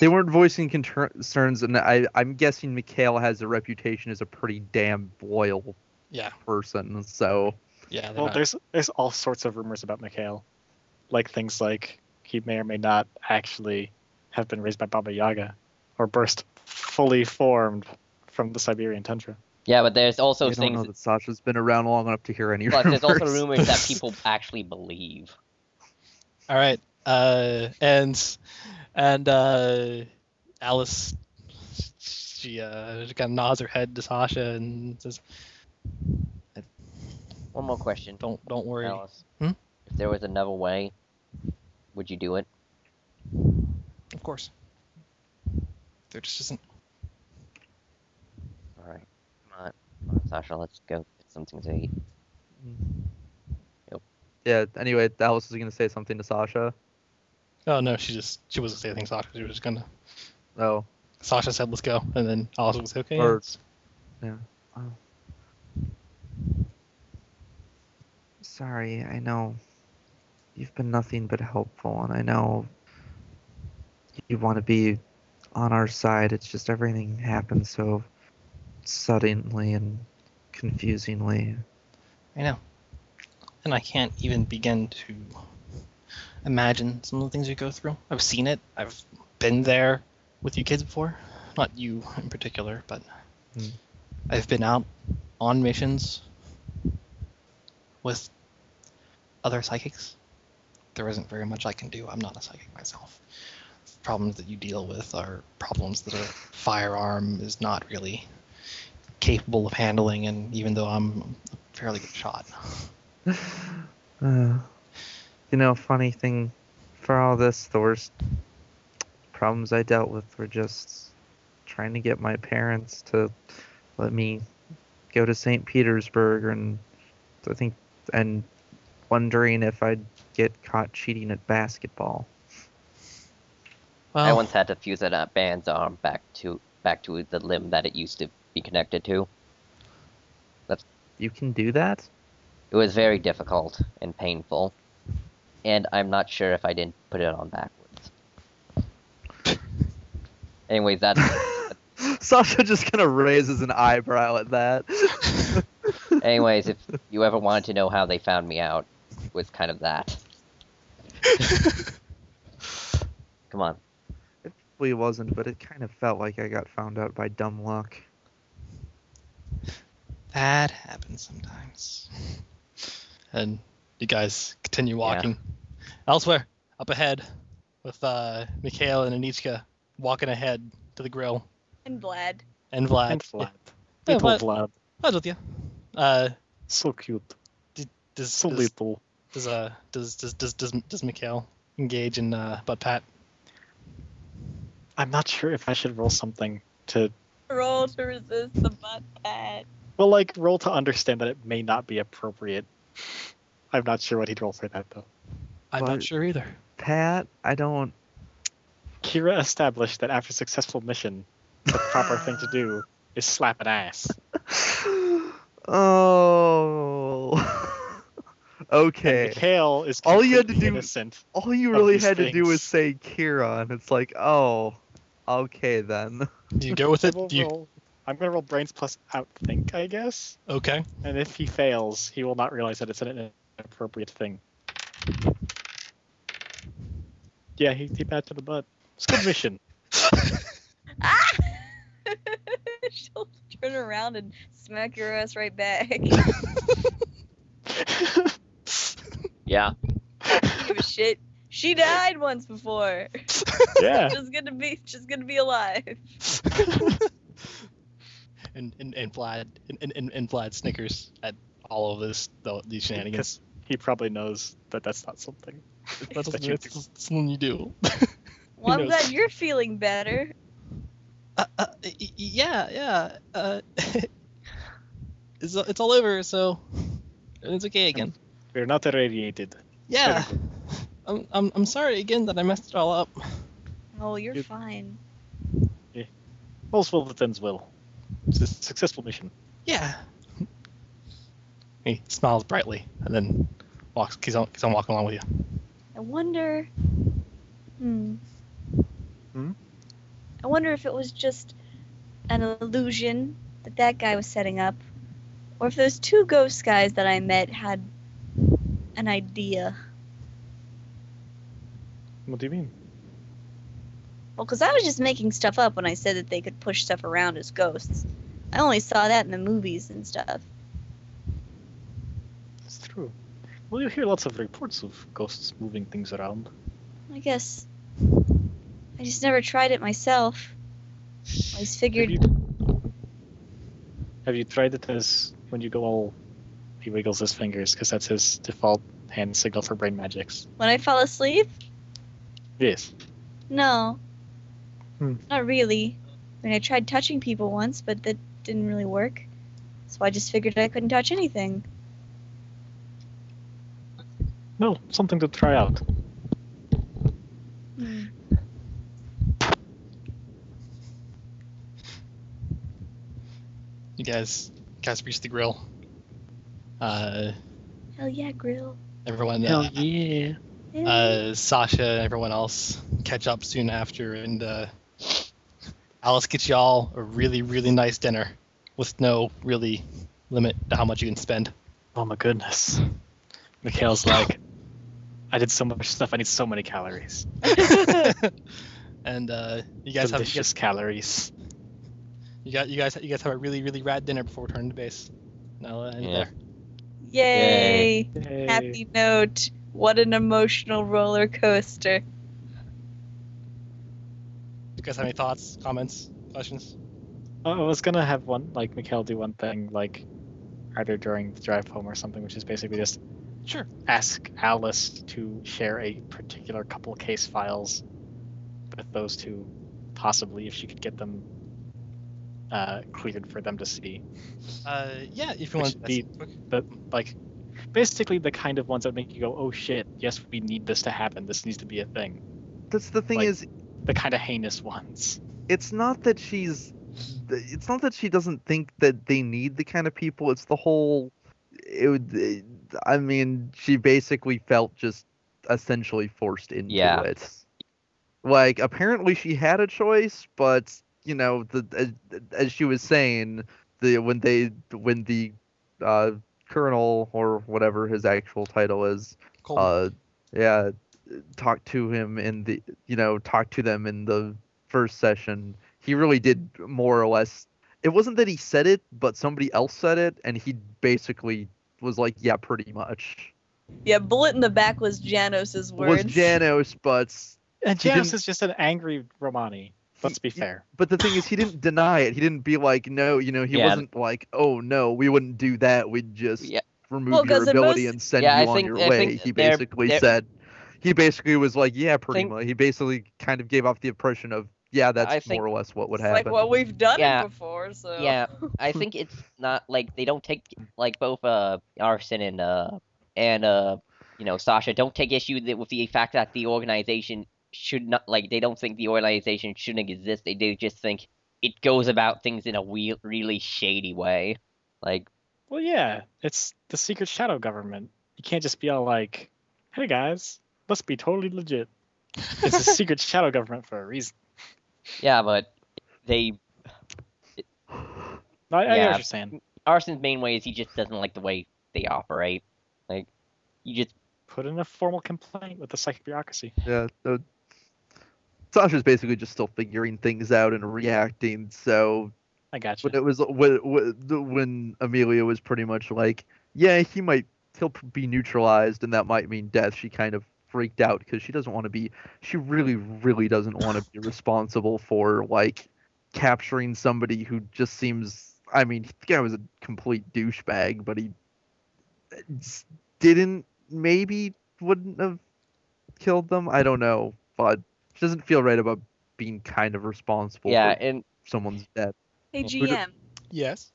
Speaker 4: They weren't voicing conter- concerns, and I, I'm guessing Mikhail has a reputation as a pretty damn loyal
Speaker 1: Yeah,
Speaker 4: person. So
Speaker 1: yeah. they're
Speaker 2: Well,
Speaker 1: not-
Speaker 2: there's there's all sorts of rumors about Mikhail, like things like he may or may not actually have been raised by Baba Yaga, or burst fully formed from the Siberian tundra.
Speaker 5: Yeah, but there's also
Speaker 4: I don't know
Speaker 5: things.
Speaker 4: that Sasha's been around long enough to hear any
Speaker 5: [LAUGHS] But there's also
Speaker 4: rumors.
Speaker 5: rumors that people actually believe.
Speaker 1: All right. Uh, and and uh, Alice, she uh, kind of nods her head to Sasha and says,
Speaker 5: One more question,
Speaker 1: "Don't don't worry."
Speaker 5: Alice.
Speaker 1: Hmm?
Speaker 5: If there was another way, would you do it?
Speaker 1: Of course. There just isn't.
Speaker 5: All right, come on, come on Sasha, let's go get something to eat.
Speaker 4: Yeah. Anyway, Alice is gonna say something to Sasha.
Speaker 1: Oh no, she just she wasn't saying things. Sasha, she was just gonna.
Speaker 4: Oh,
Speaker 1: Sasha said, "Let's go," and then Alice was like, "Okay."
Speaker 4: Or-
Speaker 1: yeah."
Speaker 6: Sorry, I know you've been nothing but helpful, and I know you want to be on our side. It's just everything happens so suddenly and confusingly.
Speaker 1: I know. And I can't even begin to imagine some of the things you go through. I've seen it. I've been there with you kids before. Not you in particular, but
Speaker 4: Hmm.
Speaker 1: I've been out on missions with other psychics. There isn't very much I can do. I'm not a psychic myself. Problems that you deal with are problems that a firearm is not really capable of handling, and even though I'm a fairly good shot.
Speaker 6: Uh, you know, funny thing, for all this, the worst problems I dealt with were just trying to get my parents to let me go to St. Petersburg, and I think, and wondering if I'd get caught cheating at basketball.
Speaker 5: I
Speaker 1: Well,
Speaker 5: once had to fuse a band's arm back to back to the limb that it used to be connected to.
Speaker 6: You can do that? [LAUGHS]
Speaker 5: It was very difficult and painful, and I'm not sure if I didn't put it on backwards. Anyways, that's
Speaker 4: Sasha just kind of raises an eyebrow
Speaker 6: [LAUGHS]
Speaker 4: at that.
Speaker 5: anyways. If you ever wanted to know how they found me out, it was kind of that. Come on.
Speaker 6: Probably wasn't, but it kind of felt like I got found out by dumb luck.
Speaker 1: that happens sometimes. And you guys continue walking. Elsewhere, up ahead, with uh, Mikhail and Anichka walking ahead to the grill,
Speaker 3: And Vlad.
Speaker 1: and Vlad.
Speaker 2: And
Speaker 7: [LAUGHS]
Speaker 2: Vlad,
Speaker 1: Yeah,
Speaker 2: little
Speaker 1: Vlad-
Speaker 2: Vlad,
Speaker 1: Vlad's with you. Uh,
Speaker 2: so cute,
Speaker 1: does,
Speaker 2: so
Speaker 1: does,
Speaker 2: little.
Speaker 1: does, uh, does, does, does, does, does Mikhail engage in uh, butt pat?
Speaker 2: I'm not sure if I should roll something to
Speaker 8: Roll to resist the butt pat.
Speaker 2: well, like roll to understand that it may not be appropriate. I'm not sure what he'd roll for that though.
Speaker 1: I'm not
Speaker 6: Vlad-
Speaker 1: sure either.
Speaker 6: Pat, I don't.
Speaker 2: Kira established that after successful mission, the proper thing to do is slap an ass.
Speaker 4: Oh. [LAUGHS] okay.
Speaker 2: Mikhail is
Speaker 4: All you had to
Speaker 2: completely
Speaker 4: do-
Speaker 2: innocent.
Speaker 4: All you
Speaker 2: of
Speaker 4: really
Speaker 2: these
Speaker 4: had to do was
Speaker 2: things.
Speaker 4: say Kira, and it's like, oh, okay then.
Speaker 1: Do you go with
Speaker 2: [LAUGHS] I
Speaker 1: it?
Speaker 2: will
Speaker 1: Do you...
Speaker 2: roll- I'm gonna roll brains plus outthink, I guess.
Speaker 1: Okay.
Speaker 2: And if he fails, he will not realize that it's an inappropriate thing. Yeah, he he patted the butt. It's a good mission.
Speaker 3: Ah! [LAUGHS] She'll turn around and smack your ass right back. [LAUGHS]
Speaker 5: Yeah.
Speaker 3: Give a shit. She died once before.
Speaker 2: yeah.
Speaker 3: She's gonna be she's gonna be alive.
Speaker 1: and and and Vlad and and, and Vlad snickers at all of this the, these shenanigans.
Speaker 2: He probably knows that that's not something.
Speaker 1: That's,
Speaker 2: that you do.
Speaker 1: that's something you do.
Speaker 3: Well, I'm
Speaker 1: knows?
Speaker 3: glad you're feeling better.
Speaker 1: [LAUGHS] uh, uh, y- y- yeah, yeah. Uh, [LAUGHS] it's it's all over, so it's okay again.
Speaker 2: We're not irradiated.
Speaker 1: Yeah. I'm, I'm, I'm sorry again that I messed it all up.
Speaker 3: Oh, you're
Speaker 2: Good.
Speaker 3: fine.
Speaker 2: All's well that ends well. It's a successful mission.
Speaker 1: Yeah. He smiles brightly and then walks. Keeps on, keeps on walking along with you.
Speaker 3: I wonder. Hmm.
Speaker 2: Hmm?
Speaker 3: I wonder if it was just an illusion that that guy was setting up, or if those two ghost guys that I met had an idea.
Speaker 2: What do you mean?
Speaker 3: Well, 'cause I was just making stuff up when I said that they could push stuff around as ghosts. I only saw that in the movies and stuff.
Speaker 2: It's true. Well, you hear lots of reports of ghosts moving things around.
Speaker 3: I guess I just never tried it myself. I just
Speaker 2: Have
Speaker 3: figured
Speaker 2: you, have you tried it as when you go all? He wiggles his fingers because that's his default hand signal for brain magics.
Speaker 3: when I fell asleep,
Speaker 2: Yes.
Speaker 3: No.
Speaker 2: Hmm.
Speaker 3: Not really. I mean, I tried touching people once, but that didn't really work. So I just figured I couldn't touch anything.
Speaker 2: No, something to try out.
Speaker 5: Hmm.
Speaker 1: You guys, guys reach the grill. Uh,
Speaker 3: Hell yeah, grill.
Speaker 1: everyone, uh,
Speaker 2: yeah.
Speaker 1: uh, Sasha and everyone else catch up soon after, and uh, Alice gets y'all a really, really nice dinner with no really limit to how much you can spend.
Speaker 2: Oh my goodness. Mikhail's like, I did so much stuff. I need so many calories.
Speaker 1: and uh, you guys have you guys,
Speaker 2: Delicious calories.
Speaker 1: you got you guys you guys have a really, really rad dinner before returning to base. Now, uh,
Speaker 5: Yeah.
Speaker 1: there.
Speaker 3: Yay.
Speaker 2: Yay.
Speaker 3: Happy note. What an emotional roller coaster.
Speaker 1: You guys have any thoughts, comments, questions?
Speaker 2: I I was gonna have one like Mikhail do one thing like either during the drive home or something, which is basically just
Speaker 1: Sure.
Speaker 2: ask Alice to share a particular couple case files with those two, possibly if she could get them uh, cleared for them to see.
Speaker 1: Uh, yeah, if you want.
Speaker 2: Which would
Speaker 1: that's
Speaker 2: be-
Speaker 1: quick.
Speaker 2: But like basically the kind of ones that make you go, oh shit, yes, we need this to happen. This needs to be a thing.
Speaker 4: That's the thing
Speaker 2: Like-
Speaker 4: is,
Speaker 2: The kind of heinous [LAUGHS] ones.
Speaker 4: it's not that she's, it's not that she doesn't think that they need the kind of people. It's the whole. It would. I mean, she basically felt just essentially forced into
Speaker 5: Yeah.
Speaker 4: it. Like apparently she had a choice, but you know, the as, as she was saying, the when they when the uh, colonel or whatever his actual title is
Speaker 1: Cool.
Speaker 4: uh, yeah, talk to him in the, you know, talk to them in the first session. He really did more or less. It wasn't that he said it, but somebody else said it, and he basically was like, yeah, pretty much.
Speaker 3: Yeah, bullet in the back was Janos's words.
Speaker 4: Was Janos, but
Speaker 2: And
Speaker 4: She
Speaker 2: Janus
Speaker 4: didn't-
Speaker 2: is just an angry Romani. Let's be
Speaker 4: He-
Speaker 2: fair.
Speaker 4: but the thing is, he didn't deny it. He didn't be like, no, you know, he
Speaker 5: Yeah.
Speaker 4: wasn't like, oh no, we wouldn't do that. We'd just
Speaker 5: Yeah.
Speaker 4: remove
Speaker 3: Well,
Speaker 4: your
Speaker 3: 'cause in
Speaker 4: ability
Speaker 3: most-
Speaker 4: and send
Speaker 5: Yeah,
Speaker 4: you
Speaker 5: I
Speaker 4: on
Speaker 5: think-
Speaker 4: your
Speaker 5: I
Speaker 4: way.
Speaker 5: think
Speaker 4: he
Speaker 5: they're-
Speaker 4: basically
Speaker 5: they're-
Speaker 4: said, he basically was like, yeah, pretty
Speaker 5: Think-
Speaker 4: much. He basically kind of gave off the impression of, yeah, that's
Speaker 5: I think-
Speaker 4: more or less what would
Speaker 3: It's like,
Speaker 4: happen.
Speaker 3: well, we've done
Speaker 5: Yeah.
Speaker 3: it before, so.
Speaker 5: Yeah, I think it's not like they don't take like both uh Arson and uh and uh you know Sasha don't take issue that- with the fact that the organization should not like they don't think the organization shouldn't exist. They they just think it goes about things in a wheel really shady way. Like
Speaker 2: Well, yeah, it's the secret shadow government. You can't just be all like, "Hey guys, let's be totally legit." It's a secret shadow government for a reason.
Speaker 5: yeah, but they
Speaker 2: I, I
Speaker 5: Yeah.
Speaker 2: understand.
Speaker 5: Arson's main way is he just doesn't like the way they operate. Like you just
Speaker 2: Put in a formal complaint with the psychic bureaucracy.
Speaker 4: Yeah. So Sasha's basically just still figuring things out and reacting. So
Speaker 2: I got you.
Speaker 4: when it was when, when when Amelia was pretty much like, yeah, he might he'll p- be neutralized and that might mean death. She kind of freaked out because she doesn't want to be. She really, really doesn't want to be responsible for like capturing somebody who just seems I mean, the guy was a complete douchebag, but he s- didn't, maybe wouldn't have killed them. I don't know, but she doesn't feel right about being kind of responsible
Speaker 5: Yeah,
Speaker 4: for
Speaker 5: and
Speaker 4: someone's death.
Speaker 8: Hey
Speaker 5: Who do-
Speaker 8: GM,
Speaker 1: Yes.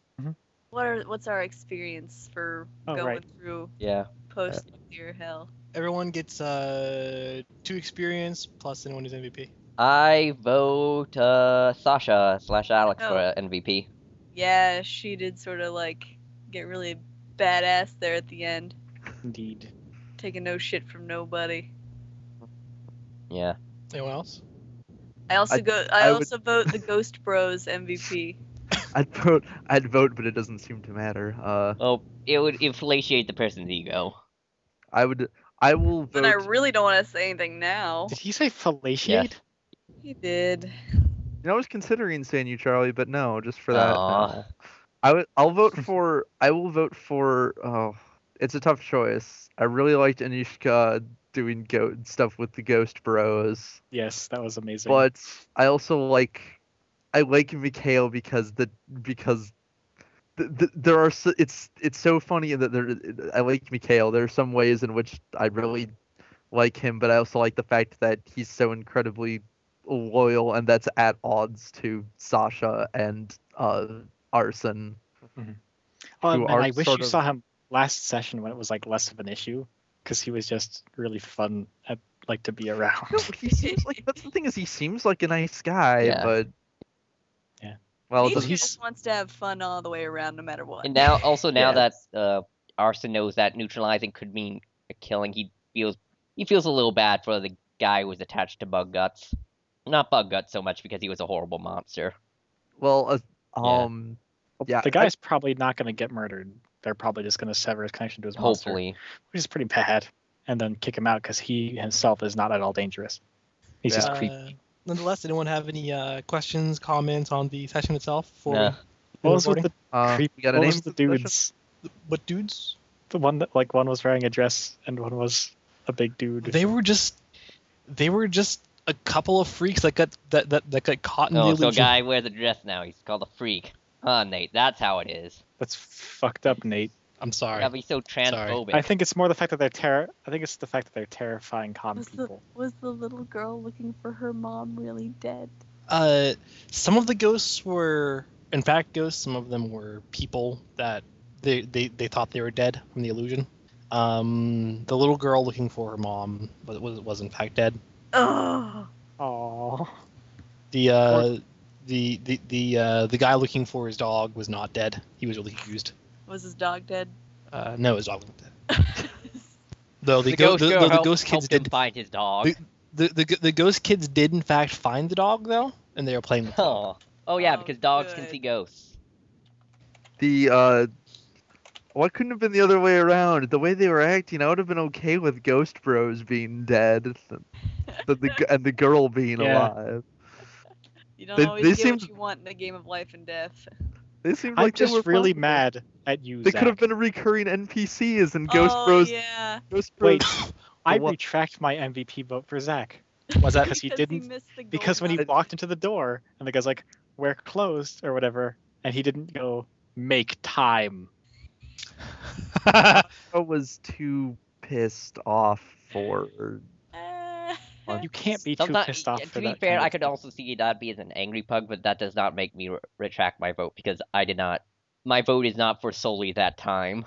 Speaker 8: what are what's our experience for
Speaker 2: Oh,
Speaker 8: going
Speaker 2: right.
Speaker 8: through
Speaker 5: yeah,
Speaker 8: post nuclear hell?
Speaker 1: Everyone gets uh two experience plus anyone who's MVP.
Speaker 5: I vote uh, Sasha slash Alex for
Speaker 8: Oh.
Speaker 5: MVP.
Speaker 8: Yeah, she did sort of like get really badass there at the end,
Speaker 2: Indeed.
Speaker 8: taking no shit from nobody.
Speaker 5: Yeah,
Speaker 1: Anyone else?
Speaker 8: I also
Speaker 4: I-
Speaker 8: go. I,
Speaker 4: I would-
Speaker 8: also vote
Speaker 4: [LAUGHS]
Speaker 8: the Ghost Bros MVP.
Speaker 4: I'd vote, I'd vote, but it doesn't seem to matter. Uh,
Speaker 5: well, it would inflatiate the person's ego.
Speaker 4: I would, I will
Speaker 8: But
Speaker 4: vote.
Speaker 8: I really don't want to say anything now.
Speaker 2: Did he say fellatiate?
Speaker 8: He did. [LAUGHS]
Speaker 4: You know, I was considering saying you, Charlie, but no, just for that.
Speaker 5: Aw.
Speaker 4: no. I would. I'll vote for. I will vote for. Oh, it's a tough choice. I really liked Anishka doing go- stuff with the Ghost Bros,
Speaker 2: Yes, that was amazing.
Speaker 4: but I also like. I like Mikhail because the because. th th there are s it's it's so funny in that there I like Mikhail. There are some ways in which I really like him, but I also like the fact that he's so incredibly loyal, and that's at odds to Sasha and uh, Arson.
Speaker 2: Um,
Speaker 4: who
Speaker 2: and
Speaker 4: are
Speaker 2: I wish
Speaker 4: sort
Speaker 2: you
Speaker 4: of-
Speaker 2: saw him last session when it was like less of an issue, because he was just really fun at like to be around.
Speaker 4: No, he seems like that's the thing is he seems like a nice guy,
Speaker 5: Yeah.
Speaker 4: but
Speaker 2: Yeah.
Speaker 4: Well,
Speaker 8: he
Speaker 4: it doesn't-
Speaker 8: just wants to have fun all the way around, no matter what.
Speaker 5: And now, also now
Speaker 4: Yeah.
Speaker 5: that uh, Arson knows that neutralizing could mean a killing, he feels he feels a little bad for the guy who was attached to Bug Guts. Not Bug Guts so much because he was a horrible monster.
Speaker 4: well, uh,
Speaker 5: Yeah.
Speaker 4: um, [LAUGHS] yeah,
Speaker 2: the
Speaker 4: I-
Speaker 2: guy's probably not going to get murdered. They're probably just going to sever his connection to his monster,
Speaker 5: Hopefully,
Speaker 2: which is pretty bad, and then kick him out because he himself is not at all dangerous. He's just
Speaker 1: Uh,
Speaker 2: creepy.
Speaker 1: Nonetheless, anyone have any uh, questions, comments on the session itself? For
Speaker 5: Nah.
Speaker 2: What was with
Speaker 1: recording?
Speaker 2: the
Speaker 4: uh,
Speaker 2: creep?
Speaker 4: we got a
Speaker 2: what
Speaker 4: name
Speaker 2: was
Speaker 4: for
Speaker 2: the
Speaker 4: the session?
Speaker 2: dudes?
Speaker 1: what dudes?
Speaker 2: The one that like one was wearing a dress and one was a big dude.
Speaker 1: They were just, they were just a couple of freaks that got that that, that got caught in the
Speaker 5: oh, so
Speaker 1: illusion.
Speaker 5: guy wears a dress now. He's called a freak. Huh, Nate? That's how it is.
Speaker 2: That's fucked up, Nate.
Speaker 1: I'm sorry.
Speaker 5: That'd be so transphobic.
Speaker 2: I think it's more the fact that they're terror. I think it's the fact that they're terrifying common
Speaker 8: was the
Speaker 2: people.
Speaker 8: was the little girl looking for her mom really dead?
Speaker 1: Uh, some of the ghosts were, in fact, ghosts. Some of them were people that they, they, they thought they were dead from the illusion. Um, the little girl looking for her mom was, was, was in fact dead.
Speaker 8: Oh,
Speaker 2: Oh,
Speaker 1: The uh, the the the uh, the guy looking for his dog was not dead. He was really confused.
Speaker 8: was his dog dead? [LAUGHS]
Speaker 1: Uh, no, his dog wasn't dead. Though the,
Speaker 5: the
Speaker 1: ghost,
Speaker 5: ghost
Speaker 1: the,
Speaker 5: girl
Speaker 1: though the
Speaker 5: helped-
Speaker 1: ghost kids
Speaker 5: helped him
Speaker 1: did
Speaker 5: find his dog. [LAUGHS]
Speaker 1: The- the, the, the ghost kids did in fact find the dog though, and they were playing with. it.
Speaker 5: Oh, oh yeah,
Speaker 8: Oh,
Speaker 5: because dogs can
Speaker 8: good.
Speaker 5: see ghosts.
Speaker 4: The uh, why couldn't have been the other way around? The way they were acting, I would have been okay with Ghost Bros being dead, but the g- and the girl being
Speaker 2: Yeah.
Speaker 4: alive.
Speaker 8: You don't
Speaker 4: They-
Speaker 8: always
Speaker 4: they
Speaker 8: get
Speaker 4: seemed-
Speaker 8: what you want in a game of life and death.
Speaker 4: They seemed
Speaker 2: I'm
Speaker 4: like they were
Speaker 2: just really
Speaker 4: fine.
Speaker 2: mad at you.
Speaker 4: They
Speaker 2: Zach.
Speaker 4: could have been recurring NPCs and Ghost
Speaker 8: oh,
Speaker 4: Bros.
Speaker 8: yeah.
Speaker 4: Ghost Bros. [LAUGHS]
Speaker 2: Wait, I
Speaker 4: what?
Speaker 2: retract my MVP vote for Zach
Speaker 1: Was
Speaker 8: [LAUGHS]
Speaker 1: that
Speaker 2: because he didn't-
Speaker 8: missed the
Speaker 2: because when
Speaker 8: golden
Speaker 2: he
Speaker 4: I-
Speaker 2: walked into the door and the guy's like, "We're closed" or whatever, and he didn't go make time.
Speaker 4: I was too pissed off for.
Speaker 8: opportunity. Uh, [LAUGHS]
Speaker 2: You can't be too
Speaker 5: Sometimes-
Speaker 2: pissed off
Speaker 5: yeah,
Speaker 2: for
Speaker 5: to be
Speaker 2: that
Speaker 5: fair,
Speaker 2: kind
Speaker 5: I
Speaker 2: of
Speaker 5: could
Speaker 2: thing.
Speaker 5: also see that be as an angry pug, but that does not make me re- retract my vote because I did not. My vote is not for solely that time.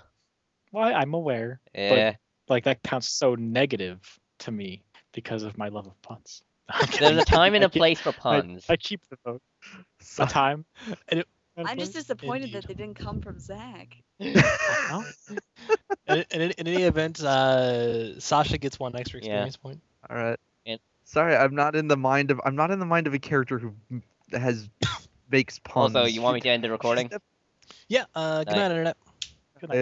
Speaker 2: Why? I'm aware.
Speaker 5: Eh.
Speaker 2: Like that counts so negative to me because of my love of puns.
Speaker 5: There's a time
Speaker 2: [LAUGHS]
Speaker 5: and
Speaker 2: I
Speaker 5: a
Speaker 2: keep-
Speaker 5: place for puns.
Speaker 2: I keep the vote. [LAUGHS]
Speaker 4: So-
Speaker 2: A time.
Speaker 1: And it-
Speaker 2: and a
Speaker 8: I'm just
Speaker 2: place.
Speaker 8: disappointed
Speaker 1: Indeed.
Speaker 8: that they didn't come from Zach.
Speaker 2: No?
Speaker 1: [LAUGHS] in, in, in any event, uh, Sasha gets one extra
Speaker 5: Yeah.
Speaker 1: experience point.
Speaker 4: All right.
Speaker 5: And-
Speaker 4: Sorry, I'm not in the mind of I'm not in the mind of a character who
Speaker 5: [COUGHS]
Speaker 4: m- has makes puns.
Speaker 5: also, you want me to end the recording?
Speaker 1: Yeah. Uh, good
Speaker 5: Night.
Speaker 1: night, internet.